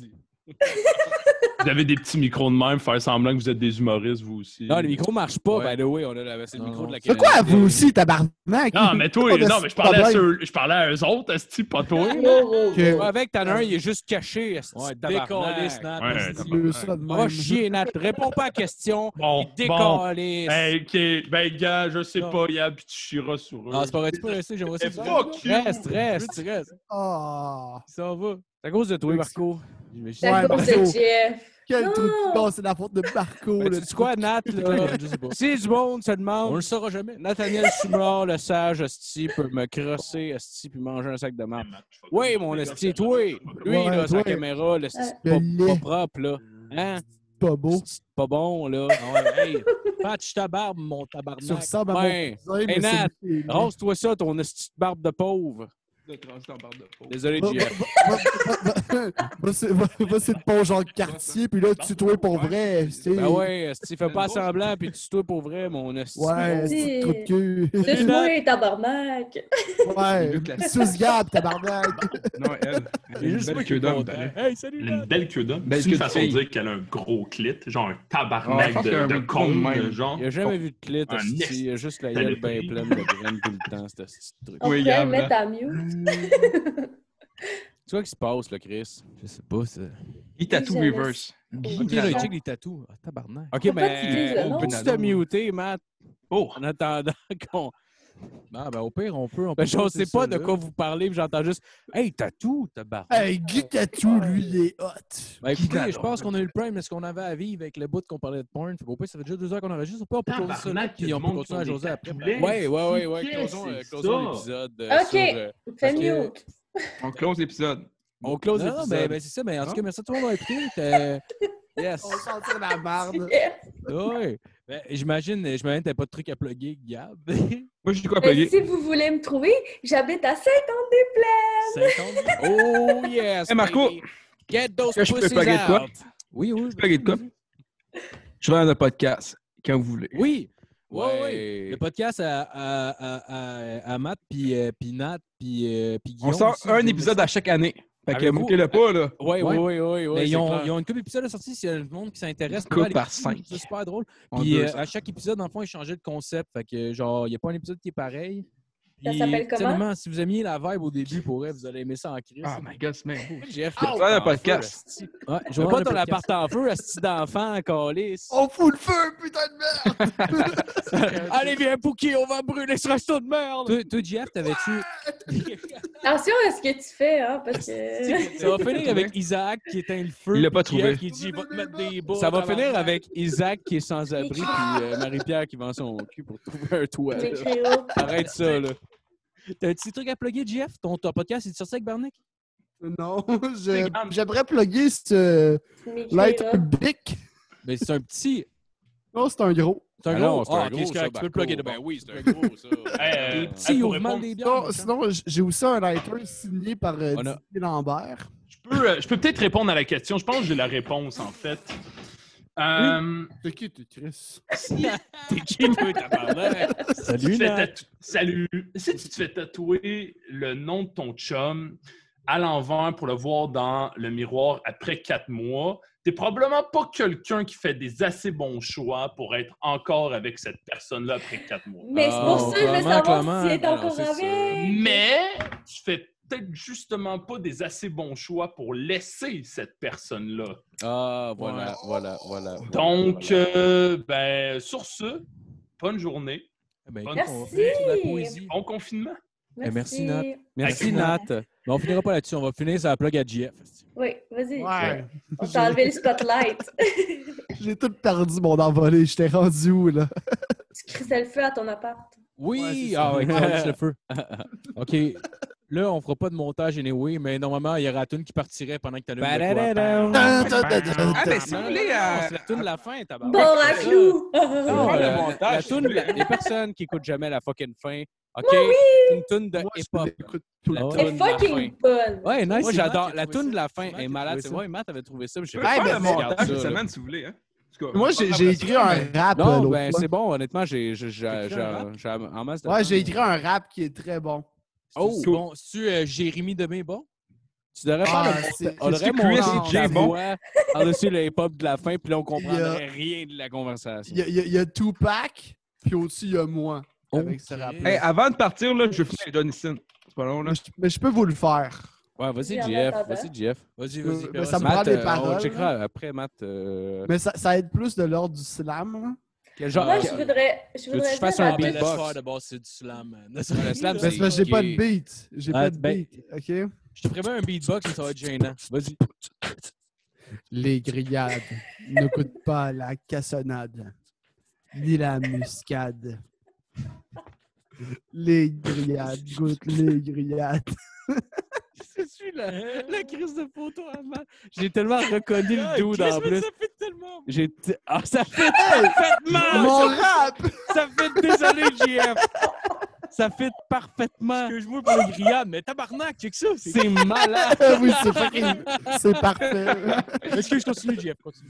Speaker 8: Vous avez des petits micros de même, faire semblant que vous êtes des humoristes, vous aussi.
Speaker 3: Non, le micro marche pas,
Speaker 1: Ouais.
Speaker 3: by the way. On a la- c'est le
Speaker 1: Non,
Speaker 3: micro de la
Speaker 6: C'est quoi à Ah, vous aussi, tabarnak?
Speaker 8: Non, mais toi,
Speaker 6: On a
Speaker 8: non,
Speaker 6: ce
Speaker 8: mais je parlais, à
Speaker 6: problème.
Speaker 8: ceux, je parlais à eux autres, Asti, pas toi.
Speaker 6: Que-
Speaker 3: Ouais, ben, avec, t'en as un, il est juste caché. est-ce que
Speaker 1: Ouais,
Speaker 3: tu décolles,
Speaker 1: décalisse, Nat.
Speaker 3: Nat?
Speaker 8: Ouais,
Speaker 1: parce que-
Speaker 8: tabarnak.
Speaker 6: Le ça de
Speaker 3: Va
Speaker 6: même.
Speaker 3: chier, Nat. Réponds pas à la question.
Speaker 8: Bon, bon.
Speaker 3: Décolisse.
Speaker 8: Hey, ok, ben, gars, je sais
Speaker 1: Non.
Speaker 8: pas, Yab, puis tu chieras sur eux.
Speaker 1: Ah, c'est pas vrai, tu peux rester, j'aimerais ça.
Speaker 8: Eh, fuck you!
Speaker 3: Reste, reste, reste.
Speaker 6: Ah!
Speaker 1: Il s'en va.
Speaker 3: C'est à cause de toi, Marco.
Speaker 4: C'est la
Speaker 6: Ouais,
Speaker 4: cause de
Speaker 6: Marco.
Speaker 4: Jeff.
Speaker 6: Quel truc
Speaker 4: Non.
Speaker 6: Non, c'est la faute de Marco.
Speaker 3: Ben,
Speaker 6: le
Speaker 3: tu sais quoi, Nat, là?
Speaker 1: Je sais pas.
Speaker 3: Si du monde se
Speaker 1: On le
Speaker 3: demande,
Speaker 1: saura jamais.
Speaker 3: Nathaniel Soumard, le sage, Esti, peut me crosser, Esti, puis manger un sac de marde. Oui, mon Esti, toi! Lui,
Speaker 6: Ouais,
Speaker 3: là, sa
Speaker 6: toi.
Speaker 3: caméra, l'Esti,
Speaker 6: Euh, Le
Speaker 3: pas,
Speaker 6: lait.
Speaker 3: pas propre, là. Hein?
Speaker 6: Pas beau.
Speaker 3: Esti, Pas bon, là.
Speaker 1: Hey, patch ta barbe, mon
Speaker 6: Tu
Speaker 1: tabarnak.
Speaker 6: ressembles à mon
Speaker 3: Ouais.
Speaker 6: cousin,
Speaker 3: ben, Hey,
Speaker 6: mais
Speaker 3: Nat,
Speaker 6: c'est une fille.
Speaker 3: Rase-toi ça, ton Esti de barbe de pauvre.
Speaker 2: De transit en barre de peau.
Speaker 3: Désolé,
Speaker 6: Va-
Speaker 3: JF.
Speaker 6: va- va- va- va- c'est- Va va- c'est le pont Jean Cartier, puis là, tu toi pour vrai. c'est-
Speaker 3: Ben ouais, Esti, fais
Speaker 2: Ben,
Speaker 3: pas
Speaker 2: bon,
Speaker 3: semblant, puis tu toi pour vrai, mon Esti.
Speaker 6: Ouais, c'est un trou de cul.
Speaker 4: Touche-moi, tabarnak!
Speaker 2: Le
Speaker 6: Ouais.
Speaker 2: classique.
Speaker 6: Sous-gab, tabarnak.
Speaker 2: Non, elle. elle a
Speaker 1: C'est
Speaker 2: une
Speaker 1: juste
Speaker 2: belle
Speaker 1: moi qui
Speaker 2: queue
Speaker 1: est
Speaker 2: d'homme,
Speaker 1: content.
Speaker 3: hein.
Speaker 2: pareil.
Speaker 1: Hey, salut,
Speaker 8: Elle a
Speaker 1: Nat.
Speaker 8: Une belle queue d'homme.
Speaker 2: Belle
Speaker 8: C'est une
Speaker 2: queue de
Speaker 8: façon de
Speaker 2: fille.
Speaker 8: dire qu'elle a un gros clit, genre un
Speaker 2: Ouais, je
Speaker 8: tabarnak
Speaker 2: pense qu'il y a
Speaker 8: de,
Speaker 2: un
Speaker 8: de
Speaker 2: bout de
Speaker 8: con,
Speaker 2: même.
Speaker 8: de genre.
Speaker 3: Il a jamais vu de clit,
Speaker 8: Un
Speaker 3: Esti. Il a juste la
Speaker 8: T'as
Speaker 3: gueule
Speaker 8: le
Speaker 3: bien
Speaker 8: prix.
Speaker 3: pleine de graines tout le temps, ce petit truc.
Speaker 4: On
Speaker 2: Oui,
Speaker 4: pourrait
Speaker 2: Gab,
Speaker 4: le mettre à mute.
Speaker 3: Tu vois ce qui se passe, là, Chris?
Speaker 1: Je sais pas, ça.
Speaker 2: Il tatoue
Speaker 4: Jeunesse.
Speaker 2: reverse.
Speaker 1: Guy
Speaker 4: Guy Lachey.
Speaker 1: les tatous. Ah, tabarnak.
Speaker 3: OK,
Speaker 4: Faut pas que tu dises
Speaker 3: mais
Speaker 4: le
Speaker 3: on
Speaker 4: nom.
Speaker 3: peut te muter, Matt,
Speaker 2: Oh!
Speaker 3: en attendant qu'on...
Speaker 1: Non, ben au pire, on peut. On peut
Speaker 3: Ben, je ne sais
Speaker 1: passer
Speaker 3: pas
Speaker 1: ça,
Speaker 3: de
Speaker 1: là.
Speaker 3: quoi vous parlez, puis j'entends juste « Hey, tatou, tabarnak!
Speaker 6: Hey, Guy Tatou, lui, il est hot.
Speaker 1: Ben, écoutez, je
Speaker 2: Guidalon.
Speaker 1: pense qu'on a eu le prime de ce qu'on avait à vivre avec le bout qu'on parlait de porn. Fait qu'au pire, ça fait déjà deux heures qu'on enregistre. Au pire, on peut closer ça là,
Speaker 8: Tabarnak, il y
Speaker 1: puis
Speaker 8: a
Speaker 1: on
Speaker 8: du
Speaker 1: peut
Speaker 8: monde qui
Speaker 1: continuer à
Speaker 8: ont des
Speaker 1: jaser après.
Speaker 8: tatouages.
Speaker 1: mais-
Speaker 3: Ouais, ouais, ouais, ouais,
Speaker 8: Qu'est-ce
Speaker 3: closons,
Speaker 8: que
Speaker 3: euh,
Speaker 8: c'est
Speaker 3: closons
Speaker 8: ça?
Speaker 3: l'épisode. euh,
Speaker 4: OK.
Speaker 3: sur, euh,
Speaker 4: Fais
Speaker 3: parce que-
Speaker 4: mute!
Speaker 2: On close l'épisode.
Speaker 3: on close
Speaker 1: Non, ben, non,
Speaker 3: l'épisode.
Speaker 1: mais, mais c'est ça. Mais en tout
Speaker 2: Non?
Speaker 1: euh, cas, merci à tout le monde d'avoir écouté. T'es- Yes.
Speaker 6: On sentir la marde.
Speaker 1: Ouais. Ben, J'imagine, j'imagine que t'as pas de truc à plugger, Gab.
Speaker 2: Moi, j'ai de quoi à
Speaker 9: Mais
Speaker 4: ben,
Speaker 2: plugger.
Speaker 9: si vous voulez me trouver, j'habite à Saint-Anne-des-Plaines.
Speaker 1: 50? Oh yes!
Speaker 2: Hey, Marco,
Speaker 1: baby. Get those
Speaker 2: est-ce que je peux
Speaker 1: pussies
Speaker 2: plugger de quoi?
Speaker 1: out. Oui, oui.
Speaker 2: Je peux plugger de quoi? Je vais dans le podcast quand vous voulez.
Speaker 1: Oui! Ouais, ouais.
Speaker 3: Ouais.
Speaker 1: Le podcast à, à, à, à, à Matt, puis euh, puis Nat, puis euh, puis Guillaume.
Speaker 2: On sort
Speaker 1: aussi,
Speaker 2: un
Speaker 1: j'aime
Speaker 2: épisode
Speaker 1: ça.
Speaker 2: à chaque année. Fait que
Speaker 1: Avez-vous-
Speaker 2: manquez-le pas, là.
Speaker 3: Oui, oui, oui, oui.
Speaker 1: Mais ils, ont, ils ont une couple d'épisodes à sortir s'il y a du monde qui s'intéresse.
Speaker 2: Coupe
Speaker 1: Allez,
Speaker 2: par cinq.
Speaker 1: C'est super drôle.
Speaker 2: On
Speaker 1: Puis
Speaker 2: peut-
Speaker 1: euh, à chaque épisode, dans le fond, ils changeaient de concept. Fait que, genre, il n'y a pas un épisode qui est pareil.
Speaker 9: Ça
Speaker 1: Puis,
Speaker 9: s'appelle comment?
Speaker 1: sérieusement, Si vous aimiez la vibe au début, pour vrai, vous allez aimer ça en crise.
Speaker 2: Ah, my God, c'est même beau.
Speaker 1: Jeff,
Speaker 2: Je vais dans le podcast.
Speaker 1: Ouais, je
Speaker 3: Je
Speaker 1: vois
Speaker 3: pas
Speaker 1: pas
Speaker 3: dans
Speaker 1: ton appart.
Speaker 3: l'appart en feu, asti d'enfant, calice.
Speaker 6: On fout le feu, putain de merde!
Speaker 3: Allez, viens, Pouki, on va brûler ce resto de merde!
Speaker 1: Toi, toi, Jeff, t'avais-tu.
Speaker 9: Attention à ce que tu fais, hein, parce que...
Speaker 3: Ça va finir avec Isaac qui éteint le feu.
Speaker 2: Il l'a pas
Speaker 3: puis
Speaker 2: trouvé.
Speaker 3: Jeff qui dit, va te mettre des boules.
Speaker 1: Ça va
Speaker 3: tabarnak.
Speaker 1: finir avec Isaac qui est sans abri, puis euh, Marie-Pierre qui vend son cul pour trouver un toit. là.
Speaker 9: M'écrire.
Speaker 1: Arrête ça, là. T'as un petit truc à plugger, Jeff? Ton, ton podcast est sorti avec Barnick?
Speaker 6: Non, je- j'aimerais plugger ce light
Speaker 9: M'écrire.
Speaker 6: bic.
Speaker 1: Mais c'est un petit.
Speaker 6: Non, c'est un gros.
Speaker 1: C'est un
Speaker 3: Ah
Speaker 1: gros.
Speaker 3: non, c'est
Speaker 1: Ah,
Speaker 3: un
Speaker 1: ok,
Speaker 3: gros, ça,
Speaker 1: correct, tu peux le plugger.
Speaker 3: Marco.
Speaker 1: Ben oui, c'est un gros, ça.
Speaker 8: Hey,
Speaker 1: Des
Speaker 8: euh,
Speaker 1: petits
Speaker 8: hey, pour
Speaker 1: mouvements
Speaker 8: répondre,
Speaker 1: des bières.
Speaker 6: Sinon,
Speaker 1: mon chum.
Speaker 6: sinon, j- j'ai aussi un lighter signé par euh,
Speaker 1: On a-
Speaker 6: Didier Lambert.
Speaker 8: Je peux, euh, je peux peut-être répondre à la question. Je pense que j'ai la réponse, en fait. Euh,
Speaker 6: C'est qui, tu Chris?
Speaker 1: T'es qui, toi, tabarnak?
Speaker 8: si tu
Speaker 3: Salut,
Speaker 8: te fais
Speaker 3: Nat.
Speaker 8: tatou- Salut. Si tu te fais tatouer le nom de ton chum à l'envers pour le voir dans le miroir après quatre mois, t'es probablement pas quelqu'un qui fait des assez bons choix pour être encore avec cette personne-là après quatre mois.
Speaker 9: Mais c'est pour
Speaker 1: Oh,
Speaker 9: ça que je veux
Speaker 1: clairement,
Speaker 9: savoir
Speaker 1: clairement.
Speaker 9: s'il est
Speaker 1: Non,
Speaker 9: encore
Speaker 1: c'est sûr.
Speaker 9: avec.
Speaker 8: Mais tu fais peut-être justement pas des assez bons choix pour laisser cette personne-là.
Speaker 1: Ah, voilà, voilà, voilà. voilà,
Speaker 8: Donc,
Speaker 1: voilà.
Speaker 8: euh, ben, sur ce, bonne journée,
Speaker 1: Ben,
Speaker 8: bonne-
Speaker 1: écoute, on va finir sur de la poésie.
Speaker 8: bon confinement.
Speaker 1: Eh, merci, Nat.
Speaker 9: Merci.
Speaker 1: Merci,
Speaker 8: Avec
Speaker 1: Nat. Mais on finira pas là-dessus. On va finir sur la plug à Jeff.
Speaker 9: Oui, vas-y.
Speaker 6: Ouais.
Speaker 9: On t'a enlevé le spotlight.
Speaker 6: J'ai tout perdu mon envolé. J'étais rendu où, là?
Speaker 9: tu crissais le feu à ton appart.
Speaker 1: Oui!
Speaker 6: Ouais, c'est
Speaker 1: ah
Speaker 6: ça.
Speaker 1: ouais, calisse le feu. OK. Là, on fera pas de montage anyway, mais normalement, il y aura la tune qui partirait pendant que t'allumes le clope.
Speaker 6: Dun, dun, dun, dun,
Speaker 2: Ah,
Speaker 6: dun.
Speaker 2: mais si vous voulez, euh,
Speaker 1: C'est la tune de la fin, tabarnak.
Speaker 9: Bon à clou!
Speaker 1: Non,
Speaker 2: pas
Speaker 1: euh,
Speaker 2: le
Speaker 1: la-
Speaker 2: montage,
Speaker 1: la
Speaker 2: c'est
Speaker 1: toune-
Speaker 2: vrai.
Speaker 1: la- les personnes qui écoutent jamais la fucking fin, OK? Une tune de
Speaker 6: Moi, je
Speaker 1: hip-hop.
Speaker 6: l'écoute tout le
Speaker 1: La
Speaker 6: temps.
Speaker 1: toune
Speaker 9: C'est
Speaker 1: de la fin.
Speaker 9: fucking bonne.
Speaker 1: Ouais, nice. Moi,
Speaker 3: c'est
Speaker 1: j'adore.
Speaker 3: Matt qui a
Speaker 1: La
Speaker 3: trouvé
Speaker 1: tune de
Speaker 3: ça.
Speaker 1: la fin
Speaker 3: C'est Matt
Speaker 1: est
Speaker 3: qui a
Speaker 1: malade.
Speaker 3: trouvé
Speaker 1: C'est
Speaker 3: ça.
Speaker 1: moi et Matt avait trouvé ça. mais j'ai
Speaker 2: Je peux
Speaker 1: fait,
Speaker 6: Ouais,
Speaker 2: faire
Speaker 6: ben,
Speaker 2: le
Speaker 6: c'est-
Speaker 2: montage
Speaker 1: regarde
Speaker 2: cette
Speaker 1: ça, là.
Speaker 2: semaine si vous voulez. Hein? En tout cas,
Speaker 6: Moi,
Speaker 2: on va
Speaker 6: j'ai
Speaker 2: faire
Speaker 6: j'ai
Speaker 2: la
Speaker 6: écrit
Speaker 2: semaine,
Speaker 6: un
Speaker 2: mais-
Speaker 6: rap euh,
Speaker 1: Non,
Speaker 6: l'autre
Speaker 1: ben
Speaker 6: fois.
Speaker 1: c'est bon, honnêtement, j'ai j'ai- j'ai-
Speaker 2: écrit un
Speaker 1: j'ai- j'ai en masse de
Speaker 6: Ouais,
Speaker 1: temps,
Speaker 6: j'ai
Speaker 1: là.
Speaker 6: écrit un rap qui est très bon.
Speaker 1: Oh,
Speaker 2: Cool.
Speaker 1: bon, c'est-tu euh, Jérémy Demain, bon? Tu devrais faire
Speaker 6: Ah,
Speaker 1: le montage.
Speaker 6: c'est-
Speaker 1: On
Speaker 2: c'est-tu
Speaker 1: aurait
Speaker 2: Chris
Speaker 1: monté
Speaker 2: J.
Speaker 1: la
Speaker 2: Bon?
Speaker 1: voix par-dessus le hip-hop de la fin, puis là, on comprendrait rien de la
Speaker 6: Il
Speaker 1: conversation.
Speaker 6: y, a- il y a- il y a Tupac, puis au-dessus, il y a moi. Avec ce
Speaker 1: Ok. ah,
Speaker 6: rap
Speaker 2: Hey, avant de partir, là, je vais finir avec John Huston. C'est pas long, là.
Speaker 6: Mais je, mais je peux vous le faire.
Speaker 1: Ouais, vas-y,
Speaker 9: J'en
Speaker 1: Jeff.
Speaker 9: attendais.
Speaker 1: Vas-y, Jeff. Vas-y,
Speaker 6: vas-y.
Speaker 1: vas-y.
Speaker 6: Ben, ça me prend
Speaker 3: euh,
Speaker 6: des
Speaker 1: On
Speaker 6: paroles,
Speaker 1: checkera après, Matt. euh,
Speaker 6: Mais ça, ça aide plus de l'ordre du slam. là.
Speaker 1: Quel genre.
Speaker 9: Moi,
Speaker 1: quel-
Speaker 9: je voudrais. Je
Speaker 1: veux que
Speaker 9: voudrais
Speaker 1: je fasse
Speaker 9: dire
Speaker 1: un
Speaker 9: à-
Speaker 1: beatbox?
Speaker 3: laisse faire, ben, de base, c'est du slam. man. Le slam,
Speaker 1: Le slam,
Speaker 6: Mais c'est parce que j'ai pas de beat. J'ai
Speaker 1: Ah,
Speaker 6: pas de
Speaker 1: ben-
Speaker 6: beat. OK?
Speaker 1: Je te ferais bien un beatbox, mais ça va être gênant. Vas-y.
Speaker 6: Les grillades ne coûtent pas la cassonade, ni la muscade. Les grillades goûtent les grillades.
Speaker 3: C'est celui-là.
Speaker 1: La crise de photo avant. J'ai tellement reconnu
Speaker 3: Ah,
Speaker 1: le dude
Speaker 3: Chris,
Speaker 1: en
Speaker 3: mais
Speaker 1: plus.
Speaker 3: Ça fait tellement.
Speaker 1: J'ai. t- Ah, ça fait
Speaker 6: Mon
Speaker 1: parfaitement!
Speaker 6: rap!
Speaker 1: Ça fait désolé, JF! Ça fait parfaitement!
Speaker 3: Excuse-moi pour le grillade, mais tabarnak, check ça. c'est-
Speaker 1: C'est malade!
Speaker 6: oui, c'est fucking- C'est parfait.
Speaker 1: Est-ce que je continue, JF? Continue.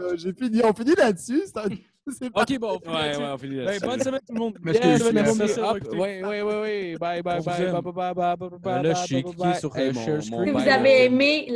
Speaker 6: Euh, J'ai fini. On finit là-dessus. c'est un- C'est pas...
Speaker 1: Ok, bon, on finit là-dessus.
Speaker 3: on finit
Speaker 1: Ben, bonne semaine tout le monde.
Speaker 2: Parce que
Speaker 1: Bien,
Speaker 2: je suis
Speaker 1: merci.
Speaker 3: assis, on va
Speaker 1: Hop.
Speaker 3: écouter.
Speaker 1: Ouais, ouais, ouais, ouais. Bye, bye,
Speaker 3: On vous
Speaker 1: bye,
Speaker 3: aime.
Speaker 1: bye, bye, bye, bye, bye, bye, Euh, Là, j'ai
Speaker 3: bye,
Speaker 1: cliqué
Speaker 3: bye.
Speaker 1: sur
Speaker 3: Hey,
Speaker 1: euh,
Speaker 3: mon-
Speaker 1: share
Speaker 3: mon
Speaker 1: screen.
Speaker 9: Si vous
Speaker 3: Bye.
Speaker 9: avez aimé